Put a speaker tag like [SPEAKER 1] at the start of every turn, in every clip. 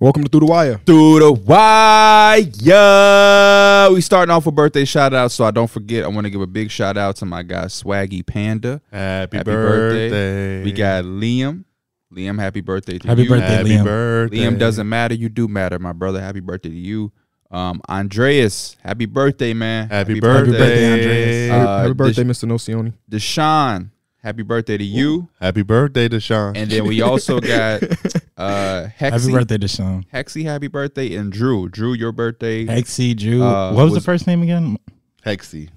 [SPEAKER 1] Welcome to Through the Wire.
[SPEAKER 2] Through the wire. We starting off with birthday shout outs, so I don't forget. I want to give a big shout out to my guy Swaggy Panda.
[SPEAKER 3] Happy,
[SPEAKER 2] Happy
[SPEAKER 3] birthday.
[SPEAKER 2] birthday. We got Liam. Liam, happy birthday to
[SPEAKER 1] Happy
[SPEAKER 2] you.
[SPEAKER 1] birthday.
[SPEAKER 3] Happy
[SPEAKER 1] Liam.
[SPEAKER 3] birthday.
[SPEAKER 2] Liam doesn't matter. You do matter, my brother. Happy birthday to you. Um, Andreas, happy birthday, man.
[SPEAKER 3] Happy birthday.
[SPEAKER 1] Happy birthday, Andreas. Happy,
[SPEAKER 3] Uh,
[SPEAKER 2] Uh,
[SPEAKER 1] happy
[SPEAKER 2] this-
[SPEAKER 1] birthday, Mr. Nocioni.
[SPEAKER 2] Deshaun, happy birthday to you.
[SPEAKER 3] Happy birthday, Deshaun.
[SPEAKER 2] And then we also got uh Hexy.
[SPEAKER 4] Happy birthday to Sean.
[SPEAKER 2] Hexy, happy birthday. And Drew. Drew, your birthday.
[SPEAKER 4] Hexy E, Drew.
[SPEAKER 2] Uh,
[SPEAKER 4] what was,
[SPEAKER 2] was-
[SPEAKER 4] the first name again?
[SPEAKER 3] Hexy.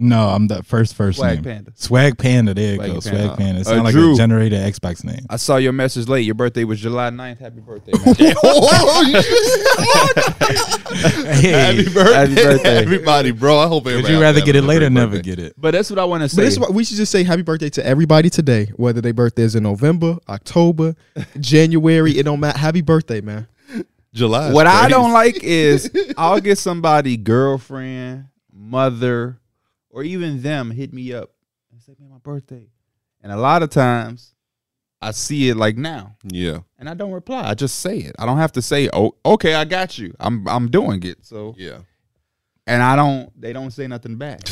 [SPEAKER 4] No, I'm the first first
[SPEAKER 2] Swag
[SPEAKER 4] name.
[SPEAKER 2] Panda.
[SPEAKER 4] Swag Panda. There you
[SPEAKER 2] Swag
[SPEAKER 4] go.
[SPEAKER 2] Panda.
[SPEAKER 4] Swag Panda. It
[SPEAKER 2] Uh,
[SPEAKER 4] sounds like
[SPEAKER 2] Drew.
[SPEAKER 4] a generated Xbox name.
[SPEAKER 2] I saw your message late. Your birthday was July 9th. Happy birthday. man.
[SPEAKER 4] Hey,
[SPEAKER 3] Oh, Happy birthday.
[SPEAKER 2] Happy birthday.
[SPEAKER 3] Everybody, bro. I hope everybody.
[SPEAKER 4] would you
[SPEAKER 3] out
[SPEAKER 4] rather
[SPEAKER 3] there
[SPEAKER 4] get it
[SPEAKER 3] has a
[SPEAKER 4] late or
[SPEAKER 3] great
[SPEAKER 4] never
[SPEAKER 3] birthday.
[SPEAKER 4] get it?
[SPEAKER 2] but that's what I want to
[SPEAKER 1] But this is
[SPEAKER 2] say.
[SPEAKER 1] what we should just say happy birthday to everybody today, whether their birthday is in November, October, January. It don't matter. Happy birthday, man.
[SPEAKER 3] July. is
[SPEAKER 2] What I
[SPEAKER 3] crazy.
[SPEAKER 2] don't like is I'll get somebody girlfriend, mother, or even them hit me up and say, "Man, my birthday." And a lot of times, I see it like now,
[SPEAKER 3] Yeah.
[SPEAKER 2] and I don't reply. I just say it. I don't have to say, "Oh, okay, I got you. I'm I'm doing it." So,
[SPEAKER 3] Yeah.
[SPEAKER 2] and I don't. They don't say nothing back.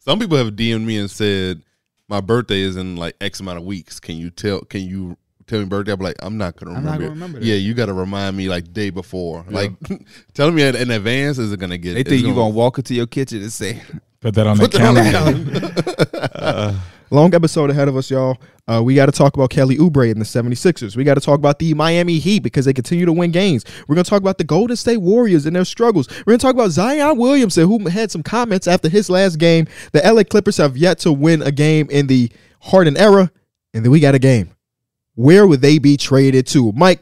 [SPEAKER 3] Some people have DM'd me and said, "My birthday is in like X amount of weeks. Can you tell? Can you tell me birthday?" I'm like, "I'm not gonna
[SPEAKER 2] I'm
[SPEAKER 3] remember."
[SPEAKER 2] not
[SPEAKER 3] it."
[SPEAKER 2] gonna remember that.
[SPEAKER 3] Yeah, you got to remind me like day before. Like, tell me in, in advance. Is it gonna get?
[SPEAKER 2] They
[SPEAKER 3] it's
[SPEAKER 2] think you gonna walk into your kitchen and say,
[SPEAKER 4] Put that on the
[SPEAKER 3] Put that on the
[SPEAKER 4] calendar.
[SPEAKER 1] Long episode ahead of us, y'all. Uh, we got to talk about Kelly Oubre and the 76ers. We got to talk about the Miami Heat because they continue to win games. We're going to talk about the Golden State Warriors and their struggles. We're going to talk about Zion Williamson, who had some comments after his last game. The LA Clippers have yet to win a game in the Harden era, and then we got a game. Where would they be traded to? Mike,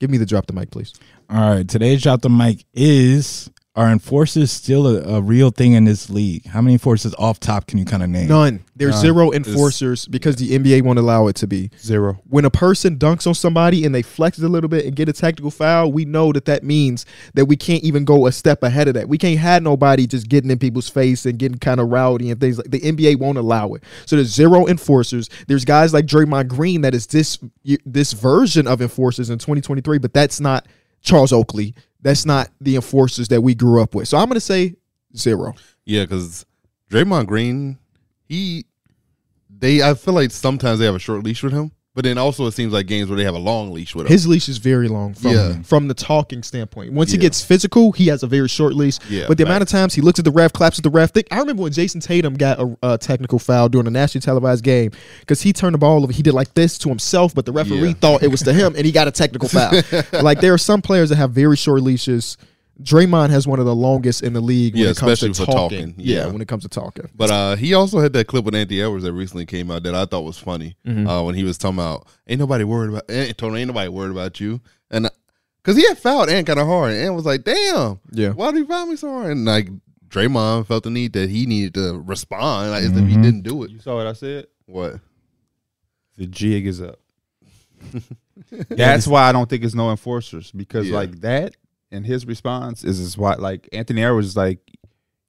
[SPEAKER 1] give me the drop the mic, please.
[SPEAKER 4] All right. Today's drop the mic is are enforcers still a, a real thing in this league? How many enforcers off top can you kind of name?
[SPEAKER 1] None. There's
[SPEAKER 4] None.
[SPEAKER 1] zero enforcers because the NBA won't allow it to be.
[SPEAKER 4] Zero.
[SPEAKER 1] when a person dunks on somebody and they flex a little bit and get a tactical foul, we know that that means that we can't even go a step ahead of that. We can't have nobody just getting in people's face and getting kind of rowdy and things like the NBA won't allow it. So there's zero enforcers. There's guys like Draymond Green that is this this version of enforcers in 2023, but that's not Charles Oakley. That's not the enforcers that we grew up with. So I'm gonna say zero.
[SPEAKER 3] Yeah, because Draymond Green, he, they, I feel like sometimes they have a short leash with him, but then also it seems like games where they have a long leash with him.
[SPEAKER 1] His leash is very long from
[SPEAKER 3] Yeah.
[SPEAKER 1] from the talking standpoint. Once he
[SPEAKER 3] Yeah.
[SPEAKER 1] gets physical, he has a very short leash.
[SPEAKER 3] Yeah,
[SPEAKER 1] but the amount of times he looks at the ref, claps at the ref. Think, I remember when Jason Tatum got a, a technical foul during a nationally televised game because he turned the ball over. He did like this to himself, but the referee
[SPEAKER 3] Yeah.
[SPEAKER 1] thought it was to him, and he got a technical foul. like there are some players that have very short leashes. Draymond has one of the longest in the league when
[SPEAKER 3] Yeah,
[SPEAKER 1] it comes to
[SPEAKER 3] especially
[SPEAKER 1] talking.
[SPEAKER 3] for talking.
[SPEAKER 1] Yeah.
[SPEAKER 3] Yeah.
[SPEAKER 1] when it comes to talking.
[SPEAKER 3] But uh, he also had that clip with Anthony Edwards that recently came out that I thought was funny
[SPEAKER 1] Mm-hmm.
[SPEAKER 3] uh, when he was talking about ain't nobody worried about ain't, Tony, ain't nobody worried about you and because he had fouled Ant kind of hard and Ant was like damn
[SPEAKER 1] Yeah.
[SPEAKER 3] why did he foul me so hard and like Draymond felt the need that he needed to respond like as if he
[SPEAKER 1] Mm-hmm.
[SPEAKER 3] didn't do it
[SPEAKER 2] "You saw what I said."
[SPEAKER 3] what
[SPEAKER 2] The jig is up. That's why I don't think it's no enforcers because
[SPEAKER 3] Yeah.
[SPEAKER 2] like that and his response is is why like Anthony Edwards is like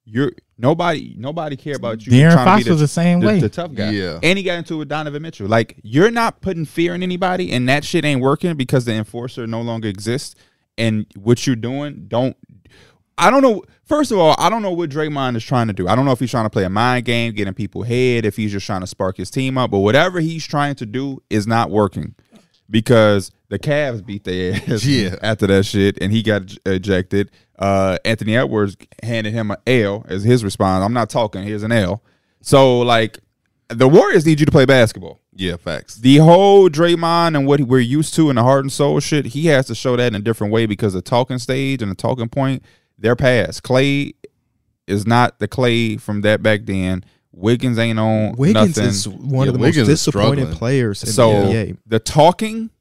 [SPEAKER 2] you're nobody nobody care about you. You're
[SPEAKER 4] De'Aaron
[SPEAKER 2] trying to be
[SPEAKER 4] Fox was the same
[SPEAKER 2] the,
[SPEAKER 4] way.
[SPEAKER 2] the tough guy.
[SPEAKER 3] Yeah.
[SPEAKER 2] And he got into it with Donovan Mitchell. Like you're not putting fear in anybody and that shit ain't working because the enforcer no longer exists and what you're doing don't I don't know. First of all, I don't know what Draymond is trying to do. I don't know if he's trying to play a mind game, get in people's head, if he's just trying to spark his team up, but whatever he's trying to do is not working because the Cavs beat their ass
[SPEAKER 3] Yeah.
[SPEAKER 2] after that shit, and he got ej- ejected. Uh, Anthony Edwards handed him an L as his response. I'm not talking. Here's an L. So like, the Warriors need you to play basketball.
[SPEAKER 3] yeah facts
[SPEAKER 2] The whole Draymond and what we're used to and the heart and soul shit, he has to show that in a different way because the talking stage and the talking point, they're past. Clay is not the Clay from that back then. Wiggins ain't on
[SPEAKER 1] Wiggins
[SPEAKER 2] nothing.
[SPEAKER 1] is one
[SPEAKER 3] Yeah,
[SPEAKER 1] of the
[SPEAKER 3] Wiggins
[SPEAKER 1] most
[SPEAKER 3] is
[SPEAKER 1] disappointed
[SPEAKER 3] struggling.
[SPEAKER 1] players in
[SPEAKER 2] So
[SPEAKER 1] the NBA.
[SPEAKER 2] the talking,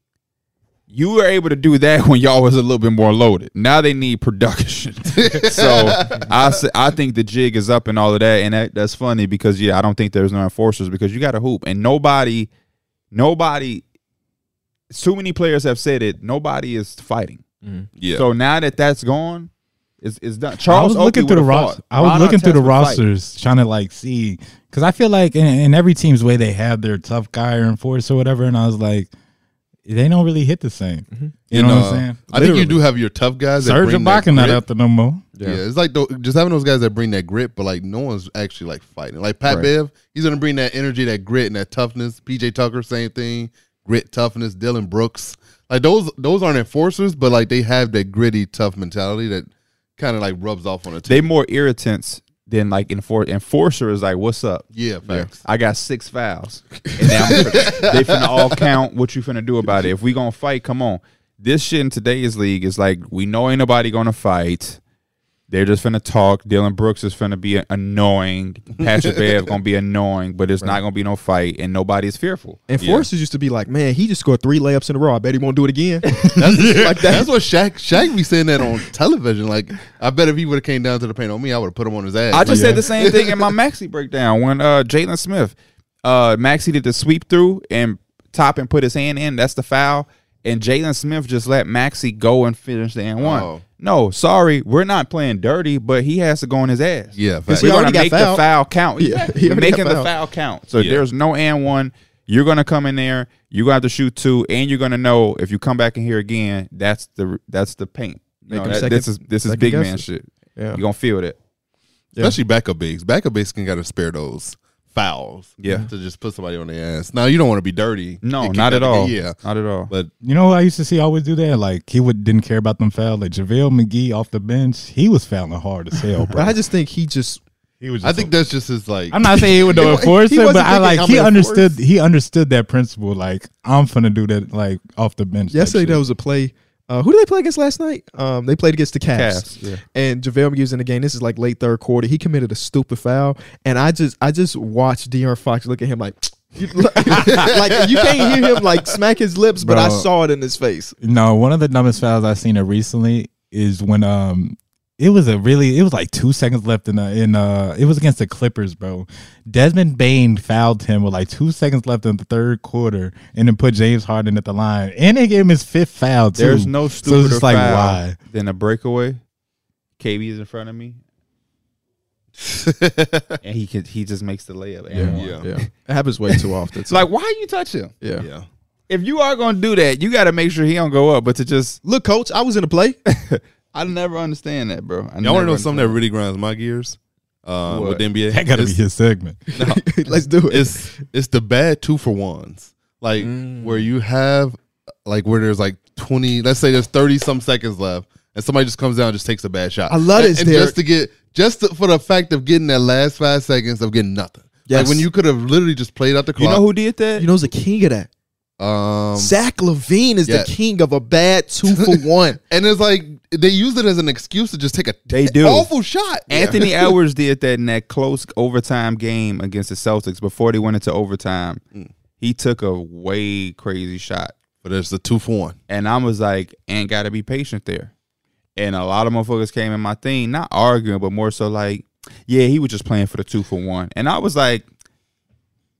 [SPEAKER 2] you were able to do that when y'all was a little bit more loaded. Now they need production. so I s- I think the jig is up and all of that, and that, that's funny because yeah, I don't think there's no enforcers because you got a hoop and nobody, nobody. So many players have said it. Nobody is fighting.
[SPEAKER 3] yeah
[SPEAKER 2] So now that that's gone, it's, it's done.
[SPEAKER 4] I
[SPEAKER 2] Charles
[SPEAKER 4] was looking
[SPEAKER 2] Oakley
[SPEAKER 4] through the
[SPEAKER 2] would've
[SPEAKER 4] roster.
[SPEAKER 2] fought.
[SPEAKER 4] I was
[SPEAKER 2] Ron
[SPEAKER 4] looking through
[SPEAKER 2] Artest
[SPEAKER 4] the
[SPEAKER 2] would fight.
[SPEAKER 4] rosters, trying to like see because I feel like in, in every team's way they have their tough guy or enforcer or whatever, and I was like, they don't really hit the same. You
[SPEAKER 3] And,
[SPEAKER 4] know
[SPEAKER 3] uh,
[SPEAKER 4] what I'm saying?
[SPEAKER 3] I think you do have your tough guys. that
[SPEAKER 4] Serge
[SPEAKER 3] bring that
[SPEAKER 4] Ibaka not
[SPEAKER 3] grit.
[SPEAKER 4] out there no more.
[SPEAKER 3] Yeah. it's like tho- just having those guys that bring that grit, but like no one's actually like fighting. Like Pat Bev, he's gonna bring that energy, that grit, and that toughness. PJ Tucker, same thing, grit, toughness. Dylan Brooks, like those those aren't enforcers, but like they have that gritty, tough mentality that kind of like rubs off on a team.
[SPEAKER 2] They more irritants than like enfor- enforcer is like, what's up?
[SPEAKER 3] yeah, facts.
[SPEAKER 2] I got six fouls. And now I'm finna- they finna all count what you finna do about it. If we gonna fight, come on. This shit in today's league is like we know ain't nobody gonna fight. They're just finna talk. Dylan Brooks is finna be annoying. Patrick Bev gonna be annoying, but it's not gonna be no fight, and nobody's fearful.
[SPEAKER 1] Enforcers used to be like, man, he just scored three layups in a row. I bet he won't do it again.
[SPEAKER 3] That's, like that. that's what Shaq Shaq be saying that on television. Like I bet if he would have came down to the paint on me, I would have put him on his ass.
[SPEAKER 2] I just
[SPEAKER 4] Yeah.
[SPEAKER 2] said the same thing in my Maxi breakdown when uh Jalen Smith, uh Maxi did the sweep through and top and put his hand in. That's the foul. And Jalen Smith just let Maxi go and finish the and one.
[SPEAKER 3] Oh.
[SPEAKER 2] No, sorry, we're not playing dirty, but he has to go on his ass.
[SPEAKER 3] Yeah,
[SPEAKER 2] because
[SPEAKER 3] facts.
[SPEAKER 2] we're
[SPEAKER 1] He
[SPEAKER 2] gonna
[SPEAKER 1] already got
[SPEAKER 2] make
[SPEAKER 1] fouled.
[SPEAKER 2] the foul count.
[SPEAKER 1] Yeah,
[SPEAKER 2] Yeah,
[SPEAKER 1] he
[SPEAKER 2] we're
[SPEAKER 1] already got
[SPEAKER 2] making the
[SPEAKER 1] fouled.
[SPEAKER 2] foul count. So
[SPEAKER 3] Yeah.
[SPEAKER 2] there's no and one. You're gonna come in there. You're gonna have to shoot two, and you're gonna know if you come back in here again. That's the that's the paint. You
[SPEAKER 1] Make
[SPEAKER 2] know,
[SPEAKER 1] him
[SPEAKER 2] that-
[SPEAKER 1] second-
[SPEAKER 2] this is this is
[SPEAKER 1] second
[SPEAKER 2] big
[SPEAKER 1] guess
[SPEAKER 2] man
[SPEAKER 1] it.
[SPEAKER 2] shit.
[SPEAKER 1] Yeah.
[SPEAKER 2] You're gonna feel that.
[SPEAKER 3] especially backup bigs. Backup bigs can gotta spare those fouls.
[SPEAKER 2] Yeah.
[SPEAKER 3] to just put somebody on their ass. Now you don't want to be dirty.
[SPEAKER 2] No,
[SPEAKER 3] Get
[SPEAKER 2] not at
[SPEAKER 3] kicked out the-
[SPEAKER 2] all.
[SPEAKER 3] Yeah,
[SPEAKER 2] not at all.
[SPEAKER 3] but
[SPEAKER 4] You know who I used to see always do that? Like he would didn't care about them fouls. Like JaVale McGee off the bench, he was fouling hard as hell,
[SPEAKER 1] But
[SPEAKER 4] bro.
[SPEAKER 1] I just think he just
[SPEAKER 4] he was
[SPEAKER 3] I think that's just his like.
[SPEAKER 4] I'm not saying he would
[SPEAKER 1] He
[SPEAKER 4] no
[SPEAKER 1] wa- he
[SPEAKER 4] enforcer,
[SPEAKER 1] wasn't
[SPEAKER 4] but I
[SPEAKER 1] thinking
[SPEAKER 4] like
[SPEAKER 1] I'm
[SPEAKER 4] he
[SPEAKER 1] gonna enforce.
[SPEAKER 4] understood he understood that principle. Like I'm finna do that like off the bench. type
[SPEAKER 1] yesterday
[SPEAKER 4] shit.
[SPEAKER 1] there was a play. Uh, who did they play against last night? Um, they played against the Cavs,
[SPEAKER 2] Cavs, yeah.
[SPEAKER 1] and JaVale McGee was in the game. This is like late third quarter. He committed a stupid foul, and I just I just watched De'Aaron Fox look at him like, like you can't hear him like smack his lips, but I
[SPEAKER 4] Bro.
[SPEAKER 1] saw it in his face.
[SPEAKER 4] No, one of the dumbest fouls I've seen it recently is when um it was a really it was like two seconds left in the in uh it was against the Clippers, bro. Desmond Bain fouled him with like two seconds left in the third quarter and then put James Harden at the line. And they gave him his fifth foul too.
[SPEAKER 2] There's no
[SPEAKER 4] So it's
[SPEAKER 2] stupider
[SPEAKER 4] just like
[SPEAKER 2] foul
[SPEAKER 4] why?
[SPEAKER 2] than a breakaway. KB is in front of me, and he could he just makes the layup. And
[SPEAKER 3] Yeah.
[SPEAKER 1] Yeah, it happens way too often.
[SPEAKER 2] It's like, why you touch him?
[SPEAKER 1] yeah.
[SPEAKER 3] yeah.
[SPEAKER 2] If you are gonna do that, you got to make sure he don't go up. But to just,
[SPEAKER 1] Look, coach, I was in a play.
[SPEAKER 2] I never understand that, bro. I
[SPEAKER 3] Y'all want to know
[SPEAKER 2] never
[SPEAKER 3] something that really grinds my gears uh, with
[SPEAKER 2] What?
[SPEAKER 3] the NBA?
[SPEAKER 4] That gotta
[SPEAKER 3] it's,
[SPEAKER 4] be his segment.
[SPEAKER 1] Let's do it.
[SPEAKER 3] it's it's the bad two for ones, like where you have like where there's like twenty. Let's say there's thirty some seconds left, and somebody just comes down and just takes a bad shot.
[SPEAKER 1] I love
[SPEAKER 3] and,
[SPEAKER 1] this,
[SPEAKER 3] and
[SPEAKER 1] Derek.
[SPEAKER 3] just to get just to, for the fact of getting that last five seconds of getting nothing.
[SPEAKER 1] Yes.
[SPEAKER 3] Like when you could have literally just played out the
[SPEAKER 2] You
[SPEAKER 3] clock.
[SPEAKER 2] know who did that?
[SPEAKER 1] you know, who's the king of that.
[SPEAKER 3] um,
[SPEAKER 1] Zach Levine is
[SPEAKER 3] yeah.
[SPEAKER 1] the king of a bad two for one.
[SPEAKER 3] and it's like they use it as an excuse to just take a
[SPEAKER 2] They do.
[SPEAKER 3] awful shot.
[SPEAKER 2] Anthony Edwards did that in that close overtime game against the Celtics before they went into overtime. He took a way crazy shot.
[SPEAKER 3] but it's the two for one.
[SPEAKER 2] And I was like, ain't gotta be patient there. And a lot of motherfuckers came in my thing, not arguing, but more so like, yeah, he was just playing for the two for one. And I was like,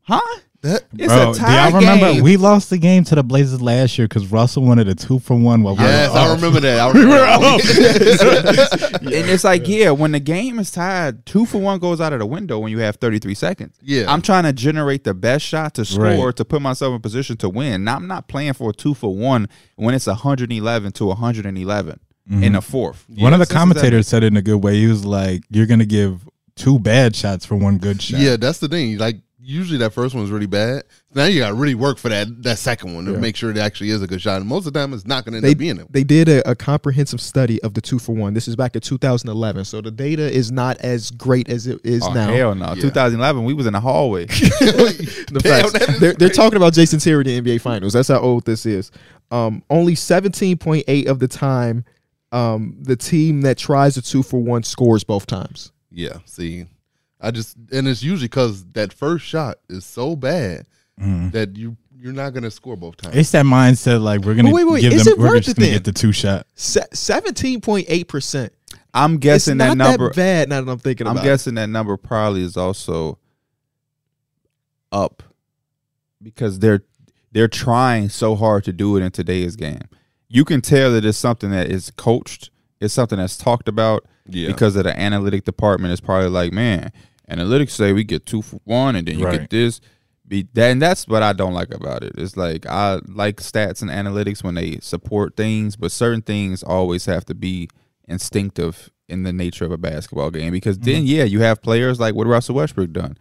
[SPEAKER 2] huh?
[SPEAKER 3] That
[SPEAKER 2] It's
[SPEAKER 4] Bro,
[SPEAKER 2] a
[SPEAKER 4] do
[SPEAKER 2] tie
[SPEAKER 4] y'all remember
[SPEAKER 2] game.
[SPEAKER 4] we lost the game to the Blazers last year because Russell wanted a two for one while
[SPEAKER 3] yes,
[SPEAKER 4] we were
[SPEAKER 3] I
[SPEAKER 4] up.
[SPEAKER 3] remember that. I remember that.
[SPEAKER 2] and it's like, yeah, when the game is tied, two for one goes out of the window when you have 33 seconds.
[SPEAKER 3] Yeah.
[SPEAKER 2] I'm trying to generate the best shot to score
[SPEAKER 4] Right.
[SPEAKER 2] to put myself in position to win. Now, I'm not playing for a two for one when it's 111 to 111 in the fourth.
[SPEAKER 4] Mm-hmm. One of the
[SPEAKER 2] Yes, this is that-
[SPEAKER 4] commentators said it in a good way. He was like, You're gonna give two bad shots for one good shot.
[SPEAKER 3] Yeah, that's the thing. Like usually that first one's really bad. Now you got to really work for that that second one to make sure it actually is a good shot. And most of the time, it's not going to end
[SPEAKER 1] they,
[SPEAKER 3] up being it.
[SPEAKER 1] they did a, a comprehensive study of the two for one. This is back in 2011, so the data is not as great as it is
[SPEAKER 2] Oh,
[SPEAKER 1] now.
[SPEAKER 2] hell no. 2011, we was in the hallway.
[SPEAKER 1] The facts. they're, they're talking about Jason Terry in the NBA Finals. That's how old this is. Um, only 17.8 of the time, um, the team that tries a two for one scores both times.
[SPEAKER 3] Yeah. See, I just and it's usually because that first shot is so bad that you you're not going to score both times.
[SPEAKER 4] Mm-hmm. It's that mindset like we're gonna
[SPEAKER 1] But wait, wait,
[SPEAKER 4] give
[SPEAKER 1] is
[SPEAKER 4] them
[SPEAKER 1] it
[SPEAKER 4] we're
[SPEAKER 1] worth
[SPEAKER 4] just
[SPEAKER 1] it
[SPEAKER 4] gonna
[SPEAKER 1] then?
[SPEAKER 4] get the two shot.
[SPEAKER 1] Se- 17.8%.
[SPEAKER 2] I'm
[SPEAKER 1] It's
[SPEAKER 2] guessing
[SPEAKER 1] not
[SPEAKER 2] that number.
[SPEAKER 1] that bad now that I'm thinking about
[SPEAKER 2] I'm guessing that number probably is also up because they're they're trying so hard to do it in today's game. You can tell that it's something that is coached. It's something that's talked about
[SPEAKER 3] Yeah.
[SPEAKER 2] because of the analytic department. It's probably like, man, analytics say we get two for one, and then you
[SPEAKER 4] Right.
[SPEAKER 2] get this. Be, that, and that's what I don't like about it. It's like I like stats and analytics when they support things, but certain things always have to be instinctive in the nature of a basketball game because then yeah, you have players like what Russell Westbrook done.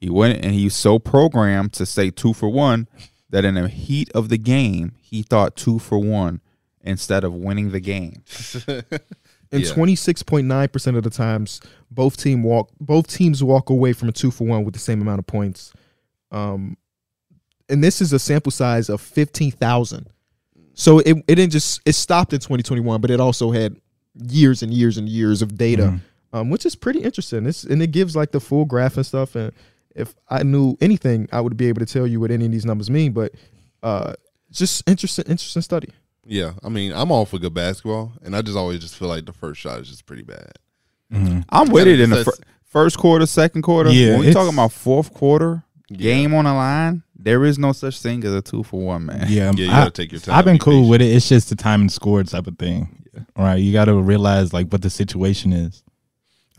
[SPEAKER 2] He went and he's so programmed to say two for one that in the heat of the game he thought two for one instead of winning the game.
[SPEAKER 1] And
[SPEAKER 3] Yeah.
[SPEAKER 1] twenty six point nine percent of the times, both team walk both teams walk away from a two for one with the same amount of points. Um, and this is a sample size of fifteen thousand. So it it didn't just it stopped in twenty twenty one, but it also had years and years and years of data, um, which is pretty interesting. It's and it gives like the full graph and stuff. And if I knew anything, I would be able to tell you what any of these numbers mean. But uh, just interesting, interesting study.
[SPEAKER 3] Yeah, I mean, I'm all for good basketball, and I just always just feel like the first shot is just pretty bad.
[SPEAKER 2] I'm with it in the
[SPEAKER 3] Kinda
[SPEAKER 2] fir- first quarter, second quarter.
[SPEAKER 4] Yeah,
[SPEAKER 2] when we talking
[SPEAKER 4] it's-
[SPEAKER 2] about fourth quarter, game on the line, there is no such thing as a two for one, man.
[SPEAKER 4] Yeah,
[SPEAKER 3] Yeah, you
[SPEAKER 4] I-
[SPEAKER 3] gotta take your time.
[SPEAKER 4] I've been
[SPEAKER 3] be
[SPEAKER 4] cool
[SPEAKER 3] patient.
[SPEAKER 4] with it. It's just the time and score type of thing, right? You got to realize like what the situation is.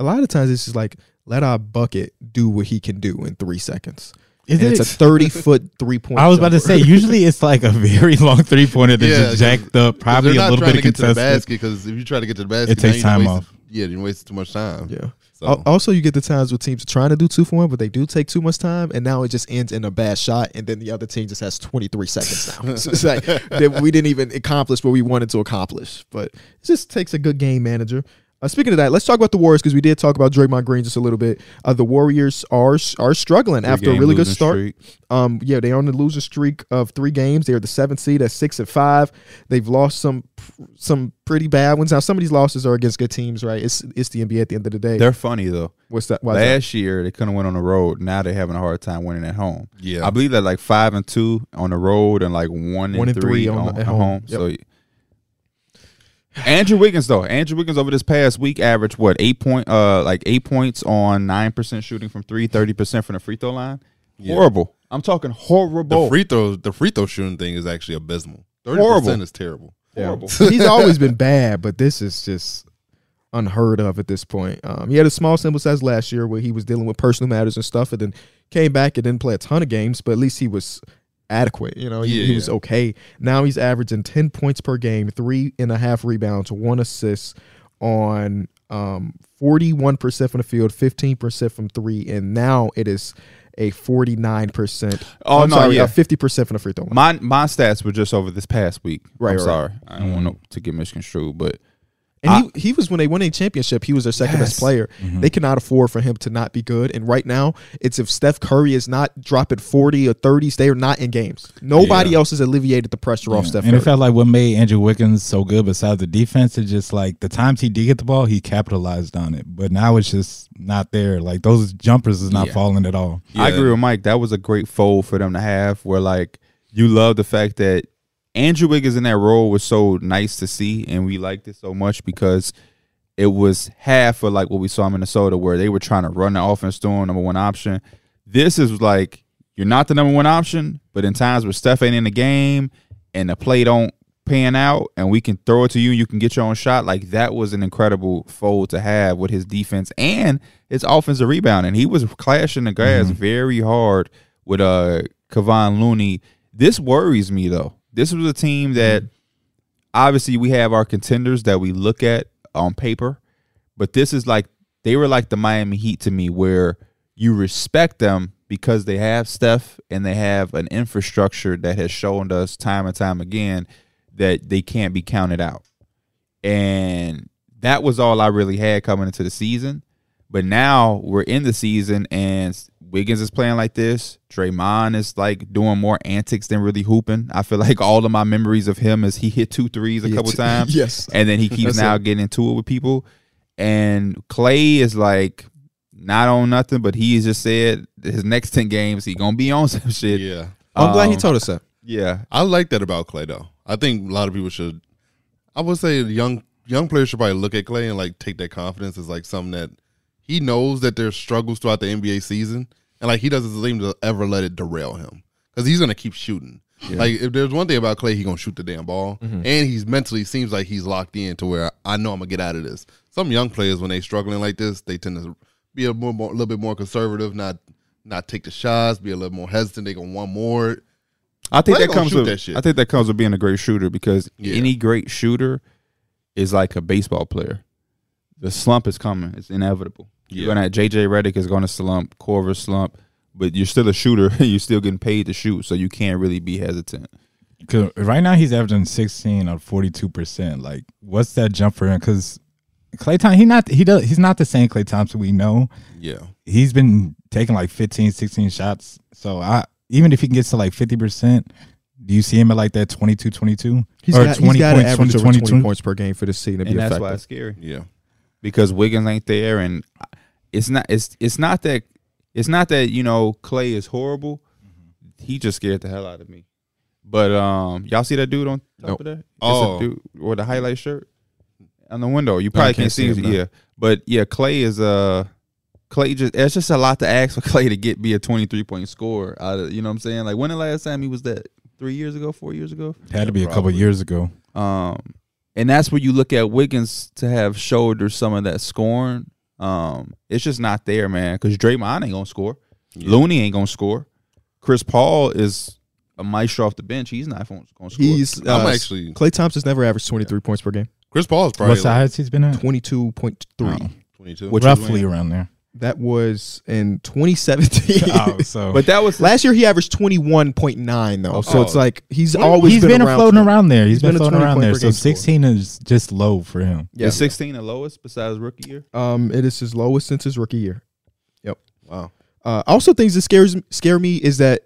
[SPEAKER 1] a lot of times it's just like let our bucket do what he can do in three seconds.
[SPEAKER 4] Is
[SPEAKER 1] and it's
[SPEAKER 4] it?
[SPEAKER 1] a thirty foot three point.
[SPEAKER 4] I was about to say. Usually, it's like a very long three pointer that's
[SPEAKER 3] Yeah,
[SPEAKER 4] just jacked up,
[SPEAKER 3] 'Cause
[SPEAKER 4] probably
[SPEAKER 3] they're
[SPEAKER 4] a
[SPEAKER 3] not
[SPEAKER 4] little
[SPEAKER 3] trying
[SPEAKER 4] bit of
[SPEAKER 3] to get to the
[SPEAKER 4] contested.
[SPEAKER 3] basket because if you try to get to the basket, now
[SPEAKER 4] It takes
[SPEAKER 3] you
[SPEAKER 4] time
[SPEAKER 3] waste-
[SPEAKER 4] off.
[SPEAKER 3] Yeah, you waste too much time.
[SPEAKER 1] yeah.
[SPEAKER 3] So,
[SPEAKER 4] Oh.
[SPEAKER 1] Al- Also, you get the times where teams are trying to do two for one, but they do take too much time, and now it just ends in a bad shot, and then the other team just has twenty three seconds now. so it's like that we didn't even accomplish what we wanted to accomplish. But it just takes a good game manager. Uh, speaking of that, let's talk about the Warriors because we did talk about Draymond Green just a little bit. Uh, the Warriors are are struggling after a
[SPEAKER 2] game
[SPEAKER 1] really good
[SPEAKER 2] losing
[SPEAKER 1] start.
[SPEAKER 2] streak.
[SPEAKER 1] Um, yeah, they're on the losing streak of three games. They're the seventh seed at six and five. They've lost some some pretty bad ones. Now some of these losses are against good teams, right? It's it's the NBA at the end of the day.
[SPEAKER 2] They're funny though.
[SPEAKER 1] What's that? Why is that?
[SPEAKER 2] Last year they couldn't win on the road. Now they're having a hard time winning at home.
[SPEAKER 3] Yeah.
[SPEAKER 2] I believe that like five and two on the road and like one,
[SPEAKER 1] One
[SPEAKER 2] and, three, on, at home.
[SPEAKER 1] Yep.
[SPEAKER 2] So Andrew Wiggins though, Andrew Wiggins over this past week averaged what eight point, uh, like eight points on nine percent shooting from three, 30 percent from the free throw line. Horrible. I'm talking horrible.
[SPEAKER 3] the free throw, the free throw shooting thing is actually abysmal. Thirty
[SPEAKER 2] Horrible.
[SPEAKER 3] percent is terrible.
[SPEAKER 2] horrible.
[SPEAKER 1] He's always been bad, but this is just unheard of at this point. Um, he had a small sample size last year where he was dealing with personal matters and stuff, and then came back and didn't play a ton of games, but at least he was adequate. You know, he,
[SPEAKER 3] Yeah,
[SPEAKER 1] he was
[SPEAKER 3] yeah.
[SPEAKER 1] okay. Now he's averaging ten points per game, three and a half rebounds, one assist on um forty-one percent from the field, fifteen percent from three, and now it is a forty-nine percent.
[SPEAKER 2] Oh, no, yeah.
[SPEAKER 1] fifty percent from the free throw line.
[SPEAKER 2] My my stats were just over this past week.
[SPEAKER 1] Right,
[SPEAKER 2] I'm
[SPEAKER 1] right.
[SPEAKER 2] sorry. I don't want to get misconstrued, but
[SPEAKER 1] And he, he was when they won a championship, he was their second best
[SPEAKER 2] Yes.
[SPEAKER 1] player. They cannot afford for him to not be good. And right now, it's if Steph Curry is not dropping 40 or 30s, they are not in games. Nobody else has alleviated the pressure off Steph
[SPEAKER 4] and
[SPEAKER 1] Curry.
[SPEAKER 4] it felt like what made Andrew Wiggins so good besides the defense is just like the times he did get the ball, he capitalized on it. But now it's just not there. Like those jumpers is not
[SPEAKER 2] Yeah.
[SPEAKER 4] falling at all.
[SPEAKER 2] I
[SPEAKER 3] Yeah.
[SPEAKER 2] agree with Mike. That was a great fold for them to have where like you love the fact that Andrew Wiggins in that role was so nice to see and we liked it so much because it was half of like what we saw in Minnesota where they were trying to run the offense through him, number one option. This is like you're not the number one option, but in times where Steph ain't in the game and the play don't pan out and we can throw it to you and you can get your own shot, like that was an incredible fold to have with his defense and his offensive rebound. And he was clashing the glass very hard with uh Kevon Looney. This worries me though. This was a team that obviously we have our contenders that we look at on paper, but this is like they were like the Miami Heat to me, where you respect them because they have Steph and they have an infrastructure that has shown us time and time again that they can't be counted out. And that was all I really had coming into the season. But now we're in the season and Wiggins is playing like this. Draymond is like doing more antics than really hooping. I feel like all of my memories of him is he hit two threes a couple times
[SPEAKER 1] yes.
[SPEAKER 2] and then he keeps
[SPEAKER 1] That's
[SPEAKER 2] now getting into it with people. And Clay is like not on nothing, but he has just said his next ten games he gonna be on some shit.
[SPEAKER 3] Yeah,
[SPEAKER 1] I'm glad he
[SPEAKER 2] Um,
[SPEAKER 1] told us that.
[SPEAKER 2] Yeah,
[SPEAKER 3] I like that about Clay though. I think a lot of people should. I would say young young players should probably look at Clay and like take that confidence as like something that he knows that there's struggles throughout the NBA season, and like he doesn't seem to ever let it derail him because he's gonna keep shooting. Like if there's one thing about Clay, he gonna shoot the damn ball, and he's mentally seems like he's locked in to where I know I'm gonna get out of this. Some young players when they struggling like this, they tend to be a more, more- little bit more conservative, not not take the shots, be a little more hesitant. They gonna want more.
[SPEAKER 2] I think that
[SPEAKER 3] Clay gonna
[SPEAKER 2] comes
[SPEAKER 3] shoot
[SPEAKER 2] with
[SPEAKER 3] that shit.
[SPEAKER 2] I think that comes with being a great shooter because
[SPEAKER 3] Yeah.
[SPEAKER 2] any great shooter is like a baseball player. The slump is coming. It's inevitable.
[SPEAKER 3] Yeah.
[SPEAKER 2] You're gonna JJ Redick is gonna slump, Corver slump, but you're still a shooter. you're still getting paid to shoot, so you can't really be hesitant.
[SPEAKER 4] 'Cause right now he's averaging 16 or 42 percent. Like, what's that jump for him? Because Clay Thompson, he not he does he's not the same Clay Thompson we know.
[SPEAKER 3] Yeah,
[SPEAKER 4] He's been taking like 15, 16 shots. So I even if he gets to like 50 percent, do you see him at like that 22, 22
[SPEAKER 1] He's
[SPEAKER 4] or
[SPEAKER 1] got,
[SPEAKER 4] 20
[SPEAKER 1] he's got to
[SPEAKER 4] points,
[SPEAKER 1] average
[SPEAKER 4] 20,
[SPEAKER 1] over 20
[SPEAKER 4] 22?
[SPEAKER 1] points per game for this season to be
[SPEAKER 2] And that's
[SPEAKER 1] effective.
[SPEAKER 2] why it's scary.
[SPEAKER 3] yeah.
[SPEAKER 2] because Wiggins ain't there, and it's not it's it's not that it's not that you know Clay is horrible. He just scared the hell out of me. But um, y'all see that dude on top
[SPEAKER 3] Nope.
[SPEAKER 2] of that? It's a
[SPEAKER 3] Oh.
[SPEAKER 2] dude with the highlight shirt on the window. You probably can't,
[SPEAKER 4] can't
[SPEAKER 2] see.
[SPEAKER 4] see
[SPEAKER 2] it,
[SPEAKER 4] him, no.
[SPEAKER 2] yeah, but yeah, Clay is uh Clay just it's just a lot to ask for Clay to get be a twenty three point scorer. Out of, you know what I'm saying? Like when the last time he was that three years ago, four years ago.
[SPEAKER 4] Had to be a couple
[SPEAKER 3] Probably.
[SPEAKER 4] years ago.
[SPEAKER 2] Um, and that's where you look at Wiggins to have shouldered some of that scoring. Um, it's just not there, man. Because Draymond ain't gonna score. Looney ain't gonna score. Chris Paul is a maestro off the bench. He's not gonna gonna score.
[SPEAKER 1] He's uh,
[SPEAKER 3] I'm actually
[SPEAKER 1] Clay Thompson's never averaged 23 points per game.
[SPEAKER 3] Chris Paul's
[SPEAKER 4] What
[SPEAKER 3] probably like
[SPEAKER 4] size he's been at?
[SPEAKER 1] 22.3.
[SPEAKER 4] Oh.
[SPEAKER 3] twenty two.
[SPEAKER 2] Which-
[SPEAKER 4] Roughly around there.
[SPEAKER 1] That was in 2017.
[SPEAKER 4] Oh, so
[SPEAKER 2] but that was
[SPEAKER 1] Last year he averaged 21.9 though. So
[SPEAKER 3] Oh.
[SPEAKER 1] it's like he's
[SPEAKER 3] He's
[SPEAKER 1] always
[SPEAKER 4] he's been,
[SPEAKER 1] around
[SPEAKER 4] floating
[SPEAKER 1] 20.
[SPEAKER 4] around there.
[SPEAKER 1] He's
[SPEAKER 4] he's been,
[SPEAKER 1] been a
[SPEAKER 4] floating
[SPEAKER 1] 20
[SPEAKER 4] around
[SPEAKER 1] point
[SPEAKER 4] there.
[SPEAKER 1] per
[SPEAKER 4] So
[SPEAKER 1] game scorer.
[SPEAKER 4] 16 is just low for him.
[SPEAKER 2] yeah.
[SPEAKER 1] Yeah.
[SPEAKER 2] is sixteen the lowest besides rookie year.
[SPEAKER 1] Um, it is his lowest since his rookie year.
[SPEAKER 3] Wow.
[SPEAKER 1] Uh, also, things that scares scare me is that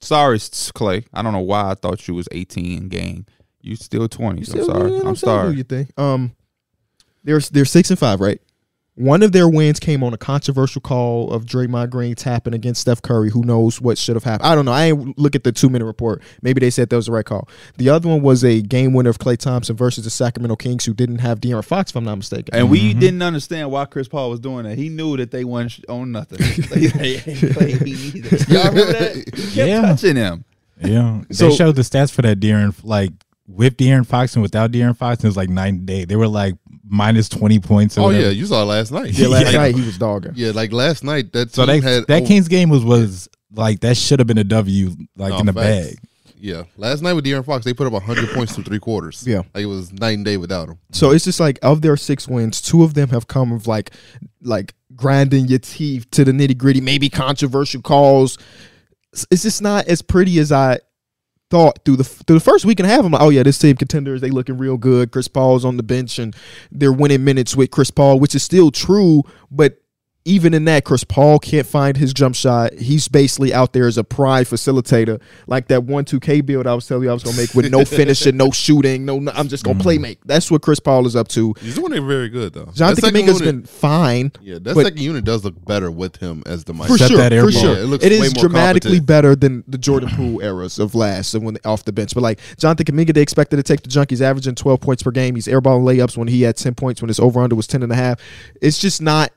[SPEAKER 2] Sorry, S- Clay. I don't know why I thought you was eighteen. Gang, you still twenty.
[SPEAKER 1] you
[SPEAKER 2] I'm
[SPEAKER 1] still-
[SPEAKER 2] sorry.
[SPEAKER 1] you know what
[SPEAKER 2] I'm
[SPEAKER 1] saying? Do
[SPEAKER 2] sorry.
[SPEAKER 1] your thing. Um, they're they're six and five, right? One of their wins came on a controversial call of Draymond Green tapping against Steph Curry. Who knows what should have happened? I don't know. I ain't look at the two minute report. Maybe they said that was the right call. The other one was a game winner of Clay Thompson versus the Sacramento Kings, who didn't have De'Aaron Fox, if I'm not mistaken.
[SPEAKER 2] And we didn't understand why Chris Paul was doing that. He knew that they wasn't sh- on nothing. they, they ain't played me either. Y'all remember that? He kept
[SPEAKER 4] Yeah.
[SPEAKER 2] touching him.
[SPEAKER 4] Yeah.
[SPEAKER 1] So-
[SPEAKER 4] they showed the stats for that De'Aaron, like with De'Aaron Fox and without De'Aaron Fox, and it was like night and day. They were like minus 20 points. Or
[SPEAKER 3] Oh
[SPEAKER 4] whatever.
[SPEAKER 3] yeah, you saw it last night.
[SPEAKER 1] yeah, last
[SPEAKER 3] Like-
[SPEAKER 1] night he was dogging.
[SPEAKER 3] Yeah, like last night that
[SPEAKER 4] So
[SPEAKER 3] team
[SPEAKER 4] that,
[SPEAKER 3] had
[SPEAKER 4] that
[SPEAKER 3] oh,
[SPEAKER 4] Kings game was, was like, that should have been a W, like
[SPEAKER 3] no,
[SPEAKER 4] in the
[SPEAKER 3] facts.
[SPEAKER 4] bag.
[SPEAKER 3] Yeah, last night with De'Aaron Fox, they put up hundred points through three quarters.
[SPEAKER 1] Yeah.
[SPEAKER 3] like it was night and day without him.
[SPEAKER 1] So it's just like of their six wins, two of them have come of like like grinding your teeth to the nitty gritty, maybe controversial calls. It's- It's just not as pretty as I thought through the through the first week and a half. I'm like, oh yeah, this team contenders, they looking real good. Chris Paul's on the bench and they're winning minutes with Chris Paul, which is still true, but even in that, Chris Paul can't find his jump shot. He's basically out there as a pride facilitator, like that one two K build I was telling you I was gonna make with no finishing, no shooting, no. I'm just gonna play make. That's what Chris Paul is up to.
[SPEAKER 3] He's doing it very good though.
[SPEAKER 1] Jonathan
[SPEAKER 3] That second
[SPEAKER 1] Kaminga's
[SPEAKER 3] unit-
[SPEAKER 1] been fine
[SPEAKER 3] Yeah, that
[SPEAKER 1] but-
[SPEAKER 3] second unit does look better with him as the mic.
[SPEAKER 1] for
[SPEAKER 4] Except
[SPEAKER 1] sure.
[SPEAKER 4] that air
[SPEAKER 1] for
[SPEAKER 4] ball.
[SPEAKER 1] sure,
[SPEAKER 3] Yeah, it looks
[SPEAKER 1] it
[SPEAKER 3] way
[SPEAKER 1] is
[SPEAKER 3] more
[SPEAKER 1] dramatically
[SPEAKER 3] competent.
[SPEAKER 1] better than the Jordan Poole eras of last and when they off the bench. But like Jonathan Kaminga, they expected to take the junk. He's averaging 12 points per game. He's airballing layups when he had 10 points when his over under was 10 and a half. It's just not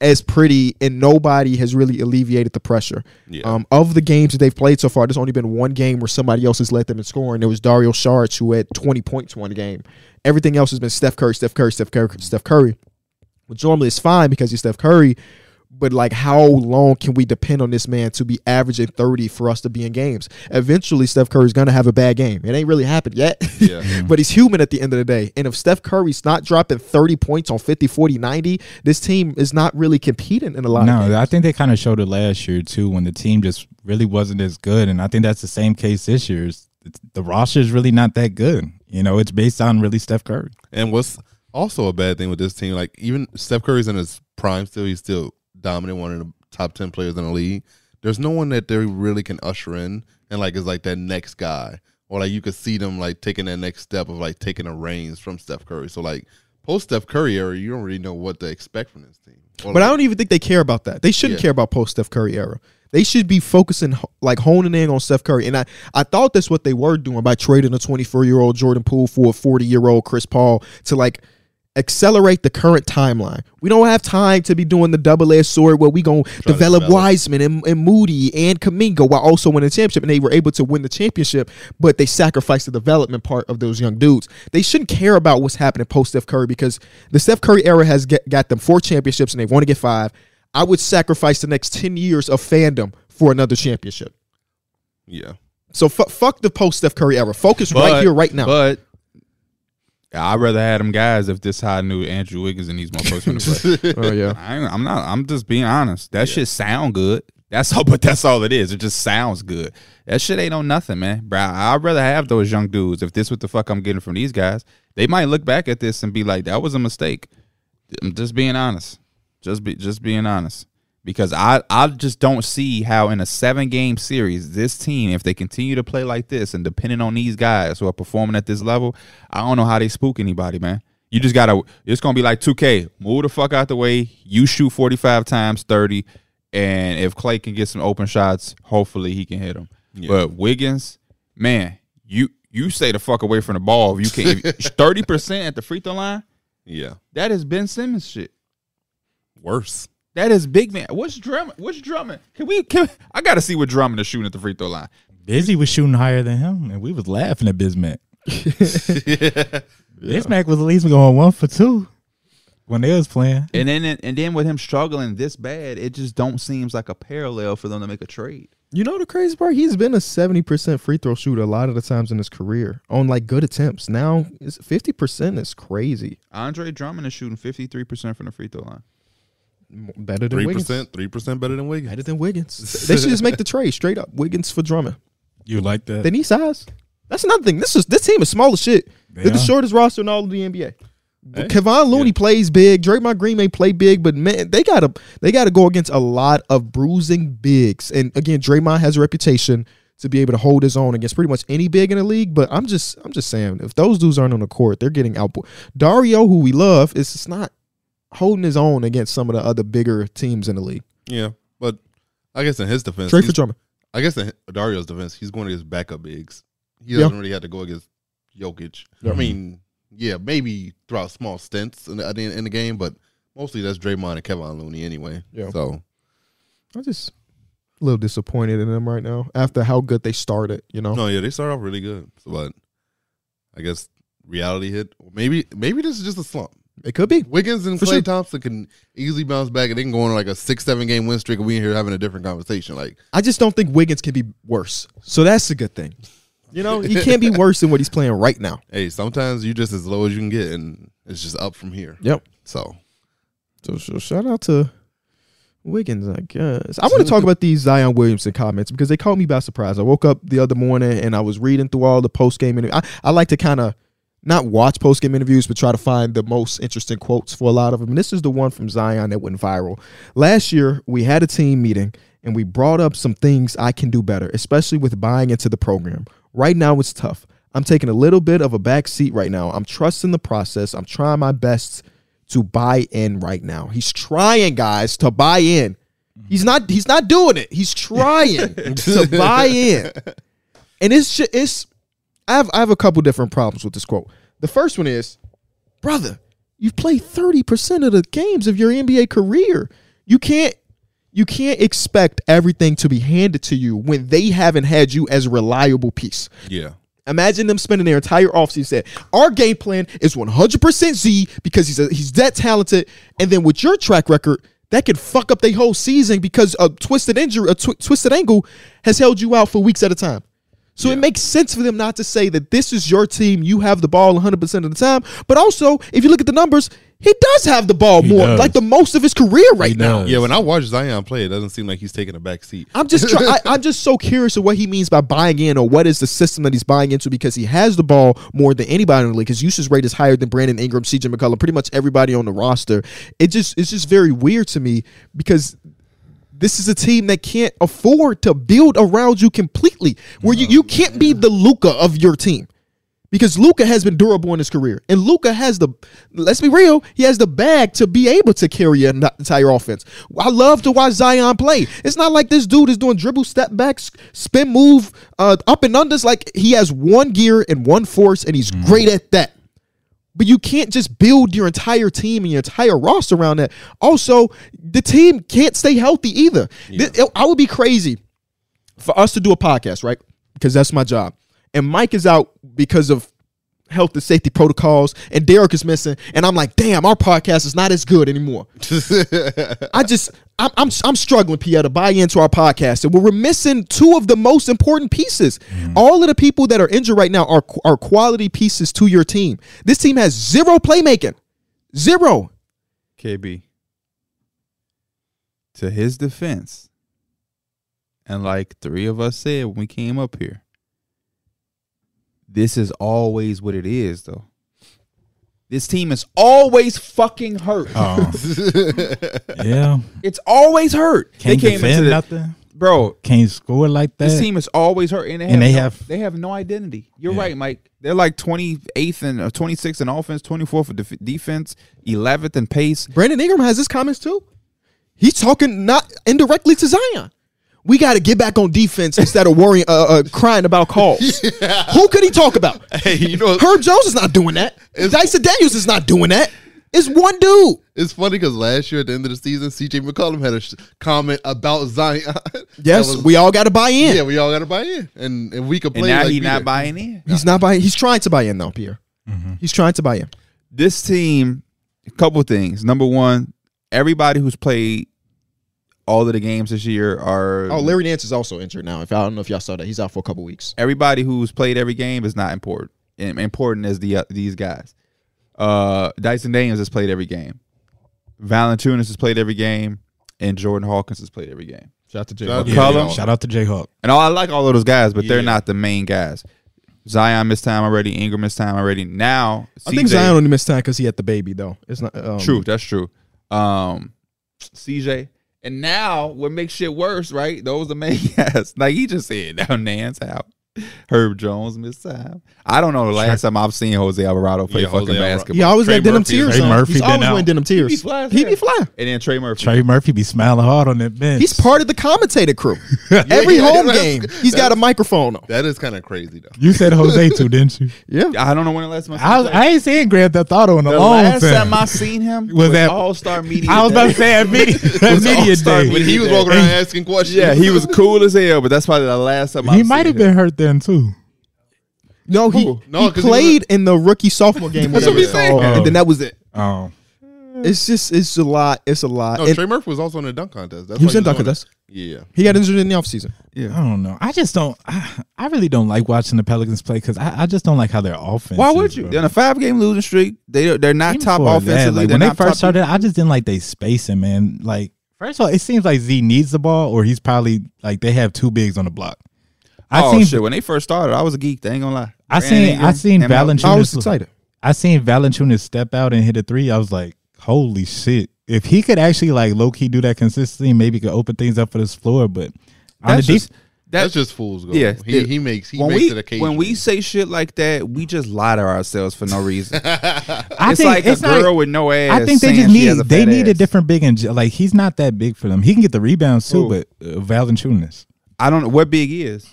[SPEAKER 1] as pretty, and nobody has really alleviated the pressure.
[SPEAKER 3] Yeah.
[SPEAKER 1] Um, of the games that they've played so far, there's only been one game where somebody else has let them in scoring. There was Dario Saric who had 20 points one game. Everything else has been Steph Curry, Steph Curry, Steph Curry, Steph Curry. Which normally is fine because he's Steph Curry, but like how long can we depend on this man to be averaging 30 for us to be in games? Eventually Steph Curry's gonna have a bad game. It ain't really happened yet.
[SPEAKER 3] Yeah.
[SPEAKER 1] but he's human at the end of the day. And if Steph Curry's not dropping 30 points on 50, 40, 90, this team is not really competing in a lot of
[SPEAKER 4] No,
[SPEAKER 1] games.
[SPEAKER 4] I think they kind of showed it last year too when the team just really wasn't as good. And I think that's the same case this year. It's- it's- The roster is really not that good. You know, it's based on really Steph Curry.
[SPEAKER 3] And what's also a bad thing with this team, like even Steph Curry's in his prime still, he's still dominant, one of the top ten players in the league. There's no one that they really can usher in and like is like that next guy. Or like you could see them like taking that next step of like taking the reins from Steph Curry. So like post Steph Curry era, you don't really know what to expect from this team. Or,
[SPEAKER 1] But I
[SPEAKER 3] like,
[SPEAKER 1] don't even think they care about that. They shouldn't
[SPEAKER 3] Yeah.
[SPEAKER 1] care about post Steph Curry era. They should be focusing ho- like honing in on Steph Curry. And I, I thought that's what they were doing by trading a 24 year old Jordan Poole for a 40 year old Chris Paul to like accelerate the current timeline. We don't have time to be doing the double edged sword where we going to develop
[SPEAKER 3] develop.
[SPEAKER 1] Wiseman and, and Moody and Kaminga while also winning the championship. And they were able to win the championship, but they sacrificed the development part of those young dudes. They shouldn't care about what's happening post Steph Curry because the Steph Curry era has get, got them four championships and they want to get five. I would sacrifice the next 10 years of fandom for another championship.
[SPEAKER 3] Yeah.
[SPEAKER 1] So fu fuck the post Steph Curry era. Focus right here, right now.
[SPEAKER 2] But I'd rather have them guys if this how I knew Andrew Wiggins and these motherfuckers finna play.
[SPEAKER 1] oh, yeah.
[SPEAKER 2] I ain't, I'm not. I'm just being honest. That shit sound good. That's all. But that's all it is. It just sounds good. That shit ain't on nothing, man, bro. I'd rather have those young dudes. If this what the fuck I'm getting from these guys, they might look back at this and be like, "That was a mistake." I'm just being honest. Just be just being honest. Because I, I just don't see how in a seven game series, this team, if they continue to play like this and depending on these guys who are performing at this level, I don't know how they spook anybody, man. You just gotta it's gonna be like 2K. Move the fuck out the way. You shoot 45 times 30. And if Clay can get some open shots, hopefully he can hit them. But Wiggins, man, you you stay the fuck away from the ball. If you can thirty percent at the free throw line,
[SPEAKER 3] Yeah.
[SPEAKER 2] that is Ben Simmons shit.
[SPEAKER 3] Worse.
[SPEAKER 2] That is big man. What's Drummond? What's Drummond? Can we? Can I gotta see what Drummond is shooting at the free throw line.
[SPEAKER 4] Busy was shooting higher than him, and we was laughing at Bismack. Bismack was at least going one for two when they was playing.
[SPEAKER 2] And then and then with him struggling this bad, it just don't seems like a parallel for them to make a trade.
[SPEAKER 1] You know the crazy part? He's been a 70% free throw shooter a lot of the times in his career on like good attempts. Now, it's 50% is crazy.
[SPEAKER 2] Andre Drummond is shooting fifty three percent from the free throw line.
[SPEAKER 1] M- Better than
[SPEAKER 3] Three
[SPEAKER 1] Wiggins.
[SPEAKER 3] percent. Three percent better than Wiggins.
[SPEAKER 1] Better than Wiggins. they should just make the trade straight up. Wiggins for Drummond.
[SPEAKER 4] You like that?
[SPEAKER 1] They need size. That's another thing. This is this team is small as shit. They're the
[SPEAKER 4] are.
[SPEAKER 1] shortest roster in all of the NBA. Kevon Looney plays big. Draymond Green may play big, but man, they gotta they gotta go against a lot of bruising bigs. And again, Draymond has a reputation to be able to hold his own against pretty much any big in the league. But I'm just I'm just saying, if those dudes aren't on the court, they're getting out. Dario, who we love, is just not holding his own against some of the other bigger teams in the league.
[SPEAKER 3] Yeah. But I guess in his defense,
[SPEAKER 1] Trade for
[SPEAKER 3] he's-
[SPEAKER 1] Drummond.
[SPEAKER 3] I guess in Dario's defense, he's going against backup bigs. He
[SPEAKER 1] Yeah.
[SPEAKER 3] doesn't really have to go against Jokic. I mean, yeah, maybe throughout small stints in the, in, in the game, but mostly that's Draymond and Kevin Looney anyway.
[SPEAKER 1] Yeah.
[SPEAKER 3] So
[SPEAKER 1] I'm just a little disappointed in them right now after how good they started. You know,
[SPEAKER 3] no, yeah, they start off really good, So, but I guess reality hit. Maybe maybe this is just a slump.
[SPEAKER 1] it could be.
[SPEAKER 3] Wiggins and
[SPEAKER 1] For
[SPEAKER 3] Clay
[SPEAKER 1] sure.
[SPEAKER 3] Thompson can easily bounce back, and they can go on like a six seven game win streak, and we in here having a different conversation. Like
[SPEAKER 1] I just don't think Wiggins can be worse. So that's a good thing. You know, he can't be worse than what he's playing right now.
[SPEAKER 3] hey, sometimes you just as low as you can get, and it's just up from here.
[SPEAKER 1] Yep.
[SPEAKER 3] So
[SPEAKER 1] So, so shout out to Wiggins, I guess. I want to talk about these Zion Williamson comments because they caught me by surprise. I woke up the other morning and I was reading through all the post game interviews. I, I like to kind of not watch post game interviews, but try to find the most interesting quotes for a lot of them. And this is the one from Zion that went viral. Last year, we had a team meeting and we brought up some things I can do better, especially with buying into the program. Right now, it's tough. I'm taking a little bit of a back seat right now. I'm trusting the process. I'm trying my best to buy in right now. He's trying, guys, to buy in. He's not. He's not doing it. He's trying to buy in, and it's ju- it's. I have I have a couple different problems with this quote. The first one is, brother, you've played thirty percent of the games of your NBA career. You can't you can't expect everything to be handed to you when they haven't had you as a reliable piece.
[SPEAKER 3] yeah,
[SPEAKER 1] Imagine them spending their entire offseason saying, our game plan is 100% Z because he's a, he's that talented. And then with your track record, that could fuck up their whole season because a twisted injury, a twi- twisted angle has held you out for weeks at a time. So it makes sense for them not to say that this is your team, you have the ball 100% of the time. But also, if you look at the numbers, he does have the ball more,
[SPEAKER 4] does.
[SPEAKER 1] like the most of his career right now.
[SPEAKER 3] yeah. When I watch Zion play, it doesn't seem like he's taking a back seat.
[SPEAKER 1] I'm just try- I, I'm just so curious of what he means by buying in or what is the system that he's buying into because he has the ball more than anybody in the league. His usage rate is higher than Brandon Ingram, CJ McCollum, pretty much everybody on the roster. It just it's just very weird to me because this is a team that can't afford to build around you completely. Where you, you can't be the Luca of your team. Because Luca has been durable in his career. And Luca has the let's be real, he has the bag to be able to carry an entire offense. I love to watch Zion play. It's not like this dude is doing dribble step backs, spin move, uh, up and unders. Like he has one gear and one force, and he's great at that. But you can't just build your entire team and your entire roster around that. Also, the team can't stay healthy either. Th- I would be crazy for us to do a podcast, right? Because that's my job. And Mike is out because of health and safety protocols, and Derek is missing. And I'm like, damn, our podcast is not as good anymore. I just, I'm, I'm, I'm struggling, Pierre, to buy into our podcast. And we're missing two of the most important pieces. All of the people that are injured right now are, are quality pieces to your team. This team has zero playmaking. Zero.
[SPEAKER 2] KB. To his defense, and like three of us said when we came up here, this is always what it is, though. This team is always fucking hurt.
[SPEAKER 4] Oh, yeah.
[SPEAKER 2] It's always hurt.
[SPEAKER 4] Can't
[SPEAKER 2] they came into
[SPEAKER 4] defend
[SPEAKER 2] the,
[SPEAKER 4] nothing.
[SPEAKER 2] bro.
[SPEAKER 4] Can't score like that.
[SPEAKER 2] This team is always hurt, and they have
[SPEAKER 4] And they
[SPEAKER 2] no,
[SPEAKER 4] have-
[SPEAKER 2] they have no identity. You're
[SPEAKER 4] Yeah.
[SPEAKER 2] right, Mike. They're like 28th and uh, 26th in offense, 24th for def- defense, 11th in pace.
[SPEAKER 1] Brandon Ingram has his comments too. He's talking not indirectly to Zion. We got to get back on defense instead of worrying, uh, uh, crying about calls. Who could he talk about?
[SPEAKER 3] hey, you know,
[SPEAKER 1] Herb Jones is not doing that. Dyson Daniels is not doing that. It's one dude.
[SPEAKER 3] it's funny because last year at the end of the season, CJ McCollum had a sh- comment about Zion. That
[SPEAKER 1] Yes,
[SPEAKER 3] was-
[SPEAKER 1] we all got to buy in.
[SPEAKER 3] yeah, we all got to buy in, and and we could
[SPEAKER 2] And
[SPEAKER 3] play.
[SPEAKER 2] now
[SPEAKER 3] like
[SPEAKER 2] he
[SPEAKER 3] we
[SPEAKER 2] not
[SPEAKER 3] did.
[SPEAKER 2] buying in.
[SPEAKER 1] He's not buying. He's trying to buy in though, Pierre. He's trying to buy in.
[SPEAKER 2] This team, a couple things. Number one, everybody who's played all of the games this year are
[SPEAKER 1] Oh, Larry Nance is also injured now. If I don't know if y'all saw that, he's out for a couple weeks.
[SPEAKER 2] everybody who's played every game is not important. Im- Important as the uh, these guys. Uh, Dyson Daniels has played every game. Valanciunas has played every game, and Jordan Hawkins has played every game.
[SPEAKER 1] Shout out to Jay.
[SPEAKER 3] Shout out to
[SPEAKER 4] Yeah,
[SPEAKER 3] Colin.
[SPEAKER 4] Shout out to J Hawk.
[SPEAKER 2] And all I like all of those guys, but they're
[SPEAKER 3] Yeah.
[SPEAKER 2] not the main guys. Zion missed time already. Ingram missed time already. Now
[SPEAKER 1] I think
[SPEAKER 2] CJ
[SPEAKER 1] Zion only missed time because he had the baby though. It's not um,
[SPEAKER 2] True, that's true. Um, CJ. And now what makes shit worse, right? Those the main guys. Like he just said, now Nance out. Herb Jones missed time. I don't know the last time I've seen Jose Alvarado play
[SPEAKER 3] Yeah, Jose
[SPEAKER 2] fucking
[SPEAKER 3] Alvarado.
[SPEAKER 2] basketball.
[SPEAKER 1] He always
[SPEAKER 3] Trey
[SPEAKER 1] got denim
[SPEAKER 3] Murphy is
[SPEAKER 1] tears.
[SPEAKER 4] out.
[SPEAKER 1] on.
[SPEAKER 4] Trey Murphy
[SPEAKER 1] he's
[SPEAKER 4] been
[SPEAKER 1] always
[SPEAKER 4] out.
[SPEAKER 1] wearing denim tears.
[SPEAKER 2] He be fly as
[SPEAKER 1] He
[SPEAKER 2] hell.
[SPEAKER 1] be fly.
[SPEAKER 2] And then Trey Murphy.
[SPEAKER 4] Trey Murphy be smiling hard on that bench.
[SPEAKER 1] He's part of the commentator crew. Every
[SPEAKER 3] yeah,
[SPEAKER 1] home
[SPEAKER 3] that's-
[SPEAKER 1] game, he's got a microphone on.
[SPEAKER 3] That is kind of crazy though.
[SPEAKER 4] you said Jose too, didn't you?
[SPEAKER 1] Yeah,
[SPEAKER 2] I don't know when the last time
[SPEAKER 4] I, was, I ain't seen Grand Theft Auto in a
[SPEAKER 2] the
[SPEAKER 4] long
[SPEAKER 2] last
[SPEAKER 4] time.
[SPEAKER 2] time I seen him
[SPEAKER 4] Was
[SPEAKER 2] was,
[SPEAKER 4] at-
[SPEAKER 2] at All Star Media.
[SPEAKER 4] I was about to
[SPEAKER 2] Day.
[SPEAKER 4] say at media,
[SPEAKER 2] Was
[SPEAKER 4] at media
[SPEAKER 2] All-Star
[SPEAKER 4] day.
[SPEAKER 3] When he was
[SPEAKER 2] Yeah.
[SPEAKER 3] walking around asking questions,
[SPEAKER 2] Yeah, he was cool as hell, but that's probably the last time I
[SPEAKER 4] He might have been hurt then too.
[SPEAKER 1] no, he,
[SPEAKER 3] Who? No,
[SPEAKER 1] he
[SPEAKER 3] 'cause he
[SPEAKER 1] played in the rookie sophomore game.
[SPEAKER 3] That's
[SPEAKER 1] whatever
[SPEAKER 3] what
[SPEAKER 1] it's
[SPEAKER 3] we said.
[SPEAKER 1] called,
[SPEAKER 4] Oh.
[SPEAKER 1] And then that was it.
[SPEAKER 4] Oh,
[SPEAKER 1] It's just, it's a lot. It's a lot.
[SPEAKER 3] No,
[SPEAKER 1] And
[SPEAKER 3] Trey Murphy was also in the dunk contest. That's
[SPEAKER 1] he
[SPEAKER 3] why
[SPEAKER 1] was in dunk
[SPEAKER 3] on it.
[SPEAKER 1] contest.
[SPEAKER 3] Yeah,
[SPEAKER 1] He got injured in the offseason.
[SPEAKER 4] I don't know. I just don't. I, I really don't like watching the Pelicans play because I, I just don't like how their offense.
[SPEAKER 2] Why
[SPEAKER 4] is,
[SPEAKER 2] would you?
[SPEAKER 4] bro.
[SPEAKER 2] They're on a five game losing streak. They they're not
[SPEAKER 4] Even
[SPEAKER 2] top
[SPEAKER 4] before that,
[SPEAKER 2] offensively.
[SPEAKER 4] like,
[SPEAKER 2] they're
[SPEAKER 4] when they
[SPEAKER 2] not top
[SPEAKER 4] first started, I just didn't like they spacing, man. Like first of all, it seems like Z needs the ball, or he's probably like they have two bigs on the block. I
[SPEAKER 2] oh
[SPEAKER 4] seen
[SPEAKER 2] shit! When they first started, I was a geek. I ain't gonna lie.
[SPEAKER 4] I
[SPEAKER 2] Brandon
[SPEAKER 4] seen I
[SPEAKER 2] Ingram,
[SPEAKER 4] seen
[SPEAKER 2] him out.
[SPEAKER 4] Valanciunas.
[SPEAKER 1] I was excited.
[SPEAKER 4] I seen Valanciunas step out and hit a three. I was like, holy shit! If he could actually like low key do that consistently, maybe he could open things up for this floor. But on the
[SPEAKER 2] That's
[SPEAKER 4] deep,
[SPEAKER 2] just,
[SPEAKER 3] that's
[SPEAKER 2] that's
[SPEAKER 3] just fools gold.
[SPEAKER 2] Yeah,
[SPEAKER 3] he,
[SPEAKER 2] yeah.
[SPEAKER 3] he makes he
[SPEAKER 2] when
[SPEAKER 3] makes
[SPEAKER 2] we
[SPEAKER 3] it occasionally.
[SPEAKER 2] when we say shit like that, we just lie to ourselves for no reason.
[SPEAKER 4] I
[SPEAKER 2] it's
[SPEAKER 4] think
[SPEAKER 2] like
[SPEAKER 4] it's
[SPEAKER 2] a girl
[SPEAKER 4] not.
[SPEAKER 2] with no ass.
[SPEAKER 4] I think they
[SPEAKER 2] saying
[SPEAKER 4] just
[SPEAKER 2] she
[SPEAKER 4] need
[SPEAKER 2] has a
[SPEAKER 4] they
[SPEAKER 2] fat
[SPEAKER 4] need a
[SPEAKER 2] ass.
[SPEAKER 4] different big and like he's not that big for them. He can get the rebounds too,
[SPEAKER 2] Who?
[SPEAKER 4] but uh, Valanciunas.
[SPEAKER 2] I don't know what big is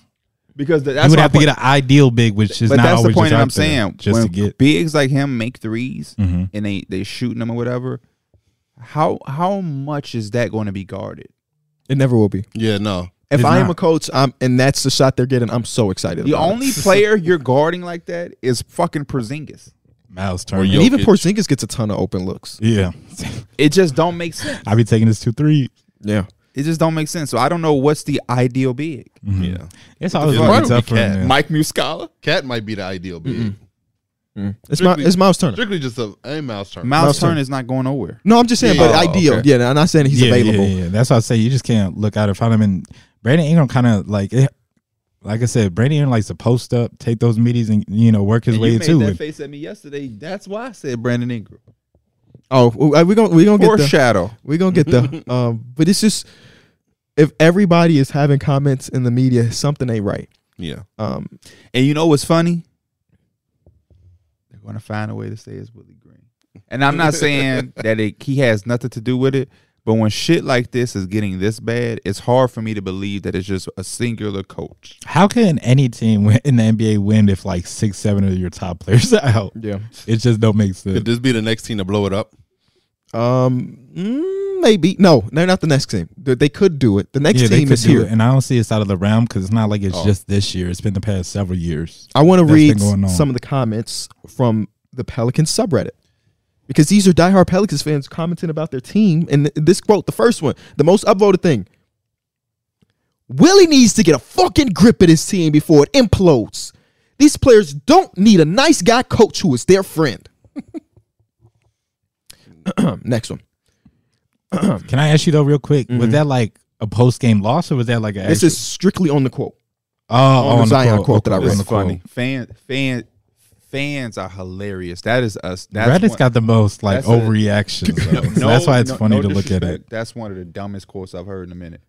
[SPEAKER 2] because th- that's
[SPEAKER 4] you would
[SPEAKER 2] my
[SPEAKER 4] have
[SPEAKER 2] point.
[SPEAKER 4] to get an ideal big, which is
[SPEAKER 2] But
[SPEAKER 4] not
[SPEAKER 2] that's the
[SPEAKER 4] always
[SPEAKER 2] point
[SPEAKER 4] just
[SPEAKER 2] that
[SPEAKER 4] out
[SPEAKER 2] I'm
[SPEAKER 4] there
[SPEAKER 2] saying.
[SPEAKER 4] Just
[SPEAKER 2] when
[SPEAKER 4] to get
[SPEAKER 2] bigs like him make 3s
[SPEAKER 4] Mhm.
[SPEAKER 2] and they they shooting them or whatever, how how much is that going to be guarded?
[SPEAKER 1] It never will be.
[SPEAKER 3] yeah, no,
[SPEAKER 1] If
[SPEAKER 4] It's
[SPEAKER 1] I am
[SPEAKER 4] not.
[SPEAKER 1] a coach, I'm, and that's the shot they're getting, I'm so excited.
[SPEAKER 2] The
[SPEAKER 1] about it.
[SPEAKER 2] only player you're guarding like that is fucking Porzingis.
[SPEAKER 4] Miles
[SPEAKER 1] And
[SPEAKER 4] Turner.
[SPEAKER 3] Jokic.
[SPEAKER 1] even Porzingis gets a ton of open looks.
[SPEAKER 4] Yeah,
[SPEAKER 2] It just don't make sense.
[SPEAKER 4] I be taking this two three.
[SPEAKER 1] Yeah.
[SPEAKER 2] It just don't make sense. So I don't know what's the ideal big.
[SPEAKER 3] yeah.
[SPEAKER 4] It's always
[SPEAKER 3] fuck?
[SPEAKER 4] gonna
[SPEAKER 3] Why
[SPEAKER 4] be
[SPEAKER 3] would we
[SPEAKER 4] tough for
[SPEAKER 3] cat?
[SPEAKER 4] him. man.
[SPEAKER 2] Mm-hmm. Mike Muscala,
[SPEAKER 3] Cat might be the ideal big.
[SPEAKER 1] It's, my,
[SPEAKER 3] Strictly-
[SPEAKER 1] it's Miles Turner.
[SPEAKER 3] Strictly just a and mouse turn.
[SPEAKER 2] Miles
[SPEAKER 1] Miles Turner.
[SPEAKER 2] Turner is not going nowhere.
[SPEAKER 1] No, I'm just saying,
[SPEAKER 3] Yeah,
[SPEAKER 1] but
[SPEAKER 2] yeah. Oh,
[SPEAKER 1] ideal.
[SPEAKER 2] okay.
[SPEAKER 1] Yeah, I'm not saying he's
[SPEAKER 4] yeah,
[SPEAKER 1] available.
[SPEAKER 4] Yeah, yeah. That's why I say you just can't look out in front of him. And Brandon Ingram kind of like it, like I said, Brandon Ingram likes to post up, take those meetings, and you know work his
[SPEAKER 2] And
[SPEAKER 4] way
[SPEAKER 2] you made
[SPEAKER 4] too.
[SPEAKER 2] that
[SPEAKER 4] And
[SPEAKER 2] face at me yesterday. That's why I said Brandon Ingram.
[SPEAKER 1] Oh, we're gonna we're gonna get the,
[SPEAKER 2] Foreshadow.
[SPEAKER 1] We're gonna get the um, but it's just if everybody is having comments in the media, something ain't right.
[SPEAKER 3] Yeah,
[SPEAKER 1] Um,
[SPEAKER 2] And you know what's funny? They're going to find a way to say it's Willie Green. And I'm not saying that it, he has nothing to do with it, but when shit like this is getting this bad, it's hard for me to believe that it's just a singular coach.
[SPEAKER 4] how can any team win- in the NBA win if like six, seven of your top players are out?
[SPEAKER 1] yeah.
[SPEAKER 4] It just don't make sense.
[SPEAKER 3] could this be the next team to blow it up?
[SPEAKER 1] Um, mm, mm, maybe no, they're not the next team. They- They could do it. The next
[SPEAKER 4] yeah, they
[SPEAKER 1] team
[SPEAKER 4] could
[SPEAKER 1] is
[SPEAKER 4] do
[SPEAKER 1] here.
[SPEAKER 4] it, and I don't see it's out of the realm because it's not like
[SPEAKER 2] Oh.
[SPEAKER 4] it's just this year. It's been the past several years.
[SPEAKER 1] I want to
[SPEAKER 4] That's
[SPEAKER 1] read
[SPEAKER 4] been going on.
[SPEAKER 1] some of the comments from the Pelicans subreddit because these are diehard Pelicans fans commenting about their team. And th- this quote, the first one, the most upvoted thing Willie needs to get a fucking grip of this team before it implodes. These players don't need a nice guy coach who is their friend. Next one.
[SPEAKER 4] Can I ask you though, real quick? Was that like a post game loss, or was that like a?
[SPEAKER 1] This is strictly on the quote.
[SPEAKER 4] oh, on
[SPEAKER 1] the Zion quote that I
[SPEAKER 4] okay,
[SPEAKER 1] read.
[SPEAKER 4] on the
[SPEAKER 1] It's funny.
[SPEAKER 4] quote.
[SPEAKER 2] Fan, fan, fans are hilarious. That is us. That's
[SPEAKER 4] Reddit's
[SPEAKER 2] one-
[SPEAKER 4] got the most like
[SPEAKER 2] that's a-
[SPEAKER 4] overreactions. though. So
[SPEAKER 2] No,
[SPEAKER 4] that's why it's
[SPEAKER 2] no-
[SPEAKER 4] funny
[SPEAKER 2] no
[SPEAKER 4] to look at it.
[SPEAKER 2] disrespect. That's one of the dumbest quotes I've heard in a minute.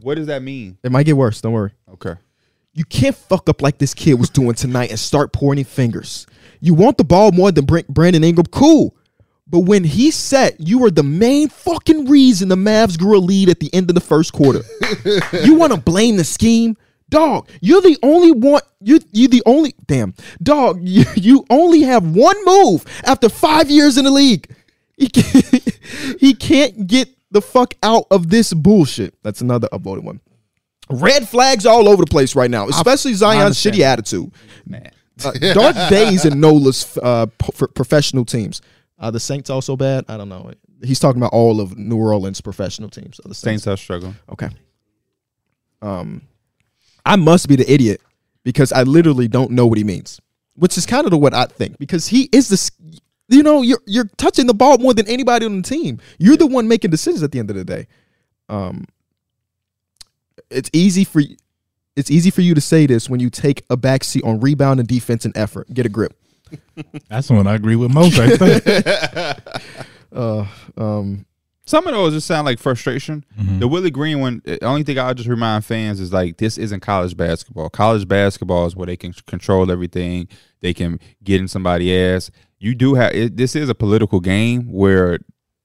[SPEAKER 2] What does that mean?
[SPEAKER 1] It might get worse. Don't worry.
[SPEAKER 2] Okay.
[SPEAKER 1] You can't fuck up like this kid was doing tonight and start pointing fingers. You want the ball more than Br- Brandon Ingram? Cool. But when he set, you were the main fucking reason the Mavs grew a lead at the end of the first quarter. you want to blame the scheme? Dog, you're the only one. You you the only damn dog. You, you only have one move after five years in the league. He can't, he can't get the fuck out of this bullshit. That's another uploaded one red flags all over the place right now, especially Zion's
[SPEAKER 2] understand.
[SPEAKER 1] shitty attitude.
[SPEAKER 2] Man.
[SPEAKER 1] Uh, dark days in Nola's uh, p- for professional teams. Are the Saints also bad? I don't know. He's talking about all of New Orleans professional teams. Are the Saints?
[SPEAKER 2] Saints are struggling.
[SPEAKER 1] Okay. Um, I must be the idiot because I literally don't know what he means, which is kind of the what I think because he is the. s- You know, you're you're touching the ball more than anybody on the team. You're the one making decisions at the end of the day. Um, it's easy for y- it's easy for you to say this when you take a backseat on rebound and defense and effort. Get a grip.
[SPEAKER 4] That's the one I agree with most. Right there.
[SPEAKER 1] Uh, um,
[SPEAKER 2] Some of those just sound like frustration.
[SPEAKER 4] Mm-hmm.
[SPEAKER 2] The Willie Green one, the only thing I'll just remind fans is like, this isn't college basketball. College basketball is where they can control everything, they can get in somebody's ass. You do have, it, this is a political game where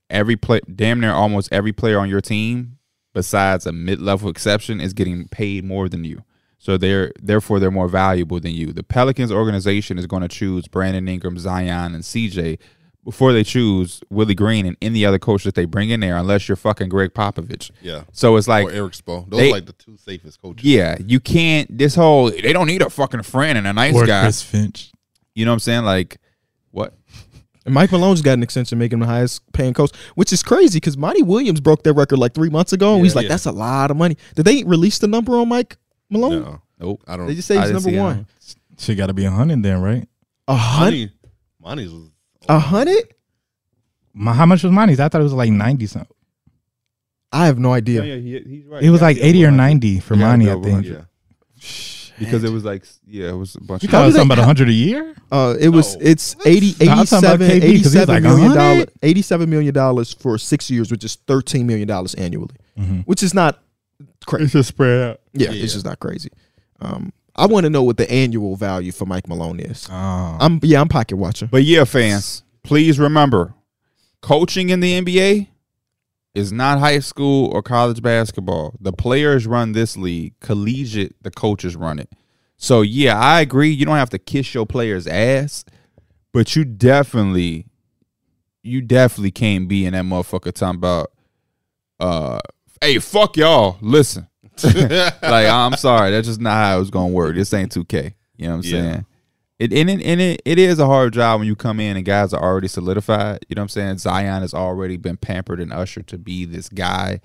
[SPEAKER 2] every play, damn near almost every player on your team, besides a mid level exception, is getting paid more than you. So they're therefore they're more valuable than you. The Pelicans organization is going to choose Brandon Ingram, Zion, and CJ before they choose Willie Green and any other coach that they bring in there, unless you're fucking Greg Popovich.
[SPEAKER 3] Yeah.
[SPEAKER 2] So it's
[SPEAKER 3] or
[SPEAKER 2] like,
[SPEAKER 3] Eric Spo. Those
[SPEAKER 2] they-
[SPEAKER 3] are like the two safest coaches.
[SPEAKER 2] yeah, you can't. This whole they don't need a fucking friend and a nice
[SPEAKER 4] or
[SPEAKER 2] guy.
[SPEAKER 4] Chris Finch.
[SPEAKER 2] You know what I'm saying? Like, what?
[SPEAKER 1] And Mike Malone's got an extension, making him the highest paying coach, which is crazy because Monty Williams broke that record like three months ago. And he's like, that's a lot of money. Did they release the number on Mike Malone?
[SPEAKER 3] No,
[SPEAKER 2] Nope.
[SPEAKER 3] I don't.
[SPEAKER 1] They just say
[SPEAKER 2] I
[SPEAKER 1] he's
[SPEAKER 2] didn't
[SPEAKER 1] number
[SPEAKER 2] see it.
[SPEAKER 1] one.
[SPEAKER 4] She got to be a hundred then, right?
[SPEAKER 1] A hundred?
[SPEAKER 3] Money, money's was
[SPEAKER 1] A hundred?
[SPEAKER 4] My, how much was Monty's? I thought it was like ninety something.
[SPEAKER 1] I have no idea.
[SPEAKER 2] he's right.
[SPEAKER 4] It was like eighty or ninety for
[SPEAKER 2] Yeah,
[SPEAKER 4] Monty,
[SPEAKER 2] yeah,
[SPEAKER 4] I think.
[SPEAKER 3] yeah.
[SPEAKER 2] because it was like yeah, it was a bunch.
[SPEAKER 4] You
[SPEAKER 2] of
[SPEAKER 4] thought it was
[SPEAKER 1] they-
[SPEAKER 4] something about hundred a year?
[SPEAKER 1] Uh, it was
[SPEAKER 3] No.
[SPEAKER 1] it's 80,
[SPEAKER 4] No, I'm talking
[SPEAKER 1] 87,
[SPEAKER 4] about KB, 'cause he's
[SPEAKER 1] 87
[SPEAKER 4] like,
[SPEAKER 1] million dollars,
[SPEAKER 4] 100?
[SPEAKER 1] eighty-seven million dollars for six years, which is thirteen million dollars annually, which is not crazy.
[SPEAKER 4] Mm-hmm. just spread out.
[SPEAKER 1] Yeah, it's just not crazy. Um, I want to know what the annual value for Mike Malone is.
[SPEAKER 3] Uh-huh.
[SPEAKER 4] Oh.
[SPEAKER 1] I'm yeah, I'm pocket watching.
[SPEAKER 2] But yeah, fans, please remember, coaching in the NBA is not high school or college basketball. The players run this league. Collegiate, the coaches run it. So yeah, I agree. You don't have to kiss your players' ass, but you definitely, you definitely can't be in that motherfucker talking about, uh, hey, fuck y'all. Listen, like I'm sorry, that's just not how it was gonna work. This ain't 2K. You know what I'm
[SPEAKER 3] Yeah.
[SPEAKER 2] saying? It and, it and it it is a hard job when you come in and guys are already solidified. You know what I'm saying? Zion has already been pampered and ushered to be this guy.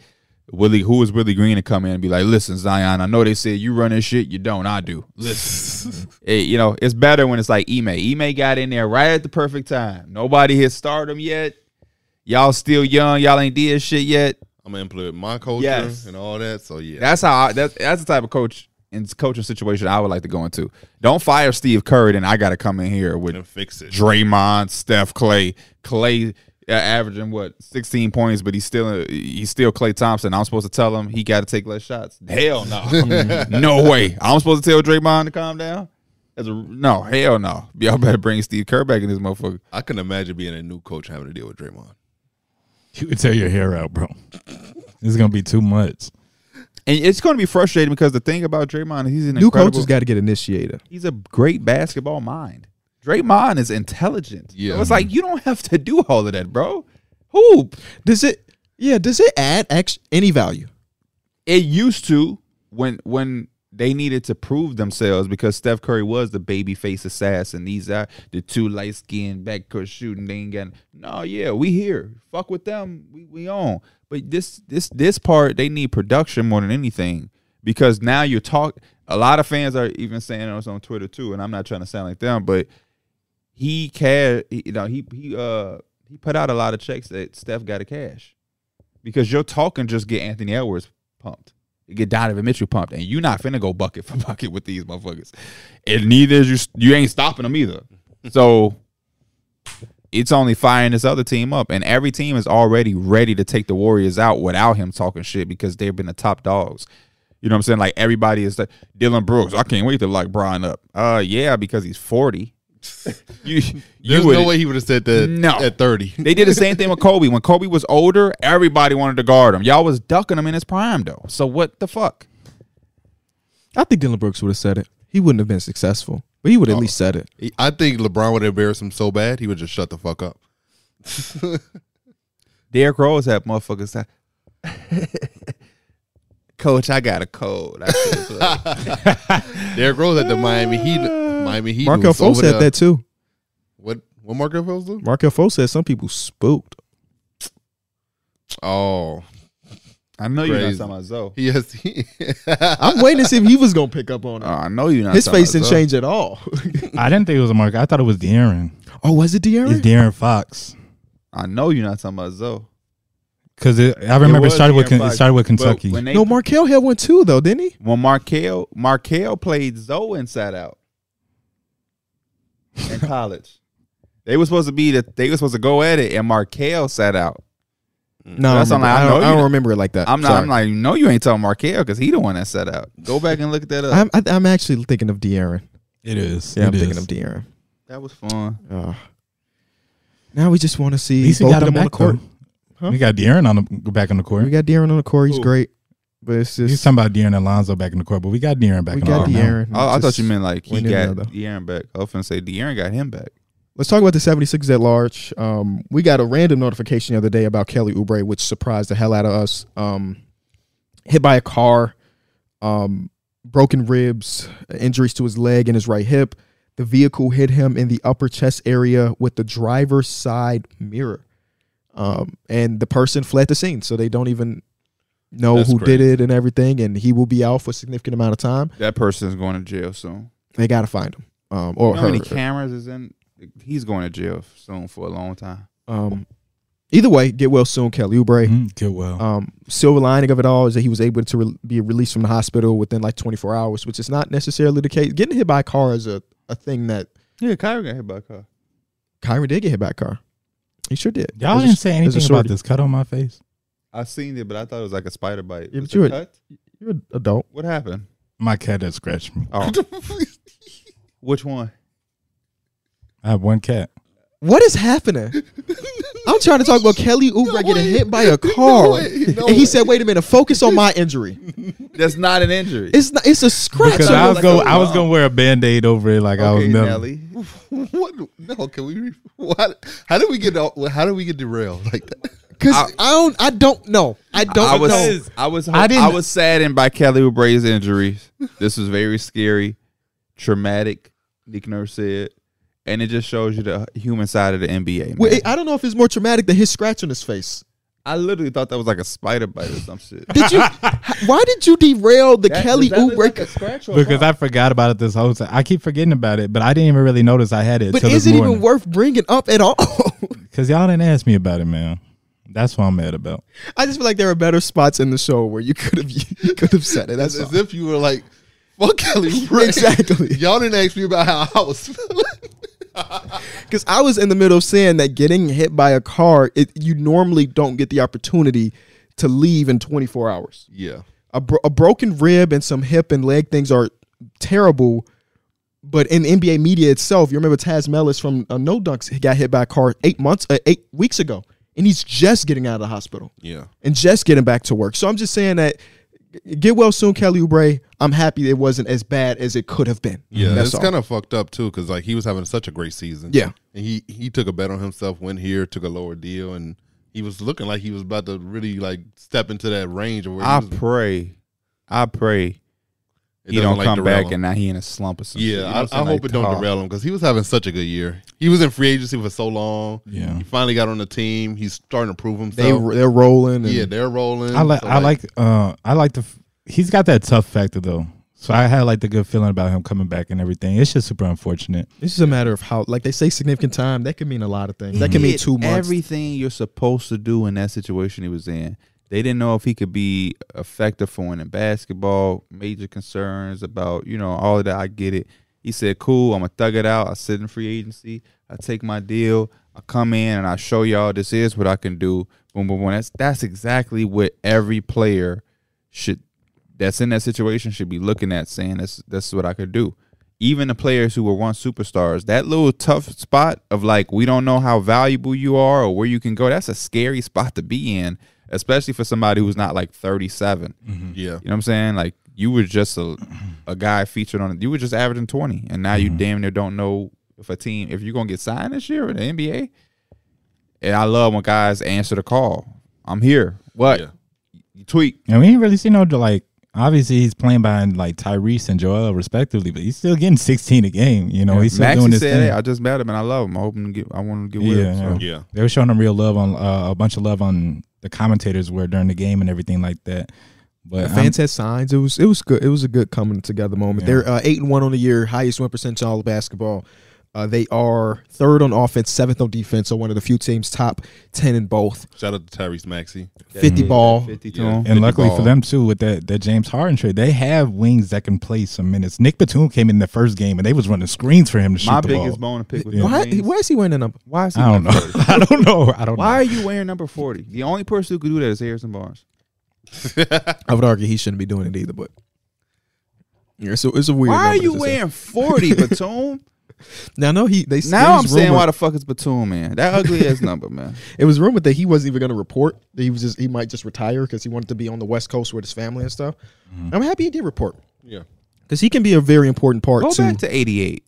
[SPEAKER 2] Willie, who is Willie Green to come in and be like, listen, Zion, I know they said you running shit, you don't, I do. Listen. It- you know, it's better when it's like Ime. Ime got in there right at the perfect time. Nobody hit stardom yet. Y'all still young. Y'all ain't did shit yet.
[SPEAKER 3] I'm gonna implement my culture
[SPEAKER 2] Yes.
[SPEAKER 3] and all that. So yeah,
[SPEAKER 2] That's how I, that's that's the type of coach and coaching situation I would like to go into. Don't fire Steve Curry, and I got to come in here with
[SPEAKER 3] and fix it.
[SPEAKER 2] Draymond, Steph, Clay, Clay uh, averaging what sixteen points, but he's still he's still Clay Thompson. I'm supposed to tell him he got to take less shots. Hell no, no way. I'm supposed to tell Draymond to calm down. That's a, no, hell no. Y'all better bring Steve Kerr back in this motherfucker.
[SPEAKER 3] I can imagine being a new coach having to deal with Draymond.
[SPEAKER 4] You would tear your hair out, bro. It's gonna be too much.
[SPEAKER 2] And it's going to be frustrating because the thing about Draymond is he's an
[SPEAKER 1] New
[SPEAKER 2] incredible,
[SPEAKER 1] coaches got to get initiated.
[SPEAKER 2] he's a great basketball mind. Draymond is intelligent.
[SPEAKER 3] Yeah.
[SPEAKER 2] So it's like you don't have to do all of that, bro. Hoop.
[SPEAKER 1] Does it Yeah, does it add ex- any value?
[SPEAKER 2] It used to when when they needed to prove themselves because Steph Curry was the baby face assassin. These are the two light skinned backcourt shooting. They ain't got no. Yeah, we here. Fuck with them. We we on. But this this this part they need production more than anything because now you're talk. A lot of fans are even saying this on Twitter too, and I'm not trying to sound like them, but he cash, you know, he he uh he put out a lot of checks that Steph got to cash because your talking just get Anthony Edwards pumped, It get Donovan Mitchell pumped, and you're not finna go bucket for bucket with these motherfuckers, and neither is you you ain't stopping them either. So it's only firing this other team up, and every team is already ready to take the Warriors out without him talking shit because they've been the top dogs. You know what I'm saying? Like everybody is like Dylan Brooks. I can't wait to lock Brian up. Uh, yeah, because he's 40. you,
[SPEAKER 3] There's
[SPEAKER 2] you would,
[SPEAKER 3] no way he would have said that
[SPEAKER 2] No.
[SPEAKER 3] at 30.
[SPEAKER 2] they did the same thing with Kobe. When Kobe was older, everybody wanted to guard him. Y'all was ducking him in his prime though. So what the fuck?
[SPEAKER 1] I think Dylan Brooks would have said it. He wouldn't have been successful, but he would
[SPEAKER 2] Oh,
[SPEAKER 1] at least said it.
[SPEAKER 3] I think LeBron would embarrass him so bad, he would just shut the fuck up.
[SPEAKER 2] Derrick Rose had motherfuckers that Coach, I got a cold. I feel good."
[SPEAKER 3] Derrick Rose at the Miami Heat. Miami Heat.
[SPEAKER 1] Markel
[SPEAKER 3] was
[SPEAKER 1] Fo
[SPEAKER 3] over
[SPEAKER 1] said
[SPEAKER 3] there.
[SPEAKER 1] that too.
[SPEAKER 3] What, what Marco Foles do?
[SPEAKER 1] Markel Fo said some people spooked.
[SPEAKER 3] Oh.
[SPEAKER 2] I know you're not
[SPEAKER 3] Crazy.
[SPEAKER 2] talking about Zoe.
[SPEAKER 3] Yes. He,
[SPEAKER 1] I'm waiting to see if he was gonna pick up on
[SPEAKER 2] Oh,
[SPEAKER 1] it.
[SPEAKER 2] I know you're not.
[SPEAKER 1] His
[SPEAKER 2] talking
[SPEAKER 1] face
[SPEAKER 2] about
[SPEAKER 1] didn't
[SPEAKER 2] Zoe.
[SPEAKER 1] change at all.
[SPEAKER 4] I didn't think it was a mark. I thought it was De'Aaron.
[SPEAKER 1] oh, was it
[SPEAKER 4] It's
[SPEAKER 1] De'Aaron?
[SPEAKER 4] De'Aaron Fox.
[SPEAKER 2] I know you're not talking about Zoe.
[SPEAKER 4] Because I remember it,
[SPEAKER 2] was
[SPEAKER 4] started with
[SPEAKER 2] De'Aaron
[SPEAKER 4] Ken- it
[SPEAKER 2] Fox,
[SPEAKER 4] started with
[SPEAKER 2] but
[SPEAKER 4] Kentucky.
[SPEAKER 2] When, they,
[SPEAKER 1] no, Markel had one too, though, didn't he?
[SPEAKER 2] when Markel Markel played Zoe inside out in college. They were supposed to be the they were supposed to go at it and Markel sat out.
[SPEAKER 1] No,
[SPEAKER 2] Mm. That's
[SPEAKER 1] I, remember-
[SPEAKER 2] not like-
[SPEAKER 1] I
[SPEAKER 2] I
[SPEAKER 1] don't,
[SPEAKER 2] know
[SPEAKER 1] I don't
[SPEAKER 2] you-
[SPEAKER 1] remember it like that.
[SPEAKER 2] I'm not.
[SPEAKER 1] Sorry.
[SPEAKER 2] I'm like, no, you ain't telling Markel because he the one that set out. Go back and look that up.
[SPEAKER 1] I'm, I, I'm actually thinking of De'Aaron.
[SPEAKER 4] it is.
[SPEAKER 1] Yeah, I'm
[SPEAKER 4] It is.
[SPEAKER 1] thinking of De'Aaron.
[SPEAKER 2] that was fun.
[SPEAKER 1] Ugh. now we just want to
[SPEAKER 4] At
[SPEAKER 1] see
[SPEAKER 4] least we
[SPEAKER 1] both
[SPEAKER 4] got
[SPEAKER 1] of
[SPEAKER 4] him
[SPEAKER 1] them on
[SPEAKER 4] back
[SPEAKER 1] the court. Huh?
[SPEAKER 4] We got De'Aaron on the go back on the
[SPEAKER 1] We
[SPEAKER 4] court.
[SPEAKER 1] got De'Aaron on the court. He's
[SPEAKER 2] Who?
[SPEAKER 1] great, but it's
[SPEAKER 4] He's
[SPEAKER 1] just
[SPEAKER 4] talking about De'Aaron Alonzo back in the court, but we got De'Aaron back
[SPEAKER 1] we
[SPEAKER 4] in the
[SPEAKER 1] got
[SPEAKER 4] court. now.
[SPEAKER 1] De'Aaron.
[SPEAKER 2] I, I thought
[SPEAKER 1] Just-
[SPEAKER 2] you meant like he
[SPEAKER 1] we knew
[SPEAKER 2] got
[SPEAKER 1] that, though.
[SPEAKER 2] De'Aaron back. I was gonna say De'Aaron got him back.
[SPEAKER 1] Let's talk about the 76 at large. Um, we got a random notification the other day about Kelly Oubre, which surprised the hell out of us. Um, hit by a car, um, broken ribs, injuries to his leg and his right hip. The vehicle hit him in the upper chest area with the driver's side mirror. Um, and the person fled the scene, so they don't even know
[SPEAKER 2] That's
[SPEAKER 1] who did
[SPEAKER 2] crazy.
[SPEAKER 1] it and everything. And he will be out for a significant amount of time.
[SPEAKER 2] That person's going to jail soon.
[SPEAKER 1] They got to find him. Um, or
[SPEAKER 2] You know how many
[SPEAKER 1] her.
[SPEAKER 2] cameras is in? He's going to jail soon for a long time.
[SPEAKER 1] Um, either way, get well soon, Kelly Oubre.
[SPEAKER 4] Mhm, Good well.
[SPEAKER 1] Um, silver lining of it all is that he was able to re- be released from the hospital within like 24 hours, which is not necessarily the case. Getting hit by a car is a, a thing that
[SPEAKER 2] Yeah, Kyrie got hit by a car.
[SPEAKER 1] Kyron did get hit by a car. He sure did.
[SPEAKER 4] Y'all
[SPEAKER 1] There's a-
[SPEAKER 4] didn't say
[SPEAKER 1] there's a
[SPEAKER 4] anything about
[SPEAKER 1] shorty.
[SPEAKER 4] this cut on my face.
[SPEAKER 2] I seen it, but I thought it was like a spider bite.
[SPEAKER 1] Yeah,
[SPEAKER 2] Was
[SPEAKER 1] but you
[SPEAKER 2] it
[SPEAKER 1] were-
[SPEAKER 2] cut?
[SPEAKER 1] You're an adult.
[SPEAKER 2] What happened?
[SPEAKER 4] My cat that scratched me.
[SPEAKER 2] Oh, which one?
[SPEAKER 4] I have one cat.
[SPEAKER 1] What is happening? I'm trying to talk about Kelly Oubre getting hit by a car,
[SPEAKER 3] way. No
[SPEAKER 1] and he
[SPEAKER 3] way.
[SPEAKER 1] said, "Wait a minute, focus on my injury.
[SPEAKER 2] That's not an injury.
[SPEAKER 1] It's not. It's a scratch."
[SPEAKER 4] Because
[SPEAKER 1] on
[SPEAKER 4] I
[SPEAKER 1] your
[SPEAKER 4] was
[SPEAKER 1] leg.
[SPEAKER 4] going,
[SPEAKER 2] oh,
[SPEAKER 4] I was
[SPEAKER 2] wow.
[SPEAKER 4] going to wear a band aid over it, like I was
[SPEAKER 2] okay,
[SPEAKER 4] never.
[SPEAKER 2] Nelly.
[SPEAKER 3] what? No, can we? What? How did we get? all- How did we get derailed like that?
[SPEAKER 1] 'Cause I don't. I don't know. I don't
[SPEAKER 2] I was,
[SPEAKER 1] know.
[SPEAKER 2] I was,
[SPEAKER 4] I
[SPEAKER 2] I,
[SPEAKER 4] didn't-
[SPEAKER 2] was saddened by Kelly Oubre's injuries. This was very scary, traumatic. Nick Nurse said, and it just shows you the human side of the NBA. man.
[SPEAKER 1] Wait, I don't know if it's more traumatic than his scratch on his face.
[SPEAKER 2] I literally thought that was like a spider bite or some shit.
[SPEAKER 1] Did you? h- why did you derail the Kelly Oubre?
[SPEAKER 4] Because I forgot about it this whole time. I keep forgetting about it, but I didn't even really notice I had it.
[SPEAKER 1] but
[SPEAKER 4] till
[SPEAKER 1] is
[SPEAKER 4] this
[SPEAKER 1] it even
[SPEAKER 4] morning.
[SPEAKER 1] worth bringing up at all?
[SPEAKER 4] Because y'all didn't ask me about it, man. That's what I'm mad about.
[SPEAKER 1] I just feel like there are better spots in the show where you could have you could have said it. That's
[SPEAKER 3] As
[SPEAKER 1] all.
[SPEAKER 3] if you were like, "Fuck Kelly." Oubre."
[SPEAKER 1] Exactly.
[SPEAKER 3] Y'all didn't ask me about how I was feeling.
[SPEAKER 1] because I was in the middle of saying that getting hit by a car, it, you normally don't get the opportunity to leave in 24 hours.
[SPEAKER 3] Yeah.
[SPEAKER 1] A, bro- a broken rib and some hip and leg things are terrible. But in NBA media itself, you remember Taz Mellis from uh, No Dunks he got hit by a car eight months, uh, eight weeks ago, and he's just getting out of the hospital.
[SPEAKER 3] Yeah.
[SPEAKER 1] and just getting back to work. So I'm just saying that g- get well soon, Kelly Oubre. I'm happy it wasn't as bad as it could have been.
[SPEAKER 3] Yeah,
[SPEAKER 1] that's
[SPEAKER 3] it's
[SPEAKER 1] all.
[SPEAKER 3] kind of fucked up too, because like he was having such a great season.
[SPEAKER 1] Yeah.
[SPEAKER 3] and he he took a bet on himself, went here, took a lower deal, and he was looking like he was about to really like step into that range of where
[SPEAKER 2] I
[SPEAKER 3] he was,
[SPEAKER 2] pray, I pray
[SPEAKER 3] it
[SPEAKER 2] he
[SPEAKER 3] doesn't,
[SPEAKER 2] don't
[SPEAKER 3] like,
[SPEAKER 2] come
[SPEAKER 3] derail
[SPEAKER 2] back
[SPEAKER 3] him.
[SPEAKER 2] and now he in a slump or something.
[SPEAKER 3] yeah, I, I hope it don't derail him because he was having such a good year. He was in free agency for so long.
[SPEAKER 4] Yeah.
[SPEAKER 3] He finally got on the team. He's starting to prove
[SPEAKER 1] They
[SPEAKER 3] himself.
[SPEAKER 1] they're rolling. And
[SPEAKER 3] yeah, they're rolling.
[SPEAKER 4] I like
[SPEAKER 3] So,
[SPEAKER 4] I like uh I like the f- he's got that tough factor though. So I had like the good feeling about him coming back and everything. It's just super unfortunate.
[SPEAKER 1] It's just a matter of how, like they say, significant time. That could mean a lot of things. That could mean
[SPEAKER 2] Did
[SPEAKER 1] two months.
[SPEAKER 2] Everything you're supposed to do in that situation he was in. They didn't know if he could be effective for winning basketball. Major concerns about you know all of that. I get it. He said, "Cool, I'm gonna thug it out. I sit in free agency. I take my deal. I come in and I show y'all this is what I can do." Boom, boom, boom. That's that's exactly what every player should that's in that situation should be looking at saying this this is what I could do. Even the players who were once superstars, that little tough spot of like we don't know how valuable you are or where you can go, that's a scary spot to be in, especially for somebody who's not like 37.
[SPEAKER 3] yeah,
[SPEAKER 2] You know what I'm saying? Like you were just a a guy featured on you were just averaging 20 and now you damn near don't know if a team if you're going to get signed this year in the NBA. And I love when guys answer the call. I'm here. What?
[SPEAKER 3] Yeah.
[SPEAKER 2] You tweak.
[SPEAKER 4] And we ain't really seen no like obviously he's playing behind like Tyrese and Joel respectively, but he's still getting sixteen a game. You know, he's Oh, still
[SPEAKER 2] Maxie
[SPEAKER 4] doing this
[SPEAKER 2] said,
[SPEAKER 4] thing.
[SPEAKER 2] "Hey, I just met him and I love him. I hope him to get. I want him to get with
[SPEAKER 4] Yeah,
[SPEAKER 2] him." So.
[SPEAKER 3] yeah.
[SPEAKER 4] they were showing him real love on uh, a bunch of love on the commentators were during the game and everything like that. But
[SPEAKER 1] The
[SPEAKER 4] I'm-
[SPEAKER 1] fans had signs. It was it was good. It was a good coming together moment.
[SPEAKER 4] Yeah.
[SPEAKER 1] They're uh, eight and one on the year, highest win percentage in all of basketball. Uh, they are third on offense, seventh on defense. So one of the few teams top ten in both.
[SPEAKER 3] Shout out to Tyrese Maxey.
[SPEAKER 1] Fifty ball.
[SPEAKER 2] 50
[SPEAKER 3] Yeah.
[SPEAKER 2] to him.
[SPEAKER 4] Mm-hmm. and luckily
[SPEAKER 3] ball.
[SPEAKER 4] for them too, with that that James Harden trade, they have wings that can play some minutes. Nick Batum came in the first game and they was running screens for him to shoot
[SPEAKER 2] My
[SPEAKER 4] the
[SPEAKER 2] biggest
[SPEAKER 4] ball.
[SPEAKER 2] bone to pick with
[SPEAKER 1] Why?
[SPEAKER 2] him.
[SPEAKER 1] Why is he wearing a number?
[SPEAKER 2] Why is he
[SPEAKER 4] I don't
[SPEAKER 2] wearing
[SPEAKER 4] know.
[SPEAKER 2] 40?
[SPEAKER 4] I don't know. I don't
[SPEAKER 2] Why
[SPEAKER 4] know.
[SPEAKER 2] are you wearing number forty? The only person who could do that is Harrison Barnes.
[SPEAKER 1] I would argue he shouldn't be doing it either, but yeah, so it's a weird.
[SPEAKER 2] Why are
[SPEAKER 1] number
[SPEAKER 2] you
[SPEAKER 1] to say.
[SPEAKER 2] wearing forty, Batum?
[SPEAKER 1] Now, no, he they it
[SPEAKER 2] now I'm
[SPEAKER 1] was
[SPEAKER 2] saying
[SPEAKER 1] rumored-
[SPEAKER 2] why the fuck is Batum man? That ugly ass number, man.
[SPEAKER 1] It was rumored that he wasn't even going to report. That he was just he might just retire because he wanted to be on the West Coast with his family and stuff.
[SPEAKER 2] Mm-hmm.
[SPEAKER 1] I'm happy he did report
[SPEAKER 3] Yeah,
[SPEAKER 1] because he can be a very important part
[SPEAKER 2] Go
[SPEAKER 1] too.
[SPEAKER 2] back to eighty eight.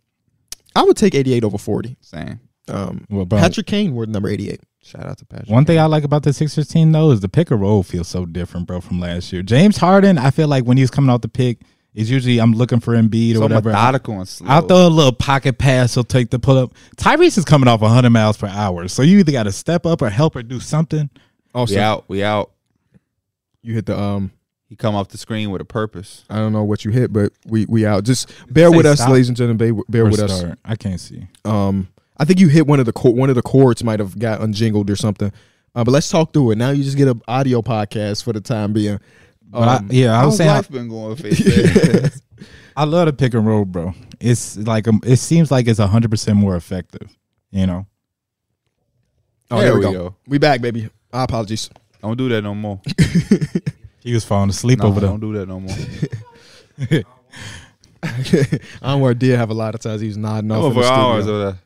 [SPEAKER 1] I would take 88 over 40.
[SPEAKER 2] Saying
[SPEAKER 1] Um,
[SPEAKER 4] Well, bro,
[SPEAKER 1] Patrick Kane were number 88.
[SPEAKER 2] shout out to Patrick.
[SPEAKER 4] One thing I like about the Sixers team though is the pick and roll feels so different, bro, from last year. James Harden, I feel like when he's coming off the pick, is usually I'm looking for Embiid or
[SPEAKER 2] so
[SPEAKER 4] whatever.
[SPEAKER 2] methodical and slow.
[SPEAKER 4] I'll throw a little pocket pass. He'll take the pull up. Tyrese is coming off 100 miles per hour, so you either got to step up or help or do something.
[SPEAKER 1] Also,
[SPEAKER 2] we out. We out.
[SPEAKER 1] you hit the um.
[SPEAKER 2] He come off the screen with a purpose.
[SPEAKER 1] I don't know what you hit, but we we out. Just bear
[SPEAKER 4] Say
[SPEAKER 1] with us,
[SPEAKER 4] stop.
[SPEAKER 1] ladies and gentlemen. Bear, bear
[SPEAKER 4] Or
[SPEAKER 1] with us.
[SPEAKER 4] start. I can't see.
[SPEAKER 1] Um, I think you hit one of the cor- one of the cords might have got unjingled or something. Uh, but let's talk through it. Now you just get an audio podcast for the time being.
[SPEAKER 4] But
[SPEAKER 2] Um,
[SPEAKER 4] I, yeah, I was
[SPEAKER 2] How's
[SPEAKER 4] saying
[SPEAKER 2] life been going? Face
[SPEAKER 4] I love the pick and roll, bro. It's like um, it seems like it's 100 percent more effective. You know,
[SPEAKER 1] Oh,
[SPEAKER 2] There
[SPEAKER 1] there, we go.
[SPEAKER 2] we go.
[SPEAKER 1] We back, baby. Our apologies.
[SPEAKER 2] don't do that no more.
[SPEAKER 4] he was falling asleep
[SPEAKER 2] Nah,
[SPEAKER 4] over there.
[SPEAKER 2] don't do that no more.
[SPEAKER 1] Anwar did have a lot of times he was nodding off. in
[SPEAKER 2] over
[SPEAKER 1] the studio.
[SPEAKER 2] hours uh, over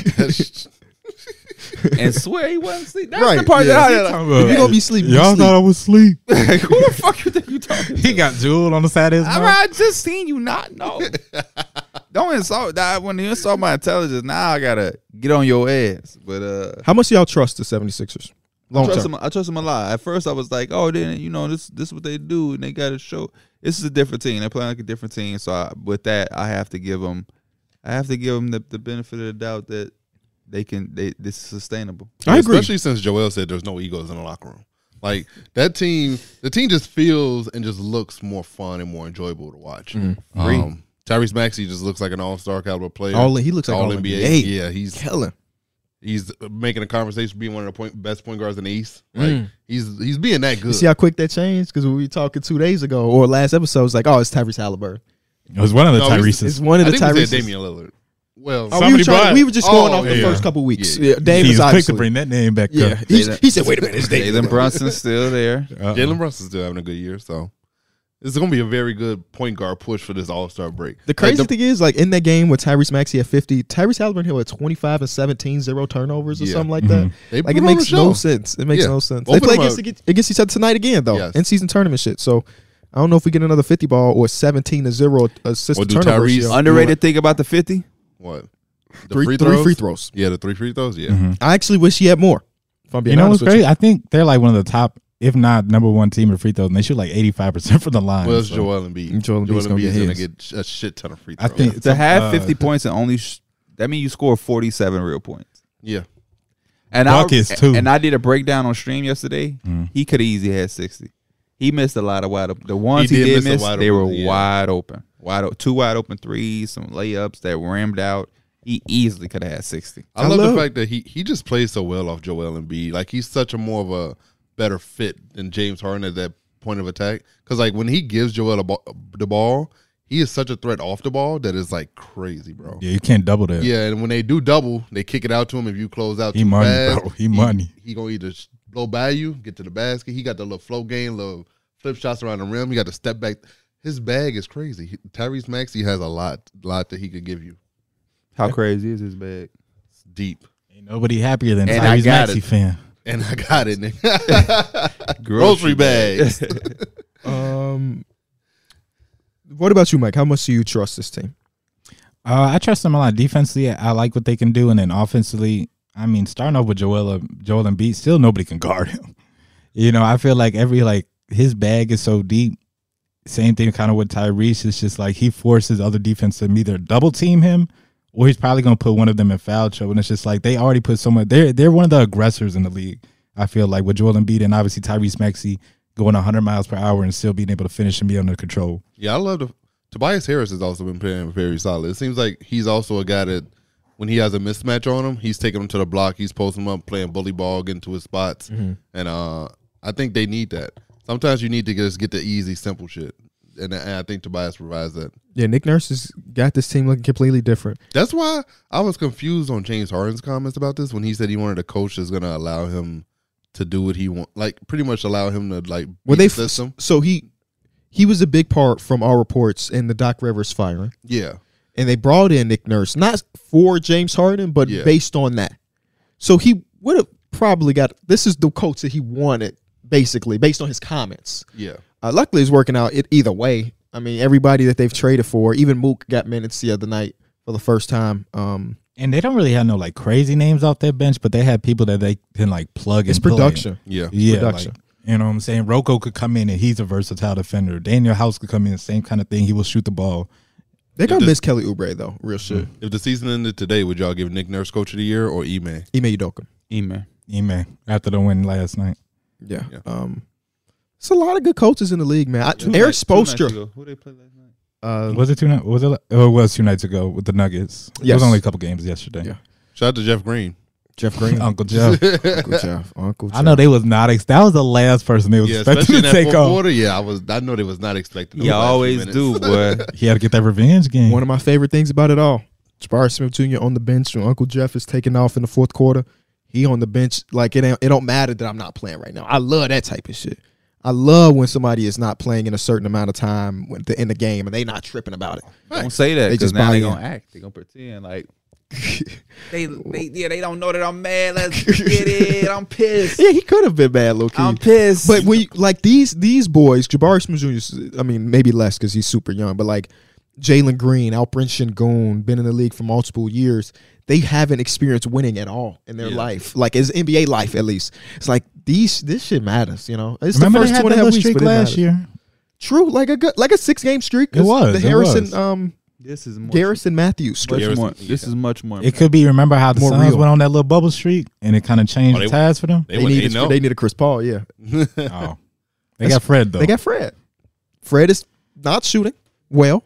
[SPEAKER 2] there. and swear he wasn't sleep. That's
[SPEAKER 1] Right,
[SPEAKER 2] the part
[SPEAKER 1] yeah.
[SPEAKER 2] that I
[SPEAKER 1] If you gonna be sleeping,
[SPEAKER 4] Y'all
[SPEAKER 1] be
[SPEAKER 4] thought I was asleep.
[SPEAKER 2] like. Who the fuck you think you talking?
[SPEAKER 4] he got jeweled on the side of his
[SPEAKER 2] I,
[SPEAKER 4] mouth.
[SPEAKER 2] I just seen you not know. Don't insult that. When you insult my intelligence, now I gotta get on your ass. But uh,
[SPEAKER 1] How much y'all trust the 76ers?
[SPEAKER 2] I
[SPEAKER 1] Long
[SPEAKER 2] trust
[SPEAKER 1] term.
[SPEAKER 2] them. I trust them a lot. At first, I was like, oh, then you know this this is what they do, and they got to show this is a different team. They're playing like a different team. So I, with that, I have to give them, I have to give them the, the benefit of the doubt that they can. They this is sustainable.
[SPEAKER 1] I agree.
[SPEAKER 3] Especially since Joel said there's no egos in the locker room. Like that team, the team just feels and just looks more fun and more enjoyable to watch. Um, Tyrese Maxey just looks like an all star caliber player.
[SPEAKER 1] All he looks like all, NBA.
[SPEAKER 3] Yeah, he's
[SPEAKER 1] Killing.
[SPEAKER 3] he's making a conversation being one of the point, best point guards in the East. Like he's he's being that
[SPEAKER 1] Mm. You
[SPEAKER 3] good.
[SPEAKER 1] see how quick that changed? Because we were talking two days ago or last episode, it's like, oh, it's Tyrese Halliburton.
[SPEAKER 4] It was one of the
[SPEAKER 3] No, he's-
[SPEAKER 1] It's
[SPEAKER 4] Tyrese's.
[SPEAKER 1] one of
[SPEAKER 3] I
[SPEAKER 1] the
[SPEAKER 3] think he said
[SPEAKER 1] Tyrese.
[SPEAKER 3] Damian Lillard. Well,
[SPEAKER 1] Oh, we, were
[SPEAKER 4] Somebody
[SPEAKER 1] trying,
[SPEAKER 4] brought-
[SPEAKER 1] we were just going
[SPEAKER 3] Oh,
[SPEAKER 1] off the
[SPEAKER 3] yeah.
[SPEAKER 1] first couple weeks.
[SPEAKER 3] Yeah.
[SPEAKER 1] Yeah, Davis
[SPEAKER 4] He was quick to
[SPEAKER 1] obviously.
[SPEAKER 4] bring that name back.
[SPEAKER 1] yeah,
[SPEAKER 4] though.
[SPEAKER 1] he's- he said, wait a minute, it's Davis.
[SPEAKER 2] Jalen Brunson's still there.
[SPEAKER 4] Uh-uh.
[SPEAKER 3] Jalen Brunson's still having a good year, so it's going to be a very good point guard push for this All Star break.
[SPEAKER 1] The
[SPEAKER 3] Like,
[SPEAKER 1] crazy thing is, like in that game with Tyrese Maxey at 50, Tyrese Halliburton Hill at 25 and 17, zero turnovers or
[SPEAKER 3] Yeah.
[SPEAKER 1] something like
[SPEAKER 4] Mm-hmm.
[SPEAKER 1] that.
[SPEAKER 3] They
[SPEAKER 1] like
[SPEAKER 3] put
[SPEAKER 1] it
[SPEAKER 3] on a
[SPEAKER 1] makes no
[SPEAKER 3] show.
[SPEAKER 1] sense. It makes
[SPEAKER 3] Yeah.
[SPEAKER 1] no sense. they
[SPEAKER 3] Open
[SPEAKER 1] play
[SPEAKER 3] them
[SPEAKER 1] against,
[SPEAKER 3] up.
[SPEAKER 1] ag- against each other tonight again, though.
[SPEAKER 3] Yes.
[SPEAKER 1] In season tournament shit. So I don't know if we get another 50 ball or 17 to 0 assist
[SPEAKER 3] Or
[SPEAKER 1] to
[SPEAKER 3] do
[SPEAKER 1] turnover.
[SPEAKER 3] Tyrese-
[SPEAKER 1] ratio.
[SPEAKER 2] Underrated thing about the fifty.
[SPEAKER 3] what the
[SPEAKER 1] Three- three free throws. Mm-hmm.
[SPEAKER 3] Yeah, the three free throws. Yeah,
[SPEAKER 1] I actually wish he had more. If I'm
[SPEAKER 4] You
[SPEAKER 1] being
[SPEAKER 4] know
[SPEAKER 1] honest
[SPEAKER 4] what's
[SPEAKER 1] with
[SPEAKER 4] crazy? I think they're like one of the top, if not number one team in free throws, and they shoot like eighty five percent from the line.
[SPEAKER 3] Well, it's
[SPEAKER 4] so
[SPEAKER 3] Joel Embiid.
[SPEAKER 1] And Joel
[SPEAKER 3] Joel
[SPEAKER 1] Embiid's gonna
[SPEAKER 3] Embiid's
[SPEAKER 1] get
[SPEAKER 3] going to
[SPEAKER 1] his.
[SPEAKER 3] get sh- a shit ton of free
[SPEAKER 4] I
[SPEAKER 3] throws.
[SPEAKER 4] think
[SPEAKER 2] To have
[SPEAKER 4] uh,
[SPEAKER 2] 50 points and only sh- that means you score 47 real points.
[SPEAKER 3] Yeah.
[SPEAKER 2] And
[SPEAKER 4] Buckets,
[SPEAKER 2] I,
[SPEAKER 4] too.
[SPEAKER 2] And I did a breakdown on stream yesterday. He could have easily had 60. He missed a lot of wide open. The ones he,
[SPEAKER 3] did
[SPEAKER 2] did
[SPEAKER 3] miss a
[SPEAKER 2] miss,
[SPEAKER 3] wide
[SPEAKER 2] they
[SPEAKER 3] open,
[SPEAKER 2] were
[SPEAKER 3] yeah.
[SPEAKER 2] wide open. Wide o- two wide open threes, some layups that rammed out. He easily could have had 60.
[SPEAKER 3] I,
[SPEAKER 1] I
[SPEAKER 3] love,
[SPEAKER 1] love-
[SPEAKER 3] the fact that he he just plays so well off Joel Embiid. Like he's such a more of a better fit than James Harden at that point of attack. Because like when he gives Joel a ball, the ball, he is such a threat off the ball that is like crazy, bro. Yeah.
[SPEAKER 4] yeah, you can't double that.
[SPEAKER 3] and when they do double, they kick it out to him. If you close out,
[SPEAKER 4] He
[SPEAKER 3] too
[SPEAKER 4] money,
[SPEAKER 3] fast,
[SPEAKER 4] bro. He money.
[SPEAKER 3] He gonna either sh- blow by you, get to the basket. He got the little flow game, little flip shots around the rim. He got the step back. His bag is crazy. He- Tyrese Maxey has a lot, lot that he could give you.
[SPEAKER 2] How crazy is his bag?
[SPEAKER 3] It's deep,
[SPEAKER 4] Ain't nobody happier than
[SPEAKER 2] And I
[SPEAKER 4] Tyrese
[SPEAKER 2] got
[SPEAKER 4] Maxey
[SPEAKER 2] it.
[SPEAKER 4] fan.
[SPEAKER 3] and I got it, nigga. Grocery bags.
[SPEAKER 1] you. Um, what about you, Mike? How much do you trust this team?
[SPEAKER 4] Uh, I trust them a lot defensively. I like what they can do, and then offensively, I mean, starting off with Joel Joel Embiid, still nobody can guard him. You know, I feel like every like his bag is so deep. Same thing kind of with Tyrese. It's just like he forces other defense to either double team him, or he's probably gonna put one of them in foul trouble. And it's just like they already put so much. They're they're one of the aggressors in the league. I feel like with Joel Embiid and obviously Tyrese Maxey going 100 miles per hour and still being able to finish and be under control.
[SPEAKER 3] Yeah, I love the Tobias Harris has also been playing very solid. It seems like he's also a guy that when he has a mismatch on him, he's taking him to the block, he's posting him up, playing bully ball, getting to his spots, and uh, I think they need that. Sometimes you need to just get the easy, simple shit, and, and I think Tobias provides that.
[SPEAKER 1] Yeah, Nick Nurse has got this team looking completely different.
[SPEAKER 3] That's why I was confused on James Harden's comments about this when he said he wanted a coach that's going to allow him to do what he want, like pretty much allow him to like
[SPEAKER 1] Well,
[SPEAKER 3] beat
[SPEAKER 1] they
[SPEAKER 3] the system.
[SPEAKER 1] so he he was a big part from our reports in the Doc Rivers firing,
[SPEAKER 3] Yeah,
[SPEAKER 1] and they brought in Nick Nurse not for James Harden, but
[SPEAKER 3] Yeah.
[SPEAKER 1] based on that. So he would have probably got this is the coach that he wanted basically based on his comments.
[SPEAKER 3] yeah.
[SPEAKER 1] Uh, luckily, it's working out it either way. I mean, everybody that they've traded for, even Mook got minutes the other night for the first time. Um,
[SPEAKER 4] And they don't really have no like crazy names off their bench, but they have people that they can like plug
[SPEAKER 1] it's
[SPEAKER 4] and play.
[SPEAKER 1] production.
[SPEAKER 3] Yeah.
[SPEAKER 4] Yeah,
[SPEAKER 1] Production.
[SPEAKER 4] like, you know what I'm saying? Rocco could come in and he's a versatile defender. Daniel House could come in, same kind of thing. He will shoot the ball.
[SPEAKER 1] They gonna
[SPEAKER 3] this-
[SPEAKER 1] miss Kelly Oubre though, real shit.
[SPEAKER 3] If the season ended today, would y'all give Nick Nurse Coach of the Year or E-Man?
[SPEAKER 1] Mm. Ime Udoka.
[SPEAKER 2] Amen.
[SPEAKER 4] Yeah, man. After the win last night.
[SPEAKER 1] Yeah.
[SPEAKER 3] Yeah.
[SPEAKER 1] Um, it's a lot of good coaches in the league, man. I,
[SPEAKER 2] Two
[SPEAKER 1] Eric
[SPEAKER 2] nights- two nights
[SPEAKER 1] Spoelstra.
[SPEAKER 2] ago. Who they play last night?
[SPEAKER 1] Uh,
[SPEAKER 4] Was it two nights? Was it? Oh, it was two nights ago with the Nuggets. It
[SPEAKER 1] Yes.
[SPEAKER 4] was only a couple games yesterday.
[SPEAKER 1] Yeah.
[SPEAKER 3] Shout out to Jeff Green.
[SPEAKER 1] Jeff Green,
[SPEAKER 4] Uncle Jeff.
[SPEAKER 1] Uncle Jeff, Uncle Jeff.
[SPEAKER 4] I know they was not. Ex- that was the last person they was
[SPEAKER 3] Yeah, especially
[SPEAKER 4] expecting
[SPEAKER 3] in
[SPEAKER 4] to
[SPEAKER 3] that
[SPEAKER 4] take
[SPEAKER 3] fourth
[SPEAKER 4] off.
[SPEAKER 3] quarter. Yeah, I was. I know they was not expecting. those
[SPEAKER 2] You
[SPEAKER 3] last few
[SPEAKER 2] always
[SPEAKER 3] minutes.
[SPEAKER 2] do, boy.
[SPEAKER 4] He had to get that revenge game.
[SPEAKER 1] One of my favorite things about it all, Jabari Smith Jr. on the bench when Uncle Jeff is taking off in the fourth quarter. He on the bench like it. Ain't, it don't matter that I'm not playing right now. I love that type of shit. I love when somebody is not playing in a certain amount of time when, in the game and they not tripping about it.
[SPEAKER 2] Don't say that
[SPEAKER 1] They
[SPEAKER 2] because
[SPEAKER 1] just
[SPEAKER 2] now
[SPEAKER 1] buy
[SPEAKER 2] they
[SPEAKER 1] in.
[SPEAKER 2] gonna act. They gonna pretend like they, they yeah they don't know that I'm mad. Let's get it. I'm pissed.
[SPEAKER 1] Yeah, he could have been bad, low key.
[SPEAKER 2] I'm pissed.
[SPEAKER 1] But when you, like these these boys, Jabari Smith Jr. 's- I mean, maybe less because he's super young, but like Jalen Green, Alperen Shingun, been in the league for multiple years. They haven't experienced winning at all in their
[SPEAKER 3] Yeah.
[SPEAKER 1] life, like as NBA life at least. It's like these this shit matters, you know. It's
[SPEAKER 4] Remember
[SPEAKER 1] the
[SPEAKER 4] they
[SPEAKER 1] first
[SPEAKER 4] had
[SPEAKER 1] two and
[SPEAKER 4] that
[SPEAKER 1] a half
[SPEAKER 4] little
[SPEAKER 1] weeks,
[SPEAKER 4] streak
[SPEAKER 1] but it
[SPEAKER 4] last
[SPEAKER 1] matters.
[SPEAKER 4] year.
[SPEAKER 1] True, like a good, like a six game streak. 'cause
[SPEAKER 4] It was,
[SPEAKER 1] the
[SPEAKER 4] it
[SPEAKER 1] Harrison,
[SPEAKER 4] was.
[SPEAKER 1] um,
[SPEAKER 2] this is more,
[SPEAKER 1] Garrison Matthews.
[SPEAKER 2] much
[SPEAKER 1] Streak.
[SPEAKER 3] Garrison-
[SPEAKER 2] more- This is much more.
[SPEAKER 4] It could be. Remember how the
[SPEAKER 1] More
[SPEAKER 4] Suns
[SPEAKER 1] real.
[SPEAKER 4] went on that little bubble streak and it kind of changed
[SPEAKER 3] Oh, they-
[SPEAKER 4] the ties for them.
[SPEAKER 3] They,
[SPEAKER 1] They
[SPEAKER 3] went
[SPEAKER 1] need
[SPEAKER 3] eight
[SPEAKER 1] a,
[SPEAKER 3] no.
[SPEAKER 1] they need a Chris Paul. Yeah,
[SPEAKER 4] Oh, they got Fred though.
[SPEAKER 1] they got Fred. Fred is not shooting well,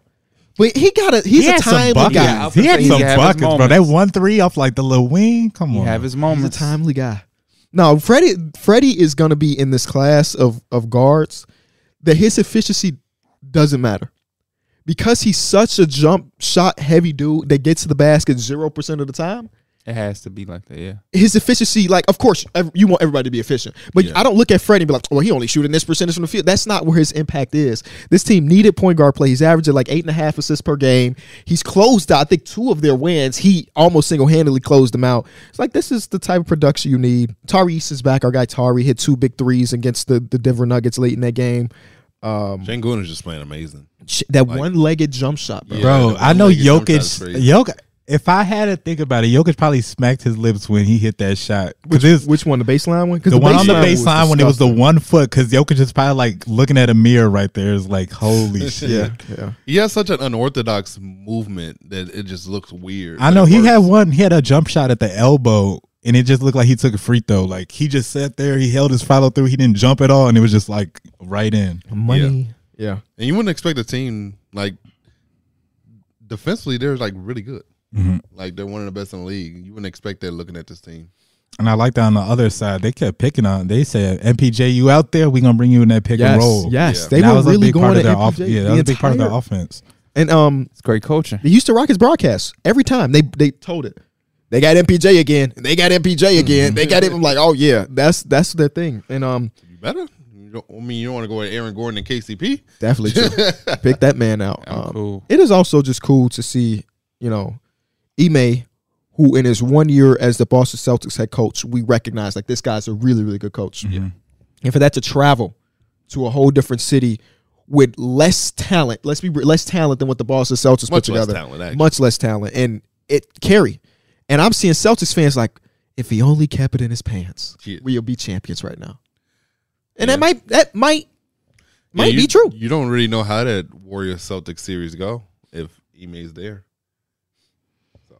[SPEAKER 1] but he got a he's
[SPEAKER 4] He
[SPEAKER 1] a
[SPEAKER 4] had some
[SPEAKER 1] timely
[SPEAKER 4] buckets.
[SPEAKER 1] guy.
[SPEAKER 2] was
[SPEAKER 4] He
[SPEAKER 2] gonna
[SPEAKER 4] had
[SPEAKER 2] say he
[SPEAKER 4] some
[SPEAKER 2] had his
[SPEAKER 4] buckets, bro. That
[SPEAKER 2] moments.
[SPEAKER 4] one three off like the little wing. Come
[SPEAKER 2] he
[SPEAKER 4] on,
[SPEAKER 2] have his
[SPEAKER 1] He's a
[SPEAKER 2] moments.
[SPEAKER 1] timely guy. No, Freddie Freddie is gonna be in this class of of guards that his efficiency doesn't matter. Because he's such a jump shot heavy dude that gets to the basket zero percent of the time,
[SPEAKER 2] It has to be like that. Yeah.
[SPEAKER 1] his efficiency, like of course, ev- you want everybody to be efficient, but
[SPEAKER 3] Yeah.
[SPEAKER 1] I don't look at Freddie and be like, "Well, he only shooting this percentage from the field." That's not where his impact is. This team needed point guard play. He's averaging like eight and a half assists per game. He's closed out. I think two of their wins, he almost single handedly closed them out. It's like this is the type of production you need. Tari East is back. Our guy Tari hit two big threes against the the Denver Nuggets late in that game.
[SPEAKER 3] oh.
[SPEAKER 1] Um,
[SPEAKER 3] Shangun is just playing amazing.
[SPEAKER 1] sh- that one legged jump shot, bro.
[SPEAKER 3] Yeah,
[SPEAKER 4] bro.
[SPEAKER 3] the
[SPEAKER 4] I know
[SPEAKER 3] one-legged jump shot is
[SPEAKER 4] Jokic.
[SPEAKER 3] crazy.
[SPEAKER 4] Jokic. If I had to think about it, Jokic probably smacked his lips when he hit that shot. 'Cause it was-
[SPEAKER 1] Which one? The baseline one? 'Cause
[SPEAKER 4] the one on the
[SPEAKER 1] was
[SPEAKER 4] baseline when it was the
[SPEAKER 1] disgusting.
[SPEAKER 4] one foot, because Jokic is probably like looking at a mirror right there. Is like, holy shit.
[SPEAKER 1] Yeah.
[SPEAKER 3] He has such an unorthodox movement that it just looks weird.
[SPEAKER 4] I
[SPEAKER 3] but
[SPEAKER 4] know
[SPEAKER 3] it
[SPEAKER 4] he had
[SPEAKER 3] works.
[SPEAKER 4] one. He had a jump shot at the elbow, and it just looked like he took a free throw. Like he just sat there, he held his follow through, he didn't jump at all, and it was just like right in.
[SPEAKER 1] Money. Yeah.
[SPEAKER 3] and you wouldn't expect a team like defensively. They're like really good.
[SPEAKER 4] Mm-hmm.
[SPEAKER 3] Like they're one of the best in the league. You wouldn't expect that looking at this team.
[SPEAKER 4] And I liked that on the other side, they kept picking on. They said, "MPJ, you out there? We gonna bring you in that pick
[SPEAKER 1] Yes.
[SPEAKER 4] and roll."
[SPEAKER 1] Yes.
[SPEAKER 3] Yeah.
[SPEAKER 1] They
[SPEAKER 4] And that
[SPEAKER 1] were
[SPEAKER 4] was a
[SPEAKER 1] really
[SPEAKER 4] big
[SPEAKER 1] going
[SPEAKER 4] part
[SPEAKER 1] to
[SPEAKER 4] of their
[SPEAKER 1] MPJ.
[SPEAKER 4] off- Yeah, that was a big part of their
[SPEAKER 1] entire-
[SPEAKER 4] offense.
[SPEAKER 1] And um,
[SPEAKER 2] It's great coaching.
[SPEAKER 1] the Houston Rockets broadcast every time they they told it. They got MPJ again. They got
[SPEAKER 4] Mm-hmm.
[SPEAKER 1] MPJ again. They got it. I'm like, oh yeah, that's that's their thing. And um,
[SPEAKER 3] You better. You don't, I mean, you don't want to go with Aaron Gordon and KCP.
[SPEAKER 1] definitely true. pick that man out.
[SPEAKER 2] I'm
[SPEAKER 1] Um,
[SPEAKER 2] cool.
[SPEAKER 1] It is also just cool to see, you know, Ime, who in his one year as the Boston Celtics head coach, we recognize like this guy's a really really good coach. And for that to travel to a whole different city with less talent, let's be re- less talent than what the Boston Celtics put
[SPEAKER 3] Much less
[SPEAKER 1] together.
[SPEAKER 3] talent, actually.
[SPEAKER 1] much less talent, and it carry. And I'm seeing Celtics fans like, if he only kept it in his pants,
[SPEAKER 3] Yeah.
[SPEAKER 1] we'll be champions right now. And that might that might might
[SPEAKER 3] Yeah, you-
[SPEAKER 1] be true.
[SPEAKER 3] You don't really know how that Warrior Celtics series go if Ime's there. So.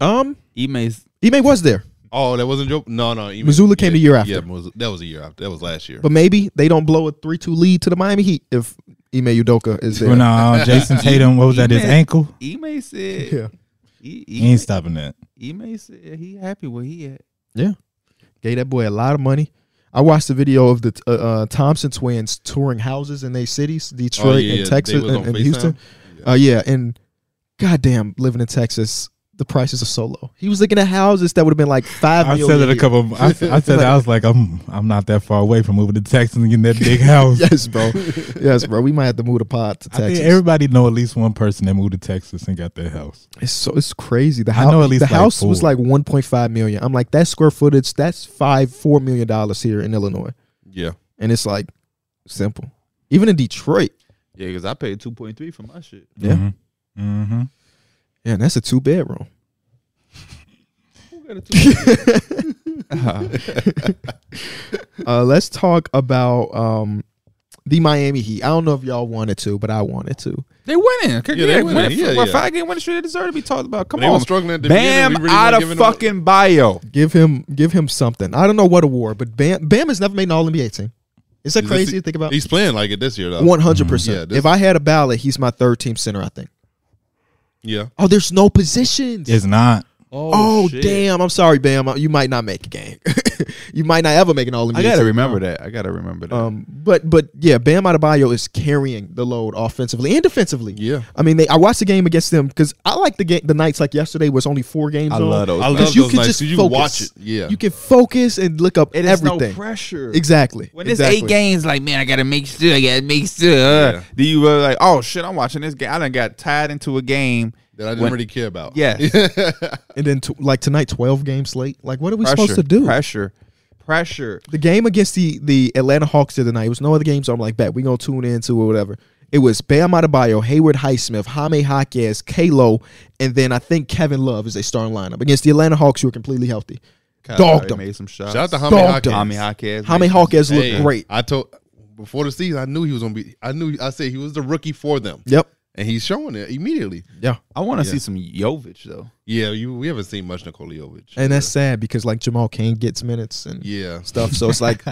[SPEAKER 1] Um,
[SPEAKER 2] Ime's
[SPEAKER 1] Ime was there,
[SPEAKER 3] Oh, that wasn't Joe. No, no. Ime,
[SPEAKER 1] Missoula came the year after.
[SPEAKER 3] Yeah, Mizzou- that was a year after. That was last year.
[SPEAKER 1] but maybe they don't blow a three-two lead to the Miami Heat if Ime Udoka is there.
[SPEAKER 4] When uh, Jason Tatum, what was that? His
[SPEAKER 2] Yeah.
[SPEAKER 4] ankle.
[SPEAKER 2] Ime said.
[SPEAKER 1] yeah,
[SPEAKER 2] He,
[SPEAKER 4] He ain't stopping that.
[SPEAKER 2] Ime said he happy where he at.
[SPEAKER 1] gave that boy a lot of money. I watched the video of the uh, uh, Thompson twins touring houses in their cities, Detroit
[SPEAKER 3] Oh, yeah, yeah,
[SPEAKER 1] and
[SPEAKER 3] they
[SPEAKER 1] Texas
[SPEAKER 3] was on
[SPEAKER 1] and, and
[SPEAKER 3] FaceTime?
[SPEAKER 1] Houston. Uh, yeah, and goddamn, living in Texas, the prices are so low. He was looking at houses that would have been like five.
[SPEAKER 4] I
[SPEAKER 1] million
[SPEAKER 4] said it a
[SPEAKER 1] year.
[SPEAKER 4] couple. I, I said I was like, I'm I'm not that far away from moving to Texas and getting that big house.
[SPEAKER 1] Yes, bro. yes, bro. We might have to move the pod to
[SPEAKER 4] I think
[SPEAKER 1] Texas.
[SPEAKER 4] everybody know at least one person that moved to Texas and got their house.
[SPEAKER 1] it's so it's crazy. The
[SPEAKER 4] I
[SPEAKER 1] house,
[SPEAKER 4] know at least
[SPEAKER 1] the
[SPEAKER 4] like
[SPEAKER 1] house was
[SPEAKER 4] four.
[SPEAKER 1] like one point five million. I'm like that square footage. That's five four million dollars here in Illinois,
[SPEAKER 3] yeah.
[SPEAKER 1] and it's like simple. Even in Detroit,
[SPEAKER 2] Yeah, because I paid two point three for my shit.
[SPEAKER 1] Yeah.
[SPEAKER 4] Mm-hmm.
[SPEAKER 1] yeah, and that's a two bedroom.
[SPEAKER 2] Who got a two?
[SPEAKER 1] Uh, let's talk about um, the Miami Heat. I don't know if y'all wanted to, but I wanted to.
[SPEAKER 2] they winning. Yeah,
[SPEAKER 3] Yeah, they
[SPEAKER 2] they
[SPEAKER 3] winning.
[SPEAKER 2] winning.
[SPEAKER 3] Yeah,
[SPEAKER 2] Yeah,
[SPEAKER 3] yeah.
[SPEAKER 2] Five game winning streak. They deserve to be talked about. Come
[SPEAKER 3] They were
[SPEAKER 2] on,
[SPEAKER 3] struggling at the
[SPEAKER 2] Bam
[SPEAKER 3] beginning. We really
[SPEAKER 2] out
[SPEAKER 3] weren't
[SPEAKER 2] of
[SPEAKER 3] giving them a-
[SPEAKER 2] fucking bio.
[SPEAKER 1] Give him, give him something. I don't know what award, but Bam, Bam has never made an All NBA team. Is that
[SPEAKER 3] Is this
[SPEAKER 1] crazy
[SPEAKER 3] the-
[SPEAKER 1] to think about?
[SPEAKER 3] He's playing like it this year though.
[SPEAKER 1] One hundred
[SPEAKER 3] Yeah,
[SPEAKER 1] percent.
[SPEAKER 3] this-
[SPEAKER 1] If I had a ballot, he's my third team center. I think.
[SPEAKER 3] Yeah.
[SPEAKER 1] Oh, there's no positions.
[SPEAKER 4] It's not.
[SPEAKER 1] oh damn! I'm sorry, Bam. You might not make a game. you might not ever make an All NBA.
[SPEAKER 2] I gotta
[SPEAKER 1] team.
[SPEAKER 2] remember that. I gotta remember that.
[SPEAKER 1] Um, but but yeah, Bam Adebayo is carrying the load offensively and defensively.
[SPEAKER 3] Yeah.
[SPEAKER 1] I mean, they, I watched the game against them because I like the game. The nights like yesterday was only four games.
[SPEAKER 2] I
[SPEAKER 1] on.
[SPEAKER 2] love those.
[SPEAKER 3] I
[SPEAKER 2] nights.
[SPEAKER 3] love
[SPEAKER 1] you
[SPEAKER 3] those
[SPEAKER 1] can
[SPEAKER 3] nights,
[SPEAKER 1] just
[SPEAKER 3] 'cause you
[SPEAKER 1] focus.
[SPEAKER 3] watch it. Yeah.
[SPEAKER 1] You can focus and look up
[SPEAKER 2] And it's no
[SPEAKER 1] everything.
[SPEAKER 2] pressure.
[SPEAKER 1] exactly.
[SPEAKER 2] When it's
[SPEAKER 1] exactly.
[SPEAKER 2] eight games, like man, I gotta make sure, I gotta make sure.
[SPEAKER 3] Yeah.
[SPEAKER 2] Do you really like? Oh shit, I'm watching this game. I done got tied into a game.
[SPEAKER 3] That I didn't
[SPEAKER 2] When-
[SPEAKER 3] really care about.
[SPEAKER 2] Yes.
[SPEAKER 1] and then t- like tonight, twelve game slate. Like, what are we supposed to
[SPEAKER 2] Pressure,
[SPEAKER 1] do?
[SPEAKER 2] Pressure, pressure.
[SPEAKER 1] The game against the the Atlanta Hawks the other night it was no other games. I'm like, bet we gonna tune into or whatever. It was Bam Adebayo, Hayward Highsmith, Jaime Jaquez, Kalo, and then I think Kevin Love is a starting lineup against the Atlanta Hawks, who are completely healthy. Dogged
[SPEAKER 2] They
[SPEAKER 1] them.
[SPEAKER 2] Made some shots.
[SPEAKER 3] Shout out to Jaime
[SPEAKER 1] Dogged
[SPEAKER 3] Hawkins.
[SPEAKER 1] him.
[SPEAKER 2] Tommy Hawkins.
[SPEAKER 1] Jaime Jaquez looked
[SPEAKER 3] Hey,
[SPEAKER 1] great.
[SPEAKER 3] I told before the season, I knew he was gonna be. I knew. I said he was the rookie for them,
[SPEAKER 1] Yep.
[SPEAKER 3] and he's showing it immediately.
[SPEAKER 1] Yeah.
[SPEAKER 2] I want to
[SPEAKER 3] Yeah.
[SPEAKER 2] see some Jovic though.
[SPEAKER 3] Yeah, you. We haven't seen much Nikolajovic.
[SPEAKER 1] And that's sad because like Jamal Kane gets minutes and
[SPEAKER 3] yeah,
[SPEAKER 1] stuff. So it's like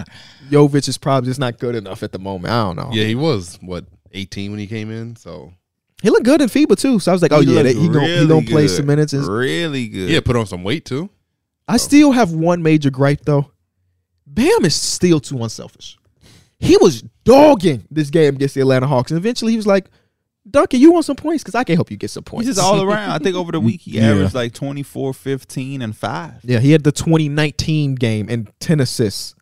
[SPEAKER 1] Jovic is probably just not good enough at the moment. I don't know.
[SPEAKER 3] yeah. He was what 18 when he came in. So
[SPEAKER 1] He looked good in FIBA too. So I was like, oh yeah,
[SPEAKER 2] looked
[SPEAKER 1] that, he gonna, he
[SPEAKER 2] really
[SPEAKER 1] gonna play
[SPEAKER 2] good.
[SPEAKER 1] some minutes. And
[SPEAKER 2] Really good.
[SPEAKER 3] yeah, put on some weight too.
[SPEAKER 1] I still have one major gripe though. Bam is still too unselfish. He was dogging this game against the Atlanta Hawks, and eventually he was like, "Duncan, you want some points? Because I can help you get some
[SPEAKER 2] He's
[SPEAKER 1] points."
[SPEAKER 2] just all around. I think over the week he
[SPEAKER 4] Yeah.
[SPEAKER 2] averaged like 24, 15, and five.
[SPEAKER 1] yeah, he had the 2019 game and 10 assists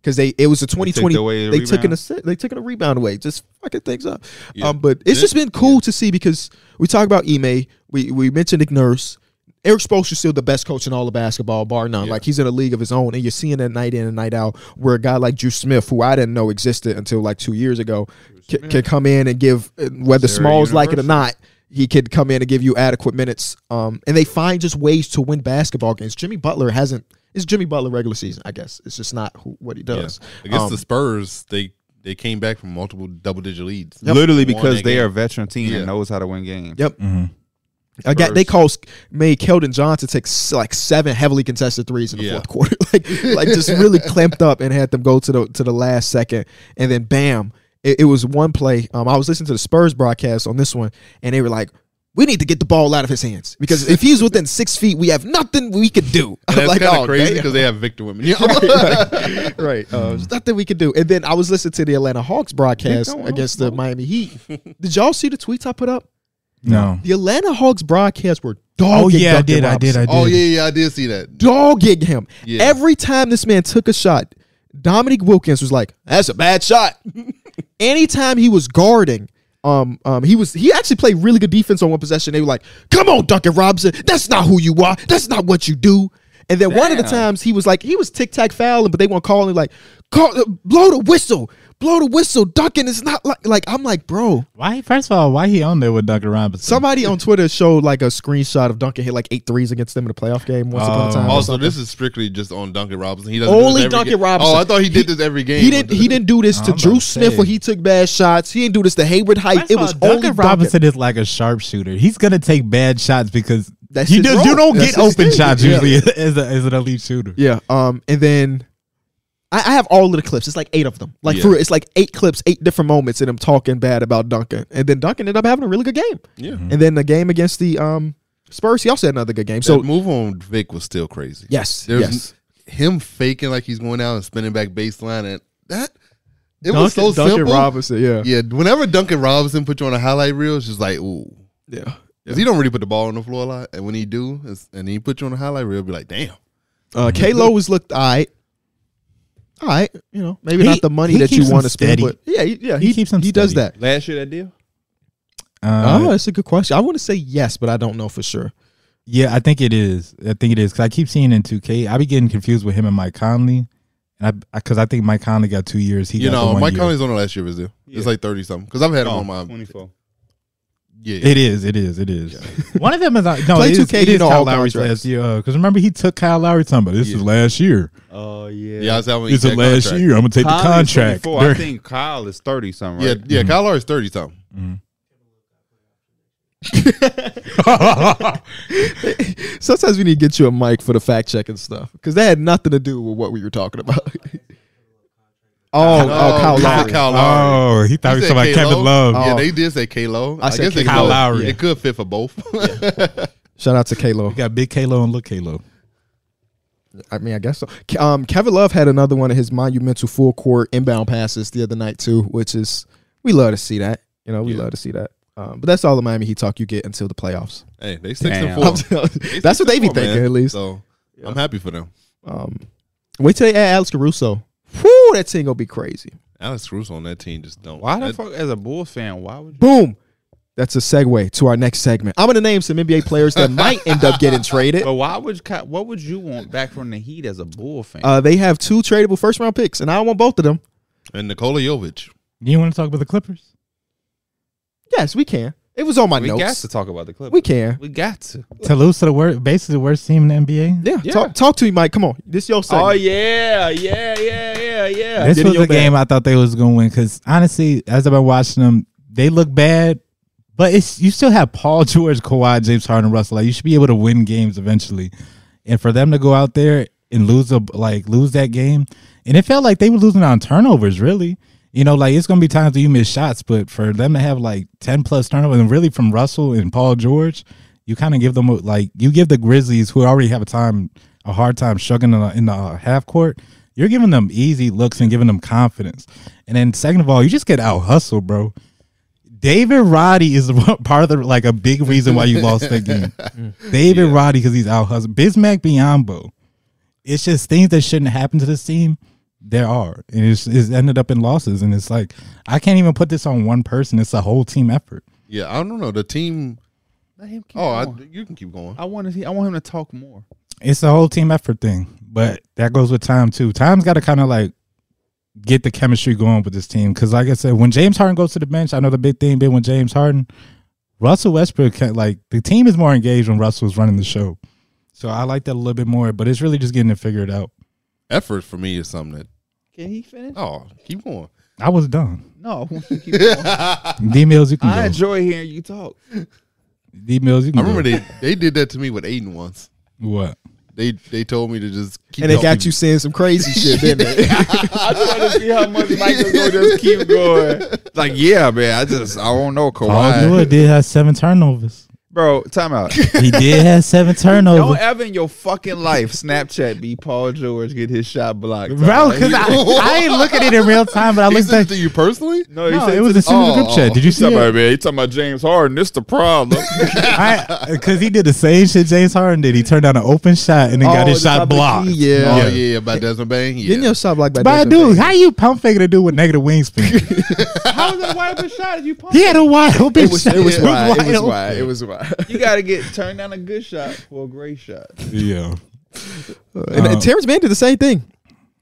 [SPEAKER 1] because they it was a 2020.
[SPEAKER 2] away the
[SPEAKER 1] They took an
[SPEAKER 2] rebound?
[SPEAKER 1] assist. They took a rebound away. Just fucking things up.
[SPEAKER 3] Yeah.
[SPEAKER 1] Um, but it's
[SPEAKER 3] Yeah.
[SPEAKER 1] just been cool to see because we talk about Ime. We we mentioned Nick Nurse. Eric Spoelstra is still the best coach in all of basketball, bar none. Like he's in a league of his own, and you're seeing that night in and night out where a guy like Drew Smith, who I didn't know existed until like two years ago, ca- can come in and give uh, whether
[SPEAKER 3] Sarah
[SPEAKER 1] Smalls like it or
[SPEAKER 3] University.
[SPEAKER 1] not. he could come in and give you adequate minutes. Um, and they find just ways to win basketball games. Jimmy Butler hasn't. It's Jimmy Butler regular season, I guess. It's just not who, what he does.
[SPEAKER 3] Against
[SPEAKER 1] Um,
[SPEAKER 3] the Spurs, they they came back from multiple double digit leads.
[SPEAKER 2] Literally
[SPEAKER 3] Won
[SPEAKER 2] because
[SPEAKER 3] that
[SPEAKER 2] they
[SPEAKER 3] game.
[SPEAKER 2] are a veteran team
[SPEAKER 3] Yeah.
[SPEAKER 2] that knows how to win games.
[SPEAKER 1] Yep. I got, they call made Keldon Johnson take s- like seven heavily contested threes in the
[SPEAKER 3] Yeah.
[SPEAKER 1] fourth quarter, like like just really clamped up and had them go to the to the last second, and then bam, it, it was one play. Um, I was listening to the Spurs broadcast on this one, and they were like. We need to get the ball out of his hands because if he's within six feet, we have nothing we could do.
[SPEAKER 3] And that's
[SPEAKER 1] like,
[SPEAKER 3] kind of
[SPEAKER 1] oh,
[SPEAKER 3] crazy
[SPEAKER 1] damn
[SPEAKER 3] because they have Victor women. Yeah.
[SPEAKER 1] right. right. Uh, there's nothing we could do. And then I was listening to the Atlanta Hawks broadcast
[SPEAKER 2] Keep going,
[SPEAKER 1] against the Miami Heat. Did y'all see the tweets I put up?
[SPEAKER 4] No.
[SPEAKER 1] The Atlanta Hawks broadcast were dogging.
[SPEAKER 4] Oh yeah, I
[SPEAKER 1] Duncan
[SPEAKER 4] did, I
[SPEAKER 1] Robinson.
[SPEAKER 4] did, I did.
[SPEAKER 3] Oh yeah, yeah, I did see that.
[SPEAKER 1] Dogging him
[SPEAKER 3] Yeah.
[SPEAKER 1] every time this man took a shot. Dominic Wilkins was like, "That's a bad shot." Anytime he was guarding. Um, um, he was he actually played really good defense on one possession. They were like, "Come on, Duncan Robinson, that's not who you are. That's not what you do." And then one of the
[SPEAKER 2] Damn.
[SPEAKER 1] times he was like, he was tic tac fouling, but they weren't calling like, call, blow the whistle, blow the whistle. Duncan is not like like I'm like, bro,
[SPEAKER 4] Why? First of all, why he on there with Duncan Robinson?
[SPEAKER 1] Somebody on Twitter showed like a screenshot of Duncan hit like eight threes against them in the playoff game once upon a
[SPEAKER 4] Oh.
[SPEAKER 1] time. or
[SPEAKER 3] Also,
[SPEAKER 1] something.
[SPEAKER 3] this is strictly just on Duncan Robinson. He doesn't do
[SPEAKER 1] Only
[SPEAKER 3] this every
[SPEAKER 1] Duncan
[SPEAKER 3] game.
[SPEAKER 1] Robinson.
[SPEAKER 3] Oh, I thought he did this every game.
[SPEAKER 1] he didn't he didn't do this
[SPEAKER 4] I'm
[SPEAKER 1] to
[SPEAKER 4] about
[SPEAKER 1] Drew
[SPEAKER 4] to
[SPEAKER 1] Smith
[SPEAKER 4] say.
[SPEAKER 1] where he took bad shots. He didn't do this to Hayward Height.
[SPEAKER 4] First
[SPEAKER 1] It
[SPEAKER 4] of all,
[SPEAKER 1] was
[SPEAKER 4] Duncan
[SPEAKER 1] only Duncan.
[SPEAKER 4] Robinson is like a sharpshooter. He's gonna take bad shots because
[SPEAKER 1] That's
[SPEAKER 4] you,
[SPEAKER 1] his
[SPEAKER 4] do, you
[SPEAKER 1] role.
[SPEAKER 4] don't
[SPEAKER 1] That's
[SPEAKER 4] get
[SPEAKER 1] his
[SPEAKER 4] open
[SPEAKER 1] thing.
[SPEAKER 4] shots
[SPEAKER 1] Yeah.
[SPEAKER 4] usually as, a, as an elite shooter.
[SPEAKER 1] Yeah. Um. And then I, I have all of the clips. It's like eight of them. Like
[SPEAKER 3] Yeah.
[SPEAKER 1] for it's like eight clips, eight different moments in him talking bad about Duncan. And then Duncan ended up having a really good game.
[SPEAKER 3] Yeah.
[SPEAKER 1] And then the game against the um Spurs, he also had another good game.
[SPEAKER 3] So
[SPEAKER 1] So
[SPEAKER 3] move on. Vic was still crazy.
[SPEAKER 1] yes,
[SPEAKER 3] There's
[SPEAKER 1] yes.
[SPEAKER 3] him faking like he's going out and spinning back baseline, and that it
[SPEAKER 1] Duncan,
[SPEAKER 3] was so
[SPEAKER 1] Duncan
[SPEAKER 3] simple.
[SPEAKER 1] Robinson. Yeah.
[SPEAKER 3] Yeah, whenever Duncan Robinson put you on a highlight reel, it's just like ooh,
[SPEAKER 1] Yeah.
[SPEAKER 3] because he don't really put the ball on the floor a lot, and when he do, it's, and he put you on a highlight reel, it'd be like damn.
[SPEAKER 1] Uh, K Lo has looked all right. All right, you know, maybe
[SPEAKER 4] He-
[SPEAKER 1] not the money
[SPEAKER 4] he
[SPEAKER 1] that you
[SPEAKER 4] keeps
[SPEAKER 1] want to
[SPEAKER 4] him
[SPEAKER 1] spend,
[SPEAKER 4] steady.
[SPEAKER 1] but yeah, he- yeah, he,
[SPEAKER 4] He keeps him
[SPEAKER 1] He does
[SPEAKER 4] steady.
[SPEAKER 1] that.
[SPEAKER 2] Last year that deal?
[SPEAKER 1] oh,
[SPEAKER 4] Uh,
[SPEAKER 1] that's a good question. I want to say yes, but I don't know for sure.
[SPEAKER 4] yeah, I think it is. I think it is because I keep seeing in 2K. I be getting confused with him and Mike Conley, and I because I, think Mike Conley got two years. He
[SPEAKER 3] you
[SPEAKER 4] got the
[SPEAKER 3] know,
[SPEAKER 4] one
[SPEAKER 3] Mike
[SPEAKER 4] year.
[SPEAKER 3] Conley's on the last year of his deal. It's
[SPEAKER 2] Yeah. Oh.
[SPEAKER 3] like thirty something. Because I've had him on my
[SPEAKER 2] 24.
[SPEAKER 3] yeah.
[SPEAKER 4] It is. It is. It is. One of them is uh, no.
[SPEAKER 1] Play
[SPEAKER 4] it is-
[SPEAKER 1] 2K,
[SPEAKER 4] it
[SPEAKER 1] you
[SPEAKER 4] is
[SPEAKER 1] know all
[SPEAKER 4] Kyle Lowry's
[SPEAKER 1] contracts.
[SPEAKER 4] last year. Because remember, he took Kyle Lowry. Somebody. This is last year.
[SPEAKER 2] Oh, yeah.
[SPEAKER 3] yeah, I was having
[SPEAKER 4] It's the
[SPEAKER 3] exact
[SPEAKER 4] last
[SPEAKER 3] contract.
[SPEAKER 4] year. I'm gonna take
[SPEAKER 2] Kyle
[SPEAKER 4] the
[SPEAKER 2] is
[SPEAKER 4] contract.
[SPEAKER 2] 24. I think Kyle is 30 something,
[SPEAKER 3] Yeah,
[SPEAKER 2] right?
[SPEAKER 3] yeah. Kyle Lowry's thirty something.
[SPEAKER 1] Sometimes we need to get you a mic for the fact checking stuff because that had nothing to do with what we were talking about. oh, oh, Kyle
[SPEAKER 3] he said
[SPEAKER 1] Lowry.
[SPEAKER 3] Kyle Lowry.
[SPEAKER 4] Oh, he thought he was
[SPEAKER 3] said
[SPEAKER 4] talking about Kevin
[SPEAKER 3] K-Lo.
[SPEAKER 4] Love.
[SPEAKER 3] Yeah,
[SPEAKER 1] Oh.
[SPEAKER 3] they did say K Lo.
[SPEAKER 1] I said
[SPEAKER 3] they
[SPEAKER 1] Kyle
[SPEAKER 3] could-
[SPEAKER 4] Lowry.
[SPEAKER 3] It could fit for both.
[SPEAKER 1] Shout out to K Lo.
[SPEAKER 4] We got big Kalo and look Kalo.
[SPEAKER 1] I mean, I guess so. Ke- Um, Kevin Love had another one of his monumental full court inbound passes the other night too, which is we love to see that. You know, we love to see that. Um, but that's all the Miami Heat talk you get until the playoffs.
[SPEAKER 3] hey, they six
[SPEAKER 2] Damn.
[SPEAKER 3] and four.
[SPEAKER 1] that's what they be
[SPEAKER 3] Come on,
[SPEAKER 1] thinking
[SPEAKER 3] man.
[SPEAKER 1] at least.
[SPEAKER 3] So I'm happy for them.
[SPEAKER 1] Um, wait till they add Alex Caruso. Whoo, that team gonna be crazy.
[SPEAKER 3] Alex Caruso on that team just don't.
[SPEAKER 2] Why the
[SPEAKER 3] that-
[SPEAKER 2] fuck, as a Bulls fan, why would you?
[SPEAKER 1] Boom. That's a segue to our next segment. I'm gonna name some NBA players that might end up getting traded.
[SPEAKER 2] But why would Ky- what would you want back from the Heat as a Bull fan?
[SPEAKER 1] Uh, they have two tradable first round picks, and I want both of them.
[SPEAKER 3] And Nikola Jovic.
[SPEAKER 4] You want to talk about the Clippers?
[SPEAKER 1] Yes, we can. It was on my
[SPEAKER 2] we got
[SPEAKER 1] notes.
[SPEAKER 2] to talk about the Clippers.
[SPEAKER 1] We can.
[SPEAKER 2] We got to.
[SPEAKER 4] Toulouse are the worst, basically the worst team in the NBA.
[SPEAKER 1] Yeah,
[SPEAKER 2] Yeah.
[SPEAKER 1] Talk, talk to me, Mike. Come on, this your segment.
[SPEAKER 2] Oh yeah, yeah, yeah, yeah, yeah.
[SPEAKER 4] this
[SPEAKER 1] get in
[SPEAKER 4] was
[SPEAKER 1] your
[SPEAKER 4] a
[SPEAKER 1] bag.
[SPEAKER 4] game I thought they was gonna win because honestly, as I've been watching them, they look bad. But it's you still have Paul George, Kawhi, James Harden, Russell. Like you should be able to win games eventually, and for them to go out there and lose a like lose that game, and it felt like they were losing on turnovers. Really, you know, like it's gonna be times that you miss shots, but for them to have like ten plus turnovers, and really from Russell and Paul George, you kind of give them like you give the Grizzlies who already have a time a hard time struggling in the, in the uh, half court. You're giving them easy looks and giving them confidence. And then second of all, you just get out hustled, bro. David Roddy is one- part of the like a big reason why you lost that game. David Roddy because he's out hustled. Bismack Biyombo. It's just things that shouldn't happen to this team. There are, and it's, it's ended up in losses. And it's like I can't even put this on one person. It's a whole team effort.
[SPEAKER 3] Yeah, I don't know. The team.
[SPEAKER 2] Let him keep
[SPEAKER 3] Oh, I,
[SPEAKER 2] going.
[SPEAKER 3] you can keep going.
[SPEAKER 2] I, want to. I want him to talk more.
[SPEAKER 4] it's a whole team effort thing, but that goes with time too. Time's got to kind of like get the chemistry going with this team because, like I said, when James Harden goes to the bench, I know the big thing been with James Harden. Russell Westbrook, can, like the team is more engaged when Russell's running the show. So I like that a little bit more, but it's really just getting to figure it out.
[SPEAKER 3] Effort for me is something that
[SPEAKER 2] Can he finish?
[SPEAKER 3] oh, keep going.
[SPEAKER 4] I was done.
[SPEAKER 2] No. Keep going.
[SPEAKER 4] D Mills, you
[SPEAKER 2] I
[SPEAKER 4] can go.
[SPEAKER 2] enjoy hearing you talk.
[SPEAKER 4] D Mills,
[SPEAKER 3] I
[SPEAKER 4] you can
[SPEAKER 3] remember
[SPEAKER 4] go.
[SPEAKER 3] they they did that to me with Aiden once.
[SPEAKER 4] what?
[SPEAKER 3] They they told me to just keep
[SPEAKER 1] and they
[SPEAKER 3] going.
[SPEAKER 1] got you saying some crazy shit, didn't they?
[SPEAKER 2] I just want to see how much Michael's gonna just keep going. Like, yeah, man. I just I don't know
[SPEAKER 4] Paul
[SPEAKER 2] Kawhi,
[SPEAKER 4] George did have seven turnovers.
[SPEAKER 2] bro. Time out.
[SPEAKER 4] He did have seven
[SPEAKER 2] Don't
[SPEAKER 4] turnovers.
[SPEAKER 2] ever in your fucking life Snapchat be Paul George get his shot blocked,
[SPEAKER 4] Bro, because I, I ain't look at it in real time, but I
[SPEAKER 3] He
[SPEAKER 4] looked
[SPEAKER 3] said
[SPEAKER 4] at
[SPEAKER 3] to you personally?
[SPEAKER 2] No, he
[SPEAKER 4] no,
[SPEAKER 2] said
[SPEAKER 4] it was as soon as the
[SPEAKER 3] Oh,
[SPEAKER 4] group chat. Did you see
[SPEAKER 2] Somebody,
[SPEAKER 4] it?
[SPEAKER 2] man, he talking about James Harden. This the problem.
[SPEAKER 4] Because he did the same shit James Harden did. He turned down an open shot and then got
[SPEAKER 1] Oh,
[SPEAKER 4] his
[SPEAKER 1] the
[SPEAKER 4] shot
[SPEAKER 1] public
[SPEAKER 4] blocked.
[SPEAKER 1] key, yeah.
[SPEAKER 3] Oh yeah, yeah, by Desmond Bain. Yeah.
[SPEAKER 1] Getting your shot blocked by,
[SPEAKER 4] By a
[SPEAKER 1] Desmond Bain.
[SPEAKER 4] dude, how you pump faking a dude with negative wingspan?
[SPEAKER 2] How is that wide open shot? If you pump
[SPEAKER 4] he had a wide open
[SPEAKER 1] It was,
[SPEAKER 4] shot.
[SPEAKER 1] it was wide. It was
[SPEAKER 4] open.
[SPEAKER 1] wide. It was wide.
[SPEAKER 2] You gotta get turned down a good shot for a great shot.
[SPEAKER 4] Yeah.
[SPEAKER 1] And, and Terrence Mann did the same thing,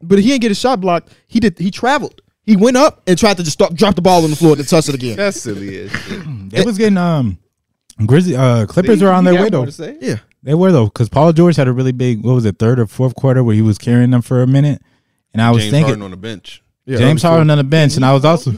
[SPEAKER 1] but he didn't get his shot blocked. He did. He traveled. He went up and tried to just stop, drop the ball on the floor and then touch it again.
[SPEAKER 2] That's silly as shit.
[SPEAKER 4] It was getting um Grizzly uh Clippers were on
[SPEAKER 2] You
[SPEAKER 4] their
[SPEAKER 2] got
[SPEAKER 4] way
[SPEAKER 2] more
[SPEAKER 4] though.
[SPEAKER 2] to say?
[SPEAKER 1] Yeah,
[SPEAKER 4] They were though, because Paul George had a really big what was it, third or fourth quarter where he was carrying them for a minute. And I was
[SPEAKER 3] James
[SPEAKER 4] thinking
[SPEAKER 3] Harden on the bench.
[SPEAKER 1] yeah
[SPEAKER 4] James Harden on the bench, and I was also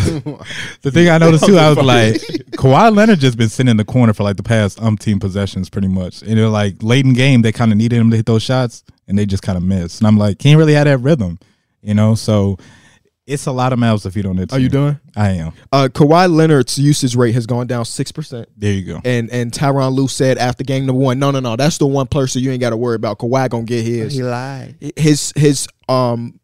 [SPEAKER 4] the thing I noticed too. I was like, Kawhi Leonard just been sitting in the corner for like the past umpteen possessions, pretty much. And they're like late in game, they kind of needed him to hit those shots, and they just kind of missed. And I'm like, he ain't really had that rhythm, you know. So it's a lot of mouths if you don't.
[SPEAKER 1] Are you done?
[SPEAKER 4] I am.
[SPEAKER 1] Uh, Kawhi Leonard's usage rate has gone down six percent.
[SPEAKER 4] There you go.
[SPEAKER 1] And and Tyron Lue said after game number one, no, no, no, that's the one person you ain't got to worry about. Kawhi gonna get his.
[SPEAKER 2] lied.
[SPEAKER 1] his his um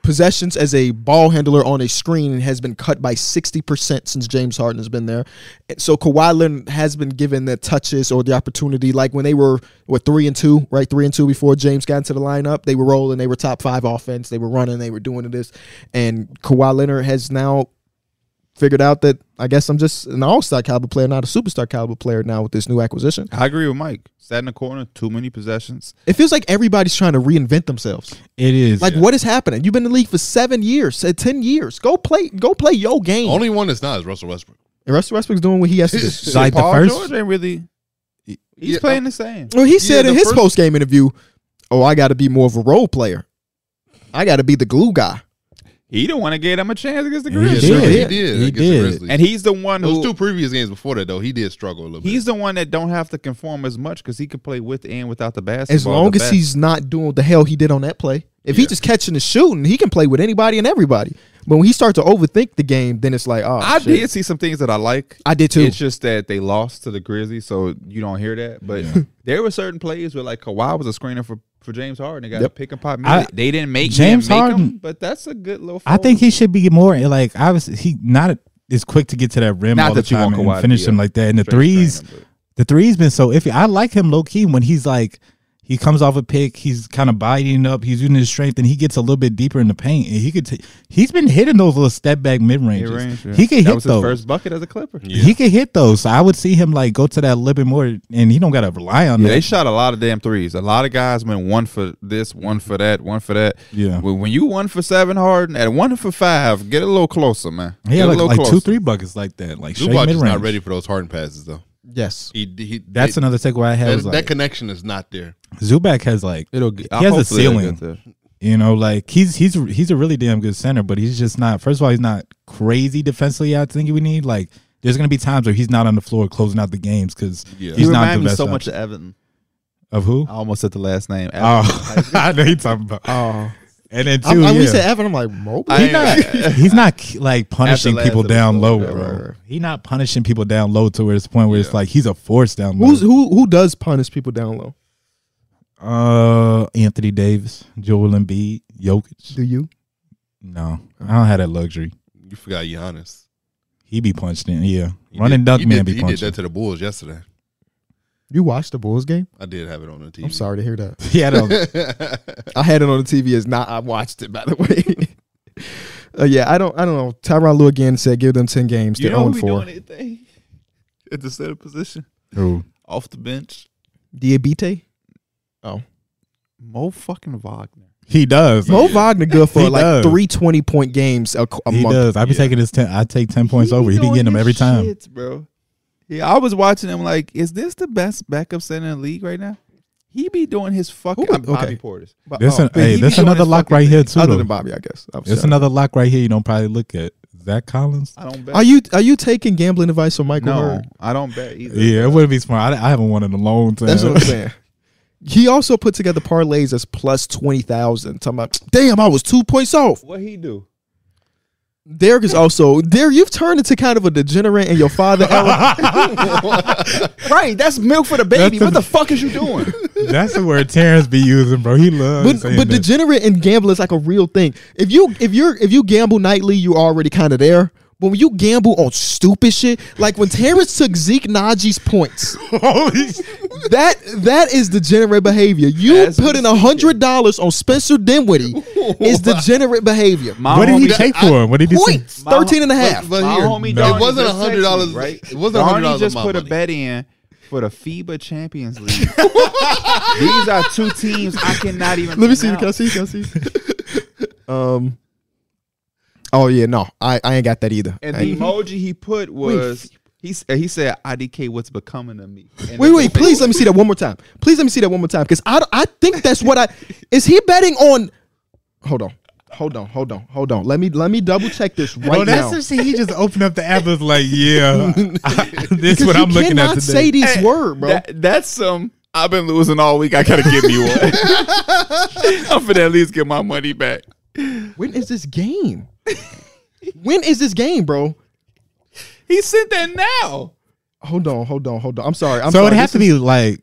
[SPEAKER 1] possessions as a ball handler on a screen has been cut by 60% since James Harden has been there. And so Kawhi Leonard has been given the touches or the opportunity like when they were what 3 and 2, right? 3 and 2 before James got into the lineup, they were rolling, they were top 5 offense, they were running, they were doing this and Kawhi Leonard has now figured out that I guess I'm just an all-star caliber player, not a superstar caliber player now with this new acquisition.
[SPEAKER 2] I agree with Mike. Sat in the corner, too many possessions.
[SPEAKER 1] It feels like everybody's trying to reinvent themselves.
[SPEAKER 4] It is
[SPEAKER 1] Like what is happening? You've been in the league for seven years, uh, ten years. Go play, go play your game.
[SPEAKER 3] Only one that's not is Russell Westbrook.
[SPEAKER 1] and Russell Westbrook's doing what he has to do.
[SPEAKER 4] It's like the
[SPEAKER 2] Paul
[SPEAKER 4] first-
[SPEAKER 2] George ain't really. uh, He's
[SPEAKER 3] Yeah,
[SPEAKER 2] playing the same.
[SPEAKER 1] Well, he said
[SPEAKER 3] the
[SPEAKER 1] in his
[SPEAKER 3] first-
[SPEAKER 1] post game interview, "Oh, I got to be more of a role player. I got to be the glue guy."
[SPEAKER 2] He the one that gave them a chance against the
[SPEAKER 4] He
[SPEAKER 3] Yeah,
[SPEAKER 2] Grizzlies,
[SPEAKER 4] did.
[SPEAKER 3] sure,
[SPEAKER 2] right?
[SPEAKER 3] He did.
[SPEAKER 4] He
[SPEAKER 3] against the
[SPEAKER 4] did.
[SPEAKER 3] Grizzlies.
[SPEAKER 2] and he's the one
[SPEAKER 3] Those
[SPEAKER 2] who
[SPEAKER 3] two previous games before that, though, he did struggle a little bit.
[SPEAKER 2] he's the one that don't have to conform as much because he can play with and without the basketball.
[SPEAKER 1] As long
[SPEAKER 2] the
[SPEAKER 1] as
[SPEAKER 2] best.
[SPEAKER 1] he's not doing what the hell he did on that play. If
[SPEAKER 3] Yeah.
[SPEAKER 1] he's just catching and shooting, he can play with anybody and everybody. But when he starts to overthink the game, then it's like, oh,
[SPEAKER 2] I
[SPEAKER 1] shit.
[SPEAKER 2] did see some things that I like.
[SPEAKER 1] I did too.
[SPEAKER 2] It's just that they lost to the Grizzlies, so you don't hear that. But there were certain plays where like Kawhi was a screener for, for James Harden. They got a
[SPEAKER 1] Yep.
[SPEAKER 2] pick and pop.
[SPEAKER 4] I-
[SPEAKER 2] minute. they didn't make James
[SPEAKER 4] James
[SPEAKER 2] Harden,
[SPEAKER 4] Harden-
[SPEAKER 2] but that's a good little.
[SPEAKER 4] I think he should be more like obviously he not as quick to get to that rim
[SPEAKER 2] Not
[SPEAKER 4] all the
[SPEAKER 2] that you
[SPEAKER 4] time
[SPEAKER 2] want Kawhi
[SPEAKER 4] and
[SPEAKER 2] to
[SPEAKER 4] finish
[SPEAKER 2] be
[SPEAKER 4] him
[SPEAKER 2] a
[SPEAKER 4] like that. And the
[SPEAKER 2] straight screener,
[SPEAKER 4] threes,
[SPEAKER 2] but-
[SPEAKER 4] the three's been so iffy. I like him low key when he's like he comes off a pick, he's kind of biting up, he's using his strength, and he gets a little bit deeper in the paint. And he could t- he's been hitting those little step back mid ranges.
[SPEAKER 2] Mid-range, yeah.
[SPEAKER 4] He can
[SPEAKER 2] that
[SPEAKER 4] hit
[SPEAKER 2] was
[SPEAKER 4] those.
[SPEAKER 2] his first bucket as a Clipper. Yeah.
[SPEAKER 4] He can hit those. So I would see him like go to that a little bit more, and he don't gotta rely on
[SPEAKER 2] they
[SPEAKER 4] that.
[SPEAKER 2] shot a lot of damn threes. A lot of guys went one for this, one for that, one for that.
[SPEAKER 4] Yeah.
[SPEAKER 2] When when you one for seven Harden at one for five, get a little closer, man. Get
[SPEAKER 4] He had
[SPEAKER 2] a
[SPEAKER 4] like,
[SPEAKER 2] little
[SPEAKER 4] like two,
[SPEAKER 2] closer.
[SPEAKER 4] three buckets like that, like straight
[SPEAKER 3] Zubac
[SPEAKER 4] mid
[SPEAKER 3] is not
[SPEAKER 4] range.
[SPEAKER 3] ready for those Harden passes, though.
[SPEAKER 1] yes,
[SPEAKER 3] He, he
[SPEAKER 4] That's
[SPEAKER 3] it-
[SPEAKER 4] another takeaway I had.
[SPEAKER 3] that,
[SPEAKER 4] was like,
[SPEAKER 3] that connection is not there.
[SPEAKER 4] Zubac has like
[SPEAKER 2] It'll. He
[SPEAKER 4] has a ceiling. You know, like he's he's he's a really damn good center, but he's just not. First of all, he's not crazy defensively. I think we need like there's gonna be times where he's not on the floor closing out the games because
[SPEAKER 3] Yeah.
[SPEAKER 4] he's
[SPEAKER 2] you
[SPEAKER 4] not the
[SPEAKER 2] remind me
[SPEAKER 4] best.
[SPEAKER 2] so
[SPEAKER 4] option.
[SPEAKER 2] much of Evan.
[SPEAKER 4] of who?
[SPEAKER 2] I almost said the last name. Evan.
[SPEAKER 4] Oh, I know you're talking about.
[SPEAKER 1] oh,
[SPEAKER 4] And then
[SPEAKER 1] I'm,
[SPEAKER 4] too,
[SPEAKER 1] like,
[SPEAKER 4] yeah.
[SPEAKER 1] we said Evan. I'm like, Mobley?
[SPEAKER 2] I-
[SPEAKER 4] he's not he's not like punishing
[SPEAKER 2] last
[SPEAKER 4] people
[SPEAKER 2] episode,
[SPEAKER 4] down low,
[SPEAKER 2] right,
[SPEAKER 4] bro.
[SPEAKER 2] right, right.
[SPEAKER 4] He's not punishing people down low to where it's point where it's
[SPEAKER 3] Yeah.
[SPEAKER 4] like he's a force down low.
[SPEAKER 1] Who's who? Who does punish people down low?
[SPEAKER 4] uh Anthony Davis, Joel Embiid, Jokic?
[SPEAKER 1] Do you?
[SPEAKER 4] No, I don't have that luxury.
[SPEAKER 3] You forgot Giannis.
[SPEAKER 4] He be punched in, yeah.
[SPEAKER 3] He
[SPEAKER 4] Running
[SPEAKER 3] did-
[SPEAKER 4] dunk
[SPEAKER 3] he
[SPEAKER 4] man
[SPEAKER 3] did,
[SPEAKER 4] be
[SPEAKER 3] He
[SPEAKER 4] punching.
[SPEAKER 3] did that to the Bulls yesterday.
[SPEAKER 1] You watched the Bulls game?
[SPEAKER 3] I did have it on the TV.
[SPEAKER 1] I'm sorry to hear that.
[SPEAKER 4] He had a
[SPEAKER 1] I had it on the TV as not. I watched it by the way. uh, yeah, I don't. I don't know. Tyron Lue again said, "Give them ten games.
[SPEAKER 2] You
[SPEAKER 1] They're
[SPEAKER 2] know who
[SPEAKER 1] on
[SPEAKER 2] be
[SPEAKER 1] four.
[SPEAKER 2] doing anything at the center position
[SPEAKER 4] Who?
[SPEAKER 2] off the bench?
[SPEAKER 1] Diabite.
[SPEAKER 2] Mo fucking Wagner.
[SPEAKER 4] He does.
[SPEAKER 1] Mo Wagner good for
[SPEAKER 4] He
[SPEAKER 1] like
[SPEAKER 4] does.
[SPEAKER 1] three twenty point games Oh, a, a
[SPEAKER 4] he
[SPEAKER 1] month.
[SPEAKER 4] does. I be taking his ten. I take ten points
[SPEAKER 2] He
[SPEAKER 4] over. He be
[SPEAKER 2] doing
[SPEAKER 4] getting them
[SPEAKER 2] his
[SPEAKER 4] every time.
[SPEAKER 2] shits, bro. Yeah, I was watching him like, is this the best backup center in the league right now? He be doing his fucking
[SPEAKER 1] Who-
[SPEAKER 2] I'm Bobby
[SPEAKER 1] okay.
[SPEAKER 2] Portis.
[SPEAKER 1] But-
[SPEAKER 4] This an-
[SPEAKER 1] Oh, but
[SPEAKER 4] hey,
[SPEAKER 1] he
[SPEAKER 4] this
[SPEAKER 1] be doing
[SPEAKER 4] another
[SPEAKER 1] his
[SPEAKER 4] lock
[SPEAKER 1] fucking
[SPEAKER 4] right
[SPEAKER 1] thing.
[SPEAKER 4] here, too,
[SPEAKER 1] Other
[SPEAKER 4] though.
[SPEAKER 1] than Bobby, I guess. I was
[SPEAKER 4] It's
[SPEAKER 1] shouting.
[SPEAKER 4] another lock right here. You don't probably look at Zach Collins.
[SPEAKER 2] I don't bet.
[SPEAKER 1] Are you are you taking gambling advice from Michael
[SPEAKER 2] No,
[SPEAKER 1] Hurd?
[SPEAKER 2] I don't bet either.
[SPEAKER 4] Yeah, it wouldn't be smart. I, I haven't won in a long time.
[SPEAKER 1] That's what I'm saying. He also put together parlays as plus twenty thousand. Talking about, damn, I was two points off.
[SPEAKER 2] What he do?
[SPEAKER 1] Derek is also Derek. You've turned into kind of a degenerate and your father. era.
[SPEAKER 2] Right, that's milk for the baby.
[SPEAKER 4] That's
[SPEAKER 2] what
[SPEAKER 4] the-
[SPEAKER 2] the fuck is you doing?
[SPEAKER 4] That's the word Terrence be using, bro. He
[SPEAKER 1] but
[SPEAKER 4] loves saying
[SPEAKER 1] but
[SPEAKER 4] that.
[SPEAKER 1] degenerate and gambler is like a real thing. If you if you're if you gamble nightly, you're already kind of there. But when you gamble on stupid shit, like when Terrence took Zeke Najee's points,
[SPEAKER 4] Holy sh-
[SPEAKER 1] that that is degenerate behavior. You
[SPEAKER 2] As we
[SPEAKER 1] putting a hundred dollars on Spencer Dinwiddie is degenerate behavior.
[SPEAKER 2] My
[SPEAKER 4] what did he
[SPEAKER 2] homie-
[SPEAKER 4] take for him? What did he say?
[SPEAKER 1] Points, 13 and a half.
[SPEAKER 3] But, but
[SPEAKER 2] My
[SPEAKER 3] here,
[SPEAKER 2] homie
[SPEAKER 4] No.
[SPEAKER 3] it
[SPEAKER 2] Donnie
[SPEAKER 3] wasn't
[SPEAKER 2] just texted
[SPEAKER 3] hundred dollars.
[SPEAKER 2] me, Right?
[SPEAKER 3] It wasn't hundred
[SPEAKER 2] Donnie
[SPEAKER 3] dollars.
[SPEAKER 2] just
[SPEAKER 3] on my
[SPEAKER 2] put a
[SPEAKER 3] money.
[SPEAKER 2] bet in for the FIBA Champions League. These are two teams I cannot even.
[SPEAKER 1] Let me see. Can I
[SPEAKER 2] pronounce.
[SPEAKER 1] see? Can I see? um. Oh yeah, no, I, I ain't got that either.
[SPEAKER 2] And
[SPEAKER 1] I
[SPEAKER 2] the
[SPEAKER 1] ain't-
[SPEAKER 2] emoji he put was he s- he said IDK what's becoming of me. And
[SPEAKER 1] wait,
[SPEAKER 2] that's
[SPEAKER 1] wait,
[SPEAKER 2] the
[SPEAKER 1] please
[SPEAKER 2] thing.
[SPEAKER 1] let me see that one more time. Please let me see that one more time because I, don't- I think that's what I is he betting on. Hold on, hold on, hold on, hold on. Let me let me double check this right
[SPEAKER 4] Bro,
[SPEAKER 1] now.
[SPEAKER 4] that's the shit. He just opened up the app. and was like, yeah, this is what
[SPEAKER 1] you
[SPEAKER 4] I'm looking at
[SPEAKER 1] cannot
[SPEAKER 4] today.
[SPEAKER 1] say this
[SPEAKER 2] Hey,
[SPEAKER 1] word, bro.
[SPEAKER 2] That, that's some. I've been losing all week. I gotta give me one. I'm finna at least get my money back.
[SPEAKER 1] when is this game? when is this game, bro?
[SPEAKER 2] He sent that now.
[SPEAKER 1] Hold on, hold on, hold on. I'm sorry. I'm
[SPEAKER 4] so
[SPEAKER 1] sorry.
[SPEAKER 4] it'd have to
[SPEAKER 1] This
[SPEAKER 4] be like
[SPEAKER 1] is-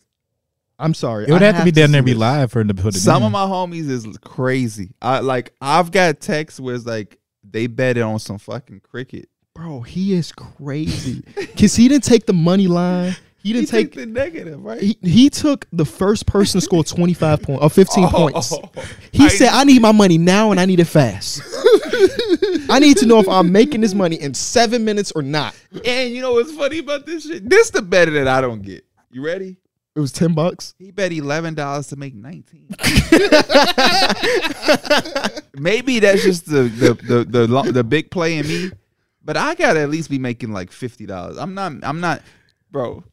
[SPEAKER 1] I'm sorry.
[SPEAKER 4] it would
[SPEAKER 1] I
[SPEAKER 4] have to be down
[SPEAKER 1] see
[SPEAKER 4] there and be
[SPEAKER 1] this.
[SPEAKER 4] live for him to put it.
[SPEAKER 2] Some
[SPEAKER 4] in.
[SPEAKER 2] of my homies is crazy. I like I've got texts where it's like they bet it on some fucking cricket.
[SPEAKER 1] bro. He is crazy because he didn't take the money line. He
[SPEAKER 2] He
[SPEAKER 1] didn't take
[SPEAKER 2] the negative, right?
[SPEAKER 1] he, he took the first person to score 25 points or 15
[SPEAKER 2] Oh.
[SPEAKER 1] points. He said, I need my money now and I need it fast. I need to know if I'm making this money in seven minutes or not.
[SPEAKER 2] and you know what's funny about this shit? This the better that I don't get. You ready?
[SPEAKER 1] It was 10 bucks.
[SPEAKER 2] He bet eleven dollars to make nineteen. Maybe that's just the the the the, lo- the big play in me, but I gotta at least be making like fifty dollars. I'm not. I'm not, bro.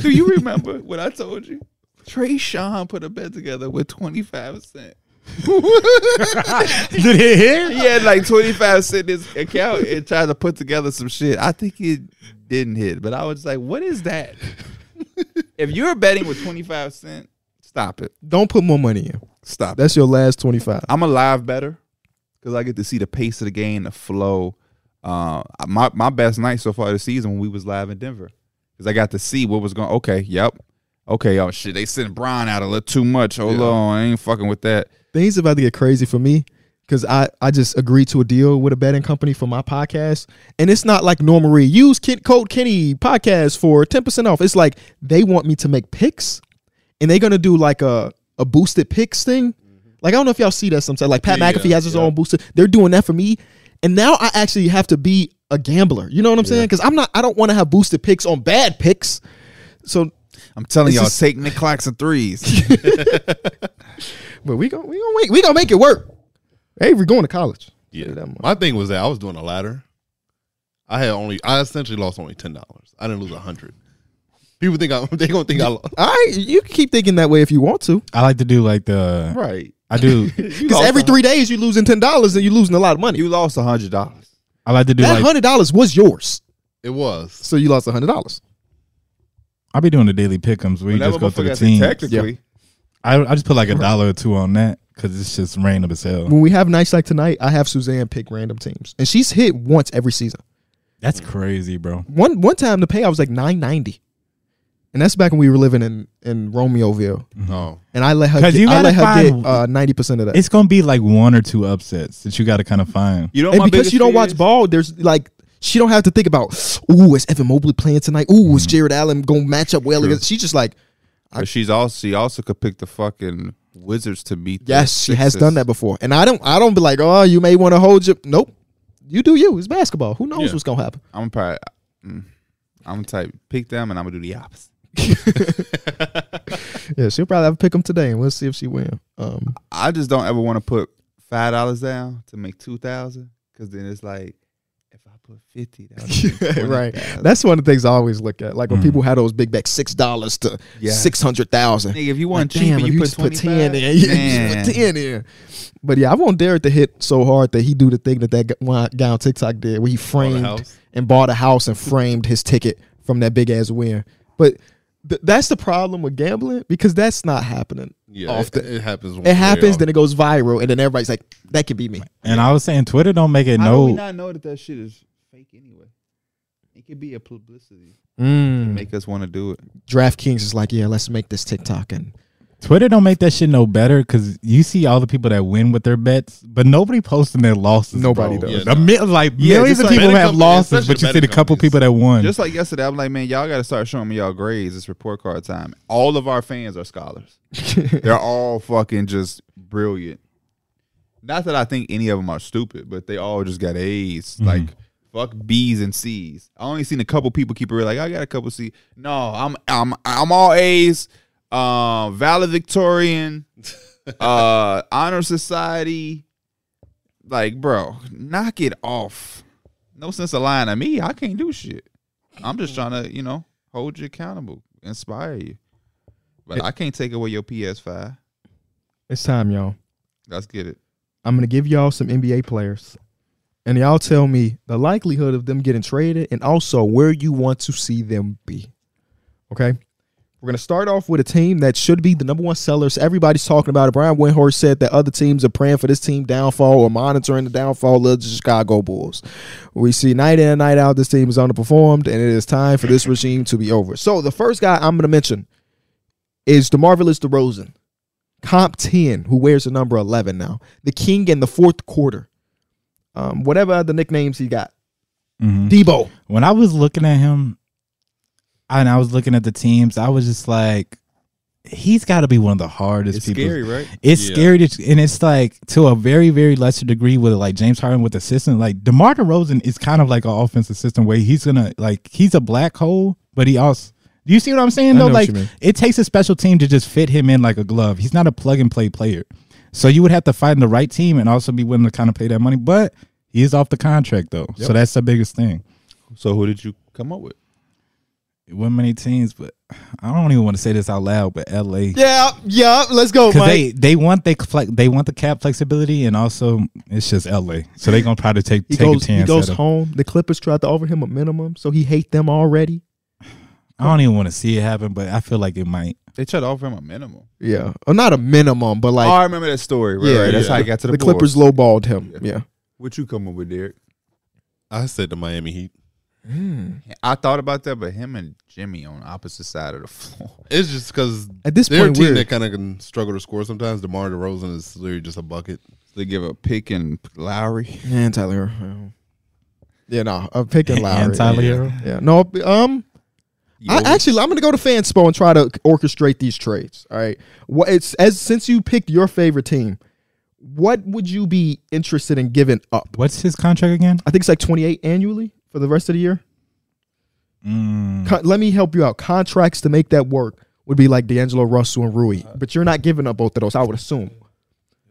[SPEAKER 2] Do you remember what I told you? Trey Sean put a bet together with twenty five cent.
[SPEAKER 4] did he hear?
[SPEAKER 2] He had like twenty five cent in his account and tried to put together some shit. I think it didn't hit, but I was like, "What is that?" if you're betting with twenty five cent, stop it.
[SPEAKER 1] Don't put more money in.
[SPEAKER 2] Stop.
[SPEAKER 1] That's your last 25.
[SPEAKER 2] I'm alive better because I get to see the pace of the game, the flow. Uh, my my best night so far this season when we was live in Denver because I got to see what was going. Okay, yep. Okay, oh shit, they sent Brian out a little too much. Hold on, I ain't fucking with that.
[SPEAKER 1] Things about to get crazy for me because I, I just agreed to a deal with a betting company for my podcast. And it's not like normally use kid code Kenny podcast for 10% off. It's like they want me to make picks and they're going to do like a, a boosted picks thing. Like I don't know if y'all see that sometimes. Like Pat
[SPEAKER 3] Mm-hmm. Yeah,
[SPEAKER 1] McAfee has his
[SPEAKER 3] yeah.
[SPEAKER 1] own booster. They're doing that for me, and now I actually have to be a gambler. You know what I'm saying? Because I'm not. I don't want to have boosted picks on bad picks. So,
[SPEAKER 2] I'm telling
[SPEAKER 1] It's
[SPEAKER 2] y'all,
[SPEAKER 1] just-
[SPEAKER 2] take Nick Claxton threes.
[SPEAKER 1] but we gonna we gonna wait. We gonna make it work. Hey, we're going to college. Tell you
[SPEAKER 3] Yeah.
[SPEAKER 1] that much.
[SPEAKER 3] My thing was that I was doing a ladder. I had only I essentially lost only ten dollars. I didn't lose a hundred. People think I they gonna think I lost.
[SPEAKER 1] All right, you can keep thinking that way if you want to.
[SPEAKER 4] I like to do like the
[SPEAKER 2] right.
[SPEAKER 4] I do
[SPEAKER 1] Because every three days you losing ten dollars and you losing a lot of money.
[SPEAKER 2] you lost a hundred dollars.
[SPEAKER 4] I like to do
[SPEAKER 1] That
[SPEAKER 4] like
[SPEAKER 1] hundred dollars was yours,
[SPEAKER 3] It was.
[SPEAKER 1] so you lost hundred dollars.
[SPEAKER 4] I'll be doing the daily pickums where you just go through the team.
[SPEAKER 2] technically,
[SPEAKER 4] I I just put like a dollar or two on that because it's just random as hell.
[SPEAKER 1] When we have nights like tonight, I have Suzanne pick random teams, and she's hit once every season.
[SPEAKER 4] That's crazy, bro.
[SPEAKER 1] one one time the payout was like nine ninety, and that's back when we were living in in Romeoville,
[SPEAKER 4] Mm-hmm.
[SPEAKER 3] Oh,
[SPEAKER 1] and I let her
[SPEAKER 4] 'Cause
[SPEAKER 1] get,
[SPEAKER 4] you
[SPEAKER 1] I let
[SPEAKER 4] gotta
[SPEAKER 1] her
[SPEAKER 4] find-
[SPEAKER 1] get uh, ninety percent of that.
[SPEAKER 4] It's gonna be like one or two upsets that you got to kind of find.
[SPEAKER 2] you know
[SPEAKER 1] and
[SPEAKER 2] my
[SPEAKER 1] because
[SPEAKER 2] biggest
[SPEAKER 1] you don't
[SPEAKER 2] fear
[SPEAKER 1] watch
[SPEAKER 2] is?
[SPEAKER 1] ball, there's like she don't have to think about ooh is Evan Mobley playing tonight? Ooh is Jared Allen gonna match up well? against-" She's just like
[SPEAKER 2] But she's also she also could pick the fucking Wizards to beat. the
[SPEAKER 1] yes, she has
[SPEAKER 2] Sixers.
[SPEAKER 1] done that before, and I don't I don't be like oh you may want to hold your nope. You do you. It's basketball. Who knows
[SPEAKER 3] Yeah.
[SPEAKER 1] what's gonna happen?
[SPEAKER 2] I'm probably mm, I'm type pick them and I'm gonna do the opposite.
[SPEAKER 1] Yeah, she'll probably have to pick him today, and we'll see if she win. Um,
[SPEAKER 2] I just don't ever want to put five dollars down to make two thousand because then it's like if I put fifty. That
[SPEAKER 1] Yeah, right. That's one of the things I always look at. Like when people had those big back six dollars to
[SPEAKER 2] Yeah.
[SPEAKER 1] six hundred thousand.
[SPEAKER 2] Nigga, if you want cheap
[SPEAKER 1] damn, if
[SPEAKER 2] and you,
[SPEAKER 1] you
[SPEAKER 2] put
[SPEAKER 1] just put
[SPEAKER 2] 25,
[SPEAKER 1] ten in, yeah, you
[SPEAKER 2] man.
[SPEAKER 1] just put ten in. But yeah, I want Derek to hit so hard that he do the thing that that gu- one guy on TikTok did, where he framed
[SPEAKER 3] house.
[SPEAKER 1] and bought a house and framed his ticket from that big ass win. But th- that's the problem with gambling because that's not happening
[SPEAKER 3] Yeah,
[SPEAKER 1] often.
[SPEAKER 3] it, it happens.
[SPEAKER 1] It happens, then it goes viral, and then everybody's like, "That could be me."
[SPEAKER 4] And I was saying Twitter don't make it
[SPEAKER 2] How do we
[SPEAKER 4] no.
[SPEAKER 2] not know that that shit is fake anyway? It could be a publicity.
[SPEAKER 1] Mm.
[SPEAKER 2] Make us want to do it.
[SPEAKER 1] DraftKings is like, "Yeah, let's make this TikTok," and
[SPEAKER 4] Twitter don't make that shit no better because you see all the people that win with their bets, but nobody posting their losses.
[SPEAKER 1] Nobody
[SPEAKER 4] bro.
[SPEAKER 1] does.
[SPEAKER 4] The mi- like
[SPEAKER 2] Yeah,
[SPEAKER 4] millions
[SPEAKER 2] just
[SPEAKER 4] of
[SPEAKER 2] like-
[SPEAKER 4] people
[SPEAKER 3] Betting
[SPEAKER 4] have
[SPEAKER 3] companies,
[SPEAKER 4] losses,
[SPEAKER 3] especially
[SPEAKER 4] but you see
[SPEAKER 3] betting
[SPEAKER 4] the couple
[SPEAKER 3] companies.
[SPEAKER 4] people that won.
[SPEAKER 2] Just like yesterday, I'm like, man, y'all got to start showing me y'all grades. It's report card time. All of our fans are scholars. They're all fucking just brilliant. Not that I think any of them are stupid, but they all just got A's. Like fuck B's and C's. I only seen a couple people keep it real. Like I got a couple C. No, I'm I'm I'm all A's. Uh, valedictorian. uh, honor society. Like, bro, knock it off. No sense of lying to me. I can't do shit. I'm just trying to, you know, hold you accountable, inspire you. But I can't take away your PS5.
[SPEAKER 1] it's time, y'all.
[SPEAKER 2] Let's get it.
[SPEAKER 1] I'm gonna give y'all some NBA players, and y'all tell me the likelihood of them getting traded, and also where you want to see them be. Okay, we're gonna start off with a team that should be the number one sellers. Everybody's talking about it. Brian Windhorst said that other teams are praying for this team downfall or monitoring the downfall of the Chicago Bulls. We see night in and night out this team is underperformed, and it is time for this regime to be over. So the first guy I'm gonna mention is the marvelous DeRozan comp 10 who wears the number 11 now the king in the fourth quarter um, whatever other nicknames he got
[SPEAKER 4] Mhm.
[SPEAKER 1] debo
[SPEAKER 4] when I was looking at him and I was looking at the teams, I was just like, he's got to be one of the hardest
[SPEAKER 2] It's
[SPEAKER 4] people.
[SPEAKER 2] scary, right?
[SPEAKER 4] It's
[SPEAKER 3] Yeah.
[SPEAKER 4] scary, to, and it's like to a very, very lesser degree with like James Harden with the system. Like DeMar DeRozan is kind of like an offensive system where he's gonna like he's a black hole, but he also. Do you see what I'm saying
[SPEAKER 1] I
[SPEAKER 4] though?
[SPEAKER 1] know what
[SPEAKER 4] Like
[SPEAKER 1] you mean.
[SPEAKER 4] it takes a special team to just fit him in like a glove. He's not a plug and play player, so you would have to find the right team and also be willing to kind of pay that money. But he is off the contract though, so that's the biggest thing.
[SPEAKER 2] So who did you come up with?
[SPEAKER 4] It wasn't many teams, but I don't even want to say this out loud. But LA,
[SPEAKER 1] yeah yeah let's go
[SPEAKER 4] Cause
[SPEAKER 1] Mike.
[SPEAKER 4] they they want they flex, they want the cap flexibility and also it's just LA, so they gonna probably take
[SPEAKER 1] he
[SPEAKER 4] take
[SPEAKER 1] goes
[SPEAKER 4] a
[SPEAKER 1] he
[SPEAKER 4] chance.
[SPEAKER 1] goes
[SPEAKER 4] at him.
[SPEAKER 1] home the clippers tried to offer him a minimum so he hate them already
[SPEAKER 4] I don't even want to see it happen, but I feel like it might.
[SPEAKER 2] They tried to offer him a minimum.
[SPEAKER 1] yeah or not a minimum but like
[SPEAKER 2] oh, I remember that story. Right,
[SPEAKER 1] Yeah,
[SPEAKER 2] right. That's
[SPEAKER 3] yeah.
[SPEAKER 2] how I got to
[SPEAKER 1] the,
[SPEAKER 2] the, Bulls.
[SPEAKER 1] clippers lowballed him yeah
[SPEAKER 2] What you come up with, Derek?
[SPEAKER 3] I said the Miami Heat.
[SPEAKER 2] I thought about that, but him and Jimmy on opposite side of the floor.
[SPEAKER 3] It's just because
[SPEAKER 1] At this
[SPEAKER 3] they're
[SPEAKER 1] point,
[SPEAKER 3] a team
[SPEAKER 1] we're-
[SPEAKER 3] that kind of can struggle to score sometimes. DeMar DeRozan is literally just a bucket.
[SPEAKER 2] They give a pick and Lowry.
[SPEAKER 1] and tyler Hero. yeah no i'm picking Lowry.
[SPEAKER 4] And Tyler
[SPEAKER 1] yeah.
[SPEAKER 4] Hero.
[SPEAKER 1] yeah no um I actually I'm gonna go to Fanspo and try to orchestrate these trades. All right. What it's as since you picked your favorite team, what would you be interested in giving up?
[SPEAKER 4] What's his contract again?
[SPEAKER 1] I think it's like 28 annually for the rest of the year. Con- let me help you out. Contracts to make that work would be like D'Angelo Russell and Rui, but you're not giving up both of those. I would assume.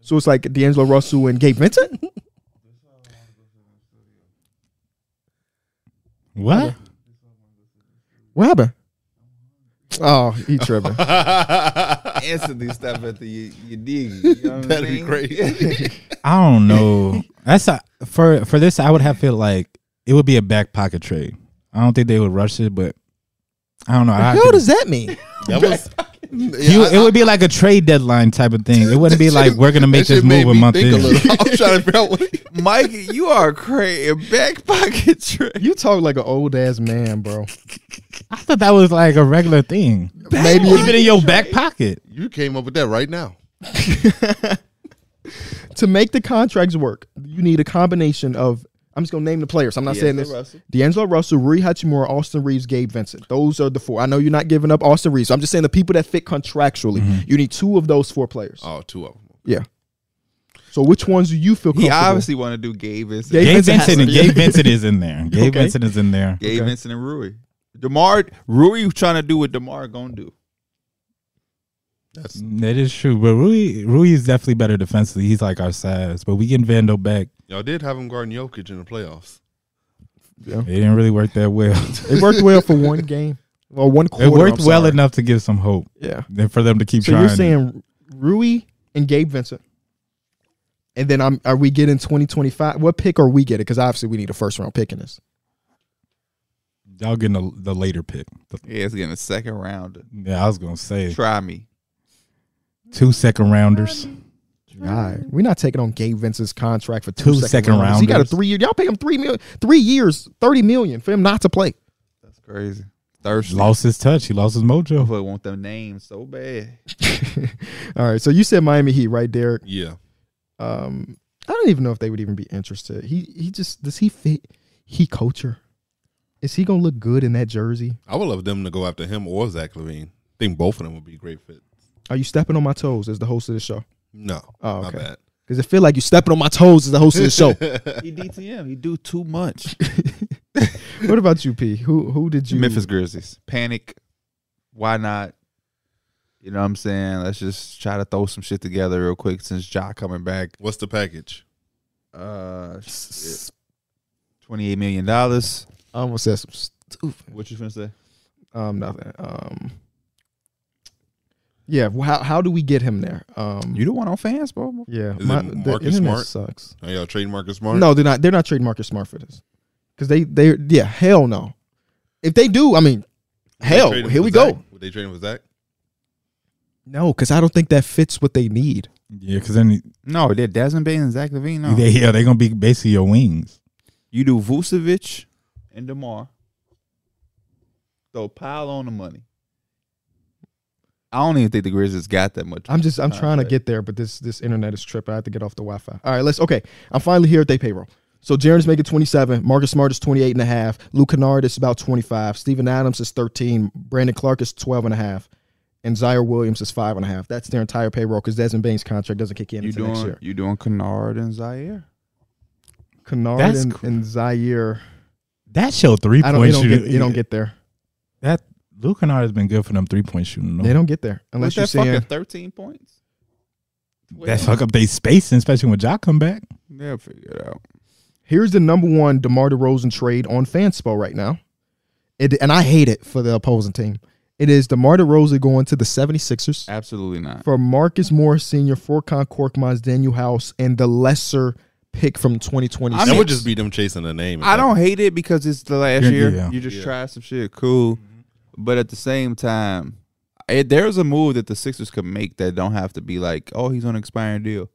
[SPEAKER 1] So it's like D'Angelo Russell and Gabe Vincent.
[SPEAKER 4] What?
[SPEAKER 1] What happened? Oh, he tripping.
[SPEAKER 2] Instantly step at the you, you dig. You know what I'm
[SPEAKER 3] That'd be
[SPEAKER 2] saying?
[SPEAKER 3] crazy.
[SPEAKER 4] I don't know. That's a, for for this. I would have feel like it would be a back pocket trade. I don't think they would rush it, but I don't know. I
[SPEAKER 1] Hell
[SPEAKER 4] could-
[SPEAKER 1] does that mean?
[SPEAKER 3] that was. Yeah,
[SPEAKER 4] you,
[SPEAKER 3] I-
[SPEAKER 4] it would be like a trade deadline type of thing. It wouldn't be like we're gonna
[SPEAKER 3] that
[SPEAKER 4] make this
[SPEAKER 3] shit made
[SPEAKER 4] move a
[SPEAKER 3] me
[SPEAKER 4] month
[SPEAKER 3] think
[SPEAKER 4] in.
[SPEAKER 3] little. I'm trying to figure out what.
[SPEAKER 2] Mike, you are crazy. Back pocket trick.
[SPEAKER 1] You talk like an old ass man, bro.
[SPEAKER 4] I thought that was like a regular thing.
[SPEAKER 1] Maybe
[SPEAKER 4] Keep it in your back pocket.
[SPEAKER 3] You came up with that right now.
[SPEAKER 1] to make the contracts work, you need a combination of. I'm just gonna name the players. I'm not saying this.
[SPEAKER 2] D'Angelo Russell.
[SPEAKER 1] D'Angelo Russell, Rui Hachimura, Austin Reeves, Gabe Vincent. Those are the four. I know you're not giving up Austin Reeves. I'm just saying the people that fit contractually.
[SPEAKER 4] Mm-hmm.
[SPEAKER 1] You need two of those four players.
[SPEAKER 3] Oh, two of them.
[SPEAKER 1] Yeah. So which ones do you feel
[SPEAKER 2] He
[SPEAKER 1] comfortable?
[SPEAKER 2] obviously want to do Gabe Vincent.
[SPEAKER 1] Gabe
[SPEAKER 4] Gabe,
[SPEAKER 1] Vincent has
[SPEAKER 4] Vincent,
[SPEAKER 1] to be-
[SPEAKER 4] Gabe Vincent is in there. Gabe
[SPEAKER 1] Okay.
[SPEAKER 4] Vincent is in there.
[SPEAKER 2] Gabe Vincent and Rui. Demar Rui trying to do what Demar gonna do.
[SPEAKER 3] That's
[SPEAKER 4] That is true, but Rui Rui is definitely better defensively. He's like our size, but we getting Vando back.
[SPEAKER 3] y'all did have him guarding Jokic in the playoffs.
[SPEAKER 4] It didn't really work that well.
[SPEAKER 1] It worked well for one game. Well, one quarter.
[SPEAKER 4] it worked
[SPEAKER 1] I'm
[SPEAKER 4] well
[SPEAKER 1] sorry.
[SPEAKER 4] enough to give some hope
[SPEAKER 1] Yeah.
[SPEAKER 4] and for them to keep
[SPEAKER 1] So
[SPEAKER 4] trying.
[SPEAKER 1] you're saying Rui and Gabe Vincent, and then I'm, are we getting 2025? What pick are we getting? Because obviously we need a first round pick in this.
[SPEAKER 4] y'all getting the, the later pick. The-
[SPEAKER 2] Yeah, it's getting a second round.
[SPEAKER 4] yeah, I was gonna say
[SPEAKER 2] Try me.
[SPEAKER 4] two second rounders.
[SPEAKER 1] All we're not taking on Gabe Vincent's contract for
[SPEAKER 4] Mm-hmm. Two
[SPEAKER 1] two,
[SPEAKER 4] second
[SPEAKER 1] rounds. He got a
[SPEAKER 4] rounders.
[SPEAKER 1] three year. Y'all pay him three million, three years, thirty million for him not to play.
[SPEAKER 2] That's crazy. Thirsty.
[SPEAKER 4] Lost his touch. He lost his
[SPEAKER 2] I
[SPEAKER 4] mojo.
[SPEAKER 2] want them names so bad.
[SPEAKER 1] All right, so you said Miami Heat, right, Derek?
[SPEAKER 3] Yeah.
[SPEAKER 1] Um, I don't even know if they would even be interested. He he just does he fit he culture? Is he gonna look good in that jersey?
[SPEAKER 3] I would love them to go after him or Zach Levine. I think both of them would be great fit.
[SPEAKER 1] Are you stepping on my toes as the host of the show?
[SPEAKER 3] No.
[SPEAKER 1] Oh,
[SPEAKER 3] My
[SPEAKER 1] okay.
[SPEAKER 3] bad.
[SPEAKER 1] Because it feel like you stepping on my toes as the host of the show.
[SPEAKER 2] He DTM. He do too much.
[SPEAKER 1] what about you, P? Who who did you?
[SPEAKER 2] Memphis Grizzlies. Panic. Why not? You know what I'm saying? Let's just try to throw some shit together real quick since Ja coming back.
[SPEAKER 3] What's the package?
[SPEAKER 2] Uh shit. $28 million. What
[SPEAKER 1] I almost said some stupid.
[SPEAKER 2] you finna say?
[SPEAKER 1] Um, nothing. Um, yeah. well, How how do we get him there? Um,
[SPEAKER 2] You the one on fans, bro.
[SPEAKER 1] yeah.
[SPEAKER 3] Is it Marcus
[SPEAKER 1] internet
[SPEAKER 3] Smart?
[SPEAKER 1] sucks.
[SPEAKER 3] Are y'all trading Marcus Smart?
[SPEAKER 1] No, they're not. They're not trading Marcus Smart for this because they they yeah hell no. If they do, I mean, hell,
[SPEAKER 3] Trade him
[SPEAKER 1] here
[SPEAKER 3] for
[SPEAKER 1] we
[SPEAKER 3] Zach?
[SPEAKER 1] go.
[SPEAKER 3] Would they trade him with Zach?
[SPEAKER 1] No, because I don't think that fits what they need.
[SPEAKER 4] Yeah, because then he-
[SPEAKER 2] No, they're Desmond Bain and Zach Levine. No.
[SPEAKER 4] they, yeah they're gonna be basically your wings.
[SPEAKER 2] You do Vucevic and DeMar. So pile on the money. I don't even think the Grizzlies got that much.
[SPEAKER 1] I'm just I'm trying to
[SPEAKER 2] contract.
[SPEAKER 1] get there, but this this internet is tripping. I have to get off the Wi-Fi. All right, let's okay. I'm finally here at they payroll. So Jaron's making 27, Marcus Smart is 28 and a half, Luke Kennard is about 25, Steven Adams is 13, Brandon Clark is 12 and a half, and Zaire Williams is five and a half. That's their entire payroll because Desmond Bain's contract doesn't kick in
[SPEAKER 2] you
[SPEAKER 1] until next
[SPEAKER 2] doing
[SPEAKER 1] year.
[SPEAKER 2] you doing Kennard and Zaire.
[SPEAKER 1] Kennard
[SPEAKER 4] That's
[SPEAKER 1] and,
[SPEAKER 4] cr-
[SPEAKER 1] and Zaire,
[SPEAKER 4] That show three
[SPEAKER 1] I don't, they
[SPEAKER 4] point
[SPEAKER 1] don't
[SPEAKER 4] shooting.
[SPEAKER 1] get they don't get there.
[SPEAKER 4] that. Luke Kennard has been good for them three point shooting. though.
[SPEAKER 1] They don't get there unless
[SPEAKER 2] With
[SPEAKER 1] you're
[SPEAKER 2] that fucking
[SPEAKER 1] saying
[SPEAKER 2] thirteen points.
[SPEAKER 4] That fuck up they spacing, especially when Ja come back.
[SPEAKER 2] They'll figure it out.
[SPEAKER 1] here's the number one DeMar DeRozan trade on Fanspo right now. It, and I hate it for the opposing team. It is DeMar DeRozan going to the 76ers
[SPEAKER 2] Absolutely not.
[SPEAKER 1] for Marcus Morris Sr., Forcon Korkmaz, Daniel House, and the lesser pick from 2020.
[SPEAKER 2] I
[SPEAKER 3] that
[SPEAKER 2] mean-
[SPEAKER 3] would just be them chasing the name.
[SPEAKER 2] I don't hate it because it's the last
[SPEAKER 4] Yeah,
[SPEAKER 2] year.
[SPEAKER 4] yeah.
[SPEAKER 2] You just
[SPEAKER 3] Yeah.
[SPEAKER 2] try some shit, cool. But at the same time, it, there's a move that the Sixers could make that don't have to be like, oh, he's on an expiring deal.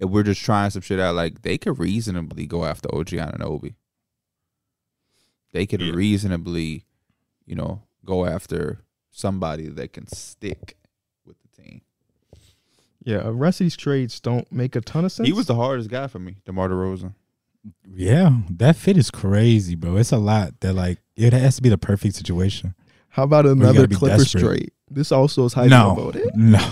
[SPEAKER 2] And we're just trying some shit out. Like they could reasonably go after OG Ananobi. They could
[SPEAKER 3] Yeah.
[SPEAKER 2] reasonably, you know, go after somebody that can stick with the team.
[SPEAKER 1] yeah, the rest of these trades don't make a ton of sense.
[SPEAKER 2] He was the hardest guy for me, DeMar DeRozan.
[SPEAKER 4] Yeah, that fit is crazy, bro. It's a lot that like it has to be the perfect situation.
[SPEAKER 1] How about
[SPEAKER 4] Oh, gotta
[SPEAKER 1] another
[SPEAKER 4] be
[SPEAKER 1] Clippers
[SPEAKER 4] desperate.
[SPEAKER 1] trade? This also is hyping
[SPEAKER 4] No,
[SPEAKER 1] about it.
[SPEAKER 4] no,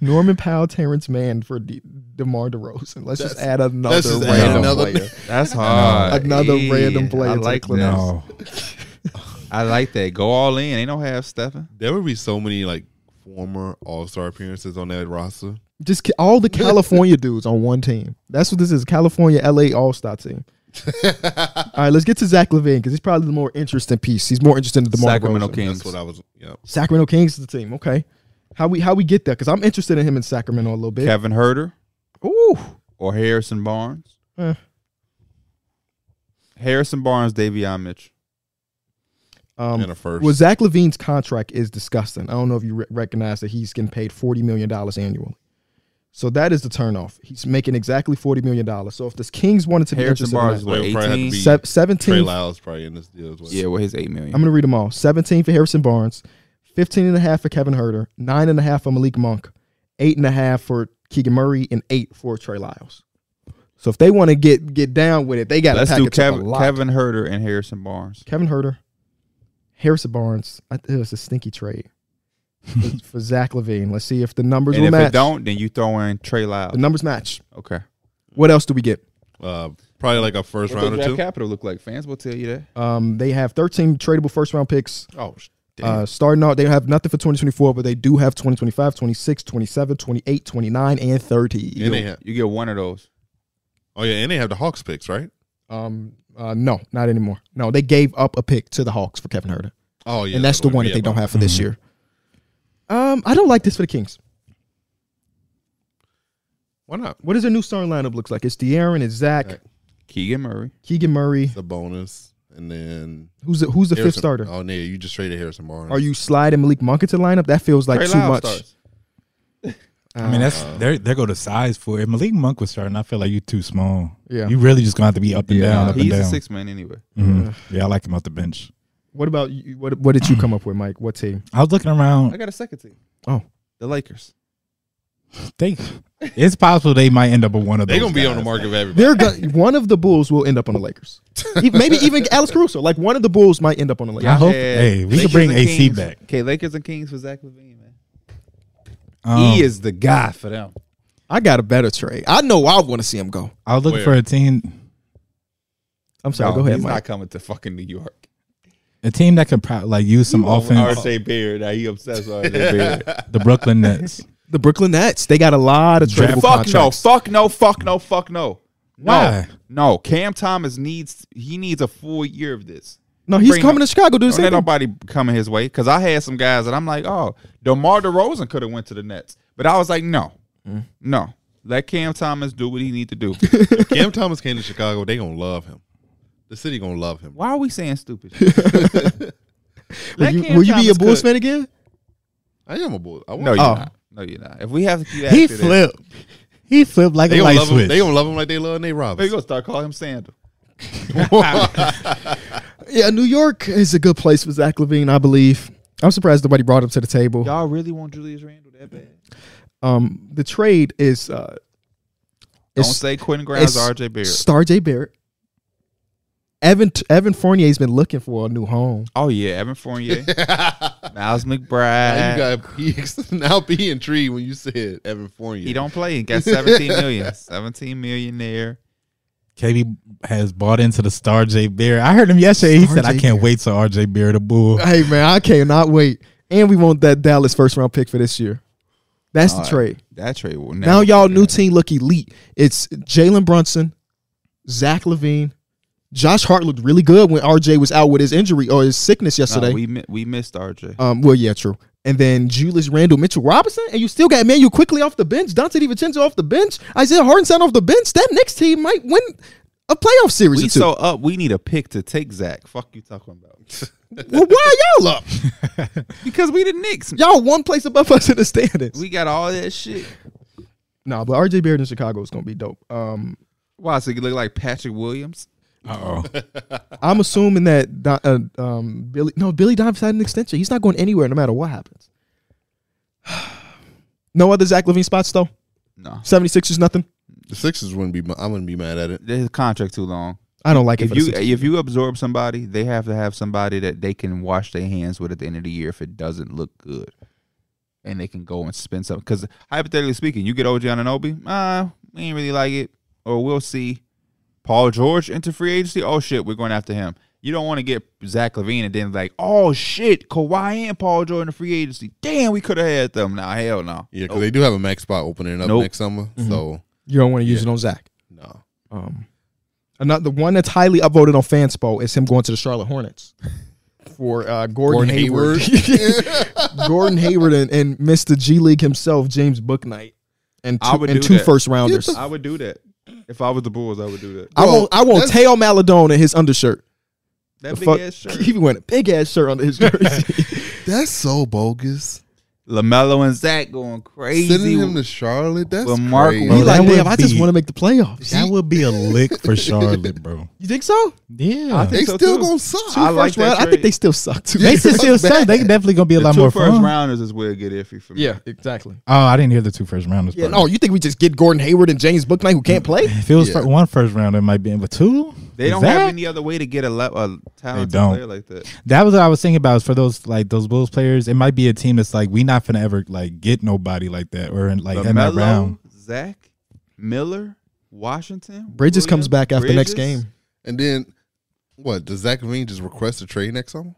[SPEAKER 1] Norman Powell, Terrence Mann for D- DeMar DeRozan. Let's just
[SPEAKER 3] That's-
[SPEAKER 1] add another
[SPEAKER 3] let's just add
[SPEAKER 1] random
[SPEAKER 3] another-
[SPEAKER 1] player.
[SPEAKER 2] That's hard.
[SPEAKER 1] Another
[SPEAKER 2] Yeah,
[SPEAKER 1] random player
[SPEAKER 2] I
[SPEAKER 1] to the
[SPEAKER 2] like
[SPEAKER 1] Clippers.
[SPEAKER 2] that.
[SPEAKER 4] no.
[SPEAKER 2] I like that. Go all in. Ain't no half stepping.
[SPEAKER 3] There would be so many like former All Star appearances on that roster.
[SPEAKER 1] Just ca- all the California dudes on one team. That's what this is. California LA All Star team. all right, let's get to Zach Levine because he's probably the more interesting piece. He's more interesting than DeMar
[SPEAKER 2] Sacramento
[SPEAKER 1] DeRozan.
[SPEAKER 2] Kings.
[SPEAKER 3] That's what I was. Yeah.
[SPEAKER 1] Sacramento Kings is the team. Okay, how we how we get there? Because I'm interested in him in Sacramento a little bit.
[SPEAKER 2] Kevin Herter
[SPEAKER 1] Ooh,
[SPEAKER 2] or Harrison Barnes.
[SPEAKER 1] Eh.
[SPEAKER 2] Harrison Barnes, Davion Mitchell.
[SPEAKER 3] and
[SPEAKER 1] um,
[SPEAKER 3] a first.
[SPEAKER 1] well, Zach Levine's contract is disgusting. I don't know if you re- recognize that he's getting paid forty million dollars annually. So that is the turnoff. He's making exactly forty million dollars. So if the Kings wanted to be
[SPEAKER 2] Harrison
[SPEAKER 1] interested
[SPEAKER 2] Barnes
[SPEAKER 1] in
[SPEAKER 2] is
[SPEAKER 1] that,
[SPEAKER 2] what
[SPEAKER 3] Well, it probably had to
[SPEAKER 2] eighteen.
[SPEAKER 3] be-
[SPEAKER 1] se-
[SPEAKER 3] Trey
[SPEAKER 1] seventeen
[SPEAKER 3] Lyles probably in this deal as well.
[SPEAKER 2] yeah, with his eight million.
[SPEAKER 1] I'm gonna read them all. 17 for Harrison Barnes, 15 and a half for Kevin Herter, nine and a half for Malik Monk, eight and a half for Keegan Murray, and eight for Trey Lyles. So if they want to get get down with it, they got to
[SPEAKER 2] Let's do
[SPEAKER 1] package up a
[SPEAKER 2] Kevin
[SPEAKER 1] lot.
[SPEAKER 2] Kevin Herter and Harrison Barnes.
[SPEAKER 1] Kevin Herter, Harrison Barnes. I, it was a stinky trade for, for Zach Levine. Let's see if the numbers
[SPEAKER 2] And
[SPEAKER 1] will
[SPEAKER 2] if
[SPEAKER 1] match.
[SPEAKER 2] it don't, then you throw in Trey
[SPEAKER 1] the
[SPEAKER 2] Lyles.
[SPEAKER 1] numbers match.
[SPEAKER 2] Okay.
[SPEAKER 1] What else do we get?
[SPEAKER 3] Uh, probably like a first round or two.
[SPEAKER 2] capital look like? Fans will tell you that.
[SPEAKER 1] Um, they have 13 tradable first round picks.
[SPEAKER 3] Oh, sh-
[SPEAKER 1] Uh, starting out, they have nothing for 2024, but they do have 2025, 26, 27, 28, 29, and 30.
[SPEAKER 3] and they have,
[SPEAKER 2] You get one of those.
[SPEAKER 3] oh yeah, and they have the Hawks picks, right?
[SPEAKER 1] Um, uh, no, not anymore. No, they gave up a pick to the Hawks for Kevin Herter,
[SPEAKER 3] Oh yeah,
[SPEAKER 1] and that's the
[SPEAKER 3] would
[SPEAKER 1] one
[SPEAKER 3] be
[SPEAKER 1] that they
[SPEAKER 3] a
[SPEAKER 1] don't
[SPEAKER 3] bummer.
[SPEAKER 1] have for
[SPEAKER 4] Mm-hmm.
[SPEAKER 1] this year. Um, I don't like this for the Kings.
[SPEAKER 3] Why not?
[SPEAKER 1] What does their new starting lineup looks like? It's De'Aaron, it's Zach,
[SPEAKER 3] Zach.
[SPEAKER 2] Keegan Murray.
[SPEAKER 1] Keegan Murray.
[SPEAKER 3] It's a bonus, and then
[SPEAKER 1] Who's the, who's the fifth
[SPEAKER 3] Harrison-
[SPEAKER 1] starter?
[SPEAKER 3] Oh yeah, you just traded Harrison Barnes.
[SPEAKER 1] Are you sliding Malik Monk into the lineup? That feels like
[SPEAKER 2] Trey
[SPEAKER 1] too
[SPEAKER 2] Lyles
[SPEAKER 1] much.
[SPEAKER 2] starts.
[SPEAKER 4] I mean,
[SPEAKER 1] Uh.
[SPEAKER 4] that's they're they go to size for. If Malik Monk was starting, I feel like you too small.
[SPEAKER 1] Um, Yeah.
[SPEAKER 4] you really just gonna have to be up and
[SPEAKER 1] Yeah.
[SPEAKER 4] down, up and
[SPEAKER 2] He's a
[SPEAKER 4] down.
[SPEAKER 2] six man anyway.
[SPEAKER 1] uh.
[SPEAKER 4] Mhm. Yeah, I like him off the bench.
[SPEAKER 1] What about you? What What did you come up with, Mike? What team?
[SPEAKER 4] I was looking
[SPEAKER 2] I
[SPEAKER 4] around.
[SPEAKER 2] got a second team.
[SPEAKER 1] Oh.
[SPEAKER 2] the Lakers.
[SPEAKER 4] They, it's possible they might end up with one of
[SPEAKER 3] They're
[SPEAKER 4] those
[SPEAKER 3] gonna be on the
[SPEAKER 4] guys.
[SPEAKER 3] market of everybody.
[SPEAKER 1] They're go- one of the Bulls will end up on the Lakers. E- Maybe even Alex Caruso. Like one of the Bulls might end up on the Lakers.
[SPEAKER 4] I hope- hey, we could bring AC back.
[SPEAKER 2] Okay, Lakers and Kings for Zach Levine, man.
[SPEAKER 4] Um,
[SPEAKER 2] he is the guy for them.
[SPEAKER 1] I got a better trade. I know I want to see him go.
[SPEAKER 4] I was looking
[SPEAKER 3] Where?
[SPEAKER 4] for a team,
[SPEAKER 1] I'm sorry.
[SPEAKER 2] No,
[SPEAKER 1] go ahead,
[SPEAKER 2] He's
[SPEAKER 1] Mike.
[SPEAKER 2] not coming to fucking New York.
[SPEAKER 4] a team that could pro- like use some offense.
[SPEAKER 2] RJ Beard. Now he obsessed with RJ Beard.
[SPEAKER 4] The Brooklyn Nets.
[SPEAKER 1] the Brooklyn Nets. They got a lot of
[SPEAKER 4] Draft-
[SPEAKER 1] tradable
[SPEAKER 2] fuck no.
[SPEAKER 1] contracts.
[SPEAKER 2] Fuck no. Fuck no. Fuck no. No.
[SPEAKER 4] Why?
[SPEAKER 2] No. Cam Thomas needs. He needs a full year of this.
[SPEAKER 1] No, he's
[SPEAKER 2] Bring
[SPEAKER 1] coming
[SPEAKER 2] him.
[SPEAKER 1] to Chicago. Do the
[SPEAKER 2] Don't
[SPEAKER 1] same
[SPEAKER 2] let
[SPEAKER 1] thing.
[SPEAKER 2] nobody coming his way. Because I had some guys that I'm like, oh, DeMar DeRozan could have went to the Nets, but I was like, no,
[SPEAKER 4] Mm.
[SPEAKER 2] no. Let Cam Thomas do what he need to do.
[SPEAKER 3] Cam Thomas came to Chicago. They gonna love him. The city gonna love him.
[SPEAKER 2] Why are we saying stupid? shit?
[SPEAKER 1] Will
[SPEAKER 2] Let
[SPEAKER 1] you,
[SPEAKER 2] Cam
[SPEAKER 1] will you be a
[SPEAKER 2] Thomas
[SPEAKER 1] Bulls
[SPEAKER 2] cook.
[SPEAKER 1] fan again?
[SPEAKER 3] I am a bull. I want
[SPEAKER 2] No, you're
[SPEAKER 1] Oh.
[SPEAKER 2] not. No, you're not. If we have to keep
[SPEAKER 4] He
[SPEAKER 2] asking that-
[SPEAKER 4] flipped. He flipped like
[SPEAKER 3] They
[SPEAKER 4] a
[SPEAKER 3] gonna
[SPEAKER 4] light
[SPEAKER 3] love him.
[SPEAKER 4] switch.
[SPEAKER 3] They gonna love him like they love Nate
[SPEAKER 2] Maybe
[SPEAKER 3] Robinson.
[SPEAKER 2] gonna start calling him Sandal.
[SPEAKER 1] Yeah, New York is a good place for Zach Levine, I believe. I'm surprised nobody brought him to the table.
[SPEAKER 2] Y'all really want Julius Randle that bad?
[SPEAKER 1] Um, the trade is uh,
[SPEAKER 2] Don't
[SPEAKER 1] it's-
[SPEAKER 2] say Quentin Grimes or
[SPEAKER 1] it's
[SPEAKER 2] RJ Barrett.
[SPEAKER 1] Star J Barrett. Evan Evan Fournier's been looking for a new home.
[SPEAKER 2] oh yeah, Evan Fournier, Miles
[SPEAKER 3] Now you
[SPEAKER 2] McBride.
[SPEAKER 3] got peaks. Now be intrigued when you said Evan Fournier.
[SPEAKER 2] he don't play. He got 17 million. 17 millionaire.
[SPEAKER 4] KB has bought into the Star J Bear. I heard him yesterday. He
[SPEAKER 1] Star
[SPEAKER 4] said,
[SPEAKER 1] J.
[SPEAKER 4] "I can't wait till RJ Bear to bull."
[SPEAKER 1] Hey man, I cannot wait. And we want that Dallas first round pick for this year. That's the
[SPEAKER 2] All right.
[SPEAKER 1] trade.
[SPEAKER 2] That trade will
[SPEAKER 1] Now
[SPEAKER 2] never-
[SPEAKER 1] y'all new team look elite. It's Jalen Brunson, Zach Levine, Josh Hart looked really good when RJ was out with his injury or his sickness
[SPEAKER 2] No,
[SPEAKER 1] yesterday.
[SPEAKER 2] we mi- we missed RJ.
[SPEAKER 1] um, well, yeah, true. And then Julius Randle, Mitchell Robinson, and you still got Manuel quickly off the bench, Dante DiVincenzo off the bench, Isaiah Hartenstein off the bench. That next team might win a playoff series.
[SPEAKER 2] we
[SPEAKER 1] or two.
[SPEAKER 2] so up. We need a pick to take Zach. Fuck you talking about?
[SPEAKER 1] well, why y'all up?
[SPEAKER 2] because we the Knicks.
[SPEAKER 1] Y'all one place above us in the standings.
[SPEAKER 2] We got all that shit.
[SPEAKER 1] nah, but RJ Barrett in Chicago is gonna be dope. Um,
[SPEAKER 2] Wow, so you look like Patrick Williams.
[SPEAKER 4] Uh oh.
[SPEAKER 1] I'm assuming that Don- uh, um, Billy, no, Billy Donovan signed an extension. He's not going anywhere, no matter what happens. no other Zach Levine spots though.
[SPEAKER 2] No,
[SPEAKER 1] 76 is nothing.
[SPEAKER 3] The Sixers wouldn't be. I wouldn't be mad at it.
[SPEAKER 2] his contract too long.
[SPEAKER 1] I don't like it.
[SPEAKER 2] If
[SPEAKER 1] for the
[SPEAKER 2] you
[SPEAKER 1] Sixers.
[SPEAKER 2] if you absorb somebody, they have to have somebody that they can wash their hands with at the end of the year if it doesn't look good, and they can go and spend something. Because hypothetically speaking, you get OG Ananobi, ah, we ain't really like it, or we'll see. Paul George into free agency, oh shit, we're going after him. You don't want to get Zach Levine and then like, oh shit, Kawhi and Paul George in free agency. Damn, we could have had them. Nah, hell no.
[SPEAKER 3] Yeah, because they do have a max spot opening up
[SPEAKER 2] Nope.
[SPEAKER 3] next summer.
[SPEAKER 1] Mm-hmm.
[SPEAKER 3] So
[SPEAKER 1] you don't want to use it on Zach.
[SPEAKER 3] no,
[SPEAKER 1] Um, another the one that's highly upvoted on Fanspo is him going to the Charlotte Hornets for uh, Gordon,
[SPEAKER 3] Gordon
[SPEAKER 1] Hayward, Gordon Hayward, and, and Mr. G League himself, James Booknight, and
[SPEAKER 2] I
[SPEAKER 1] two,
[SPEAKER 2] would
[SPEAKER 1] and
[SPEAKER 2] do
[SPEAKER 1] two
[SPEAKER 2] that.
[SPEAKER 1] first rounders.
[SPEAKER 2] I would do that if I was the Bulls. I would do that.
[SPEAKER 1] I won't. I won't
[SPEAKER 3] That's-
[SPEAKER 1] tail Maladone in his undershirt.
[SPEAKER 2] That
[SPEAKER 1] The
[SPEAKER 2] big
[SPEAKER 1] fuck-
[SPEAKER 2] ass shirt.
[SPEAKER 1] He went a big ass shirt under his jersey.
[SPEAKER 3] that's so bogus.
[SPEAKER 2] Lamelo and Zach going crazy.
[SPEAKER 3] Sending him to Charlotte. That's
[SPEAKER 2] Well, Mark
[SPEAKER 3] crazy.
[SPEAKER 2] Bro,
[SPEAKER 1] he
[SPEAKER 4] that
[SPEAKER 1] like,
[SPEAKER 4] would
[SPEAKER 1] damn, I just
[SPEAKER 4] be-
[SPEAKER 1] want to make the playoffs.
[SPEAKER 4] That would be a lick for Charlotte, bro.
[SPEAKER 1] You think so?
[SPEAKER 4] Yeah.
[SPEAKER 3] they
[SPEAKER 2] so,
[SPEAKER 3] still
[SPEAKER 2] too.
[SPEAKER 3] gonna suck.
[SPEAKER 2] I like
[SPEAKER 1] First round,
[SPEAKER 2] that
[SPEAKER 1] I think they
[SPEAKER 2] trade.
[SPEAKER 1] still suck too.
[SPEAKER 4] They should still
[SPEAKER 3] bad.
[SPEAKER 4] suck. They definitely gonna be a
[SPEAKER 2] the
[SPEAKER 4] lot
[SPEAKER 2] two
[SPEAKER 4] more
[SPEAKER 2] first
[SPEAKER 4] fun.
[SPEAKER 2] rounders is where it get iffy for me.
[SPEAKER 1] yeah, exactly.
[SPEAKER 4] Oh, I didn't hear the two first rounders.
[SPEAKER 1] Yeah,
[SPEAKER 4] Yeah,
[SPEAKER 1] no, you think we just get Gordon Hayward and James Booknight who can't play?
[SPEAKER 4] If it was
[SPEAKER 3] Yeah.
[SPEAKER 4] fir- one first round, it might be in, but two.
[SPEAKER 2] they don't
[SPEAKER 4] Zach?
[SPEAKER 2] have any other way to get a, le- a talented
[SPEAKER 4] They don't.
[SPEAKER 2] player like that.
[SPEAKER 4] That was what I was thinking about. Is for those like those Bulls players, it might be a team that's like we not gonna ever like get nobody like that or like in that round.
[SPEAKER 2] LaMelo, Zach, Miller, Washington.
[SPEAKER 1] Bridges comes
[SPEAKER 2] Williams,
[SPEAKER 1] back after next
[SPEAKER 2] Bridges.
[SPEAKER 1] game.
[SPEAKER 3] And then what? Does Zach Levine just request a trade next summer?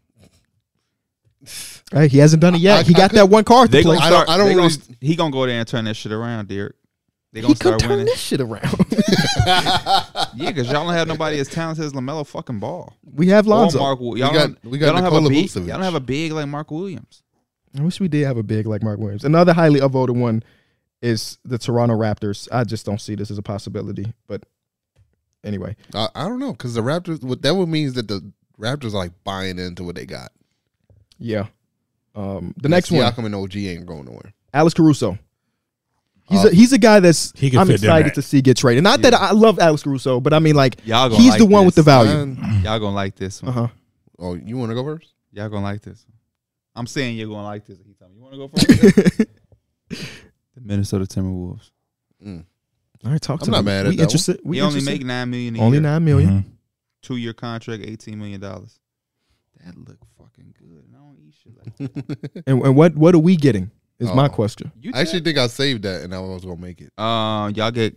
[SPEAKER 1] Hey, he hasn't done it yet.
[SPEAKER 3] I-
[SPEAKER 1] he
[SPEAKER 3] I
[SPEAKER 1] got that one card to
[SPEAKER 2] They
[SPEAKER 1] play.
[SPEAKER 2] gonna
[SPEAKER 3] I don't-
[SPEAKER 2] start,
[SPEAKER 3] I don't
[SPEAKER 2] they gonna-
[SPEAKER 3] really-
[SPEAKER 2] he gonna go there and turn that shit around, Derek. They
[SPEAKER 1] He
[SPEAKER 2] gonna
[SPEAKER 1] could
[SPEAKER 2] start
[SPEAKER 1] turn
[SPEAKER 2] winning.
[SPEAKER 1] this shit around.
[SPEAKER 2] Yeah, because y'all don't have nobody as talented as Lamelo fucking Ball.
[SPEAKER 1] we have Lonzo.
[SPEAKER 2] Or Mark, Wi- y'all
[SPEAKER 3] We got-
[SPEAKER 2] don't,
[SPEAKER 3] we got
[SPEAKER 2] y'all don't have a
[SPEAKER 3] Nikola
[SPEAKER 2] big,
[SPEAKER 3] Vucevic.
[SPEAKER 2] y'all don't have a big like Mark Williams.
[SPEAKER 1] I wish we did have a big like Mark Williams. Another highly upvoted one is the Toronto Raptors. I just don't see this as a possibility. But anyway,
[SPEAKER 3] I, I don't know because the Raptors. What that would mean is that the Raptors are like buying into what they got.
[SPEAKER 1] yeah. Um, the next one,
[SPEAKER 3] Siakam and OG ain't going nowhere.
[SPEAKER 1] Alex Caruso. He's
[SPEAKER 3] Uh,
[SPEAKER 1] a, he's a guy that's
[SPEAKER 4] He could
[SPEAKER 1] I'm
[SPEAKER 4] fit in
[SPEAKER 1] excited
[SPEAKER 4] that.
[SPEAKER 1] to see get traded. Not that I love Alex Caruso, but I mean like
[SPEAKER 2] Y'all gonna
[SPEAKER 1] he's
[SPEAKER 2] like
[SPEAKER 1] the one
[SPEAKER 2] this.
[SPEAKER 1] with the value.
[SPEAKER 3] Man,
[SPEAKER 2] Y'all gonna like this one.
[SPEAKER 1] Uh huh.
[SPEAKER 3] oh, you want to go first?
[SPEAKER 2] Y'all gonna like this one. I'm saying you're gonna like this. He told me you wanna go first. the Minnesota Timberwolves.
[SPEAKER 1] All right, talk to
[SPEAKER 3] I'm not
[SPEAKER 1] me.
[SPEAKER 3] mad at
[SPEAKER 1] we
[SPEAKER 3] that
[SPEAKER 1] interested. We
[SPEAKER 2] We only
[SPEAKER 1] interested.
[SPEAKER 2] make nine million. A
[SPEAKER 1] only
[SPEAKER 2] year.
[SPEAKER 1] nine million.
[SPEAKER 4] Mhm.
[SPEAKER 2] Two year contract, eighteen million dollars. That look fucking good. And I don't eat shit like that.
[SPEAKER 1] And, and what what are we getting? Is my
[SPEAKER 3] Oh.
[SPEAKER 1] question.
[SPEAKER 2] You
[SPEAKER 3] I actually think I saved that and I was gonna make it.
[SPEAKER 2] uh, y'all get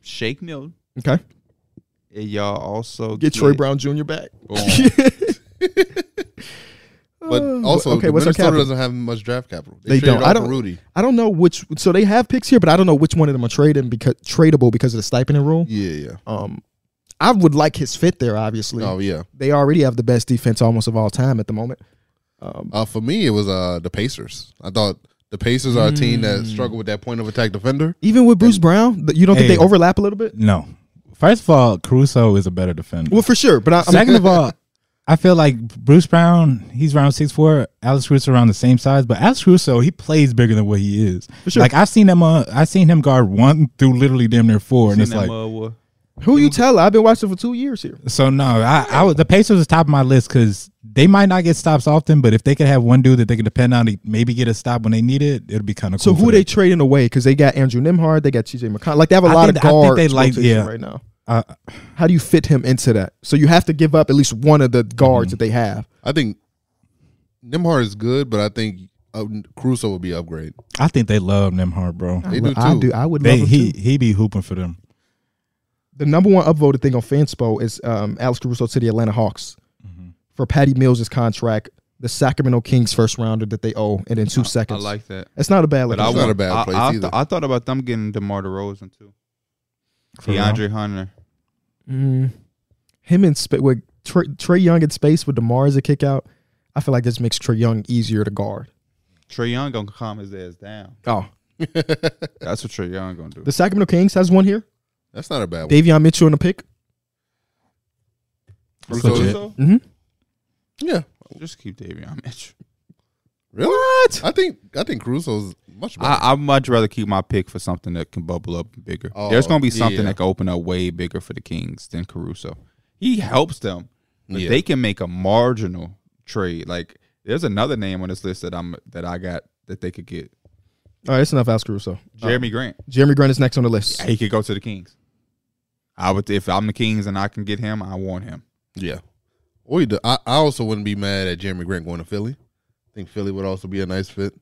[SPEAKER 2] Shake Milton.
[SPEAKER 1] Okay,
[SPEAKER 2] And y'all also
[SPEAKER 1] get Troy Brown Jr. back.
[SPEAKER 2] Boom.
[SPEAKER 3] But
[SPEAKER 1] Uh,
[SPEAKER 3] also,
[SPEAKER 1] okay,
[SPEAKER 3] the
[SPEAKER 1] what's our
[SPEAKER 3] Minnesota
[SPEAKER 1] capital?
[SPEAKER 3] doesn't have much draft capital.
[SPEAKER 1] They
[SPEAKER 3] traded
[SPEAKER 1] don't.
[SPEAKER 3] off
[SPEAKER 1] I don't-
[SPEAKER 3] Rudy.
[SPEAKER 1] I don't know which. So they have picks here, but I don't know which one of them are trading because tradable because of the stipend rule.
[SPEAKER 3] Yeah, yeah.
[SPEAKER 1] Um, I would like his fit there. Obviously,
[SPEAKER 3] Oh, yeah.
[SPEAKER 1] they already have the best defense almost of all time at the moment. Um,
[SPEAKER 3] Uh, for me, it was uh the Pacers. I thought the Pacers are a team
[SPEAKER 2] Hmm.
[SPEAKER 3] that struggle with that point of attack defender.
[SPEAKER 1] even with Bruce Brown, th- you don't
[SPEAKER 4] Hey.
[SPEAKER 1] think they overlap a little bit?
[SPEAKER 4] No. First of all, Caruso is a better defender.
[SPEAKER 1] Well, for sure. But I, I'm,
[SPEAKER 4] Second of all, I feel like Bruce Brown, he's around six four. Alex Caruso around the same size, but Alex Caruso, he plays bigger than what he is.
[SPEAKER 1] For sure.
[SPEAKER 4] Like I've seen him, uh, I've seen him guard one through literally damn near four, and
[SPEAKER 2] Seen
[SPEAKER 4] it's
[SPEAKER 2] that
[SPEAKER 4] like
[SPEAKER 2] mud war.
[SPEAKER 1] who you tell? I've been watching for two years here.
[SPEAKER 4] so. No, I, I was- the Pacers is top of my list because they might not get stops often, but if they could have one dude that they can depend on to maybe get a stop when they need it, it'll be kind of
[SPEAKER 1] So
[SPEAKER 4] cool.
[SPEAKER 1] who
[SPEAKER 4] for
[SPEAKER 1] are they
[SPEAKER 4] them.
[SPEAKER 1] trading away? Because they got Andrew Nimhard, they got T.J. McConnell. Like they have a
[SPEAKER 4] I
[SPEAKER 1] lot
[SPEAKER 4] think-
[SPEAKER 1] of
[SPEAKER 4] I think
[SPEAKER 1] guards
[SPEAKER 4] they like-
[SPEAKER 1] rotation
[SPEAKER 4] yeah.
[SPEAKER 1] right now.
[SPEAKER 4] Uh,
[SPEAKER 1] How do you fit him into that? So you have to give up at least one of the guards that they have.
[SPEAKER 3] I think Nimhard is good, but I think uh, Caruso would be upgrade.
[SPEAKER 4] I think they love Nimhard, bro.
[SPEAKER 3] They do
[SPEAKER 1] Well, I
[SPEAKER 3] too.
[SPEAKER 1] do. I would
[SPEAKER 4] They,
[SPEAKER 1] love him
[SPEAKER 4] he
[SPEAKER 1] too.
[SPEAKER 4] he be hooping for them.
[SPEAKER 1] The number one upvoted thing on Fanspo is um, Alex Caruso to the Atlanta Hawks
[SPEAKER 2] Mm-hmm.
[SPEAKER 1] for Patty Mills' contract, the Sacramento Kings first rounder that they owe, and then two
[SPEAKER 2] I
[SPEAKER 1] seconds.
[SPEAKER 2] like that.
[SPEAKER 1] It's not a bad
[SPEAKER 2] But
[SPEAKER 1] look.
[SPEAKER 2] I
[SPEAKER 3] It's not
[SPEAKER 2] want-
[SPEAKER 3] a bad
[SPEAKER 2] I-
[SPEAKER 3] place
[SPEAKER 2] I,
[SPEAKER 3] either.
[SPEAKER 2] I thought about them getting DeMar DeRozan too.
[SPEAKER 4] For
[SPEAKER 2] DeAndre Hunter.
[SPEAKER 1] Mm. Him and spa with Trey, Trey Young in space with Demar as a kick out. I feel like this makes Trey Young easier to guard.
[SPEAKER 2] Trey Young gonna calm his ass down.
[SPEAKER 1] Oh,
[SPEAKER 2] That's what Trey Young gonna do.
[SPEAKER 1] the Sacramento Kings has one here.
[SPEAKER 3] That's not a bad one.
[SPEAKER 1] Davion Mitchell in the pick.
[SPEAKER 4] That's
[SPEAKER 2] So-
[SPEAKER 4] legit.
[SPEAKER 2] so-
[SPEAKER 1] Mm-hmm.
[SPEAKER 3] Yeah.
[SPEAKER 2] Just keep Davion Mitchell.
[SPEAKER 3] Really? What? I think I think Caruso's much better.
[SPEAKER 2] I, I'd much rather keep my pick for something that can bubble up bigger.
[SPEAKER 3] Oh,
[SPEAKER 2] There's gonna be something
[SPEAKER 3] yeah.
[SPEAKER 2] that can open up way bigger for the Kings than Caruso. He helps them, but
[SPEAKER 3] Yeah.
[SPEAKER 2] they can make a marginal trade. Like there's another name on this list that I'm that I got that they could get.
[SPEAKER 1] All right, that's enough, Alex Caruso.
[SPEAKER 3] Oh.
[SPEAKER 2] Jeremy Grant.
[SPEAKER 1] Jeremy Grant is next on the list.
[SPEAKER 2] He could go to the Kings. I would if I'm the Kings and I can get him, I want him.
[SPEAKER 3] yeah. Or you do- I, I also wouldn't be mad at Jeremy Grant going to Philly. I think Philly would also be a nice fit.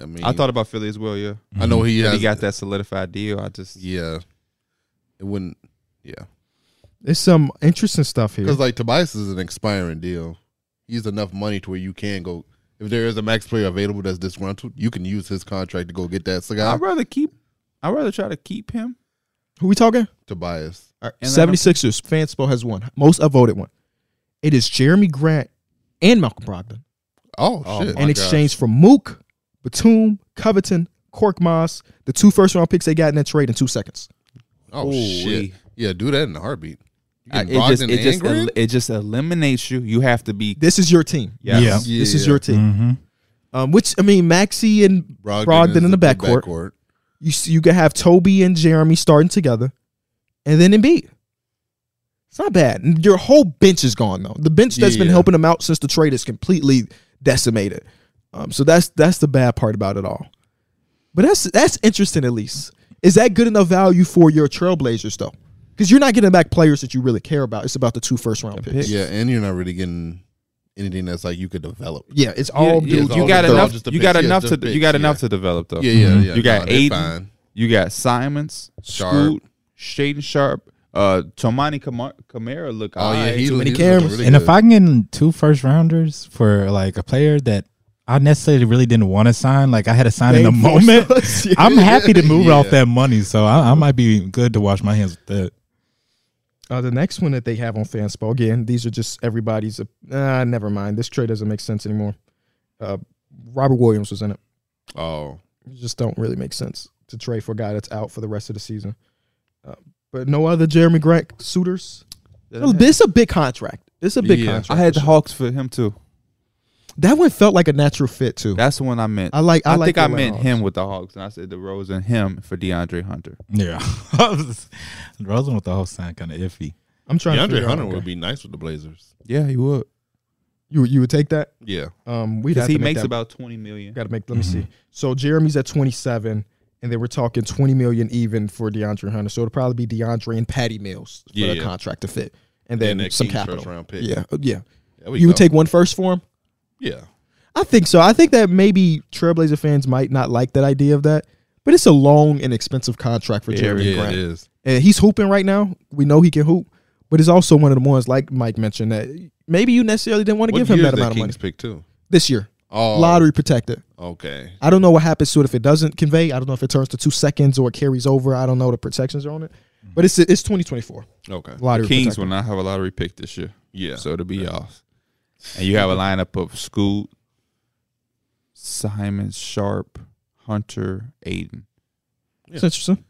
[SPEAKER 3] I mean,
[SPEAKER 2] I thought about Philly as well, yeah.
[SPEAKER 3] I know he
[SPEAKER 2] But
[SPEAKER 3] has.
[SPEAKER 2] He got that solidified deal. I just
[SPEAKER 3] Yeah. It wouldn't. Yeah.
[SPEAKER 1] There's some interesting stuff here.
[SPEAKER 3] Because like Tobias is an expiring deal. He's enough money to where you can go. If there is a max player available that's disgruntled, you can use his contract to go get that cigar.
[SPEAKER 2] I'd rather keep. I'd rather try to keep him. uh,
[SPEAKER 1] Who we talking?
[SPEAKER 3] Tobias.
[SPEAKER 1] All right,
[SPEAKER 2] And
[SPEAKER 1] 76ers. Fanspo has one. Most upvoted one. It is Jeremy Grant and Malcolm Brogdon
[SPEAKER 3] Oh,
[SPEAKER 2] Oh,
[SPEAKER 3] shit.
[SPEAKER 2] my
[SPEAKER 1] in exchange for Mook, Batum, Covington, Cork Moss, the two first round picks they got in that trade in two seconds.
[SPEAKER 3] Oh
[SPEAKER 2] Ooh-wee.
[SPEAKER 3] shit. Yeah, do that in a heartbeat. You
[SPEAKER 2] I-
[SPEAKER 3] can
[SPEAKER 2] it just
[SPEAKER 3] Brogdon
[SPEAKER 2] it
[SPEAKER 3] and
[SPEAKER 2] just
[SPEAKER 3] Grant?
[SPEAKER 2] el- it just eliminates you. You have to be.
[SPEAKER 1] This is your team.
[SPEAKER 2] Yes.
[SPEAKER 4] Yeah.
[SPEAKER 1] This is
[SPEAKER 3] Yeah.
[SPEAKER 1] your team.
[SPEAKER 4] hmm
[SPEAKER 1] Um, which I mean, Maxi and Brogdon, in the, backcourt. You see, you can have Toby and Jeremy starting together, and then Embiid. It's not bad. And Your whole bench is gone though. The bench that's been
[SPEAKER 3] Yeah.
[SPEAKER 1] helping them out since the trade is completely decimated. Um, so that's that's the bad part about it all. But that's that's interesting. At least is that good enough value for your Trailblazers though? Because you're not getting back players that you really care about. It's about the two first round picks.
[SPEAKER 3] Yeah, and you're not really getting anything that's like you could develop.
[SPEAKER 1] Yeah, it's all
[SPEAKER 2] Oh, you,
[SPEAKER 1] dudes.
[SPEAKER 3] it's all
[SPEAKER 2] you got
[SPEAKER 3] the-
[SPEAKER 2] enough.
[SPEAKER 3] just the
[SPEAKER 2] You got
[SPEAKER 3] picks. Yeah,
[SPEAKER 2] enough
[SPEAKER 3] it's
[SPEAKER 2] to.
[SPEAKER 3] the
[SPEAKER 2] You got
[SPEAKER 3] picks,
[SPEAKER 2] enough
[SPEAKER 3] yeah.
[SPEAKER 2] to develop though.
[SPEAKER 3] Yeah,
[SPEAKER 1] mm-hmm.
[SPEAKER 3] yeah, yeah.
[SPEAKER 2] You got
[SPEAKER 3] they
[SPEAKER 2] Aiden.
[SPEAKER 3] fine.
[SPEAKER 2] You got Simons,
[SPEAKER 3] Sharp.
[SPEAKER 2] Scoot, Shaden Sharp, uh, Tomani Kamara. Kamara look.
[SPEAKER 3] Oh yeah,
[SPEAKER 2] aight.
[SPEAKER 3] he,
[SPEAKER 1] too many
[SPEAKER 3] he
[SPEAKER 1] cameras.
[SPEAKER 3] Really
[SPEAKER 4] and
[SPEAKER 3] good.
[SPEAKER 4] if I can get two first rounders for like a player that I necessarily really didn't want to sign. Like I had to sign in
[SPEAKER 1] They
[SPEAKER 4] the
[SPEAKER 1] forced
[SPEAKER 4] moment.
[SPEAKER 1] us. Yeah.
[SPEAKER 4] I'm happy to move
[SPEAKER 3] Yeah.
[SPEAKER 4] off that money, so I, I might be good to wash my hands with that.
[SPEAKER 1] Uh, the next one that they have on Fanspell again, these are just everybody's. Uh, never mind. This trade doesn't make sense anymore. Uh, Robert Williams was in it.
[SPEAKER 3] Oh,
[SPEAKER 1] It just don't really make sense to trade for a guy that's out for the rest of the season. Uh, but no other Jeremy Grant suitors. Oh, This a big contract. This a big
[SPEAKER 3] Yeah.
[SPEAKER 1] contract.
[SPEAKER 2] I had the
[SPEAKER 1] for sure.
[SPEAKER 2] Hawks for him too.
[SPEAKER 1] that one felt like a natural fit too.
[SPEAKER 2] That's the one I meant.
[SPEAKER 1] I like. I,
[SPEAKER 2] I,
[SPEAKER 1] like uh,
[SPEAKER 2] think
[SPEAKER 1] the
[SPEAKER 2] I
[SPEAKER 1] Atlanta
[SPEAKER 2] meant
[SPEAKER 1] Hawks.
[SPEAKER 2] him with the Hawks, and I said the Rose and him for DeAndre Hunter.
[SPEAKER 4] Yeah, Rosen with the whole sign kind of iffy.
[SPEAKER 1] I'm trying. to
[SPEAKER 3] DeAndre
[SPEAKER 1] figure out,
[SPEAKER 3] Hunter
[SPEAKER 1] okay.
[SPEAKER 3] would be nice with the Blazers.
[SPEAKER 2] Yeah, he would
[SPEAKER 1] You you would take that?
[SPEAKER 3] Yeah,
[SPEAKER 1] Um, we'd
[SPEAKER 2] because
[SPEAKER 1] have
[SPEAKER 2] he
[SPEAKER 1] to make
[SPEAKER 2] makes
[SPEAKER 1] that-
[SPEAKER 2] about twenty million.
[SPEAKER 1] Got to make. Let me
[SPEAKER 3] Mm-hmm.
[SPEAKER 1] see. So Jeremy's at 27, and they were talking 20 million even for DeAndre Hunter. So it'll probably be DeAndre and Patty Mills for
[SPEAKER 3] Yeah,
[SPEAKER 1] the
[SPEAKER 3] yeah.
[SPEAKER 1] contract to fit, and then
[SPEAKER 3] that
[SPEAKER 1] some
[SPEAKER 3] Kings
[SPEAKER 1] capital.
[SPEAKER 3] first round pick.
[SPEAKER 1] Yeah, uh, yeah.
[SPEAKER 3] There we
[SPEAKER 1] You would
[SPEAKER 3] go.
[SPEAKER 1] take one first for him.
[SPEAKER 3] yeah.
[SPEAKER 1] I think so. I think that maybe Trailblazer fans might not like that idea of that, but it's a long and expensive contract for Jeremy
[SPEAKER 3] yeah,
[SPEAKER 1] Grant.
[SPEAKER 3] it is.
[SPEAKER 1] And he's hooping right now. We know he can hoop, but it's also one of the ones like Mike mentioned that maybe you necessarily didn't want to
[SPEAKER 3] What
[SPEAKER 1] give him
[SPEAKER 3] year is
[SPEAKER 1] that amount of money
[SPEAKER 3] Kings pick too.
[SPEAKER 1] this year.
[SPEAKER 3] Oh,
[SPEAKER 1] Lottery protected.
[SPEAKER 3] Okay,
[SPEAKER 1] I don't know what happens to it if it doesn't convey. I don't know if it turns to two seconds or it carries over. I don't know the protections are on it. But it's it's 2024
[SPEAKER 3] okay.
[SPEAKER 1] lottery.
[SPEAKER 2] Kings
[SPEAKER 1] protected.
[SPEAKER 2] will not have a lottery pick this year,
[SPEAKER 3] Yeah.
[SPEAKER 2] so it'll be off. And you have a lineup of Scoot, Simon Sharp, Hunter, Aiden.
[SPEAKER 1] It's interesting.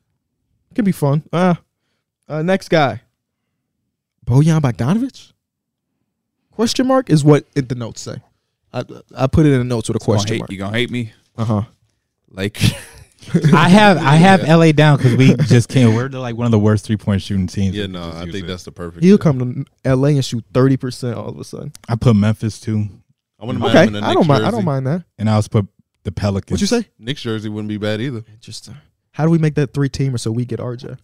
[SPEAKER 1] It can be fun. Uh, uh next guy, Bojan Bogdanovic? Question mark is what it, the notes say. I I put it in the notes with a
[SPEAKER 2] Gonna
[SPEAKER 1] question
[SPEAKER 2] hate-
[SPEAKER 1] mark.
[SPEAKER 2] You gonna hate me?
[SPEAKER 1] Uh huh.
[SPEAKER 2] Like
[SPEAKER 4] I have I have LA down because we just can't. We're like one of the worst three point shooting teams.
[SPEAKER 3] Yeah, no,
[SPEAKER 4] Just
[SPEAKER 3] I
[SPEAKER 4] use
[SPEAKER 3] think
[SPEAKER 4] it.
[SPEAKER 3] that's the perfect.
[SPEAKER 1] He'll
[SPEAKER 3] fit.
[SPEAKER 1] come to L.A. and shoot 30 percent all of a sudden.
[SPEAKER 4] I put Memphis too,
[SPEAKER 3] I wouldn't mind
[SPEAKER 1] Okay, I
[SPEAKER 3] him in a
[SPEAKER 1] don't
[SPEAKER 3] Knicks
[SPEAKER 1] mind. I
[SPEAKER 3] jersey.
[SPEAKER 1] don't mind that.
[SPEAKER 4] and I also put the Pelicans.
[SPEAKER 1] What you say?
[SPEAKER 3] Knicks jersey wouldn't be bad either.
[SPEAKER 1] Interesting. uh, How do we make that three teamer so we get RJ?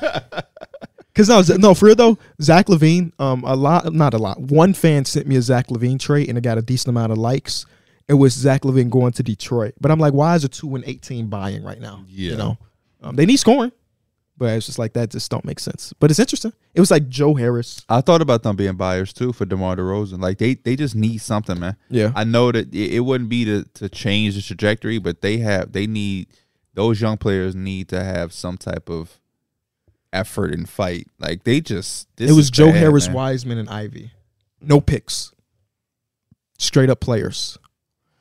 [SPEAKER 1] Because no, Z- no, for real though, Zach Levine, um, a lot, not a lot. One fan sent me a Zach Levine trade, and it got a decent amount of likes. It was Zach Levine going to Detroit, but I'm like, why is a two and eighteen buying right now?
[SPEAKER 3] Yeah.
[SPEAKER 1] you know, um, they need scoring, but it's just like that just don't make sense. But it's interesting. It was like Joe Harris.
[SPEAKER 2] I thought about them being buyers too for DeMar DeRozan. Like they they just need something, man.
[SPEAKER 1] Yeah,
[SPEAKER 2] I know that it, it wouldn't be to, to change the trajectory, but they have they need those young players need to have some type of effort and fight. Like they just this
[SPEAKER 1] it was
[SPEAKER 2] is
[SPEAKER 1] Joe
[SPEAKER 2] bad,
[SPEAKER 1] Harris,
[SPEAKER 2] man.
[SPEAKER 1] Wiseman, and Ivy. No picks, straight up players.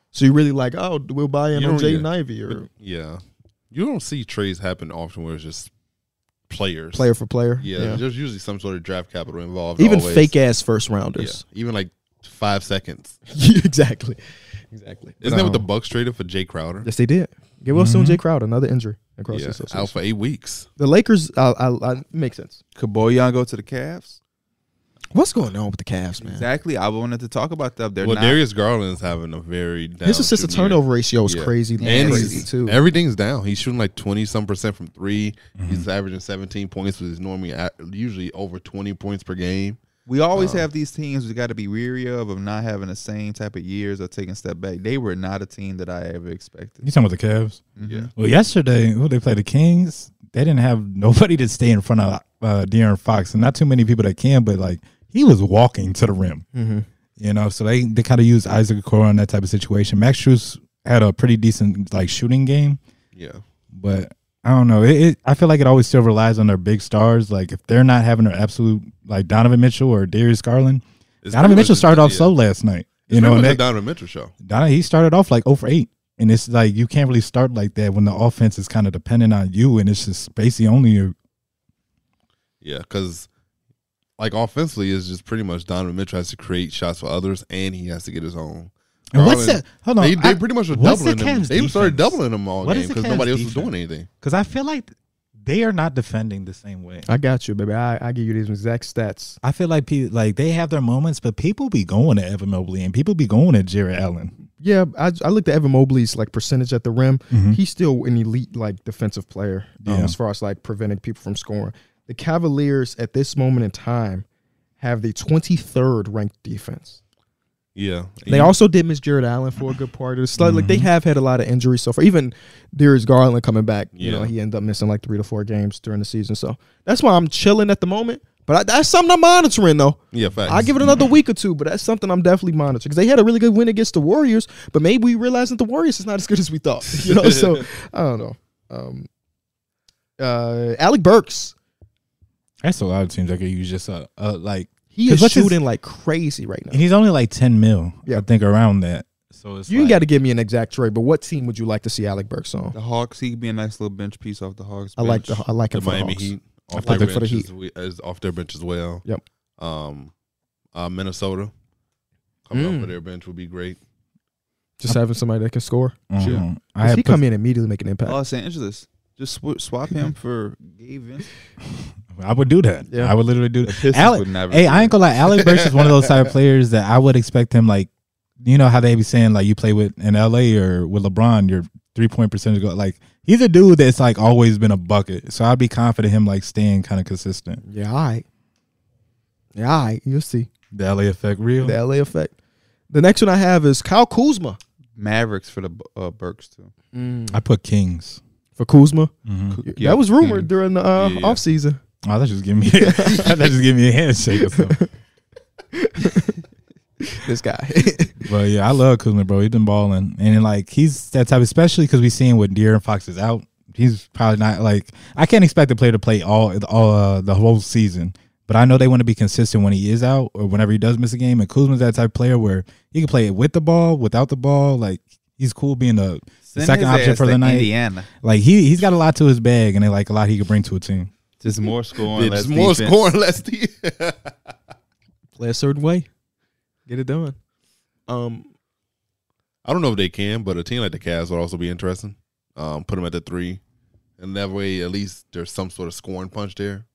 [SPEAKER 1] So you really like, oh, we'll buy in
[SPEAKER 3] You
[SPEAKER 1] on
[SPEAKER 3] don't
[SPEAKER 1] Jaden
[SPEAKER 3] really-
[SPEAKER 1] Ivy or
[SPEAKER 3] Yeah, you don't see trades happen often where it's just players.
[SPEAKER 1] player for player.
[SPEAKER 3] Yeah, there's usually some sort of draft capital involved.
[SPEAKER 1] even
[SPEAKER 3] always.
[SPEAKER 1] fake ass first
[SPEAKER 3] Yeah,
[SPEAKER 1] rounders.
[SPEAKER 3] even like five seconds.
[SPEAKER 1] exactly, exactly.
[SPEAKER 3] Isn't that what the Bucks traded for Jay Crowder?
[SPEAKER 1] Yes, they did. Get well soon, Jay Crowder. Another injury across
[SPEAKER 3] Yeah,
[SPEAKER 1] the association.
[SPEAKER 3] out for eight weeks.
[SPEAKER 1] The Lakers. I, I, I makes sense.
[SPEAKER 2] Could Boyan go to the Cavs?
[SPEAKER 1] What's going on with the Cavs, man?
[SPEAKER 2] Exactly. I wanted to talk about that. They're
[SPEAKER 3] well,
[SPEAKER 2] not.
[SPEAKER 3] Darius Garland's having a very down
[SPEAKER 1] His assist to
[SPEAKER 3] shooting year.
[SPEAKER 1] turnover ratio is
[SPEAKER 3] Yeah.
[SPEAKER 1] crazy.
[SPEAKER 3] And
[SPEAKER 1] crazy
[SPEAKER 3] he's-
[SPEAKER 1] too.
[SPEAKER 3] Everything's down. He's shooting like twenty some percent from 3
[SPEAKER 4] Mm-hmm.
[SPEAKER 3] He's averaging seventeen points, which is normally at- usually over twenty points per game.
[SPEAKER 2] we always have these teams we got to be weary of of not having the same type of years or taking a step back. They were not a team that I ever expected.
[SPEAKER 4] You talking about the Cavs?
[SPEAKER 3] Yeah,
[SPEAKER 4] Well, yesterday, who they played the Kings. They didn't have nobody to stay in front of uh, De'Aaron Fox, and not too many people that can. But like he was walking to the rim,
[SPEAKER 3] Mm-hmm.
[SPEAKER 4] you know. So they they kind of used Isaac Okoro in that type of situation. Max Strus had a pretty decent like shooting game,
[SPEAKER 3] yeah.
[SPEAKER 4] but I don't know. It, it I feel like it always still relies on their big stars. Like if they're not having their absolute like Donovan Mitchell or Darius Garland,
[SPEAKER 3] It's pretty
[SPEAKER 4] Donovan Mitchell
[SPEAKER 3] much-
[SPEAKER 4] started off
[SPEAKER 3] yeah.
[SPEAKER 4] slow last night.
[SPEAKER 3] It's
[SPEAKER 4] You know,
[SPEAKER 3] pretty much
[SPEAKER 4] and that,
[SPEAKER 3] a Donovan Mitchell show.
[SPEAKER 4] Donna, he started off like 0 for 8. And it's like you can't really start like that when the offense is kind of dependent on you and it's just basically only you.
[SPEAKER 3] Yeah, because like offensively, it's just pretty much Donovan Mitchell has to create shots for others, and he has to get his own.
[SPEAKER 4] And what's
[SPEAKER 3] Garland-
[SPEAKER 4] that? Hold on.
[SPEAKER 3] They, they
[SPEAKER 4] I-
[SPEAKER 3] pretty much were
[SPEAKER 4] what's the
[SPEAKER 3] doubling him.
[SPEAKER 4] Cavs
[SPEAKER 3] They started
[SPEAKER 4] defense?
[SPEAKER 3] doubling him all
[SPEAKER 4] What
[SPEAKER 3] game
[SPEAKER 4] is the
[SPEAKER 3] because
[SPEAKER 4] Cavs
[SPEAKER 3] nobody else was
[SPEAKER 4] defense?
[SPEAKER 3] doing anything.
[SPEAKER 4] Because I feel like they are not defending the same way.
[SPEAKER 1] I got you, baby. I, I give you these exact stats.
[SPEAKER 4] I feel like people like they have their moments, but people be going to Evan Mobley and people be going to Jared Allen.
[SPEAKER 1] Yeah, I, I looked at Evan Mobley's like percentage at the rim.
[SPEAKER 3] Mm-hmm.
[SPEAKER 1] He's still an elite like defensive player um,
[SPEAKER 4] Yeah.
[SPEAKER 1] as far as like preventing people from scoring. The Cavaliers at this moment in time have the 23rd ranked defense.
[SPEAKER 3] Yeah, Mm-hmm.
[SPEAKER 1] They also did miss Jared Allen for a good part of the slug. Like they have had a lot of injuries so far. Even Darius Garland coming back, you know,
[SPEAKER 3] Yeah.
[SPEAKER 1] he ended up missing like three to four games during the season. So that's why I'm chilling at the moment. But I, that's something I'm monitoring though.
[SPEAKER 3] Yeah, facts.
[SPEAKER 1] I give it another week or two, but that's something I'm definitely monitoring because they had a really good win against the Warriors, but maybe we realized that the Warriors is not as good as we thought. You know, so I don't know. Um, uh, Alec Burks,
[SPEAKER 4] That's a lot of teams I could use just a, a like,
[SPEAKER 1] he
[SPEAKER 4] 'Cause
[SPEAKER 1] is
[SPEAKER 4] what's his-
[SPEAKER 1] shooting like crazy right
[SPEAKER 4] and
[SPEAKER 1] now.
[SPEAKER 4] he's only like ten mil,
[SPEAKER 1] Yeah.
[SPEAKER 4] I think, around that. So it's
[SPEAKER 1] You
[SPEAKER 4] like,
[SPEAKER 1] ain't got to give me an exact trade, but what team would you like to see Alec Burks on?
[SPEAKER 2] The Hawks, he could be a nice little bench piece off the Hawks.
[SPEAKER 1] I like
[SPEAKER 2] bench.
[SPEAKER 1] the I like
[SPEAKER 3] the
[SPEAKER 1] him for the
[SPEAKER 3] Miami
[SPEAKER 1] Hawks.
[SPEAKER 3] Heat off
[SPEAKER 1] put
[SPEAKER 3] their
[SPEAKER 1] that for the
[SPEAKER 3] bench
[SPEAKER 1] Heat.
[SPEAKER 3] is, we- is off their bench as well.
[SPEAKER 1] Yep.
[SPEAKER 3] Um, uh, Minnesota coming
[SPEAKER 1] Mm.
[SPEAKER 3] off of their bench would be great.
[SPEAKER 1] Just having somebody that can score.
[SPEAKER 4] mhm.
[SPEAKER 2] Sure.
[SPEAKER 4] I
[SPEAKER 1] Does
[SPEAKER 4] had
[SPEAKER 1] he
[SPEAKER 4] put,
[SPEAKER 1] come in and immediately make an impact?
[SPEAKER 2] Los Oh, Angeles. Just sw- swap him for Gabe Vincent.
[SPEAKER 4] I would do that.
[SPEAKER 1] Yeah.
[SPEAKER 4] Yeah. I would literally do
[SPEAKER 2] The
[SPEAKER 4] that.
[SPEAKER 2] Pistons
[SPEAKER 4] Alec-
[SPEAKER 2] would never
[SPEAKER 4] Hey,
[SPEAKER 2] do
[SPEAKER 4] I ain't gonna lie. Alec Burks is one of those type of players that I would expect him like, you know how they be saying like you play with in LA or with LeBron, your three point percentage go like he's a dude that's like always been a bucket. So I'd be confident him like staying kind of consistent.
[SPEAKER 1] Yeah, all right. Yeah, all right. You'll see
[SPEAKER 4] The LA effect real.
[SPEAKER 1] the LA effect. The next one I have is Kyle Kuzma.
[SPEAKER 2] Mavericks for the Bu- uh, Burks too.
[SPEAKER 4] I put Kings.
[SPEAKER 1] For Kuzma,
[SPEAKER 4] Mhm.
[SPEAKER 2] Yeah. Mm.
[SPEAKER 1] that was rumored during the uh,
[SPEAKER 2] Yeah.
[SPEAKER 1] offseason.
[SPEAKER 4] Oh, that just give me that just give me a handshake or something.
[SPEAKER 1] This guy,
[SPEAKER 4] But yeah, I love Kuzma, bro. He's been balling, and like he's that type, especially because we seen what Deer and Fox is out. He's probably not like I can't expect a player to play all all uh, the whole season, but I know they want to be consistent when he is out or whenever he does miss a game. And Kuzma's that type of player where he can play it with the ball, without the ball. Like he's cool being the
[SPEAKER 2] Send
[SPEAKER 4] second
[SPEAKER 2] his
[SPEAKER 4] option
[SPEAKER 2] ass
[SPEAKER 4] for
[SPEAKER 2] to
[SPEAKER 4] the night.
[SPEAKER 2] Indiana.
[SPEAKER 4] Like he he's got a lot to his bag, and they like a lot he could bring to a team.
[SPEAKER 2] Just more scoring.
[SPEAKER 3] Yeah,
[SPEAKER 2] less
[SPEAKER 3] just more
[SPEAKER 2] defense.
[SPEAKER 3] scoring, less de-
[SPEAKER 1] play a certain way, get it done. Um,
[SPEAKER 3] I don't know if they can, but a team like the Cavs would also be interesting. Um, put them at the three, and that way at least there's some sort of scoring punch there.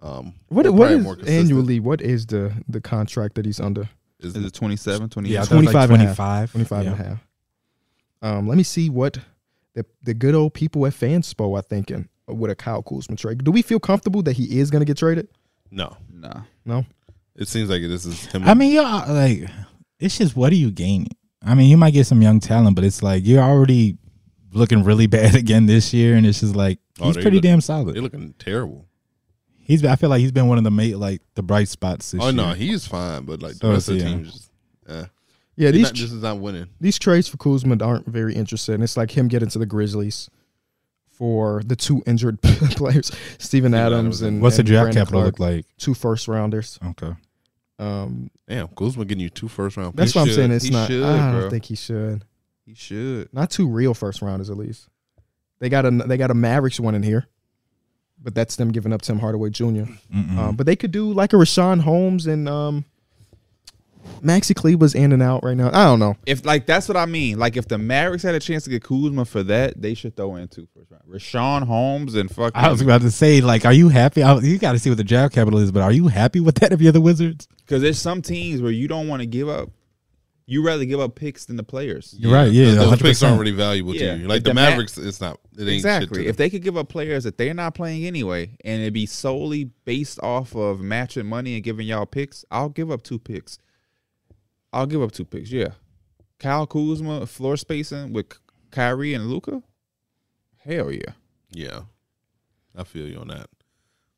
[SPEAKER 3] Um,
[SPEAKER 1] what
[SPEAKER 3] they're
[SPEAKER 1] what
[SPEAKER 3] probably
[SPEAKER 1] is
[SPEAKER 3] more consistent.
[SPEAKER 1] annually? What is the the contract that he's under?
[SPEAKER 3] Is
[SPEAKER 2] Is it 27, 28?
[SPEAKER 4] I thought it was,
[SPEAKER 1] 25 and a half.
[SPEAKER 4] 25.
[SPEAKER 1] 25
[SPEAKER 4] Yeah.
[SPEAKER 1] and a half. Um, let me see what the the good old people at Fanspo are thinking with a Kyle Kuzma trade. Do we feel comfortable that he is going to get traded?
[SPEAKER 3] no,
[SPEAKER 2] Nah.
[SPEAKER 3] it seems like this is him.
[SPEAKER 4] I mean, you are like it's just what are you gaining? I mean, you might get some young talent, but it's like you're already looking really bad again this year, and it's just like
[SPEAKER 3] Oh,
[SPEAKER 4] he's
[SPEAKER 3] they
[SPEAKER 4] pretty
[SPEAKER 3] look-
[SPEAKER 4] damn
[SPEAKER 3] they're
[SPEAKER 4] solid.
[SPEAKER 3] looking terrible.
[SPEAKER 4] He's I feel like he's been one of the mate like the bright spots this
[SPEAKER 3] Oh
[SPEAKER 4] year.
[SPEAKER 3] no, he's fine, but like
[SPEAKER 4] So
[SPEAKER 3] the rest of
[SPEAKER 4] it's-
[SPEAKER 3] the
[SPEAKER 4] yeah.
[SPEAKER 3] team just. Eh.
[SPEAKER 1] Yeah,
[SPEAKER 3] They're
[SPEAKER 1] these
[SPEAKER 3] not- this is not winning.
[SPEAKER 1] these trades for Kuzma aren't very interesting. It's like him getting to the Grizzlies for the two injured players, Steven Adams
[SPEAKER 3] Adams.
[SPEAKER 1] and
[SPEAKER 4] What's the
[SPEAKER 1] and
[SPEAKER 4] draft
[SPEAKER 1] Brandon
[SPEAKER 4] capital
[SPEAKER 1] Clark,
[SPEAKER 4] look like?
[SPEAKER 1] Two first rounders.
[SPEAKER 4] Okay,
[SPEAKER 1] Um,
[SPEAKER 3] Damn, Kuzma getting you two first round
[SPEAKER 1] that's
[SPEAKER 3] picks.
[SPEAKER 2] He
[SPEAKER 1] why I'm
[SPEAKER 2] should.
[SPEAKER 1] saying. It's
[SPEAKER 2] He
[SPEAKER 1] not.
[SPEAKER 2] should,
[SPEAKER 1] I don't
[SPEAKER 2] bro.
[SPEAKER 1] think he should.
[SPEAKER 2] He should.
[SPEAKER 1] Not two real first rounders at least. They got a they got a Mavericks one in here, but that's them giving up Tim Hardaway Jr.
[SPEAKER 4] Mm-mm.
[SPEAKER 1] Um, but they could do like a Rashawn Holmes and um, Maxi Kleber's in and out right now. I don't know.
[SPEAKER 2] If like that's what I mean. Like if the Mavericks had a chance to get Kuzma for that, they should throw in two first round. Rashawn Holmes and fucking
[SPEAKER 4] I was about to say like, are you happy? I, you got to see what the draft capital is, but are you happy with that if you're the Wizards?
[SPEAKER 2] because there's some teams where you don't want to give up. You rather give up picks than the players.
[SPEAKER 4] You're right, yeah,
[SPEAKER 3] those- those picks
[SPEAKER 4] 100%.
[SPEAKER 3] aren't really valuable
[SPEAKER 2] Yeah.
[SPEAKER 3] to you. Like
[SPEAKER 2] If
[SPEAKER 3] the,
[SPEAKER 2] the Ma-
[SPEAKER 3] Mavericks, it's not. It ain't Shit
[SPEAKER 2] Exactly.
[SPEAKER 3] to
[SPEAKER 2] If they could give up players that they're not playing anyway, and it'd be solely based off of matching money and giving y'all picks, I'll give up two picks. I'll give up two picks. Yeah, Kyle Kuzma floor spacing with Kyrie and Luca. Hell yeah.
[SPEAKER 3] yeah, I feel you on that.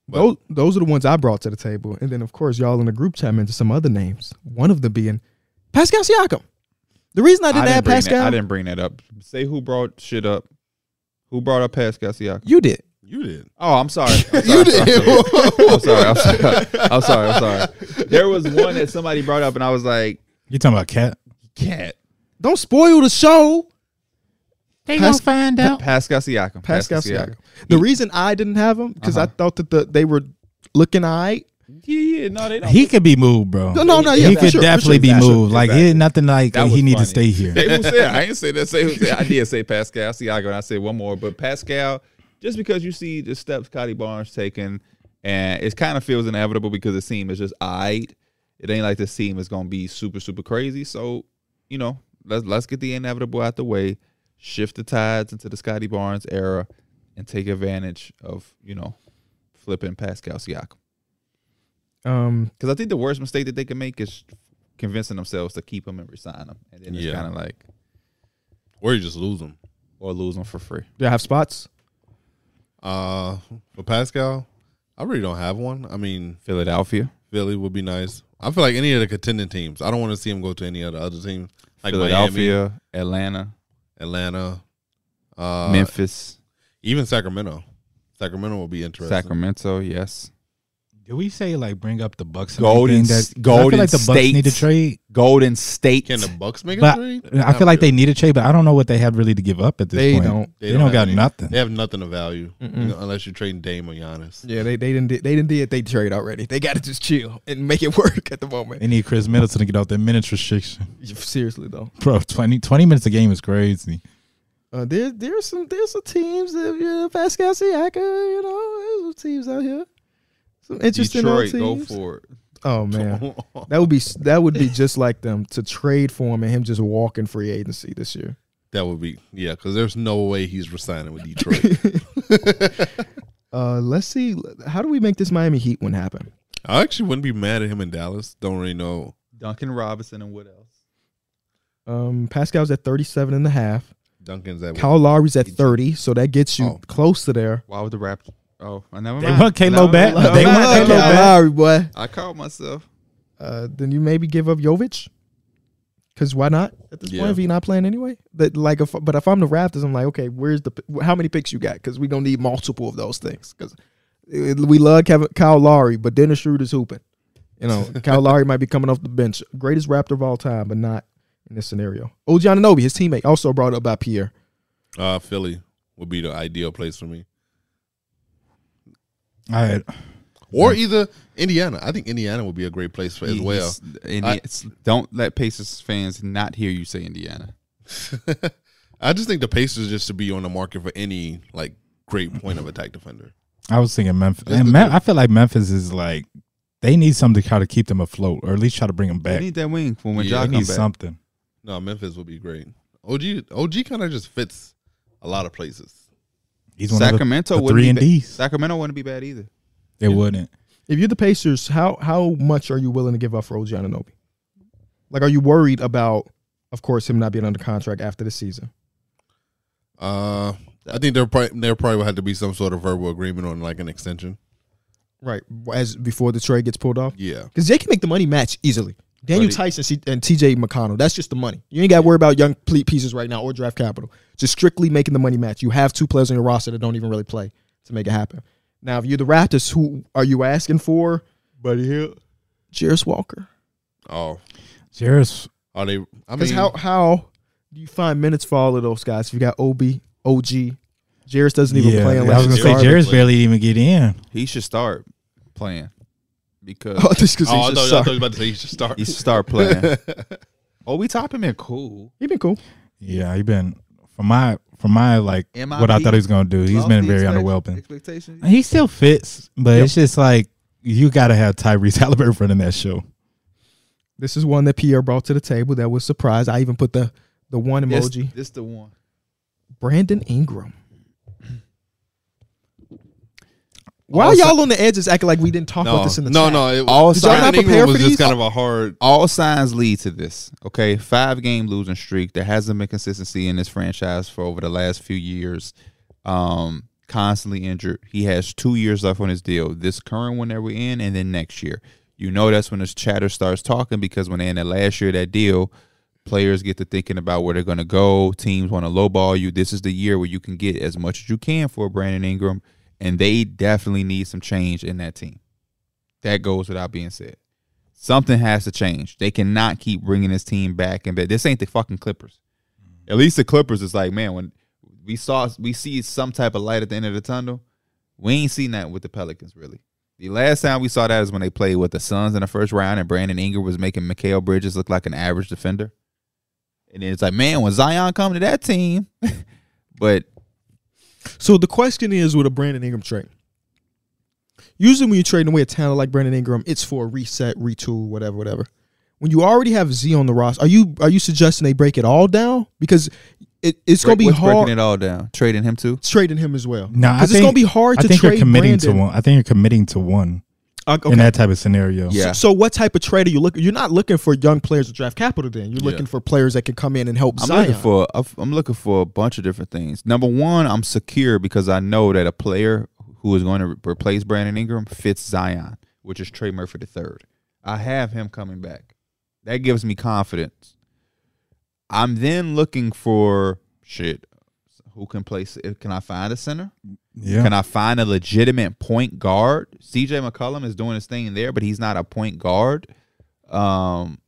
[SPEAKER 3] But-
[SPEAKER 1] Those, those are the ones I brought to the table, and then of course y'all in the group chat mentioned some other names. One of them being Pascal Siakam. The reason I didn't, add
[SPEAKER 2] bring
[SPEAKER 1] Pascal,
[SPEAKER 2] That, I didn't bring that up. Say who brought shit up. Who brought up Pascal Siakam?
[SPEAKER 1] you did.
[SPEAKER 3] You did.
[SPEAKER 2] Oh, I'm sorry. I'm sorry.
[SPEAKER 3] You
[SPEAKER 2] I'm sorry. I'm
[SPEAKER 3] did.
[SPEAKER 2] sorry. I'm sorry. I'm sorry. I'm sorry. There was one that somebody brought up, and I was like,
[SPEAKER 4] You talking about Cat?
[SPEAKER 2] "Cat,
[SPEAKER 1] Don't spoil the show.
[SPEAKER 4] They
[SPEAKER 1] gonna
[SPEAKER 4] find out.
[SPEAKER 2] Pascal Siakam,
[SPEAKER 1] Pascal Siakam. The reason I didn't have him because I thought that the, they were looking eye.
[SPEAKER 2] Yeah, yeah. No, they don't.
[SPEAKER 4] He could be moved, bro.
[SPEAKER 1] No, no, no. Yeah,
[SPEAKER 4] he
[SPEAKER 1] for
[SPEAKER 4] could
[SPEAKER 1] sure, for
[SPEAKER 4] definitely
[SPEAKER 1] sure.
[SPEAKER 4] be
[SPEAKER 2] Exactly,
[SPEAKER 4] moved. Like
[SPEAKER 2] exactly.
[SPEAKER 4] it, nothing like
[SPEAKER 2] That
[SPEAKER 4] he
[SPEAKER 2] was
[SPEAKER 4] need
[SPEAKER 2] funny.
[SPEAKER 4] to stay here.
[SPEAKER 2] They who said I ain't say that. Say who said I did say Pascal Siakam. And I said one more, but Pascal. Just because you see the steps Scotty Barnes taking, and it kind of feels inevitable because the team is just eyed. It ain't like the team is gonna be super super crazy. So you know, let's let's get the inevitable out the way, shift the tides into the Scotty Barnes era, and take advantage of you know flipping Pascal Siakam.
[SPEAKER 1] Um,
[SPEAKER 2] Because I think the worst mistake that they can make is convincing themselves to keep him and resign him, and then
[SPEAKER 3] Yeah.
[SPEAKER 2] it's kind of like
[SPEAKER 3] Or you just lose them.
[SPEAKER 2] or lose him for free.
[SPEAKER 1] do I have spots?
[SPEAKER 3] Uh, for Pascal, I really don't have one. I mean,
[SPEAKER 2] Philadelphia.
[SPEAKER 3] Philly would be nice. I feel like any of the contending teams. I don't want to see him go to any of the other teams like Philadelphia,
[SPEAKER 2] Philadelphia, Atlanta,
[SPEAKER 3] Atlanta, uh,
[SPEAKER 2] Memphis,
[SPEAKER 3] even Sacramento. Sacramento will be interesting.
[SPEAKER 2] Sacramento. Yes.
[SPEAKER 4] Do we say like bring up the Bucks? and
[SPEAKER 2] Golden
[SPEAKER 4] everything
[SPEAKER 2] S-
[SPEAKER 4] that, 'cause I
[SPEAKER 2] Golden
[SPEAKER 4] feel like the Bucks
[SPEAKER 2] State.
[SPEAKER 4] need to trade,
[SPEAKER 2] Golden State.
[SPEAKER 3] Can the Bucks make a
[SPEAKER 4] but
[SPEAKER 3] trade?
[SPEAKER 4] I feel like they need to trade, but I don't know what they have really to give up at this
[SPEAKER 1] They
[SPEAKER 4] point.
[SPEAKER 1] don't.
[SPEAKER 4] They, don't,
[SPEAKER 3] have
[SPEAKER 4] got
[SPEAKER 3] any-
[SPEAKER 4] nothing.
[SPEAKER 3] They have nothing of value you
[SPEAKER 1] Mm-mm.
[SPEAKER 3] know, unless you're trading Dame or Giannis.
[SPEAKER 1] Yeah, they they didn't di- they didn't did they trade already. They got to just chill and make it work at the moment.
[SPEAKER 4] They need Chris Middleton to get out that minutes restriction,
[SPEAKER 1] Seriously though,
[SPEAKER 4] bro. 20, 20 minutes a game is crazy.
[SPEAKER 1] uh, there there's some there's some teams that you know, Pascal Siaka, you know, there's some teams out here. Some interesting old
[SPEAKER 2] Detroit. Go
[SPEAKER 1] teams.
[SPEAKER 2] for it.
[SPEAKER 1] Oh man, that would be that would be just like them to trade for him and him just walk in free agency this year.
[SPEAKER 3] That would be yeah, because there's no way he's resigning with Detroit.
[SPEAKER 1] Uh, let's see, how do we make this Miami Heat one happen?
[SPEAKER 3] I actually wouldn't be mad at him in Dallas. Don't really know.
[SPEAKER 2] Duncan Robinson and what else?
[SPEAKER 1] Um, Pascal's at 37 and a half.
[SPEAKER 3] Duncan's at
[SPEAKER 1] Kyle Lowry's at 30, so that gets you
[SPEAKER 3] Oh.
[SPEAKER 1] close to there.
[SPEAKER 2] Why would the Raptors? Oh, I never
[SPEAKER 4] They
[SPEAKER 2] mind.
[SPEAKER 4] want K-Lo
[SPEAKER 2] Never
[SPEAKER 4] back.
[SPEAKER 2] mind.
[SPEAKER 4] They
[SPEAKER 2] Never
[SPEAKER 4] want
[SPEAKER 2] mind.
[SPEAKER 4] K-Lo
[SPEAKER 1] Kyle
[SPEAKER 2] Never mind.
[SPEAKER 4] back.
[SPEAKER 1] Lowry, boy.
[SPEAKER 2] I called myself.
[SPEAKER 1] Uh, then you maybe give up Jovic. Cause why not? At this
[SPEAKER 3] Yeah.
[SPEAKER 1] point, if he's not playing anyway, but like, if but if I'm the Raptors, I'm like, okay, where's the how many picks you got? Cause we gonna need multiple of those things. Cause it- we love Kevin, Kyle Lowry, but Dennis Schroeder's hooping. You know, Kyle Lowry might be coming off the bench, greatest Raptor of all time, but not in this scenario. OG Ananobi, his teammate, also brought up by Pierre.
[SPEAKER 3] uh, Philly would be the ideal place for me,
[SPEAKER 4] All right,
[SPEAKER 3] or either Indiana. I think Indiana would be a great place for as well.
[SPEAKER 2] Yes. Indi-
[SPEAKER 3] I-
[SPEAKER 2] it's- don't let Pacers fans not hear you say Indiana.
[SPEAKER 3] I just think the Pacers just should be on the market for any like great point of attack defender.
[SPEAKER 4] I was thinking Memphis.
[SPEAKER 3] Just
[SPEAKER 4] And
[SPEAKER 3] the
[SPEAKER 4] Mem-
[SPEAKER 3] dude.
[SPEAKER 4] I feel like Memphis is like they need something to try to keep them afloat, or at least try to bring them
[SPEAKER 2] They
[SPEAKER 4] back.
[SPEAKER 2] need that wing for when
[SPEAKER 3] Yeah,
[SPEAKER 2] Ja
[SPEAKER 4] They
[SPEAKER 2] come
[SPEAKER 4] need
[SPEAKER 2] back.
[SPEAKER 4] something.
[SPEAKER 3] No, Memphis would be great. OG OG kind of just fits a lot of places.
[SPEAKER 4] He's one of
[SPEAKER 2] Sacramento
[SPEAKER 4] the, the
[SPEAKER 2] wouldn't
[SPEAKER 4] three
[SPEAKER 2] be
[SPEAKER 4] and
[SPEAKER 2] ba-
[SPEAKER 4] D's.
[SPEAKER 2] Sacramento wouldn't be bad either.
[SPEAKER 4] They wouldn't.
[SPEAKER 1] If you're the Pacers, how how much are you willing to give up for OG Ananobi? Like, are you worried about, of course, him not being under contract after the season?
[SPEAKER 3] Uh, I think there probably there probably would have to be some sort of verbal agreement on like an extension.
[SPEAKER 1] Right, as before the trade gets pulled off,
[SPEAKER 3] Yeah,
[SPEAKER 1] because they can make the money match easily. Daniel
[SPEAKER 2] But it-
[SPEAKER 1] Tyson C- and T.J. McConnell, that's just the money. You ain't got to worry about young ple- pieces right now or draft capital. Just strictly making the money match. You have two players on your roster that don't even really play to make it happen. Now, if you're the Raptors, who are you asking for? Buddy Hill, Jairus Walker.
[SPEAKER 3] Oh,
[SPEAKER 4] Jairus,
[SPEAKER 3] are they? I mean,
[SPEAKER 1] Because how how do you find minutes for all of those guys? If you got OB, OG, Jairus doesn't even
[SPEAKER 4] yeah,
[SPEAKER 1] play
[SPEAKER 4] I
[SPEAKER 1] unless
[SPEAKER 4] was gonna
[SPEAKER 1] he's
[SPEAKER 4] say
[SPEAKER 1] garbage.
[SPEAKER 4] Jairus barely even get in.
[SPEAKER 2] He should start playing because
[SPEAKER 1] Oh, just because
[SPEAKER 3] Oh, I
[SPEAKER 1] he's just
[SPEAKER 3] thought, I thought
[SPEAKER 1] sorry.
[SPEAKER 3] you were about to say you should start.
[SPEAKER 2] he should start playing. oh, we top him in cool.
[SPEAKER 1] He been cool.
[SPEAKER 4] Yeah, he been from my from my like
[SPEAKER 2] MIP.
[SPEAKER 4] what I thought he was gonna do. He's
[SPEAKER 2] Lost
[SPEAKER 4] been
[SPEAKER 2] the
[SPEAKER 4] very
[SPEAKER 2] expect-
[SPEAKER 4] underwhelming.
[SPEAKER 2] Expectations.
[SPEAKER 4] He still fits, but it's just like you gotta have Tyrese Halliburton running that show.
[SPEAKER 1] This is one that Pierre brought to the table that was surprised. I even put the the one
[SPEAKER 2] This,
[SPEAKER 1] emoji.
[SPEAKER 2] this the one.
[SPEAKER 1] Brandon Ingram.
[SPEAKER 3] Oh,
[SPEAKER 1] Why
[SPEAKER 2] Also-
[SPEAKER 1] y'all on the edges acting like we didn't talk about this in the
[SPEAKER 3] no,
[SPEAKER 1] chat?
[SPEAKER 3] no, it,
[SPEAKER 2] All
[SPEAKER 1] Did y'all
[SPEAKER 2] signs,
[SPEAKER 1] not
[SPEAKER 3] Brandon Ingram
[SPEAKER 1] prepare
[SPEAKER 3] was
[SPEAKER 1] for
[SPEAKER 3] just
[SPEAKER 1] these?
[SPEAKER 3] kind of a hard.
[SPEAKER 2] all signs lead to this. Okay, five game losing streak. There hasn't been consistency in this franchise for over the last few years. Um, constantly injured. He has two years left on his deal. This current one that we're in, and then next year. You know that's when this chatter starts talking because when they in that last year of that deal, players get to thinking about where they're going to go. Teams want to lowball you. This is the year where you can get as much as you can for Brandon Ingram, and they definitely need some change in that team. That goes without being said. Something has to change. They cannot keep bringing this team back and back. This ain't the fucking Clippers. At least the Clippers is like, man, when we saw we see some type of light at the end of the tunnel, we ain't seen that with the Pelicans really. The last time we saw that is when they played with the Suns in the first round, and Brandon Ingram was making Mikhail Bridges look like an average defender. And then it's like, man, when Zion come to that team, but
[SPEAKER 1] So the question is with a Brandon Ingram trade. Usually when you're trading away a talent like Brandon Ingram, it's for a reset, retool, whatever, whatever. When you already have Z on the roster, are you are you suggesting they break it all down? Because it, it's gonna be
[SPEAKER 2] what's
[SPEAKER 1] hard
[SPEAKER 2] breaking it all down, trading him too.
[SPEAKER 1] trading him as well.
[SPEAKER 4] No, I
[SPEAKER 1] because it's
[SPEAKER 4] think-
[SPEAKER 1] gonna be hard
[SPEAKER 4] I
[SPEAKER 1] to
[SPEAKER 4] think
[SPEAKER 1] trade
[SPEAKER 4] you're committing
[SPEAKER 1] Brandon.
[SPEAKER 4] to one. I think you're committing to one
[SPEAKER 1] Uh, okay.
[SPEAKER 4] in that type of scenario.
[SPEAKER 2] Yeah.
[SPEAKER 1] So what type of trade are you looking? You're not looking for young players with draft capital. Then you're looking for players that can come in and help
[SPEAKER 2] I'm
[SPEAKER 1] Zion.
[SPEAKER 2] looking for I'm looking for a bunch of different things. Number one, I'm secure because I know that a player who is going to re- replace Brandon Ingram, fits Zion, which is Trey Murphy III. I have him coming back. That gives me confidence. I'm then looking for shit. Who can play? s- Can I find a center?
[SPEAKER 4] Yeah.
[SPEAKER 2] Can I find a legitimate point guard? CJ McCollum is doing his thing there, but he's not a point guard. Um,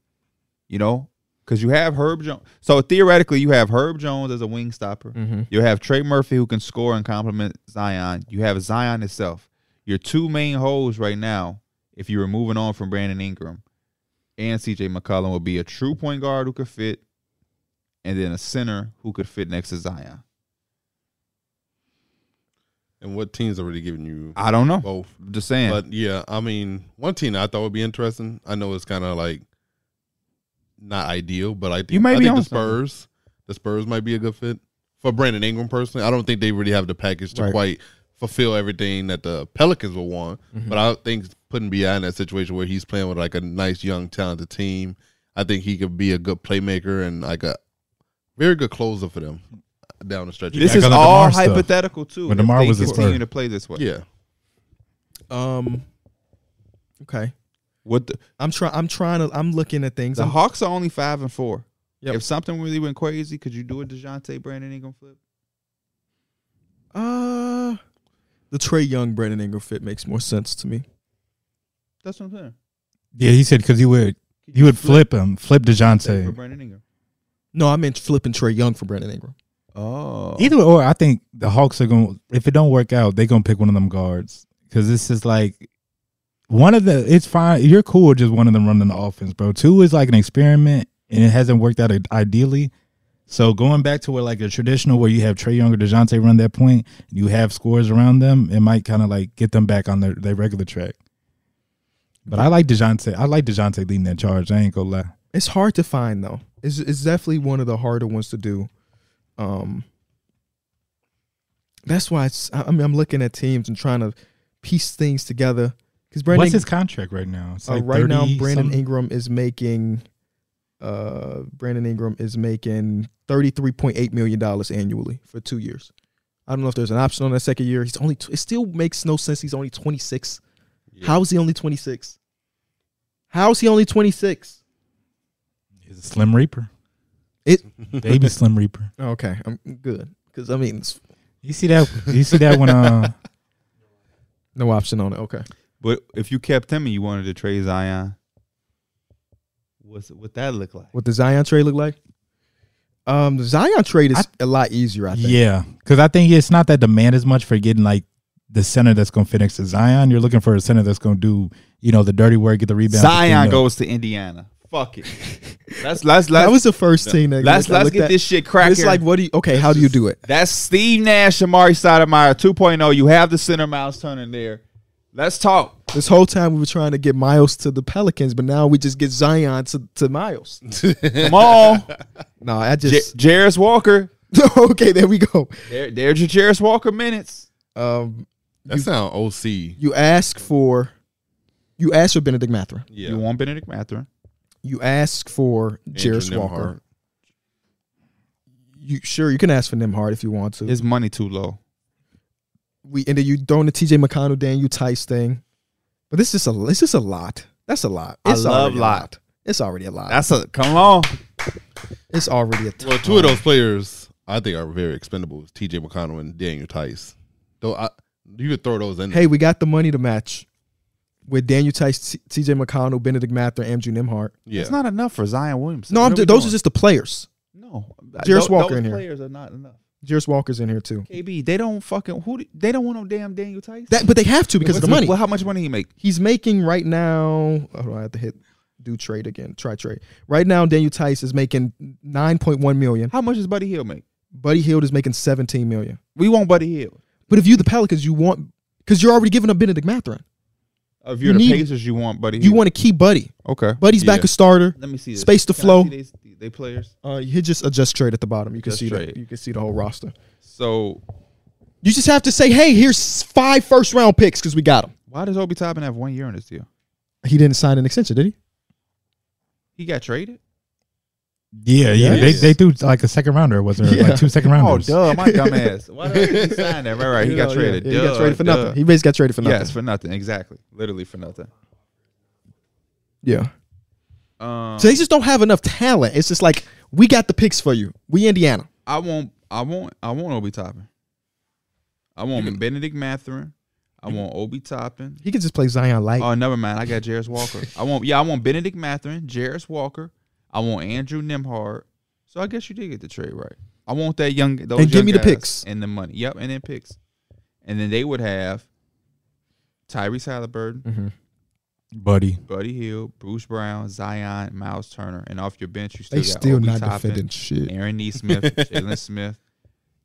[SPEAKER 2] you know, because you have Herb Jones. So theoretically, you have Herb Jones as a wing stopper.
[SPEAKER 1] Mm-hmm.
[SPEAKER 2] You have Trey Murphy who can score and complement Zion. You have Zion itself. Your two main holes right now, if you were moving on from Brandon Ingram and CJ McCollum, would be a true point guard who could fit, and then a center who could fit next to Zion.
[SPEAKER 3] And what teams already giving you
[SPEAKER 2] I don't know.
[SPEAKER 3] both?
[SPEAKER 2] I'm just saying.
[SPEAKER 3] But yeah, I mean, one team I thought would be interesting. I know it's kind of like not ideal, but I think
[SPEAKER 2] You might
[SPEAKER 3] I
[SPEAKER 2] be
[SPEAKER 3] think the
[SPEAKER 2] on something.
[SPEAKER 3] Spurs. The Spurs might be a good fit for Brandon Ingram personally. I don't think they really have the package to
[SPEAKER 1] Right.
[SPEAKER 3] quite fulfill everything that the Pelicans would want.
[SPEAKER 2] Mm-hmm.
[SPEAKER 3] But I think putting Bi in that situation where he's playing with like a nice young talented team, I think he could be a good playmaker and like a very good closer for them down the stretch.
[SPEAKER 2] This
[SPEAKER 4] gotta
[SPEAKER 2] is
[SPEAKER 4] go to
[SPEAKER 2] all
[SPEAKER 4] DeMar stuff.
[SPEAKER 2] hypothetical too.
[SPEAKER 4] When
[SPEAKER 2] if
[SPEAKER 4] DeMar
[SPEAKER 2] they
[SPEAKER 4] was a
[SPEAKER 2] continue
[SPEAKER 4] Spur.
[SPEAKER 2] to play this way.
[SPEAKER 3] yeah.
[SPEAKER 1] Um. Okay.
[SPEAKER 2] What the,
[SPEAKER 1] I'm trying. I'm trying to. I'm looking at things.
[SPEAKER 2] the
[SPEAKER 1] I'm-
[SPEAKER 2] Hawks are only five and four.
[SPEAKER 1] Yep.
[SPEAKER 2] If something really went crazy, could you do a Dejounte Brandon Ingram flip?
[SPEAKER 1] uh, the Trey Young Brandon Ingram fit makes more sense to me.
[SPEAKER 2] That's what I'm saying.
[SPEAKER 4] Yeah, he said because he would
[SPEAKER 2] Could
[SPEAKER 4] he would flip him, flip
[SPEAKER 2] for
[SPEAKER 4] Dejounte.
[SPEAKER 2] Brandon Ingram.
[SPEAKER 1] No, I meant flipping Trey Young for Brandon Ingram.
[SPEAKER 2] Oh,
[SPEAKER 4] Either or, I think the Hawks are going. to If it don't work out, they gonna pick one of them guards because this is like one of the. It's fine. You're cool with just one of them running the offense, bro. Two is like an experiment, and it hasn't worked out ideally. So going back to where like a traditional where you have Trey Young or Dejounte run that point, and you have scores around them, it might kind of like get them back on their, their regular track. But I like Dejounte. I like Dejounte leading that charge. I ain't gonna lie.
[SPEAKER 1] It's hard to find though. It's it's definitely one of the harder ones to do. Um. That's why it's, I I mean I'm looking at teams and trying to piece things together because Brandon
[SPEAKER 4] What's his contract right now? It's
[SPEAKER 1] Uh,
[SPEAKER 4] like
[SPEAKER 1] right now,
[SPEAKER 4] 30
[SPEAKER 1] Brandon
[SPEAKER 4] something.
[SPEAKER 1] Ingram is making. Uh, Brandon Ingram is making thirty-three point eight million dollars annually for two years. I don't know if there's an option on that second year. He's only. T- it still makes no sense. He's only twenty-six. How is he only twenty-six? How is he only twenty-six?
[SPEAKER 4] He's a Slim Reaper.
[SPEAKER 1] It-
[SPEAKER 4] baby Slim Reaper.
[SPEAKER 1] Oh, Okay, I'm good because I mean, it's
[SPEAKER 4] You see that? You see that when uh
[SPEAKER 1] no option on it. Okay,
[SPEAKER 2] but if you kept him and you wanted to trade Zion, what's what that look like?
[SPEAKER 1] what the Zion trade look like? Um, the Zion trade is a lot easier. I think.
[SPEAKER 4] yeah, because I think it's not that demand as much for getting like the center that's gonna fit next to Zion. You're looking for a center that's gonna do you know the dirty work, get the rebound.
[SPEAKER 2] Zion goes to Indiana. Fuck it. Let's let's let's
[SPEAKER 1] that was the first team that
[SPEAKER 2] let's,
[SPEAKER 1] I
[SPEAKER 2] let's
[SPEAKER 1] looked
[SPEAKER 2] get
[SPEAKER 1] at.
[SPEAKER 2] this shit cracking.
[SPEAKER 1] It's like, what do you? Okay, how do you do it?
[SPEAKER 2] That's Steve Nash, Amari Stoudemire 2.0. You have the center Miles Turner there. Let's talk.
[SPEAKER 1] This whole time we were trying to get Miles to the Pelicans, but now we just get Zion to, to Miles.
[SPEAKER 2] Come on,
[SPEAKER 1] No, I
[SPEAKER 2] J-
[SPEAKER 1] just
[SPEAKER 2] Jarris Walker.
[SPEAKER 1] okay. There we go.
[SPEAKER 2] There, there's your Jarris Walker minutes.
[SPEAKER 1] Um,
[SPEAKER 3] That sound OC.
[SPEAKER 1] you ask for, you ask for Benedict Mathurin.
[SPEAKER 3] Yeah.
[SPEAKER 2] You want Benedict Mathurin?
[SPEAKER 1] You ask for
[SPEAKER 3] Andrew
[SPEAKER 1] Jairus Walker.
[SPEAKER 3] Nembhard.
[SPEAKER 1] You sure you can ask for Nimhard if you want to.
[SPEAKER 2] His money too low.
[SPEAKER 1] we and then you throw in the T.J. McConnell, Dan you Tice thing, but this is a this is a lot. That's a lot.
[SPEAKER 2] I
[SPEAKER 1] It's
[SPEAKER 2] love
[SPEAKER 1] already a
[SPEAKER 2] lot.
[SPEAKER 1] It's already a lot.
[SPEAKER 2] That's a come on.
[SPEAKER 1] it's already a.
[SPEAKER 3] Well, two of those players I think are very expendable: is T.J. McConnell and Daniel Tice. Though I, you could throw those in.
[SPEAKER 1] hey, we got the money to match with Daniel Tice, T- T.J. McConnell, Benedict Mathurin, Andrew Nimhard.
[SPEAKER 3] yeah,
[SPEAKER 2] It's not enough for Zion Williamson.
[SPEAKER 1] No,
[SPEAKER 2] What
[SPEAKER 1] I'm
[SPEAKER 2] are we
[SPEAKER 1] those
[SPEAKER 2] doing?
[SPEAKER 1] are just the players.
[SPEAKER 2] no.
[SPEAKER 1] Jarris
[SPEAKER 2] Tho-
[SPEAKER 1] Walker
[SPEAKER 2] those
[SPEAKER 1] in here.
[SPEAKER 2] Players are not enough.
[SPEAKER 1] Jairus Walker's in here too.
[SPEAKER 2] KB, they don't fucking who do- they don't want no damn Daniel Tyson
[SPEAKER 1] That, but they have to because of the money.
[SPEAKER 2] Well, how much money he make?
[SPEAKER 1] He's making right now. Oh, I have to hit do trade again. Try trade right now. Daniel Tice is making nine point one million.
[SPEAKER 2] How much does Buddy Hill make?
[SPEAKER 1] Buddy Hield is making seventeen million.
[SPEAKER 2] We want Buddy Hill.
[SPEAKER 1] But if you the Pelicans, you want because you're already giving up Benedict Mathurin.
[SPEAKER 2] If
[SPEAKER 1] You
[SPEAKER 2] you're the
[SPEAKER 1] need-
[SPEAKER 2] Pacers, you want Buddy.
[SPEAKER 1] You
[SPEAKER 2] Hill.
[SPEAKER 1] want to keep Buddy.
[SPEAKER 2] okay?
[SPEAKER 1] Buddy's back
[SPEAKER 3] Yeah.
[SPEAKER 1] a starter.
[SPEAKER 2] Let me see. This.
[SPEAKER 1] Space to
[SPEAKER 2] Can I
[SPEAKER 1] flow.
[SPEAKER 2] see They, they players.
[SPEAKER 1] Uh, you just adjust trade at the bottom. You can
[SPEAKER 2] Adjust
[SPEAKER 1] see
[SPEAKER 2] trade.
[SPEAKER 1] the, you can see the whole roster.
[SPEAKER 2] So
[SPEAKER 1] You just have to say, hey, here's five first round picks because we got him.
[SPEAKER 2] why does Obi Toppin have one year on this deal?
[SPEAKER 1] He didn't sign an extension, did he?
[SPEAKER 2] He got traded.
[SPEAKER 4] Yeah, yeah. They, they threw like a second rounder, wasn't it?
[SPEAKER 1] Yeah.
[SPEAKER 4] Like two second
[SPEAKER 2] Oh,
[SPEAKER 4] rounders.
[SPEAKER 2] duh, my dumb ass. Why did he sign that? Right, right. He
[SPEAKER 1] You
[SPEAKER 2] got
[SPEAKER 1] know,
[SPEAKER 2] traded.
[SPEAKER 1] yeah, yeah, he got
[SPEAKER 2] Duh,
[SPEAKER 1] traded for
[SPEAKER 2] duh.
[SPEAKER 1] nothing. He basically got traded for nothing.
[SPEAKER 2] Yes, for nothing. Exactly. Literally for nothing.
[SPEAKER 1] Yeah.
[SPEAKER 2] Um,
[SPEAKER 1] So they just don't have enough talent. It's just like we got the picks for you. We Indiana.
[SPEAKER 2] I want, I want, I want Obi Toppin. I want Benedict Mathurin. I want Obi Toppin.
[SPEAKER 1] He could just play Zion Light.
[SPEAKER 2] Oh, never mind. I got Jairus Walker. I want, yeah, I want Benedict Mathurin, Jairus Walker. I want Andrew Nimhard. So I guess you did get the trade right. I want that young. Those
[SPEAKER 1] And give
[SPEAKER 2] young
[SPEAKER 1] me the
[SPEAKER 2] guys
[SPEAKER 1] picks.
[SPEAKER 2] and the money. Yep, and then picks, and then they would have Tyrese Halliburton,
[SPEAKER 4] buddy.
[SPEAKER 2] Buddy Hill, Bruce Brown, Zion, Miles Turner, and off your bench you still
[SPEAKER 1] they
[SPEAKER 2] got
[SPEAKER 1] still
[SPEAKER 2] Obi
[SPEAKER 1] not
[SPEAKER 2] Toppin,
[SPEAKER 1] defending shit.
[SPEAKER 2] Aaron Neesmith, Jalen Smith,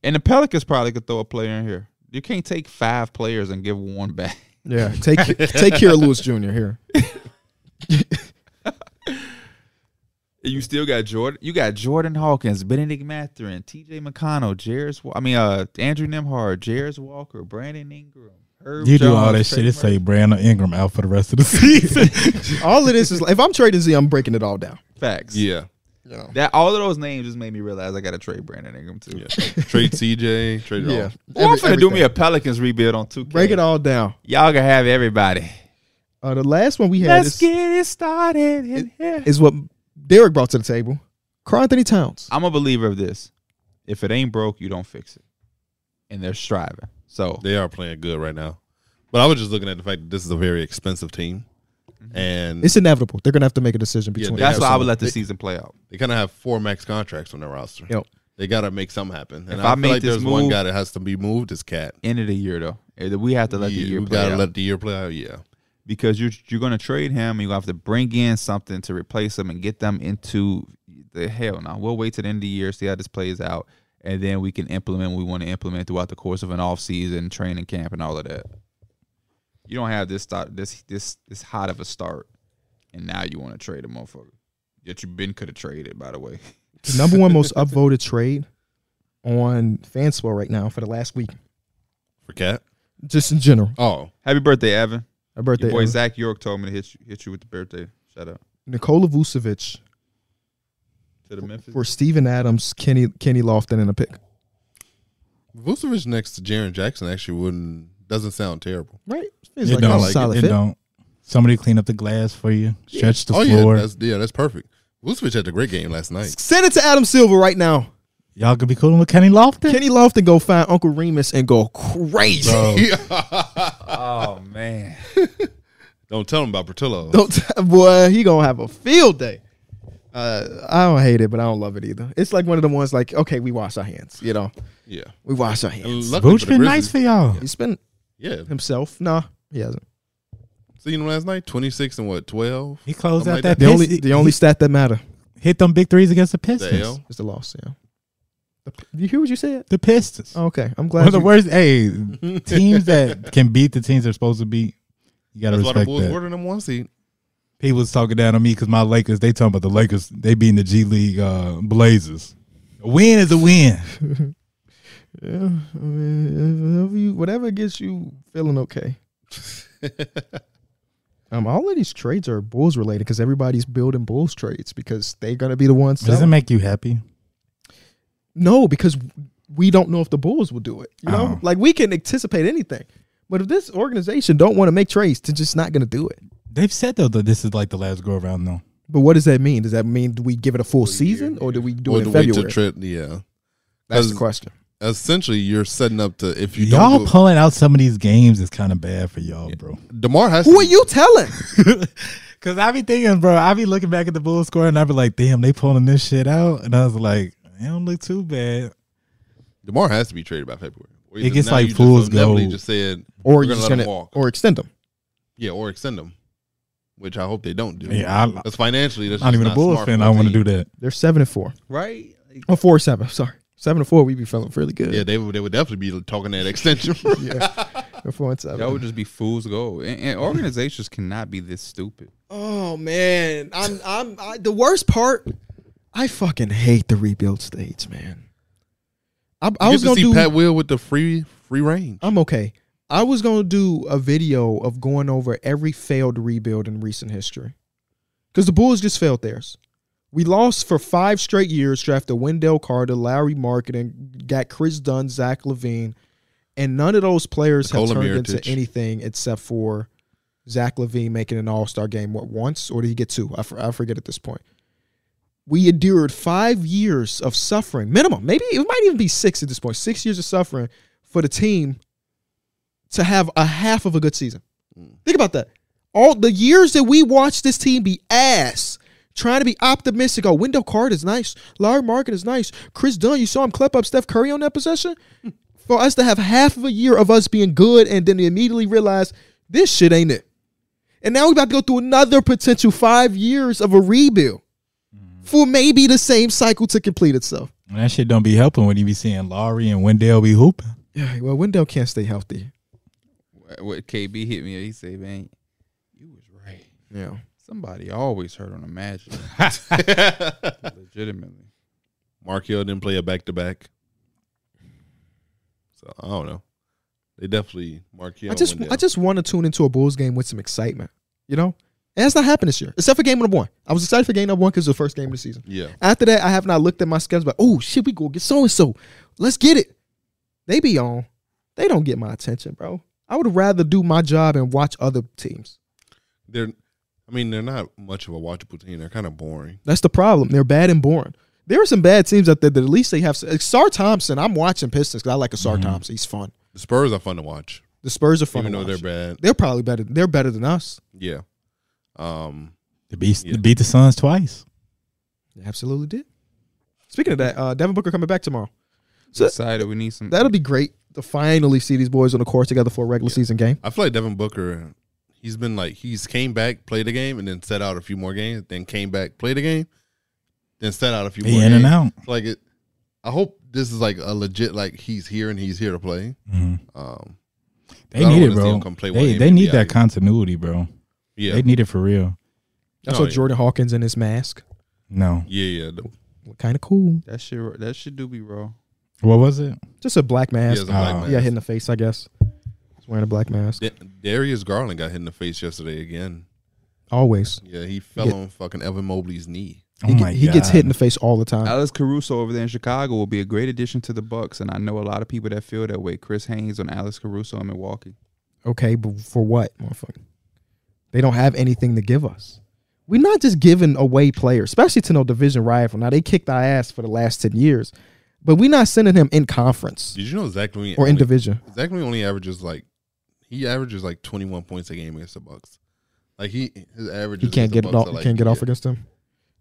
[SPEAKER 2] and the Pelicans probably could throw a player in here. You can't take five players and give one back.
[SPEAKER 1] Yeah. Take take care of Lewis Jr. here.
[SPEAKER 2] And You still got Jordan. You got Jordan Hawkins, Benedict Mathurin, T.J. McConnell, Jairus. Wa- I mean, uh, Andrew Nimhard, Jairus Walker, Brandon Ingram. Herb
[SPEAKER 4] You do
[SPEAKER 2] Jones,
[SPEAKER 4] all that
[SPEAKER 2] Trey
[SPEAKER 4] shit. It's
[SPEAKER 2] Murphy.
[SPEAKER 4] like Brandon Ingram out for the rest of the season.
[SPEAKER 1] All of this is like, if I'm trading Z, I'm breaking it all down.
[SPEAKER 2] facts.
[SPEAKER 3] Yeah.
[SPEAKER 2] That all of those names just made me realize I got to trade Brandon Ingram too.
[SPEAKER 3] Yeah. trade TJ. Trade it
[SPEAKER 1] Yeah.
[SPEAKER 3] all.
[SPEAKER 2] Or I'm
[SPEAKER 1] Every-
[SPEAKER 2] finna do
[SPEAKER 1] everything.
[SPEAKER 2] me a Pelicans rebuild on two.
[SPEAKER 1] break it all down.
[SPEAKER 2] Y'all can have everybody.
[SPEAKER 1] Uh, the last one we had
[SPEAKER 2] Let's
[SPEAKER 1] is,
[SPEAKER 2] get it started. in here.
[SPEAKER 1] is what Derek brought to the table. Carl Anthony Towns.
[SPEAKER 2] I'm a believer of this. If it ain't broke, you don't fix it. And they're striving. So
[SPEAKER 3] They are playing good right now. But I was just looking at the fact that this is a very expensive team.
[SPEAKER 2] Mm-hmm.
[SPEAKER 3] And
[SPEAKER 1] It's inevitable. They're gonna have to make a decision between.
[SPEAKER 3] they
[SPEAKER 1] them.
[SPEAKER 2] that's why I would
[SPEAKER 3] absolutely.
[SPEAKER 2] let the season play out.
[SPEAKER 3] they kind of have four max contracts on their roster.
[SPEAKER 1] Yep.
[SPEAKER 3] They got to make something happen. And
[SPEAKER 2] If
[SPEAKER 3] I,
[SPEAKER 2] I
[SPEAKER 3] feel
[SPEAKER 2] make
[SPEAKER 3] like
[SPEAKER 2] this
[SPEAKER 3] there's one
[SPEAKER 2] move-
[SPEAKER 3] guy that has to be moved is Cat.
[SPEAKER 2] End of the year though. Eh, We have to let the year
[SPEAKER 3] you
[SPEAKER 2] play
[SPEAKER 3] got
[SPEAKER 2] out.
[SPEAKER 3] to let the year play out. Yeah.
[SPEAKER 2] because you're you're gonna trade him and you have to bring in something to replace him and get them into the hell now. We'll wait till the end of the year, see how this plays out, and then we can implement what we want to implement throughout the course of an off season, training camp and all of that. You don't have this start this this this hot of a start and now you want to trade a motherfucker. That you been could have traded, by the way.
[SPEAKER 1] The number one most upvoted trade on Fanswell right now for the last week,
[SPEAKER 3] For Cat.
[SPEAKER 1] just in general.
[SPEAKER 3] Oh.
[SPEAKER 2] Happy birthday, Evan.
[SPEAKER 1] Her
[SPEAKER 2] Your
[SPEAKER 1] birthday.
[SPEAKER 2] boy
[SPEAKER 1] Evan.
[SPEAKER 2] Zach York told me to hit you hit you with the birthday. Shout out
[SPEAKER 1] Nikola Vucevic
[SPEAKER 2] to the Memphis.
[SPEAKER 1] for Steven Adams, Kenny Kenny Lofton, and a pick.
[SPEAKER 3] Vucevic next to Jaron Jackson actually wouldn't, doesn't sound terrible.
[SPEAKER 1] Right? It's
[SPEAKER 4] It
[SPEAKER 1] like,
[SPEAKER 4] don't.
[SPEAKER 1] that's a solid
[SPEAKER 4] it
[SPEAKER 1] fit.
[SPEAKER 4] don't. Somebody clean up the glass for you. Stretch the
[SPEAKER 3] oh,
[SPEAKER 4] floor.
[SPEAKER 3] yeah. That's, yeah, that's perfect. Vucevic had a great game last night.
[SPEAKER 1] Send it to Adam Silver right now.
[SPEAKER 4] Y'all could be cooling with Kenny Lofton.
[SPEAKER 1] Kenny Lofton go find Uncle Remus and go crazy.
[SPEAKER 2] Oh man.
[SPEAKER 3] Don't tell him about Portillo.
[SPEAKER 1] Don't t- boy, he gonna have a field day. Uh, I don't hate it, but I don't love it either. It's like one of the ones like, okay, we wash our hands. You know,
[SPEAKER 3] Yeah.
[SPEAKER 1] we wash our
[SPEAKER 3] And
[SPEAKER 1] hands.
[SPEAKER 3] luckily
[SPEAKER 4] Vooch
[SPEAKER 3] for the
[SPEAKER 4] been nice for
[SPEAKER 3] Grizzlies-
[SPEAKER 4] y'all.
[SPEAKER 1] He's been
[SPEAKER 3] Yeah.
[SPEAKER 1] himself. Nah, he hasn't.
[SPEAKER 3] Seen him last night? 26 and what, 12?
[SPEAKER 4] He closed
[SPEAKER 3] Something
[SPEAKER 4] out
[SPEAKER 3] like
[SPEAKER 4] that.
[SPEAKER 3] that.
[SPEAKER 1] The only
[SPEAKER 4] Pist-
[SPEAKER 1] the only
[SPEAKER 4] he
[SPEAKER 1] stat that matter
[SPEAKER 4] hit them big threes against the
[SPEAKER 3] The
[SPEAKER 4] Pistons.
[SPEAKER 3] L?
[SPEAKER 1] is the loss. Yeah. The P- You hear what you said?
[SPEAKER 4] The Pistons.
[SPEAKER 1] Okay, Oh, I'm
[SPEAKER 4] One
[SPEAKER 1] glad.
[SPEAKER 4] of the
[SPEAKER 1] you-
[SPEAKER 4] worst. Hey, teams that can beat the teams they're supposed to beat. You gotta
[SPEAKER 3] That's why the
[SPEAKER 4] respect
[SPEAKER 3] Bulls
[SPEAKER 4] that.
[SPEAKER 3] ordered him one seed.
[SPEAKER 4] People was talking down on me because my Lakers. They talking about the Lakers. They beating the G League uh, Blazers. A win is a win.
[SPEAKER 1] Yeah, I mean, whatever, you, whatever gets you feeling okay. um, all of these trades are Bulls related because everybody's building Bulls trades because they're gonna be the ones.
[SPEAKER 4] Does it
[SPEAKER 1] selling.
[SPEAKER 4] make you happy?
[SPEAKER 1] no, because we don't know if the Bulls will do it. You know,
[SPEAKER 4] Oh.
[SPEAKER 1] like we can anticipate anything, but if this organization don't want to make trades, they're just not gonna do it.
[SPEAKER 4] They've said though that this is like the last go around though.
[SPEAKER 1] But what does that mean? Does that mean do we give it a full season or do we do
[SPEAKER 3] Or
[SPEAKER 1] it
[SPEAKER 3] the
[SPEAKER 1] in
[SPEAKER 3] way to
[SPEAKER 1] February?
[SPEAKER 3] trip. Yeah.
[SPEAKER 1] That's the
[SPEAKER 3] Because
[SPEAKER 1] question.
[SPEAKER 3] Essentially, you're setting up to, if you
[SPEAKER 4] y'all
[SPEAKER 3] don't, do,
[SPEAKER 4] pulling out some of these games is kind of bad for y'all, bro.
[SPEAKER 3] DeMar has
[SPEAKER 1] Who are
[SPEAKER 3] to-
[SPEAKER 1] you telling?
[SPEAKER 4] Cause I be thinking, bro, I be looking back at the Bulls score and I be like, damn, they pulling this shit out, and I was like, it don't look too bad.
[SPEAKER 3] DeMar has to be traded by February. Or
[SPEAKER 4] It
[SPEAKER 3] either
[SPEAKER 4] gets
[SPEAKER 3] now
[SPEAKER 4] like
[SPEAKER 3] you
[SPEAKER 4] fool's
[SPEAKER 3] just, ineptly
[SPEAKER 4] gold.
[SPEAKER 3] just said,
[SPEAKER 1] or
[SPEAKER 3] We're
[SPEAKER 1] you
[SPEAKER 3] gonna
[SPEAKER 1] just
[SPEAKER 3] let 'em
[SPEAKER 1] gonna
[SPEAKER 3] walk.
[SPEAKER 1] or extend them?
[SPEAKER 3] yeah, or extend him, which I hope they don't do.
[SPEAKER 4] Yeah, I,
[SPEAKER 3] That's financially. That's
[SPEAKER 4] not
[SPEAKER 3] just
[SPEAKER 4] even a Bulls
[SPEAKER 3] smart
[SPEAKER 4] fan.
[SPEAKER 3] for
[SPEAKER 4] I
[SPEAKER 3] the
[SPEAKER 4] want to
[SPEAKER 3] team.
[SPEAKER 4] do that.
[SPEAKER 1] They're seven and four.
[SPEAKER 2] Right? Like,
[SPEAKER 1] Oh, four or seven. Sorry, seven and four. We'd be feeling really good.
[SPEAKER 3] Yeah, they would. They would definitely be talking that extension.
[SPEAKER 1] We're four and seven.
[SPEAKER 2] That would just be fool's gold. And, and organizations cannot be this stupid.
[SPEAKER 1] Oh man, I'm I'm I, the worst part. I fucking hate the rebuild stage, man. I, I
[SPEAKER 3] I
[SPEAKER 1] was
[SPEAKER 3] was
[SPEAKER 1] gonna
[SPEAKER 3] going to see
[SPEAKER 1] do.
[SPEAKER 3] Pat Will with the free free range.
[SPEAKER 1] I'm okay. I was gonna do a video of going over every failed rebuild in recent history, because the Bulls just failed theirs. We lost for five straight years, drafted Wendell Carter, Larry Marketing, got Chris Dunn, Zach Levine, and none of those players have
[SPEAKER 3] Nikola
[SPEAKER 1] turned
[SPEAKER 3] Mirotic.
[SPEAKER 1] into anything except for Zach Levine making an All Star game what once, or did he get two? I, for- I forget at this point. We endured five years of suffering, minimum. Maybe it might even be six at this point. Six years of suffering for the team to have a half of a good season. Think about that. All the years that we watched this team be ass, trying to be optimistic. Oh, Wendell Carter is nice. Larry Market is nice. Chris Dunn, you saw him clap up Steph Curry on that possession. For us to have half of a year of us being good and then immediately realize this shit ain't it. And now we about to go through another potential five years of a rebuild for maybe the same cycle to complete itself.
[SPEAKER 4] And that shit don't be helping when you be seeing Laurie and Wendell be hooping.
[SPEAKER 1] Yeah, well, Wendell can't stay healthy.
[SPEAKER 2] What KB hit me, he said, "Man, you was right.
[SPEAKER 1] Yeah.
[SPEAKER 2] Somebody always hurt on the Magic, legitimately."
[SPEAKER 3] Mark Hill didn't play a back to back. So I don't know. They definitely Mark Hill.
[SPEAKER 1] I just
[SPEAKER 3] Wendell.
[SPEAKER 1] I just want to tune into a Bulls game with some excitement. You know, and that's not happened this year, except for game number one. I was excited for game number one because it was the first game of the season.
[SPEAKER 3] yeah.
[SPEAKER 1] After that, I have not looked at my schedule. But oh shit, we go get so and so. Let's get it. They be on. They don't get my attention, bro. I would rather do my job and watch other teams.
[SPEAKER 3] They're I mean, they're not much of a watchable team. They're kind of boring.
[SPEAKER 1] That's the problem. They're bad and boring. There are some bad teams out there that at least they have. Like Sar Thompson. I'm watching Pistons because I like a Sar Thompson. He's fun.
[SPEAKER 3] The Spurs are fun to watch.
[SPEAKER 1] The Spurs are fun.
[SPEAKER 3] Mm-hmm. Even
[SPEAKER 1] to
[SPEAKER 3] though
[SPEAKER 1] watch.
[SPEAKER 3] they're bad.
[SPEAKER 1] They're probably better. They're better than us.
[SPEAKER 3] Yeah. Um
[SPEAKER 4] They beat,
[SPEAKER 3] Yeah.
[SPEAKER 4] they beat the Suns twice.
[SPEAKER 1] They absolutely did. Speaking of that, uh, Devin Booker coming back tomorrow. So-
[SPEAKER 2] Decided we need some.
[SPEAKER 1] That'll be great to finally see these boys on the court together for a regular season game.
[SPEAKER 3] I feel like Devin Booker, he's been like he's came back, played a game, and then set out a few more games, then came back, played a game, then set out a few
[SPEAKER 4] He
[SPEAKER 3] more
[SPEAKER 4] in
[SPEAKER 3] games.
[SPEAKER 4] and out.
[SPEAKER 3] Like it I hope this is like a legit like he's here and he's here to play. Um I
[SPEAKER 4] Mm-hmm. They
[SPEAKER 3] don't
[SPEAKER 4] need
[SPEAKER 3] wanna see
[SPEAKER 4] it, bro.
[SPEAKER 3] him come play one
[SPEAKER 4] They,
[SPEAKER 3] game
[SPEAKER 4] they
[SPEAKER 3] in
[SPEAKER 4] need
[SPEAKER 3] NBA.
[SPEAKER 4] that continuity, bro.
[SPEAKER 3] yeah.
[SPEAKER 4] They need it for real.
[SPEAKER 1] I
[SPEAKER 3] Oh,
[SPEAKER 1] saw
[SPEAKER 3] yeah.
[SPEAKER 1] Jordan Hawkins in his mask.
[SPEAKER 4] No.
[SPEAKER 3] yeah, yeah. the-
[SPEAKER 1] Kind of cool.
[SPEAKER 2] that shit. That shit do be raw.
[SPEAKER 4] What was it?
[SPEAKER 1] Just a black
[SPEAKER 3] He has
[SPEAKER 1] mask.
[SPEAKER 3] a black
[SPEAKER 4] Oh.
[SPEAKER 3] mask.
[SPEAKER 1] uh, Yeah, hit in the face, I guess. He's wearing a black mask.
[SPEAKER 3] Da- Darius Garland got hit in the face yesterday again.
[SPEAKER 1] Always.
[SPEAKER 3] Yeah, he fell
[SPEAKER 1] Yeah.
[SPEAKER 3] on fucking Evan Mobley's knee.
[SPEAKER 4] Oh
[SPEAKER 1] He, get-
[SPEAKER 4] my
[SPEAKER 1] he gets
[SPEAKER 4] God.
[SPEAKER 1] hit in the face all the time.
[SPEAKER 2] Alex Caruso over there in Chicago will be a great addition to the Bucks, and I know a lot of people that feel that way. Chris Haynes on Alex Caruso in Milwaukee.
[SPEAKER 1] Okay, but for what, motherfucker? They don't have anything to give us. We're not just giving away players, especially to no division rival. Now they kicked our ass for the last ten years, but we're not sending him in conference
[SPEAKER 3] Did you know Zach Levine
[SPEAKER 1] or in
[SPEAKER 3] only-
[SPEAKER 1] division.
[SPEAKER 3] Zach Levine only averages like he averages like twenty one points a game against the Bucks. Like he his average
[SPEAKER 1] He can't get it off.
[SPEAKER 3] Like,
[SPEAKER 1] can't get off
[SPEAKER 3] yeah.
[SPEAKER 1] against him.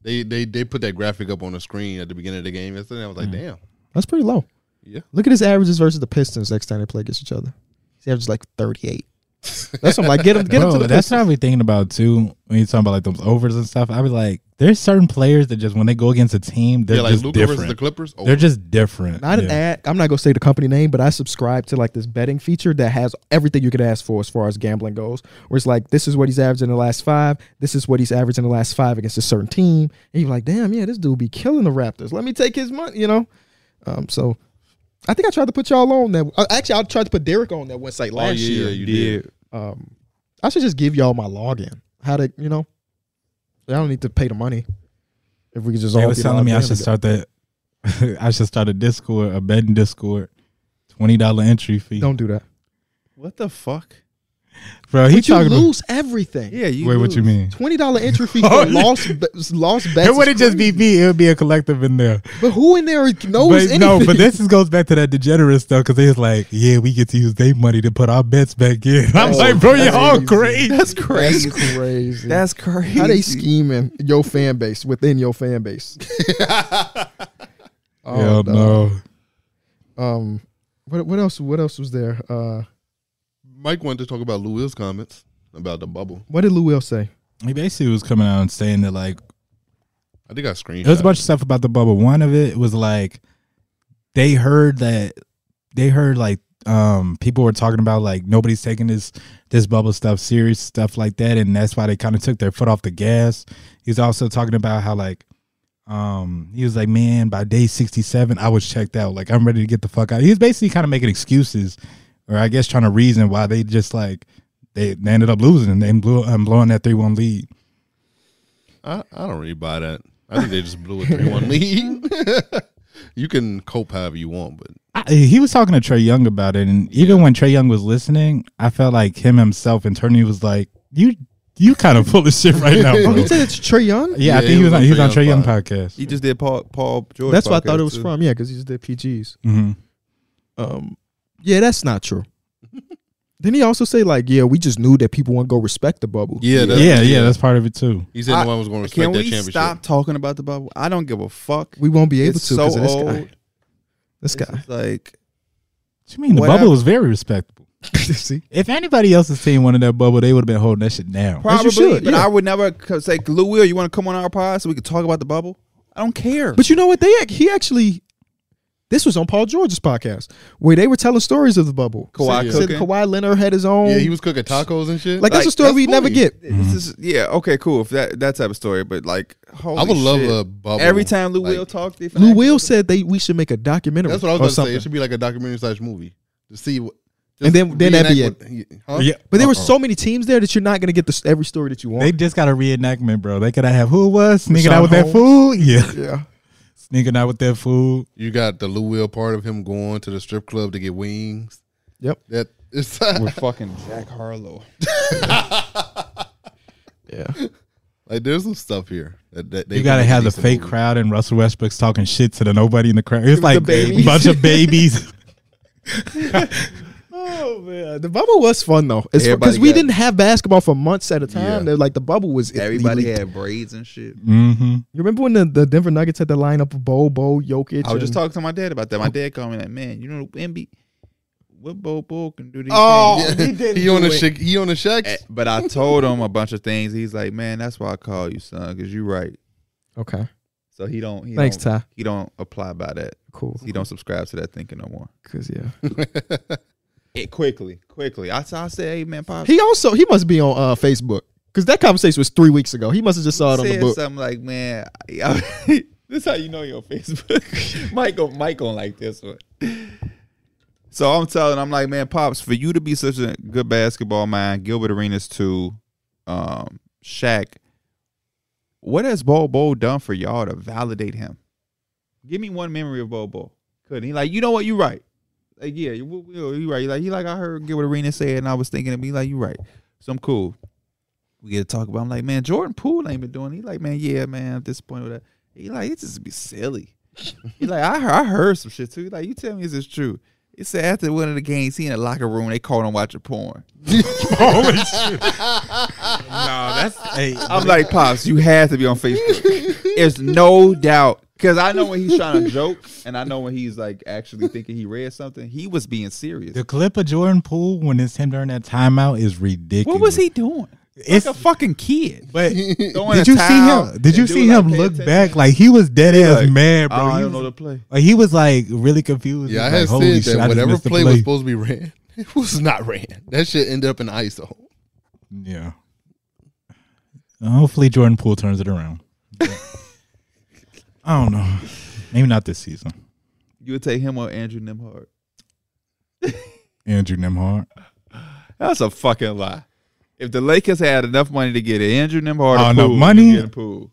[SPEAKER 3] They they they put that graphic up on the screen at the beginning of the game yesterday. I was like,
[SPEAKER 1] Mm-hmm.
[SPEAKER 3] damn,
[SPEAKER 1] That's pretty low.
[SPEAKER 3] yeah,
[SPEAKER 1] Look at his averages versus the Pistons next time they play against each other. He's averaged like 38. That's what I'm like. Get him, get him
[SPEAKER 4] Bro,
[SPEAKER 1] to the
[SPEAKER 4] that's
[SPEAKER 1] Pistons.
[SPEAKER 4] what I be thinking about too. When you talking about like those overs and stuff, I be like, there's certain players that just when they go against a team, they're
[SPEAKER 3] yeah. Like
[SPEAKER 4] just
[SPEAKER 3] Luca versus
[SPEAKER 4] different.
[SPEAKER 3] the Clippers. Oh,
[SPEAKER 4] they're just different.
[SPEAKER 1] Not an
[SPEAKER 4] Yeah.
[SPEAKER 1] ad. I'm not gonna say the company name, but I subscribe to like this betting feature that has everything you could ask for as far as gambling goes. Where it's like, this is what he's averaged in the last five. This is what he's averaged in the last five against a certain team. And you're like, damn, yeah, this dude be killing the Raptors. Let me take his money, you know. Um, so I think I tried to put y'all on that. uh, Actually, I tried to put Derek on that website
[SPEAKER 3] oh,
[SPEAKER 1] last
[SPEAKER 3] yeah,
[SPEAKER 1] year.
[SPEAKER 3] yeah, you did.
[SPEAKER 1] um, I should just give y'all my login. How to, you know, I don't need to pay the money. If we could just
[SPEAKER 4] They
[SPEAKER 1] all
[SPEAKER 4] was
[SPEAKER 1] get
[SPEAKER 4] telling
[SPEAKER 1] logged
[SPEAKER 4] me I
[SPEAKER 1] in
[SPEAKER 4] should
[SPEAKER 1] together.
[SPEAKER 4] start that. I should start a Discord, a betting Discord, twenty dollar entry fee.
[SPEAKER 1] Don't do that.
[SPEAKER 2] What the fuck?
[SPEAKER 4] Bro,
[SPEAKER 1] But
[SPEAKER 4] he
[SPEAKER 1] you
[SPEAKER 4] talking. About,
[SPEAKER 1] lose everything.
[SPEAKER 2] Yeah, you.
[SPEAKER 4] wait, what you
[SPEAKER 2] lose.
[SPEAKER 4] mean?
[SPEAKER 1] Twenty dollar entry fee
[SPEAKER 4] Oh,
[SPEAKER 1] for
[SPEAKER 4] yeah.
[SPEAKER 1] lost be- lost bets.
[SPEAKER 4] It wouldn't
[SPEAKER 1] is
[SPEAKER 4] just be me. It would be a collective in there.
[SPEAKER 1] crazy. But who in there knows
[SPEAKER 4] But
[SPEAKER 1] anything?
[SPEAKER 4] no, but this is, goes back to that degenerate stuff because they was like, yeah, we get to use their money to put our bets back in. I'm
[SPEAKER 1] Oh,
[SPEAKER 4] like, bro,
[SPEAKER 1] that's
[SPEAKER 4] you're all
[SPEAKER 1] easy.
[SPEAKER 4] crazy.
[SPEAKER 2] That's crazy.
[SPEAKER 1] That's crazy.
[SPEAKER 2] That's crazy.
[SPEAKER 1] how they scheming your fan base within your fan base. oh,
[SPEAKER 4] Hell
[SPEAKER 1] no.
[SPEAKER 4] no.
[SPEAKER 1] Um, what what else? What else was there? Uh,
[SPEAKER 3] Mike wanted to talk about Lou Will's comments about the bubble.
[SPEAKER 1] what did Lou Will say?
[SPEAKER 4] He basically was coming out and saying that like
[SPEAKER 3] I think I screenshot.
[SPEAKER 4] It was a bunch of stuff about the bubble. One of it was like they heard that they heard like um people were talking about like nobody's taking this this bubble stuff serious stuff like that and that's why they kind of took their foot off the gas. He's also talking about how like um he was like man by day 67 I was checked out like I'm ready to get the fuck out. He was basically kind of making excuses or I guess trying to reason why they just like they, they ended up losing and they blew um, blowing that 3-1 lead.
[SPEAKER 3] I, I don't really buy that. I I think they just blew a three one lead. you can cope however you want, but
[SPEAKER 4] I, he was talking to Trey Young about it, and even when Trey Young was listening, I felt like him himself internally was like, "You, you kind of full of shit right now,
[SPEAKER 1] Oh,
[SPEAKER 4] bro."
[SPEAKER 1] he said it's Trey Young.
[SPEAKER 4] Yeah,
[SPEAKER 3] Yeah,
[SPEAKER 4] I think
[SPEAKER 3] it
[SPEAKER 4] he
[SPEAKER 3] was
[SPEAKER 4] was on,
[SPEAKER 3] on
[SPEAKER 4] he was
[SPEAKER 3] Trae
[SPEAKER 4] on Trey
[SPEAKER 3] Young
[SPEAKER 4] Young
[SPEAKER 3] pod.
[SPEAKER 4] podcast.
[SPEAKER 2] He just did Paul Paul George.
[SPEAKER 1] That's where I thought
[SPEAKER 2] podcast,
[SPEAKER 1] it was
[SPEAKER 2] too.
[SPEAKER 1] from. Yeah, because he just did PGs.
[SPEAKER 4] hmm
[SPEAKER 1] Um, yeah, that's not true. Didn't he also say like, yeah, we just knew that people wouldn't go respect the bubble?
[SPEAKER 3] yeah, that's,
[SPEAKER 4] Yeah, yeah, that's part of it too.
[SPEAKER 3] He said
[SPEAKER 2] I-
[SPEAKER 3] no one was going to respect
[SPEAKER 2] Can
[SPEAKER 3] that
[SPEAKER 2] we
[SPEAKER 3] championship.
[SPEAKER 2] stop talking about the bubble? I don't give a fuck.
[SPEAKER 1] we won't be able
[SPEAKER 2] It's
[SPEAKER 1] to
[SPEAKER 2] so
[SPEAKER 1] because of this
[SPEAKER 2] old.
[SPEAKER 1] guy. This
[SPEAKER 2] It's
[SPEAKER 1] guy.
[SPEAKER 2] just like
[SPEAKER 4] What you mean? The
[SPEAKER 2] What
[SPEAKER 4] bubble
[SPEAKER 2] I-
[SPEAKER 4] was very respectable.
[SPEAKER 1] See,
[SPEAKER 4] If anybody else has seen one of that bubble, they would have been holding that shit
[SPEAKER 1] As
[SPEAKER 4] down.
[SPEAKER 1] you
[SPEAKER 2] probably,
[SPEAKER 1] should,
[SPEAKER 2] but
[SPEAKER 1] yeah.
[SPEAKER 2] I would never co- say, Lou Will, you want to come on our pod so we could talk about the bubble? I don't care.
[SPEAKER 1] but you know what? They ac- he actually. This was on Paul George's podcast where they were telling stories of the bubble.
[SPEAKER 2] Kawhi
[SPEAKER 1] said,
[SPEAKER 2] cooking.
[SPEAKER 1] said Kawhi Leonard had his own.
[SPEAKER 3] Yeah, he was cooking tacos and shit.
[SPEAKER 1] like, that's a
[SPEAKER 2] like,
[SPEAKER 1] story
[SPEAKER 2] that's
[SPEAKER 1] we never
[SPEAKER 3] funny.
[SPEAKER 1] get.
[SPEAKER 2] this is yeah okay, cool. If that that type of story, but like, holy
[SPEAKER 3] I would love
[SPEAKER 2] shit.
[SPEAKER 3] a bubble.
[SPEAKER 2] every time Lou
[SPEAKER 3] Like,
[SPEAKER 2] Will talked. they
[SPEAKER 1] Lou
[SPEAKER 2] finna-
[SPEAKER 1] Will said they we should make a documentary.
[SPEAKER 3] That's what I
[SPEAKER 1] or
[SPEAKER 3] was about to say.
[SPEAKER 1] something.
[SPEAKER 3] It should be like a documentary slash movie to see what.
[SPEAKER 1] And then- then that'd be
[SPEAKER 3] reenact what- huh?
[SPEAKER 4] Yeah,
[SPEAKER 1] But there were
[SPEAKER 4] Uh-oh.
[SPEAKER 1] so many teams there that you're not going to get the, s- every story that you want.
[SPEAKER 4] They just got a reenactment, bro. They could have who it was sneaking
[SPEAKER 1] Rashawn
[SPEAKER 4] out with that food. Yeah,
[SPEAKER 1] yeah.
[SPEAKER 4] sneaking out with that food.
[SPEAKER 3] You got the Lou Will part of him going to the strip club to get wings.
[SPEAKER 1] Yep.
[SPEAKER 3] That it's
[SPEAKER 2] with fucking Jack Harlow.
[SPEAKER 1] Yeah.
[SPEAKER 3] like there's some stuff here that, that they
[SPEAKER 4] you gotta
[SPEAKER 3] can make
[SPEAKER 4] have
[SPEAKER 3] a
[SPEAKER 4] the
[SPEAKER 3] decent
[SPEAKER 4] fake
[SPEAKER 3] movie.
[SPEAKER 4] crowd and Russell Westbrook's talking shit to the nobody in the crowd. It's like a
[SPEAKER 1] babies.
[SPEAKER 4] bunch of babies.
[SPEAKER 1] Oh man, the bubble was fun though, because
[SPEAKER 2] Everybody
[SPEAKER 1] we
[SPEAKER 2] got-
[SPEAKER 1] didn't have basketball for months at a time.
[SPEAKER 3] Yeah.
[SPEAKER 1] They're like the bubble was
[SPEAKER 2] Everybody
[SPEAKER 1] elite.
[SPEAKER 2] had braids and shit.
[SPEAKER 4] hmm
[SPEAKER 1] You remember when the, the Denver Nuggets had the lineup of Bo, Bo, Jokic?
[SPEAKER 2] I was just
[SPEAKER 1] and-
[SPEAKER 2] talking to my dad about that. My dad called me like, man, you know, MB, what Bo Bo can do these
[SPEAKER 1] Oh,
[SPEAKER 2] things.
[SPEAKER 1] He didn't
[SPEAKER 3] he on
[SPEAKER 1] do
[SPEAKER 3] the
[SPEAKER 1] it.
[SPEAKER 3] shak- he on the shacks.
[SPEAKER 2] Eh, But I told him a bunch of things. He's like, man, that's why I call you son, because you right.
[SPEAKER 1] Okay,
[SPEAKER 2] So he don't. He
[SPEAKER 1] thanks,
[SPEAKER 2] don't,
[SPEAKER 1] Ty.
[SPEAKER 2] He don't apply by that.
[SPEAKER 1] Cool,
[SPEAKER 2] He don't subscribe to that thinking no more.
[SPEAKER 1] because yeah,
[SPEAKER 2] It quickly, quickly. I said, I said, hey man, pop.
[SPEAKER 1] he also he must be on uh, Facebook because that conversation was three weeks ago. He must have just saw it on the
[SPEAKER 2] said
[SPEAKER 1] book.
[SPEAKER 2] something like, man, I- this how you know you're on Facebook. Mike on Mike on like this one. So I'm telling, I'm like, man, pops, for you to be such a good basketball mind, Gilbert Arenas to um, Shaq, what has Bo Bo done for y'all to validate him? Give me one memory of Bo Bo. Couldn't he like, you know what, you right. Like, yeah, you, you you right. He like, he like, I heard Gilbert Arenas say it, and I was thinking to me, like, you right. So I'm cool we get to talk about. I'm like, man, Jordan Poole ain't been doing. It. He like, man, yeah, man, I'm disappointed with that. He like, it just be silly. he like, I heard, I heard some shit too. He like, you tell me is this true? It said after one of the games, he in the locker room. They caught him watching porn.
[SPEAKER 4] No, that's hey,
[SPEAKER 2] I'm like, pops, you have to be on Facebook. There's no doubt because I know when he's trying to joke, and I know when he's like actually thinking he read something. He was being serious.
[SPEAKER 4] the clip of Jordan Poole when it's him during that timeout is ridiculous.
[SPEAKER 2] What was he doing? It's
[SPEAKER 4] It's-
[SPEAKER 2] like a fucking kid.
[SPEAKER 4] But
[SPEAKER 2] Throwing
[SPEAKER 4] did
[SPEAKER 2] a
[SPEAKER 4] you see
[SPEAKER 2] towel
[SPEAKER 4] him? Did you
[SPEAKER 2] and
[SPEAKER 4] see
[SPEAKER 2] dude, like,
[SPEAKER 4] him
[SPEAKER 2] pay
[SPEAKER 4] look
[SPEAKER 2] attention.
[SPEAKER 4] back like he was dead ass
[SPEAKER 2] like,
[SPEAKER 4] mad, bro?
[SPEAKER 2] "Oh, I
[SPEAKER 4] he,
[SPEAKER 2] don't
[SPEAKER 4] was,
[SPEAKER 2] know the play.
[SPEAKER 4] like, he was like really confused.
[SPEAKER 3] yeah, I
[SPEAKER 4] He
[SPEAKER 3] had
[SPEAKER 4] was like, holy
[SPEAKER 3] said
[SPEAKER 4] shit, I
[SPEAKER 3] that
[SPEAKER 4] just
[SPEAKER 3] whatever
[SPEAKER 4] missed the
[SPEAKER 3] play, was supposed to be ran, it was not ran. That shit ended up in ISO.
[SPEAKER 4] Yeah. Hopefully Jordan Poole turns it around. I don't know. Maybe not this season.
[SPEAKER 2] You would take him or Andrew Nimhard.
[SPEAKER 4] Andrew Nimhard.
[SPEAKER 2] That's a fucking lie. If the Lakers had enough money to get Andrew Nimhard,
[SPEAKER 4] Oh,
[SPEAKER 2] and
[SPEAKER 4] no,
[SPEAKER 2] Poole,
[SPEAKER 4] money?
[SPEAKER 2] you get Poole.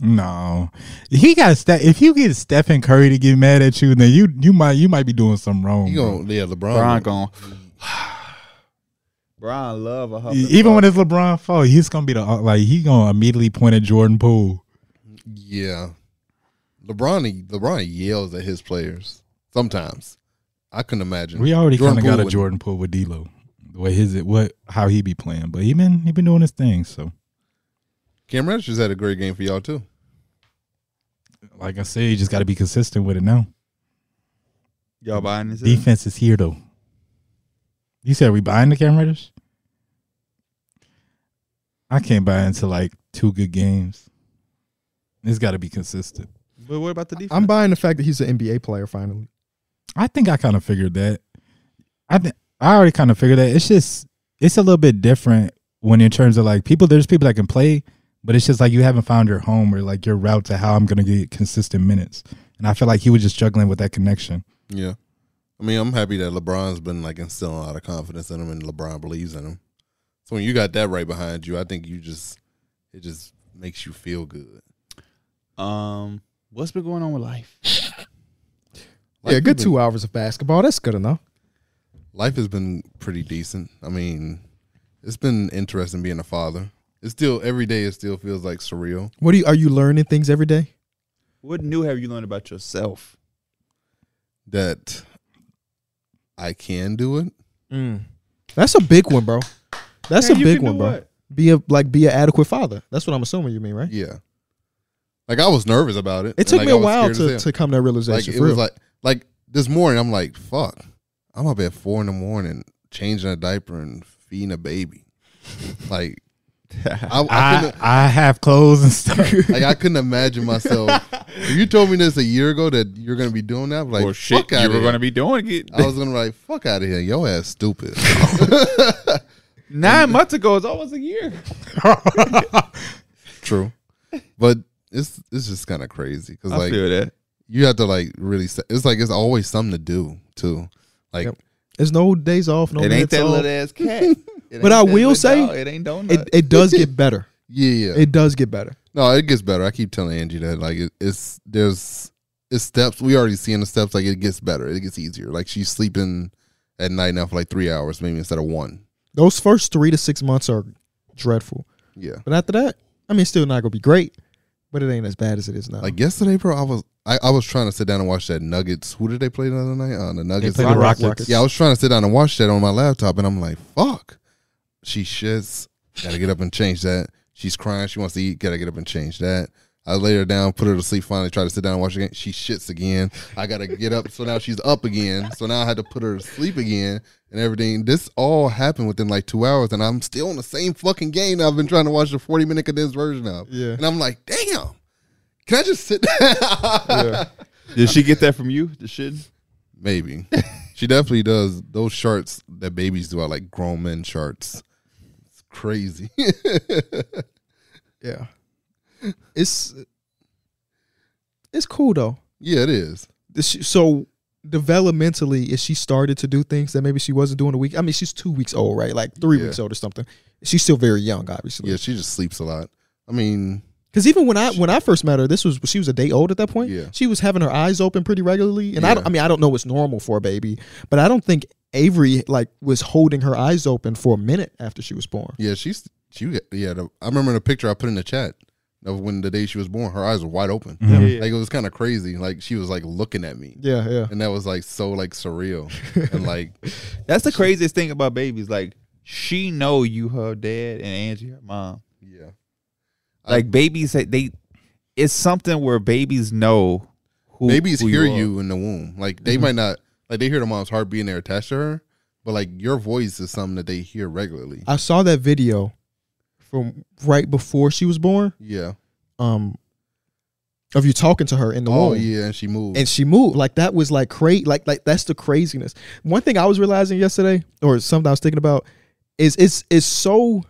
[SPEAKER 4] No. He got ste- if you get Stephen Curry to get mad at you, then you you might you might be doing something wrong.
[SPEAKER 3] He
[SPEAKER 4] Oh, bro.
[SPEAKER 3] going Oh, yeah, LeBron.
[SPEAKER 2] Brian
[SPEAKER 3] gonna-
[SPEAKER 2] gone. Brian love a huff and
[SPEAKER 4] E-, Even
[SPEAKER 2] puff.
[SPEAKER 4] when it's LeBron fault, he's gonna be the uh, like he gonna immediately point at Jordan Poole.
[SPEAKER 3] Yeah, LeBron. LeBron yells at his players sometimes. I couldn't imagine.
[SPEAKER 4] We already kind
[SPEAKER 3] Jordan
[SPEAKER 4] of got
[SPEAKER 3] Poole
[SPEAKER 4] a
[SPEAKER 3] would-
[SPEAKER 4] Jordan Poole with D'Lo. The way his it what how he be playing, but he been he been doing his thing. So
[SPEAKER 3] Cam Reddish just had a great game for y'all too.
[SPEAKER 4] like I said, you just got to be consistent with it now.
[SPEAKER 2] y'all buying this,
[SPEAKER 4] Defense is here though. You said we buying the Cam Reddish? I can't buy into like two good games. It's got to be consistent.
[SPEAKER 2] but what about the defense?
[SPEAKER 1] I'm buying the fact that he's an NBA player finally.
[SPEAKER 4] I think I kind of figured that. I think I already kind of figured that. It's just it's a little bit different when in terms of like people. There's people that can play, but it's just like you haven't found your home or like your route to how I'm gonna get consistent minutes. And I feel like he was just struggling with that connection.
[SPEAKER 3] Yeah, I mean, I'm happy that LeBron's been like instilling a lot of confidence in him, and LeBron believes in him. So when you got that right behind you, I think you just it just makes you feel good.
[SPEAKER 2] Um, what's been going on with life?
[SPEAKER 1] yeah, good two hours of basketball. That's good enough.
[SPEAKER 3] Life has been pretty decent. I mean, it's been interesting being a father. It's still every day. It still feels like surreal.
[SPEAKER 1] What do you are you learning things every day?
[SPEAKER 2] What new have you learned about yourself?
[SPEAKER 3] that I can do it.
[SPEAKER 2] Mm.
[SPEAKER 1] That's a big one, bro. That's
[SPEAKER 2] Hey,
[SPEAKER 1] a
[SPEAKER 2] you
[SPEAKER 1] big
[SPEAKER 2] can
[SPEAKER 1] one,
[SPEAKER 2] do
[SPEAKER 1] bro.
[SPEAKER 2] what?
[SPEAKER 1] Be a like be an adequate father. That's what I'm assuming you mean, right?
[SPEAKER 3] Yeah. Like I was nervous about it.
[SPEAKER 1] It took
[SPEAKER 3] Like,
[SPEAKER 1] me
[SPEAKER 3] I
[SPEAKER 1] a
[SPEAKER 3] was
[SPEAKER 1] while
[SPEAKER 3] scared as
[SPEAKER 1] to,
[SPEAKER 3] hell.
[SPEAKER 1] to come to that
[SPEAKER 3] like
[SPEAKER 1] realization.
[SPEAKER 3] it
[SPEAKER 1] for
[SPEAKER 3] was
[SPEAKER 1] real.
[SPEAKER 3] like like this morning I'm like, fuck. I'm up at four in the morning changing a diaper and feeding a baby. Like I, I,
[SPEAKER 4] I,
[SPEAKER 3] couldn't,
[SPEAKER 4] I have clothes and stuff.
[SPEAKER 3] like I couldn't imagine myself. if you told me this a year ago that you're gonna be doing that, I'm like
[SPEAKER 2] Well, shit,
[SPEAKER 3] fuck out
[SPEAKER 2] you were
[SPEAKER 3] of
[SPEAKER 2] going to
[SPEAKER 3] here. Uh,
[SPEAKER 2] be doing it.
[SPEAKER 3] I was gonna be like, fuck out of here. Yo ass stupid.
[SPEAKER 2] Nine months ago, it's almost a year.
[SPEAKER 3] True. But it's it's just kind of crazy because
[SPEAKER 2] I
[SPEAKER 3] like
[SPEAKER 2] feel that.
[SPEAKER 3] you have to like really se- it's like it's always something to do too like
[SPEAKER 1] Yep. There's no days off, no
[SPEAKER 2] it ain't
[SPEAKER 1] minutes
[SPEAKER 2] that
[SPEAKER 1] off.
[SPEAKER 2] little ass cat. It ain't
[SPEAKER 1] I
[SPEAKER 2] that
[SPEAKER 1] will
[SPEAKER 2] little
[SPEAKER 1] say,
[SPEAKER 2] dog. it ain't donut.
[SPEAKER 1] It it does get better.
[SPEAKER 3] yeah yeah
[SPEAKER 1] It does get better.
[SPEAKER 3] no it gets better i keep telling angie that like it, it's there's it's steps we already seeing the steps like it gets better it gets easier like she's sleeping at night now for like three hours maybe instead of one
[SPEAKER 1] Those first three to six months are dreadful,
[SPEAKER 3] yeah
[SPEAKER 1] but after that, I mean, it's still not gonna be great, but it ain't as bad as it is now.
[SPEAKER 3] like yesterday bro i was I, I was trying to sit down and watch that nuggets who did they play the other night on the nuggets
[SPEAKER 4] played the
[SPEAKER 3] Rockets.
[SPEAKER 4] Rockets.
[SPEAKER 3] yeah i was trying to sit down and watch that on my laptop and i'm like fuck she shits gotta get up and change that she's crying she wants to eat gotta get up and change that i lay her down put her to sleep finally try to sit down and watch again she shits again i gotta get up so now she's up again so now i had to put her to sleep again and everything this all happened within like two hours and i'm still on the same fucking game that i've been trying to watch the 40 minute condensed version of
[SPEAKER 1] Yeah.
[SPEAKER 3] and i'm like damn can i just sit down
[SPEAKER 2] Did she get that from you? The shit?
[SPEAKER 3] Maybe. she definitely does those shorts that babies do are like grown men shorts. It's crazy.
[SPEAKER 1] yeah, it's it's cool though.
[SPEAKER 3] yeah, it is.
[SPEAKER 1] This- So developmentally, if she started to do things that maybe she wasn't doing a week, I mean, she's two weeks old, right? Like three
[SPEAKER 3] Yeah.
[SPEAKER 1] weeks old or something. She's still very young, obviously.
[SPEAKER 3] Yeah, she just sleeps a lot. I mean,
[SPEAKER 1] Because even when I when I first met her, this was she was a day old at that point.
[SPEAKER 3] Yeah.
[SPEAKER 1] she was having her eyes open pretty regularly, and I, don't,
[SPEAKER 3] Yeah.
[SPEAKER 1] I mean I don't know what's normal for a baby, but I don't think Avery like was holding her eyes open for a minute after she was born.
[SPEAKER 3] yeah, she's she yeah, the, I remember the picture I put in the chat of when the day she was born, her eyes were wide open.
[SPEAKER 4] Mm-hmm.
[SPEAKER 3] Like it was kind of crazy. Like she was like looking at me.
[SPEAKER 1] Yeah, yeah.
[SPEAKER 3] And that was like so like surreal. and like
[SPEAKER 2] That's the craziest thing about babies. Like, she know you, her dad, and Angie, her mom.
[SPEAKER 3] yeah.
[SPEAKER 2] Like, babies, they- they, it's something where babies know who
[SPEAKER 3] babies
[SPEAKER 2] who
[SPEAKER 3] hear
[SPEAKER 2] are.
[SPEAKER 3] you in the womb. Like they might not like they hear the mom's heartbeat and they're attached to her, but like your voice is something that they hear regularly.
[SPEAKER 1] I saw that video from right before she was born,
[SPEAKER 3] Yeah.
[SPEAKER 1] um, of you talking to her in the
[SPEAKER 3] oh
[SPEAKER 1] womb.
[SPEAKER 3] yeah, and she moved.
[SPEAKER 1] and she moved like that was like crazy like like that's the craziness one thing i was realizing yesterday or something i was thinking about is it's it's so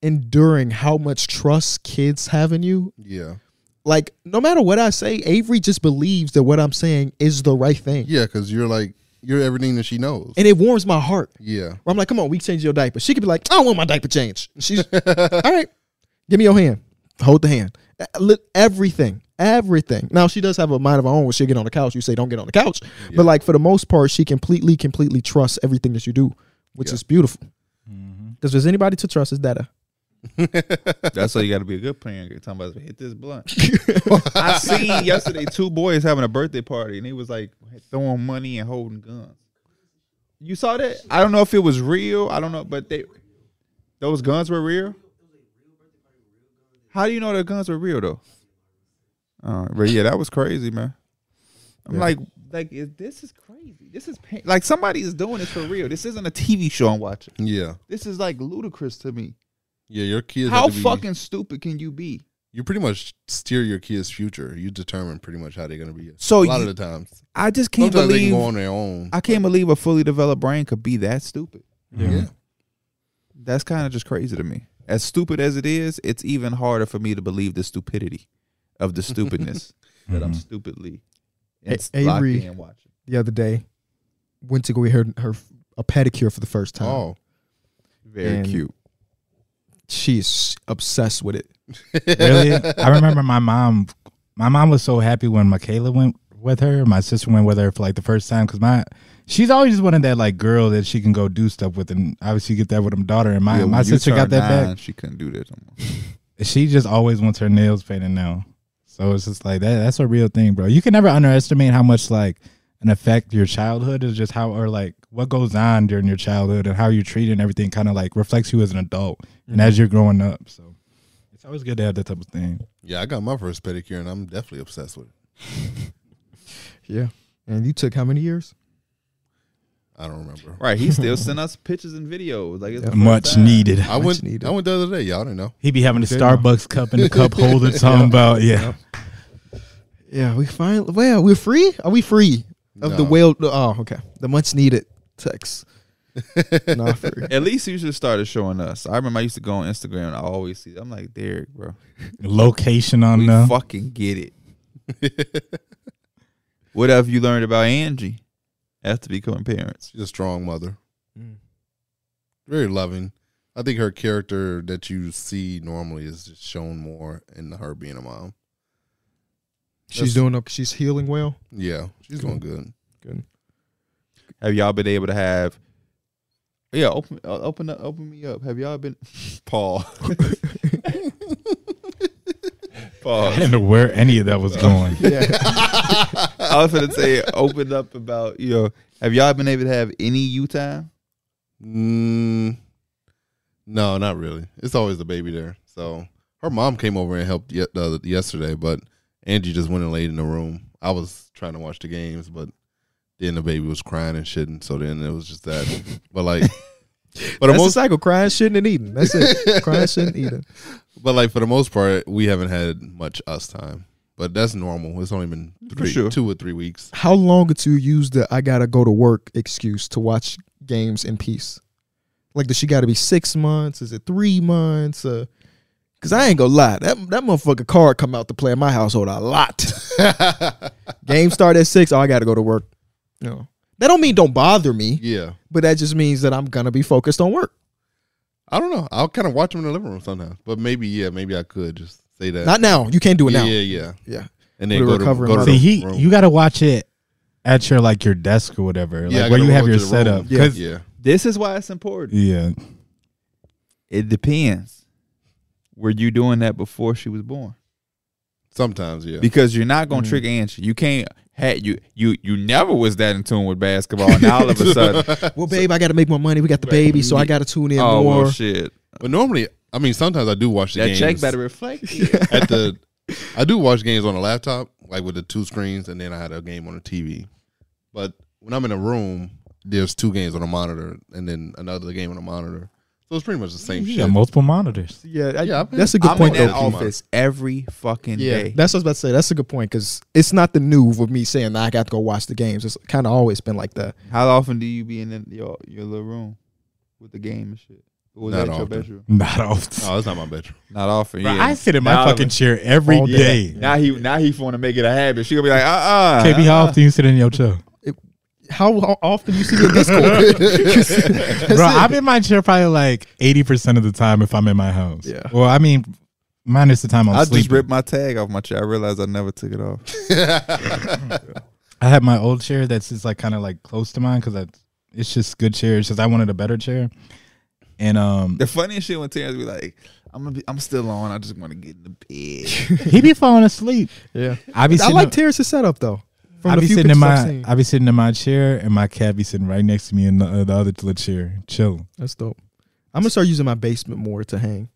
[SPEAKER 1] enduring how much trust kids have in you
[SPEAKER 3] yeah,
[SPEAKER 1] like no matter what i say avery just believes that what i'm saying is the right thing
[SPEAKER 3] yeah, because you're like you're everything that she knows.
[SPEAKER 1] and it warms my heart
[SPEAKER 3] yeah,
[SPEAKER 1] i'm like come on we can change your diaper she could be like i don't want my diaper changed And she's all right give me your hand hold the hand Uh, li- everything everything now she does have a mind of her own when she get on the couch you say don't get on the couch
[SPEAKER 3] Yeah.
[SPEAKER 1] but like for the most part she completely completely trusts everything that you do which
[SPEAKER 3] Yeah. Mm-hmm.
[SPEAKER 1] is beautiful because there's anybody to trust is data
[SPEAKER 2] That's why you got to be a good parent. You're talking about hit this blunt. I seen yesterday two boys having a birthday party, and he was like throwing money and holding guns. You saw that? I don't know if it was real. I don't know, but they those guns were real. How do you know the guns were real though? Uh, but yeah, that was crazy, man. I'm like, like is, this is crazy. This is pain. like somebody is doing this for real. This isn't a TV show I'm watching.
[SPEAKER 3] yeah,
[SPEAKER 2] This is like ludicrous to me.
[SPEAKER 3] yeah. Your kids. have
[SPEAKER 2] How
[SPEAKER 3] to be-
[SPEAKER 2] fucking stupid can you be?
[SPEAKER 3] You pretty much steer your kids' future. You determine pretty much how they're gonna be.
[SPEAKER 2] So
[SPEAKER 3] a lot
[SPEAKER 2] you-
[SPEAKER 3] of the times,
[SPEAKER 2] I just can't
[SPEAKER 3] sometimes they can
[SPEAKER 2] believe
[SPEAKER 3] go on their own.
[SPEAKER 2] I can't believe a fully developed brain could be that stupid.
[SPEAKER 3] yeah.
[SPEAKER 2] That's kind of just crazy to me. As stupid as it is, it's even harder for me to believe the stupidity of the stupidness that
[SPEAKER 3] Mm-hmm.
[SPEAKER 2] I'm stupidly
[SPEAKER 1] A-
[SPEAKER 2] it's locked
[SPEAKER 1] Avery.
[SPEAKER 2] in watching.
[SPEAKER 1] the other day went to go get her her a pedicure for the first time
[SPEAKER 3] Oh,
[SPEAKER 2] Very
[SPEAKER 1] And-
[SPEAKER 2] cute.
[SPEAKER 1] she's obsessed with it
[SPEAKER 4] really? I remember my mom my mom was so happy when Michaela went with her. My sister went with her for like the first time because my she's always just wanted that like girl that she can go do stuff with, and obviously you get that with them daughter. And my
[SPEAKER 2] Yeah, when
[SPEAKER 4] my
[SPEAKER 2] you
[SPEAKER 4] sister
[SPEAKER 2] turned
[SPEAKER 4] got that
[SPEAKER 2] nine, She couldn't do that. No more.
[SPEAKER 4] back. She just always wants her nails painted now, so it's just like that. That's a real thing, bro. You can never underestimate how much like an effect your childhood is just how or like what goes on during your childhood and how you're treated and everything kind of like reflects you as an adult and
[SPEAKER 2] Mm-hmm.
[SPEAKER 4] as you're growing up. So it's always good to have that type of thing.
[SPEAKER 3] Yeah, I got my first pedicure, and I'm definitely obsessed with it.
[SPEAKER 1] Yeah. And you took how many years?
[SPEAKER 3] I don't remember.
[SPEAKER 2] Right, he still sent us pictures and videos. Like it's the first
[SPEAKER 4] Much
[SPEAKER 2] time.
[SPEAKER 4] needed.
[SPEAKER 3] I went.
[SPEAKER 1] needed.
[SPEAKER 3] I went the other day. Y'all didn't know.
[SPEAKER 4] He be having the
[SPEAKER 1] Did.
[SPEAKER 4] Starbucks cup and the cup holder talking about yeah.
[SPEAKER 1] Yeah, we finally. Well, we're free. Are we free of the
[SPEAKER 3] No.
[SPEAKER 1] whale? Oh, okay. The much needed text. Not free.
[SPEAKER 2] At least you should have started showing us. I remember I used to go on Instagram and I always see. I'm like Derek, bro.
[SPEAKER 4] Location on
[SPEAKER 2] We
[SPEAKER 4] the
[SPEAKER 2] fucking get it. what have you learned about Angie after becoming parents?
[SPEAKER 3] She's a strong mother. Mm. Very loving. I think her character that you see normally is just shown more in her being a mom.
[SPEAKER 1] She's doing. Okay. She's healing well.
[SPEAKER 3] Yeah, she's
[SPEAKER 2] Mm.
[SPEAKER 3] doing good.
[SPEAKER 2] Have y'all been able to have? Yeah, open uh, open up, open me up. Have y'all been Paul? Paul.
[SPEAKER 4] I didn't know where any of that was going.
[SPEAKER 1] Yeah.
[SPEAKER 2] I was gonna say open up about you know. Have y'all been able to have any you time?
[SPEAKER 3] Mm, no, not really. It's always the baby there. So her mom came over and helped ye- the other- yesterday, but Angie just went and laid in the room. I was trying to watch the games, but then the baby was crying and shit, and so then it was just that. but like, but the
[SPEAKER 1] That's the
[SPEAKER 3] most,
[SPEAKER 1] cycle. Crying, shitting, and eating. That's it. Crying, shitting, eating.
[SPEAKER 3] but like for the most part, we haven't had much us time. But that's normal. It's only been three,
[SPEAKER 2] sure.
[SPEAKER 3] two or three weeks.
[SPEAKER 1] How long did you use the "I gotta go to work" excuse to watch games in peace? Like, does she gotta be six months? Is it three months? Uh, Cause I ain't gonna lie, that that motherfucker card come out to play in my household a lot. Game start at six. Oh, I gotta go to work. No, that don't mean don't bother me,
[SPEAKER 3] yeah,
[SPEAKER 1] but that just means that I'm gonna be focused on work.
[SPEAKER 3] I don't know. I'll kind of watch them in the living room sometimes. But maybe, yeah, maybe I could just say that.
[SPEAKER 1] Not now. You can't do it
[SPEAKER 3] yeah,
[SPEAKER 1] now.
[SPEAKER 3] yeah, yeah.
[SPEAKER 1] Yeah.
[SPEAKER 3] and then
[SPEAKER 1] We're
[SPEAKER 3] go to,
[SPEAKER 1] recovering
[SPEAKER 3] go to
[SPEAKER 1] from
[SPEAKER 3] the
[SPEAKER 4] See, he
[SPEAKER 3] room.
[SPEAKER 4] you got to watch it at your like your desk or whatever, like
[SPEAKER 3] Yeah, I
[SPEAKER 4] where
[SPEAKER 3] gotta
[SPEAKER 4] you
[SPEAKER 3] go
[SPEAKER 4] have
[SPEAKER 3] to
[SPEAKER 4] your
[SPEAKER 3] the room.
[SPEAKER 4] setup.
[SPEAKER 3] Yeah,
[SPEAKER 4] 'Cause-
[SPEAKER 3] yeah.
[SPEAKER 2] This is why it's important.
[SPEAKER 4] yeah.
[SPEAKER 2] It depends. Were you doing that before she was born?
[SPEAKER 3] Sometimes, yeah.
[SPEAKER 2] Because you're not gonna trick Angie. You can't. Had you you you never was that in tune with basketball. and Now all of a sudden,
[SPEAKER 1] Well, babe, I gotta make my money. We got the baby, so I gotta tune in
[SPEAKER 2] oh
[SPEAKER 1] more.
[SPEAKER 2] well, shit.
[SPEAKER 3] But normally, I mean, sometimes I do watch the
[SPEAKER 2] That
[SPEAKER 3] games.
[SPEAKER 2] check better reflect.
[SPEAKER 3] at the. I do watch games on the laptop, like with the two screens, and then I had a game on the TV. But when I'm in a room, there's two games on a monitor, and then another game on a monitor. So it's pretty much the same
[SPEAKER 4] You
[SPEAKER 3] shit.
[SPEAKER 4] got multiple monitors.
[SPEAKER 1] yeah, I-
[SPEAKER 3] Yeah, I've been-
[SPEAKER 1] that's a good
[SPEAKER 2] I'm
[SPEAKER 1] point
[SPEAKER 2] in
[SPEAKER 1] though.
[SPEAKER 2] that office every fucking
[SPEAKER 1] Yeah,
[SPEAKER 2] day.
[SPEAKER 1] that's what I was about to say. That's a good point because it's not the new with me saying "Nah, I got to go watch the games. It's kind of always been like that.
[SPEAKER 2] How often do you be in the- your your little room with the game and shit? Or was
[SPEAKER 3] Not
[SPEAKER 2] that your
[SPEAKER 3] often.
[SPEAKER 2] bedroom?
[SPEAKER 4] Not off.
[SPEAKER 3] No, Oh, that's not my bedroom.
[SPEAKER 2] Not often.
[SPEAKER 4] Bro,
[SPEAKER 2] yeah.
[SPEAKER 4] I sit in my
[SPEAKER 2] Now-
[SPEAKER 4] fucking chair every
[SPEAKER 1] All day.
[SPEAKER 4] day.
[SPEAKER 2] Now he now he want to make it a habit. She gonna be like, uh uh
[SPEAKER 4] KB, how often you sit in your chair?
[SPEAKER 1] How, how often you see your Discord?
[SPEAKER 4] Bro, I'm in my chair probably like 80% of the time if I'm in my house.
[SPEAKER 1] Yeah.
[SPEAKER 4] Well, I mean, minus the time I'm
[SPEAKER 2] I
[SPEAKER 4] sleeping.
[SPEAKER 2] just ripped my tag off my chair. I realized I never took it off.
[SPEAKER 4] I have my old chair that's just like kind of like close to mine because it's just good chair. It's just I wanted a better chair. And um,
[SPEAKER 2] The funniest shit when Terrence be like, I'm gonna be, I'm still on. I just want to get in the bed.
[SPEAKER 4] he be falling asleep.
[SPEAKER 1] yeah,
[SPEAKER 4] I be
[SPEAKER 1] I
[SPEAKER 4] sitting,
[SPEAKER 1] like Terrence's setup though. From
[SPEAKER 4] I
[SPEAKER 1] the
[SPEAKER 4] be
[SPEAKER 1] few
[SPEAKER 4] sitting in
[SPEAKER 1] pictures I've
[SPEAKER 4] my
[SPEAKER 1] seen.
[SPEAKER 4] I be sitting in my chair and my cat be sitting right next to me in the, uh, the other little chair, chill.
[SPEAKER 1] that's dope. I'm gonna start using my basement more to hang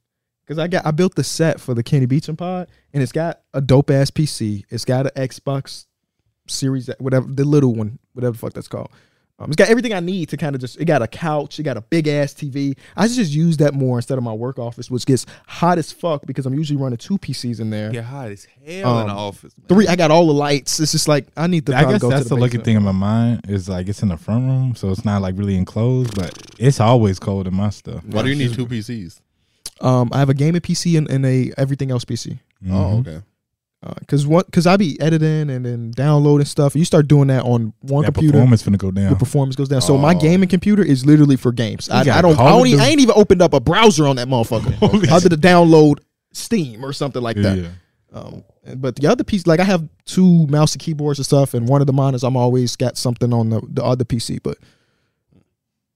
[SPEAKER 1] because I got I built the set for the Kenny Beachum pod and it's got a dope ass PC. It's got an Xbox Series whatever the little one whatever the fuck that's called. Um, it's got everything I need to kind of just. It got a couch. It got a big ass TV. I should just use that more instead of my work office, which gets hot as fuck because I'm usually running two PCs in there.
[SPEAKER 2] Get hot as hell in the
[SPEAKER 1] Um,
[SPEAKER 2] office. man.
[SPEAKER 1] Three. I got all the lights. It's just like I need to.
[SPEAKER 4] I
[SPEAKER 1] probably
[SPEAKER 4] guess
[SPEAKER 1] go
[SPEAKER 4] that's
[SPEAKER 1] to
[SPEAKER 4] the,
[SPEAKER 1] the,
[SPEAKER 4] lucky
[SPEAKER 1] basement.
[SPEAKER 4] thing in my mind is like it's in the front room, so it's not like really enclosed, but it's always cold in my stuff.
[SPEAKER 3] Why do you need two PCs?
[SPEAKER 1] Um, I have a gaming PC and, and a everything else PC.
[SPEAKER 3] Oh,
[SPEAKER 4] Mhm.
[SPEAKER 3] okay.
[SPEAKER 1] Uh, cause what? Cause I be editing and then downloading stuff. You start doing that on one
[SPEAKER 4] That
[SPEAKER 1] computer,
[SPEAKER 4] performance finna go
[SPEAKER 1] your
[SPEAKER 4] down.
[SPEAKER 1] performance goes down. So my
[SPEAKER 3] Oh.
[SPEAKER 1] gaming computer is literally for games. I,
[SPEAKER 4] got
[SPEAKER 1] I don't. I,
[SPEAKER 4] Call of
[SPEAKER 1] don't e- I
[SPEAKER 4] Duty.
[SPEAKER 1] ain't even opened up a browser on that motherfucker.
[SPEAKER 4] Holy
[SPEAKER 1] Other than download Steam or something like that.
[SPEAKER 4] Yeah.
[SPEAKER 1] Um, and- but the other piece, like I have two mouse and keyboards and stuff, and one of the monitors, I'm always got something on the, the other PC. But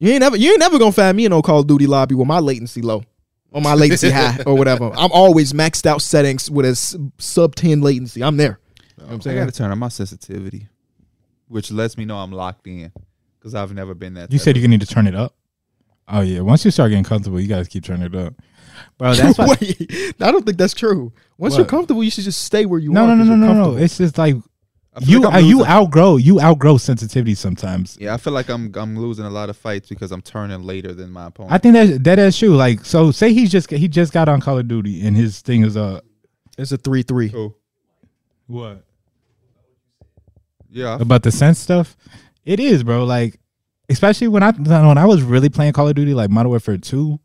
[SPEAKER 1] you ain't never you ain't never gonna find me in no Call of Duty lobby with my latency low or my latency high or whatever. I'm always maxed out settings with a s- sub ten latency. I'm there. You know what I'm
[SPEAKER 2] I
[SPEAKER 1] saying?
[SPEAKER 2] gotta turn on my sensitivity, which lets me know I'm locked in because I've never been that.
[SPEAKER 4] You
[SPEAKER 2] type
[SPEAKER 4] said
[SPEAKER 2] of-
[SPEAKER 4] you need to turn it up. Oh yeah, once you start getting comfortable, you guys keep turning it up, bro. That's why.
[SPEAKER 1] Wait, I don't think that's true. Once you're
[SPEAKER 4] What?
[SPEAKER 1] comfortable, you should just stay where you
[SPEAKER 4] No,
[SPEAKER 1] are.
[SPEAKER 4] no, no,
[SPEAKER 1] 'cause
[SPEAKER 4] no,
[SPEAKER 1] you're
[SPEAKER 4] no, no.
[SPEAKER 1] comfortable.
[SPEAKER 4] It's just like
[SPEAKER 2] I feel
[SPEAKER 4] you
[SPEAKER 2] like
[SPEAKER 4] uh,
[SPEAKER 2] I'm
[SPEAKER 4] you
[SPEAKER 2] losing-
[SPEAKER 4] outgrow you outgrow sensitivity sometimes.
[SPEAKER 2] Yeah, I feel like I'm I'm losing a lot of fights because I'm turning later than my opponent.
[SPEAKER 4] I think that that is true. Like so, say he's just he just got on Call of Duty and his thing is uh
[SPEAKER 1] It's a three three.
[SPEAKER 2] Cool.
[SPEAKER 4] what
[SPEAKER 2] Yeah,
[SPEAKER 4] about the sense stuff. It is, bro. Like especially when I when I was really playing Call of Duty, like Modern Warfare Two,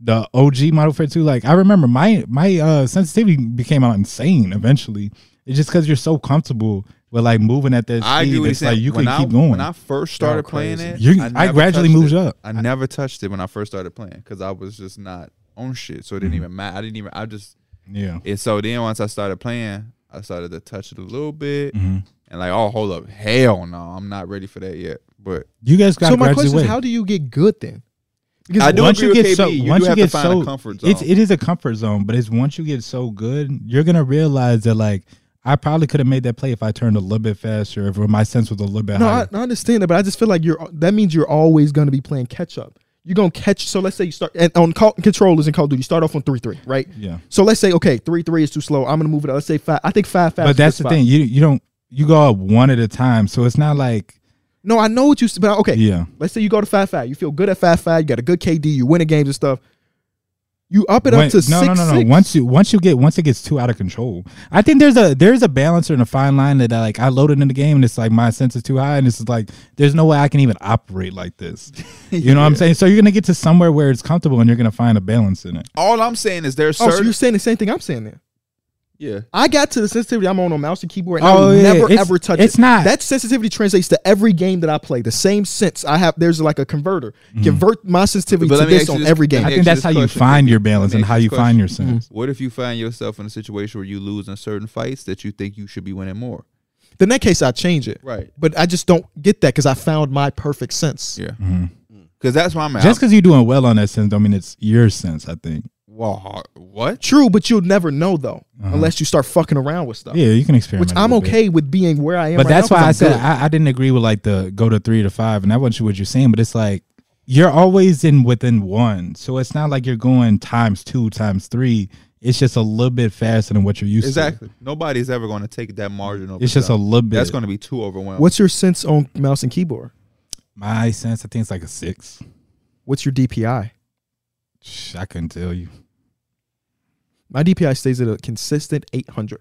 [SPEAKER 4] the OG Modern Warfare Two. Like I remember my my uh, sensitivity became insane eventually. It's just because you're so comfortable with like moving at that speed.
[SPEAKER 2] I agree with you.
[SPEAKER 4] it's like you
[SPEAKER 2] when
[SPEAKER 4] can
[SPEAKER 2] I,
[SPEAKER 4] keep going.
[SPEAKER 2] When I first started playing
[SPEAKER 1] crazy.
[SPEAKER 2] it,
[SPEAKER 4] You- I
[SPEAKER 2] never
[SPEAKER 4] gradually
[SPEAKER 2] touched
[SPEAKER 4] moved
[SPEAKER 2] it.
[SPEAKER 4] up.
[SPEAKER 2] I never touched it when I first started playing because I was just not on shit, so it
[SPEAKER 4] Mm-hmm.
[SPEAKER 2] didn't even matter. I didn't even. I just
[SPEAKER 4] yeah.
[SPEAKER 2] and so then once I started playing, I started to touch it a little bit,
[SPEAKER 4] Mm-hmm.
[SPEAKER 2] and like, oh, hold up, hell no, I'm not ready for that yet. But
[SPEAKER 4] You guys got
[SPEAKER 1] So
[SPEAKER 4] to
[SPEAKER 1] my question
[SPEAKER 4] graduate.
[SPEAKER 1] is, how do you get good then? Because
[SPEAKER 2] I do
[SPEAKER 4] once
[SPEAKER 2] agree
[SPEAKER 4] you
[SPEAKER 2] with
[SPEAKER 4] get so
[SPEAKER 2] KB, you do
[SPEAKER 4] once you
[SPEAKER 2] have to
[SPEAKER 4] get
[SPEAKER 2] find
[SPEAKER 4] so
[SPEAKER 2] a comfort
[SPEAKER 4] it's
[SPEAKER 2] zone.
[SPEAKER 4] it is a comfort zone, but it's once you get so good, you're gonna realize that like I probably could have made that play if I turned a little bit faster, if my sense was a little bit
[SPEAKER 1] No, I,
[SPEAKER 4] higher.
[SPEAKER 1] I understand that, but I just feel like you're. That means you're always going to be playing catch up. You're gonna catch. So let's say you start and on call, controllers in Call of Duty. You start off on three three, right?
[SPEAKER 4] yeah,
[SPEAKER 1] So let's say okay, three three is too slow. I'm gonna move it. up. Let's say five. I think five five.
[SPEAKER 4] but that's the
[SPEAKER 1] five.
[SPEAKER 4] thing. You you don't you go up one at a time, so it's not like
[SPEAKER 1] No, I know what you. s- But okay,
[SPEAKER 4] yeah.
[SPEAKER 1] let's say you go to five five. You feel good at five five. You got a good KD. You winning games and stuff. You up it
[SPEAKER 4] When-
[SPEAKER 1] up to
[SPEAKER 4] no,
[SPEAKER 1] six,
[SPEAKER 4] no, no, no.
[SPEAKER 1] six.
[SPEAKER 4] Once you once you get once it gets too out of control, I think there's a there's a balancer and a fine line that I, like I loaded in the game and it's like my sense is too high and it's like there's no way I can even operate like this. You know what I'm saying? So you're gonna get to somewhere where it's comfortable and you're gonna find a balance in it.
[SPEAKER 2] all I'm saying is there's
[SPEAKER 1] Oh, so
[SPEAKER 2] certain
[SPEAKER 1] you're saying the same thing I'm saying there.
[SPEAKER 2] yeah.
[SPEAKER 1] I got to the sensitivity I'm on on mouse and keyboard. And I
[SPEAKER 4] Oh,
[SPEAKER 1] will
[SPEAKER 4] yeah,
[SPEAKER 1] never
[SPEAKER 4] it's-
[SPEAKER 1] ever touch
[SPEAKER 4] it's
[SPEAKER 1] it.
[SPEAKER 4] not-
[SPEAKER 1] that sensitivity translates to every game that I play. The same sense I have. There's like a converter. Convert my sensitivity
[SPEAKER 2] Mm-hmm. But
[SPEAKER 1] to
[SPEAKER 2] let me
[SPEAKER 1] this
[SPEAKER 2] ask you
[SPEAKER 1] on
[SPEAKER 2] this-
[SPEAKER 1] every game.
[SPEAKER 2] let
[SPEAKER 4] I
[SPEAKER 2] me
[SPEAKER 4] think
[SPEAKER 2] ask you
[SPEAKER 4] that's how
[SPEAKER 2] this
[SPEAKER 4] you
[SPEAKER 2] question,
[SPEAKER 4] find
[SPEAKER 2] KB.
[SPEAKER 4] your balance
[SPEAKER 2] Let me
[SPEAKER 4] and
[SPEAKER 2] ask
[SPEAKER 4] how
[SPEAKER 2] you
[SPEAKER 4] you
[SPEAKER 2] this
[SPEAKER 4] find your sense.
[SPEAKER 2] What if you find yourself in a situation where you lose in certain fights that you think you should be winning more?
[SPEAKER 1] Then in that case, I change it.
[SPEAKER 2] Right.
[SPEAKER 1] But I just don't get that because I found my perfect sense.
[SPEAKER 2] Yeah. Cause that's why I'm
[SPEAKER 1] Mm-hmm.
[SPEAKER 2] at.
[SPEAKER 4] Mm-hmm. Just because you're doing well on that sense, don't mean it's your sense. I think.
[SPEAKER 2] Wow, what?
[SPEAKER 1] True, but you'll never know though
[SPEAKER 2] Uh-huh.
[SPEAKER 1] unless you start fucking around with stuff.
[SPEAKER 4] Yeah, you can experiment.
[SPEAKER 1] Which
[SPEAKER 4] a
[SPEAKER 1] I'm
[SPEAKER 4] little bit.
[SPEAKER 1] okay with being where I am.
[SPEAKER 4] but
[SPEAKER 1] right
[SPEAKER 4] that's
[SPEAKER 1] now 'cause
[SPEAKER 4] why I
[SPEAKER 1] I'm
[SPEAKER 4] said
[SPEAKER 1] good.
[SPEAKER 4] I, I didn't agree with like the go to three to five, and I wasn't sure what you're saying. But it's like you're always in within one, so it's not like you're going times two times three. It's just a little bit faster than what you're used
[SPEAKER 2] Exactly. Nobody's ever going to take that margin over.
[SPEAKER 4] to. It's just a
[SPEAKER 2] them.
[SPEAKER 4] little bit.
[SPEAKER 2] That's going to be too overwhelming.
[SPEAKER 1] What's your sense on mouse and keyboard?
[SPEAKER 4] my sense. I think it's like a six.
[SPEAKER 1] What's your DPI?
[SPEAKER 4] Shh, I couldn't tell you.
[SPEAKER 1] My DPI stays at a consistent 800,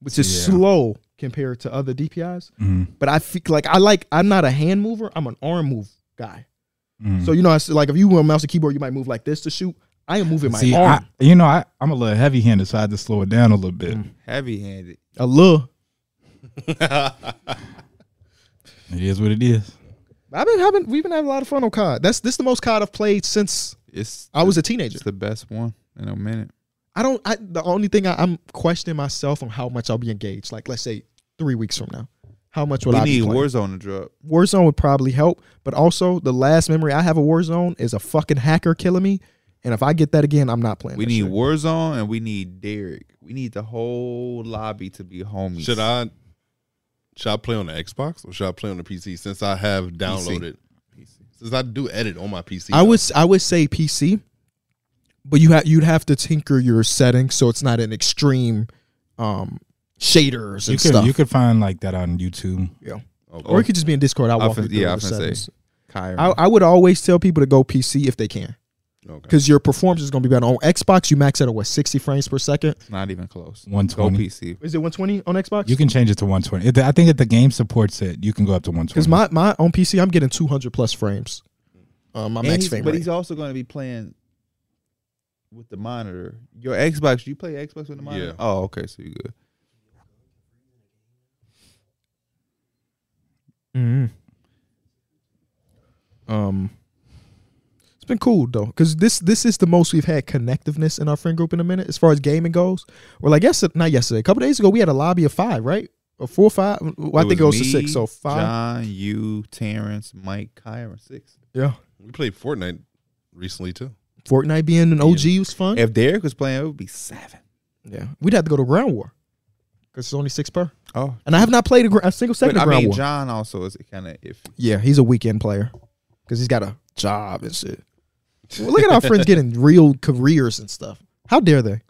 [SPEAKER 1] which is
[SPEAKER 4] Yeah.
[SPEAKER 1] slow compared to other DPIs.
[SPEAKER 4] Mm,
[SPEAKER 1] But I feel like I like I'm not a hand mover. I'm an arm move guy.
[SPEAKER 4] mm.
[SPEAKER 1] So you know, I s- like if you were a mouse and keyboard, you might move like this to shoot. I am moving my
[SPEAKER 4] See, I,
[SPEAKER 1] arm
[SPEAKER 4] you know, I, I'm a little heavy handed, so I had to slow it down a little bit.
[SPEAKER 1] Mm.
[SPEAKER 2] heavy handed?
[SPEAKER 1] a little.
[SPEAKER 4] It is what it is.
[SPEAKER 1] I've been having we've been having a lot of fun on COD. That's this is the most COD I've played since
[SPEAKER 2] It's
[SPEAKER 1] I was a
[SPEAKER 2] it's,
[SPEAKER 1] teenager.
[SPEAKER 2] It's the best one in a minute.
[SPEAKER 1] I don't. I the only thing I, I'm questioning myself on how much I'll be engaged. Like let's say three weeks from now, how much will
[SPEAKER 2] we
[SPEAKER 1] I
[SPEAKER 2] need
[SPEAKER 1] be playing?
[SPEAKER 2] Warzone to drop.
[SPEAKER 1] Warzone would probably help, but also the last memory I have of Warzone is a fucking hacker killing me, and if I get that again, I'm not playing.
[SPEAKER 2] We
[SPEAKER 1] that
[SPEAKER 2] need
[SPEAKER 1] shit.
[SPEAKER 2] Warzone and we need Derek. We need the whole lobby to be homies.
[SPEAKER 3] Should I should I play on the Xbox or should I play on the PC since I have downloaded since I do edit on my PC?
[SPEAKER 1] I would. s- I would say PC, but you have you'd have to tinker your settings so it's not an extreme, um, shaders and
[SPEAKER 4] You could,
[SPEAKER 1] stuff.
[SPEAKER 4] you could find like that on YouTube.
[SPEAKER 3] Oh,
[SPEAKER 1] or it could just be in Discord. I'll
[SPEAKER 2] I
[SPEAKER 1] walk
[SPEAKER 2] fin-
[SPEAKER 1] you through
[SPEAKER 2] yeah, I
[SPEAKER 1] the
[SPEAKER 2] fin- say.
[SPEAKER 1] settings.
[SPEAKER 2] Kyron.
[SPEAKER 1] I, I would always tell people to go PC if they can.
[SPEAKER 3] Okay.
[SPEAKER 1] because your performance is going to be better. On Xbox, you max out at what sixty frames per second.
[SPEAKER 2] Not even close. Go
[SPEAKER 4] 120.
[SPEAKER 2] PC.
[SPEAKER 1] Is it one twenty on Xbox?
[SPEAKER 4] You can change it to 120. If the- I think if the game supports it, you can go up to 120.
[SPEAKER 1] because my my on PC, I'm getting two hundred plus frames. Uh, my
[SPEAKER 2] And
[SPEAKER 1] max
[SPEAKER 2] he's-
[SPEAKER 1] frame
[SPEAKER 2] but
[SPEAKER 1] rate.
[SPEAKER 2] he's also going to be playing with the monitor. Your Xbox, do you play Xbox with the monitor?
[SPEAKER 3] Yeah.
[SPEAKER 2] Oh, okay, so you good.
[SPEAKER 1] Mm-hmm. Um, It's been cool though, because this this is the most we've had connectiveness in our friend group in a minute, as far as gaming goes. Well, like yesterday, not yesterday, a couple days ago, we had a lobby of five, right? Or four, five. Well, I think it goes
[SPEAKER 2] was
[SPEAKER 1] to
[SPEAKER 2] me,
[SPEAKER 1] six, so five.
[SPEAKER 2] John, you, Terrence, Mike, Kyron, six.
[SPEAKER 1] Yeah,
[SPEAKER 3] We played Fortnite recently too.
[SPEAKER 1] Fortnite being an OG was fun.
[SPEAKER 2] If Derek was playing, it would be seven.
[SPEAKER 1] Yeah, we'd have to go to Ground War because it's only six per.
[SPEAKER 2] Oh,
[SPEAKER 1] And I have not played a, gr- a single second
[SPEAKER 2] but I
[SPEAKER 1] Ground
[SPEAKER 2] mean,
[SPEAKER 1] War.
[SPEAKER 2] John also is kind of iffy.
[SPEAKER 1] yeah, he's a weekend player because he's got a job and shit. Well, look at our friends getting real careers and stuff. How dare they?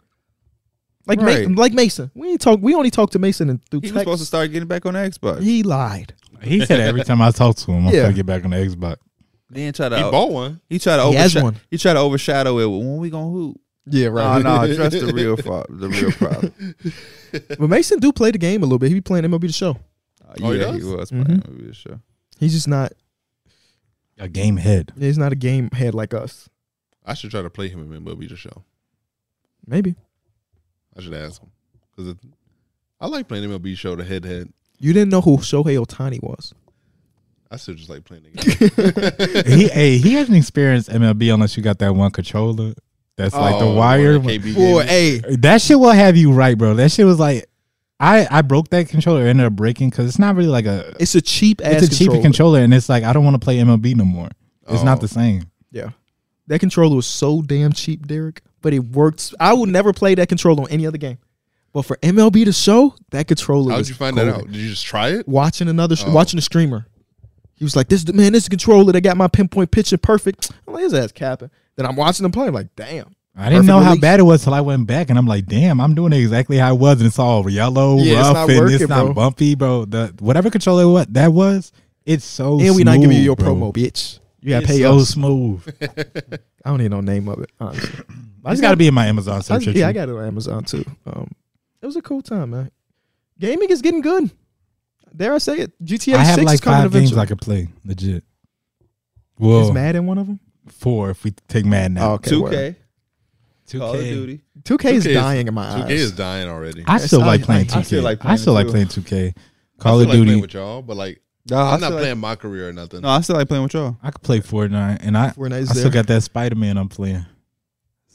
[SPEAKER 1] Like Ma-
[SPEAKER 2] Right.
[SPEAKER 1] like Mason, we ain't talk. We only talked to Mason and through
[SPEAKER 2] He was
[SPEAKER 1] text.
[SPEAKER 2] supposed to start getting back on the Xbox.
[SPEAKER 1] he lied.
[SPEAKER 4] He said every time I talk to him, I'm
[SPEAKER 1] Yeah.
[SPEAKER 4] gonna get back on the Xbox.
[SPEAKER 2] Then try
[SPEAKER 3] He
[SPEAKER 2] to
[SPEAKER 3] bought one.
[SPEAKER 2] He tried to
[SPEAKER 1] He has
[SPEAKER 2] overshadow.
[SPEAKER 1] one.
[SPEAKER 2] He tried to overshadow it. With, when we gonna hoop?
[SPEAKER 1] Yeah,
[SPEAKER 2] Nah,
[SPEAKER 1] right.
[SPEAKER 2] nah. Address the real pro- the real problem.
[SPEAKER 1] But Mason do play the game a little bit. He be playing MLB the show.
[SPEAKER 2] Uh,
[SPEAKER 3] Oh, he
[SPEAKER 2] yeah, he
[SPEAKER 3] does?
[SPEAKER 2] was
[SPEAKER 1] Mhm.
[SPEAKER 2] playing mm the show.
[SPEAKER 1] He's just not.
[SPEAKER 4] A game head.
[SPEAKER 1] He's not a game head like us.
[SPEAKER 3] I should try to play him in Movie the Show.
[SPEAKER 1] Maybe
[SPEAKER 3] I should ask him because I like playing MLB Show the head to head.
[SPEAKER 1] you didn't know who Shohei Otani was.
[SPEAKER 3] I still just like playing the game.
[SPEAKER 4] he hey, he hasn't experienced MLB unless you got that one controller. That's like the
[SPEAKER 3] Oh,
[SPEAKER 4] wire.
[SPEAKER 3] KB gave
[SPEAKER 1] Boy,
[SPEAKER 3] me-
[SPEAKER 1] hey,
[SPEAKER 4] That shit will have you right, bro. That shit was like, I I broke that controller. It ended up breaking because it's not really like a.
[SPEAKER 1] it's a cheap ass.
[SPEAKER 4] It's a cheaper
[SPEAKER 1] controller.
[SPEAKER 4] controller, and it's like I don't want to play MLB no more. It's
[SPEAKER 3] Oh.
[SPEAKER 4] not the same.
[SPEAKER 1] Yeah, that controller was so damn cheap, Derek. But it worked. I would never play that controller on any other game. But for MLB the show, that controller.
[SPEAKER 3] How
[SPEAKER 1] was
[SPEAKER 3] did you find that
[SPEAKER 1] golden.
[SPEAKER 3] out? Did you just try it?
[SPEAKER 1] Watching another, sh-
[SPEAKER 3] Oh.
[SPEAKER 1] watching a streamer. He was like, "This is the- man, this is the controller that got my pinpoint picture perfect." I'm like, "His ass capping." Then I'm watching him play. I'm like, "Damn."
[SPEAKER 4] I didn't
[SPEAKER 1] Perfect
[SPEAKER 4] know how
[SPEAKER 1] release.
[SPEAKER 4] bad it was till I went back, and I'm like, damn, I'm doing it exactly how it was, and it's all yellow,
[SPEAKER 1] Yeah, it's
[SPEAKER 4] rough,
[SPEAKER 1] not
[SPEAKER 4] and
[SPEAKER 1] working,
[SPEAKER 4] it's not
[SPEAKER 1] bro.
[SPEAKER 4] bumpy, bro. The whatever controller what that was, it's so.
[SPEAKER 1] and we
[SPEAKER 4] smooth,
[SPEAKER 1] not giving you your
[SPEAKER 4] bro.
[SPEAKER 1] promo, bitch. You gotta
[SPEAKER 4] It's
[SPEAKER 1] pay
[SPEAKER 4] so
[SPEAKER 1] us.
[SPEAKER 4] smooth.
[SPEAKER 1] I don't even know the name of it. Honestly, I
[SPEAKER 4] It's got to be in my Amazon
[SPEAKER 1] I,
[SPEAKER 4] search. history.
[SPEAKER 1] yeah, I got it on Amazon too. Um, it was a cool time, man. Gaming is getting good. Dare I say it? GTA
[SPEAKER 4] I have
[SPEAKER 1] Six
[SPEAKER 4] like
[SPEAKER 1] is coming
[SPEAKER 4] five
[SPEAKER 1] eventually.
[SPEAKER 4] games I could play. Legit.
[SPEAKER 1] is
[SPEAKER 4] Well,
[SPEAKER 1] Madden one of them? Oh,
[SPEAKER 4] four if we take Madden out.
[SPEAKER 1] okay.
[SPEAKER 2] Two
[SPEAKER 1] word.
[SPEAKER 2] K,
[SPEAKER 1] Oh,
[SPEAKER 2] Call of Duty.
[SPEAKER 1] 2K is
[SPEAKER 3] 2K is-
[SPEAKER 1] dying in my eyes.
[SPEAKER 3] 2K is dying already.
[SPEAKER 4] I still
[SPEAKER 1] Yes, I-
[SPEAKER 4] like playing
[SPEAKER 1] I-
[SPEAKER 4] two
[SPEAKER 2] I still
[SPEAKER 4] K.
[SPEAKER 2] like
[SPEAKER 4] I still like
[SPEAKER 2] playing
[SPEAKER 4] playing two K.
[SPEAKER 3] I still
[SPEAKER 4] Call of
[SPEAKER 3] like playing
[SPEAKER 4] Duty.
[SPEAKER 3] with y'all, but like
[SPEAKER 2] No, I
[SPEAKER 3] I'm not
[SPEAKER 2] still
[SPEAKER 3] playing my career or nothing.
[SPEAKER 2] Like, no, I still like playing with y'all.
[SPEAKER 4] I could play Fortnite, and I
[SPEAKER 1] Fortnite
[SPEAKER 4] I
[SPEAKER 1] is
[SPEAKER 4] still
[SPEAKER 1] there.
[SPEAKER 4] got that Spider Man I'm playing.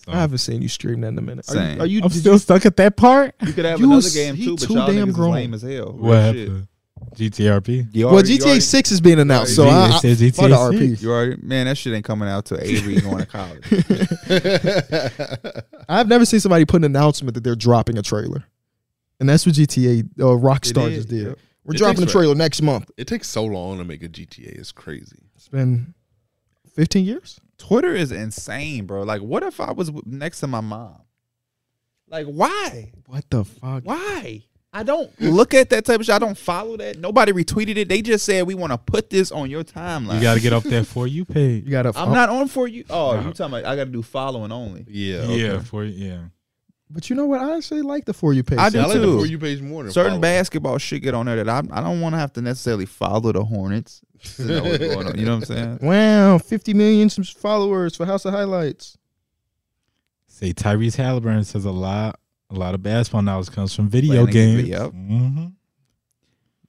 [SPEAKER 4] So
[SPEAKER 1] I haven't seen you stream that in a Oh, minute. Are
[SPEAKER 2] Same.
[SPEAKER 1] you? Are you
[SPEAKER 4] I'm
[SPEAKER 1] did
[SPEAKER 4] still stuck at that part.
[SPEAKER 2] You could have
[SPEAKER 1] You
[SPEAKER 2] another
[SPEAKER 1] was-
[SPEAKER 2] game
[SPEAKER 1] he
[SPEAKER 2] too, but
[SPEAKER 1] too
[SPEAKER 2] y'all
[SPEAKER 1] damn
[SPEAKER 2] niggas is
[SPEAKER 1] grown.
[SPEAKER 2] lame as hell.
[SPEAKER 4] What
[SPEAKER 2] Real shit.
[SPEAKER 4] happened? GTRP.
[SPEAKER 2] You
[SPEAKER 1] you, well,
[SPEAKER 2] already- you
[SPEAKER 1] GTA
[SPEAKER 2] already-
[SPEAKER 1] Six is being announced, so
[SPEAKER 4] It
[SPEAKER 1] I, I
[SPEAKER 4] says
[SPEAKER 1] fuck
[SPEAKER 4] GTA
[SPEAKER 1] the RP.
[SPEAKER 2] You already man, that shit ain't coming out till Avery going to college.
[SPEAKER 1] I've never seen somebody put an announcement that they're dropping a trailer, and that's what GTA uh, Rockstar
[SPEAKER 2] did,
[SPEAKER 1] just did.
[SPEAKER 2] yep.
[SPEAKER 1] We're
[SPEAKER 3] It
[SPEAKER 1] dropping a
[SPEAKER 3] takes
[SPEAKER 1] trailer next month.
[SPEAKER 3] it takes so long to make a GTA. It's crazy.
[SPEAKER 1] It's been fifteen years.
[SPEAKER 2] Twitter is insane, bro. Like, what if I was w- next to my mom? Like, why?
[SPEAKER 1] What the fuck?
[SPEAKER 2] Why? I don't look at that type of shit. I don't follow that. Nobody retweeted it. They just said we want to put this on your timeline.
[SPEAKER 4] You got to get off that for you page.
[SPEAKER 1] You gotta.
[SPEAKER 2] I'm not on for you. Oh, you talking about I got to do following only.
[SPEAKER 3] Yeah.
[SPEAKER 4] Yeah, for yeah.
[SPEAKER 1] But you know what? I actually like the for you page.
[SPEAKER 2] I
[SPEAKER 3] See, I
[SPEAKER 2] do
[SPEAKER 3] like
[SPEAKER 2] too.
[SPEAKER 3] the for you page more. Than
[SPEAKER 2] Certain
[SPEAKER 3] follow.
[SPEAKER 2] basketball shit get on there that I, I don't want to have to necessarily follow the Hornets. To know what's going on. You know what I'm saying?
[SPEAKER 1] Wow, 50 million subs- followers for House of Highlights.
[SPEAKER 4] Say Tyrese Halliburton says a lot. A lot of basketball knowledge comes from video
[SPEAKER 2] Playing a-
[SPEAKER 4] games.
[SPEAKER 2] yep.
[SPEAKER 4] hmm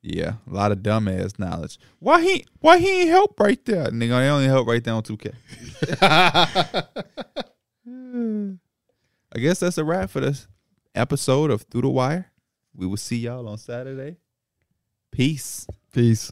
[SPEAKER 2] Yeah, a lot of dumbass knowledge. Why he why he ain't help right there, nigga? They only help right there on 2K. I guess that's a wrap for this episode of Through the Wire. We will see y'all on Saturday. Peace.
[SPEAKER 1] Peace.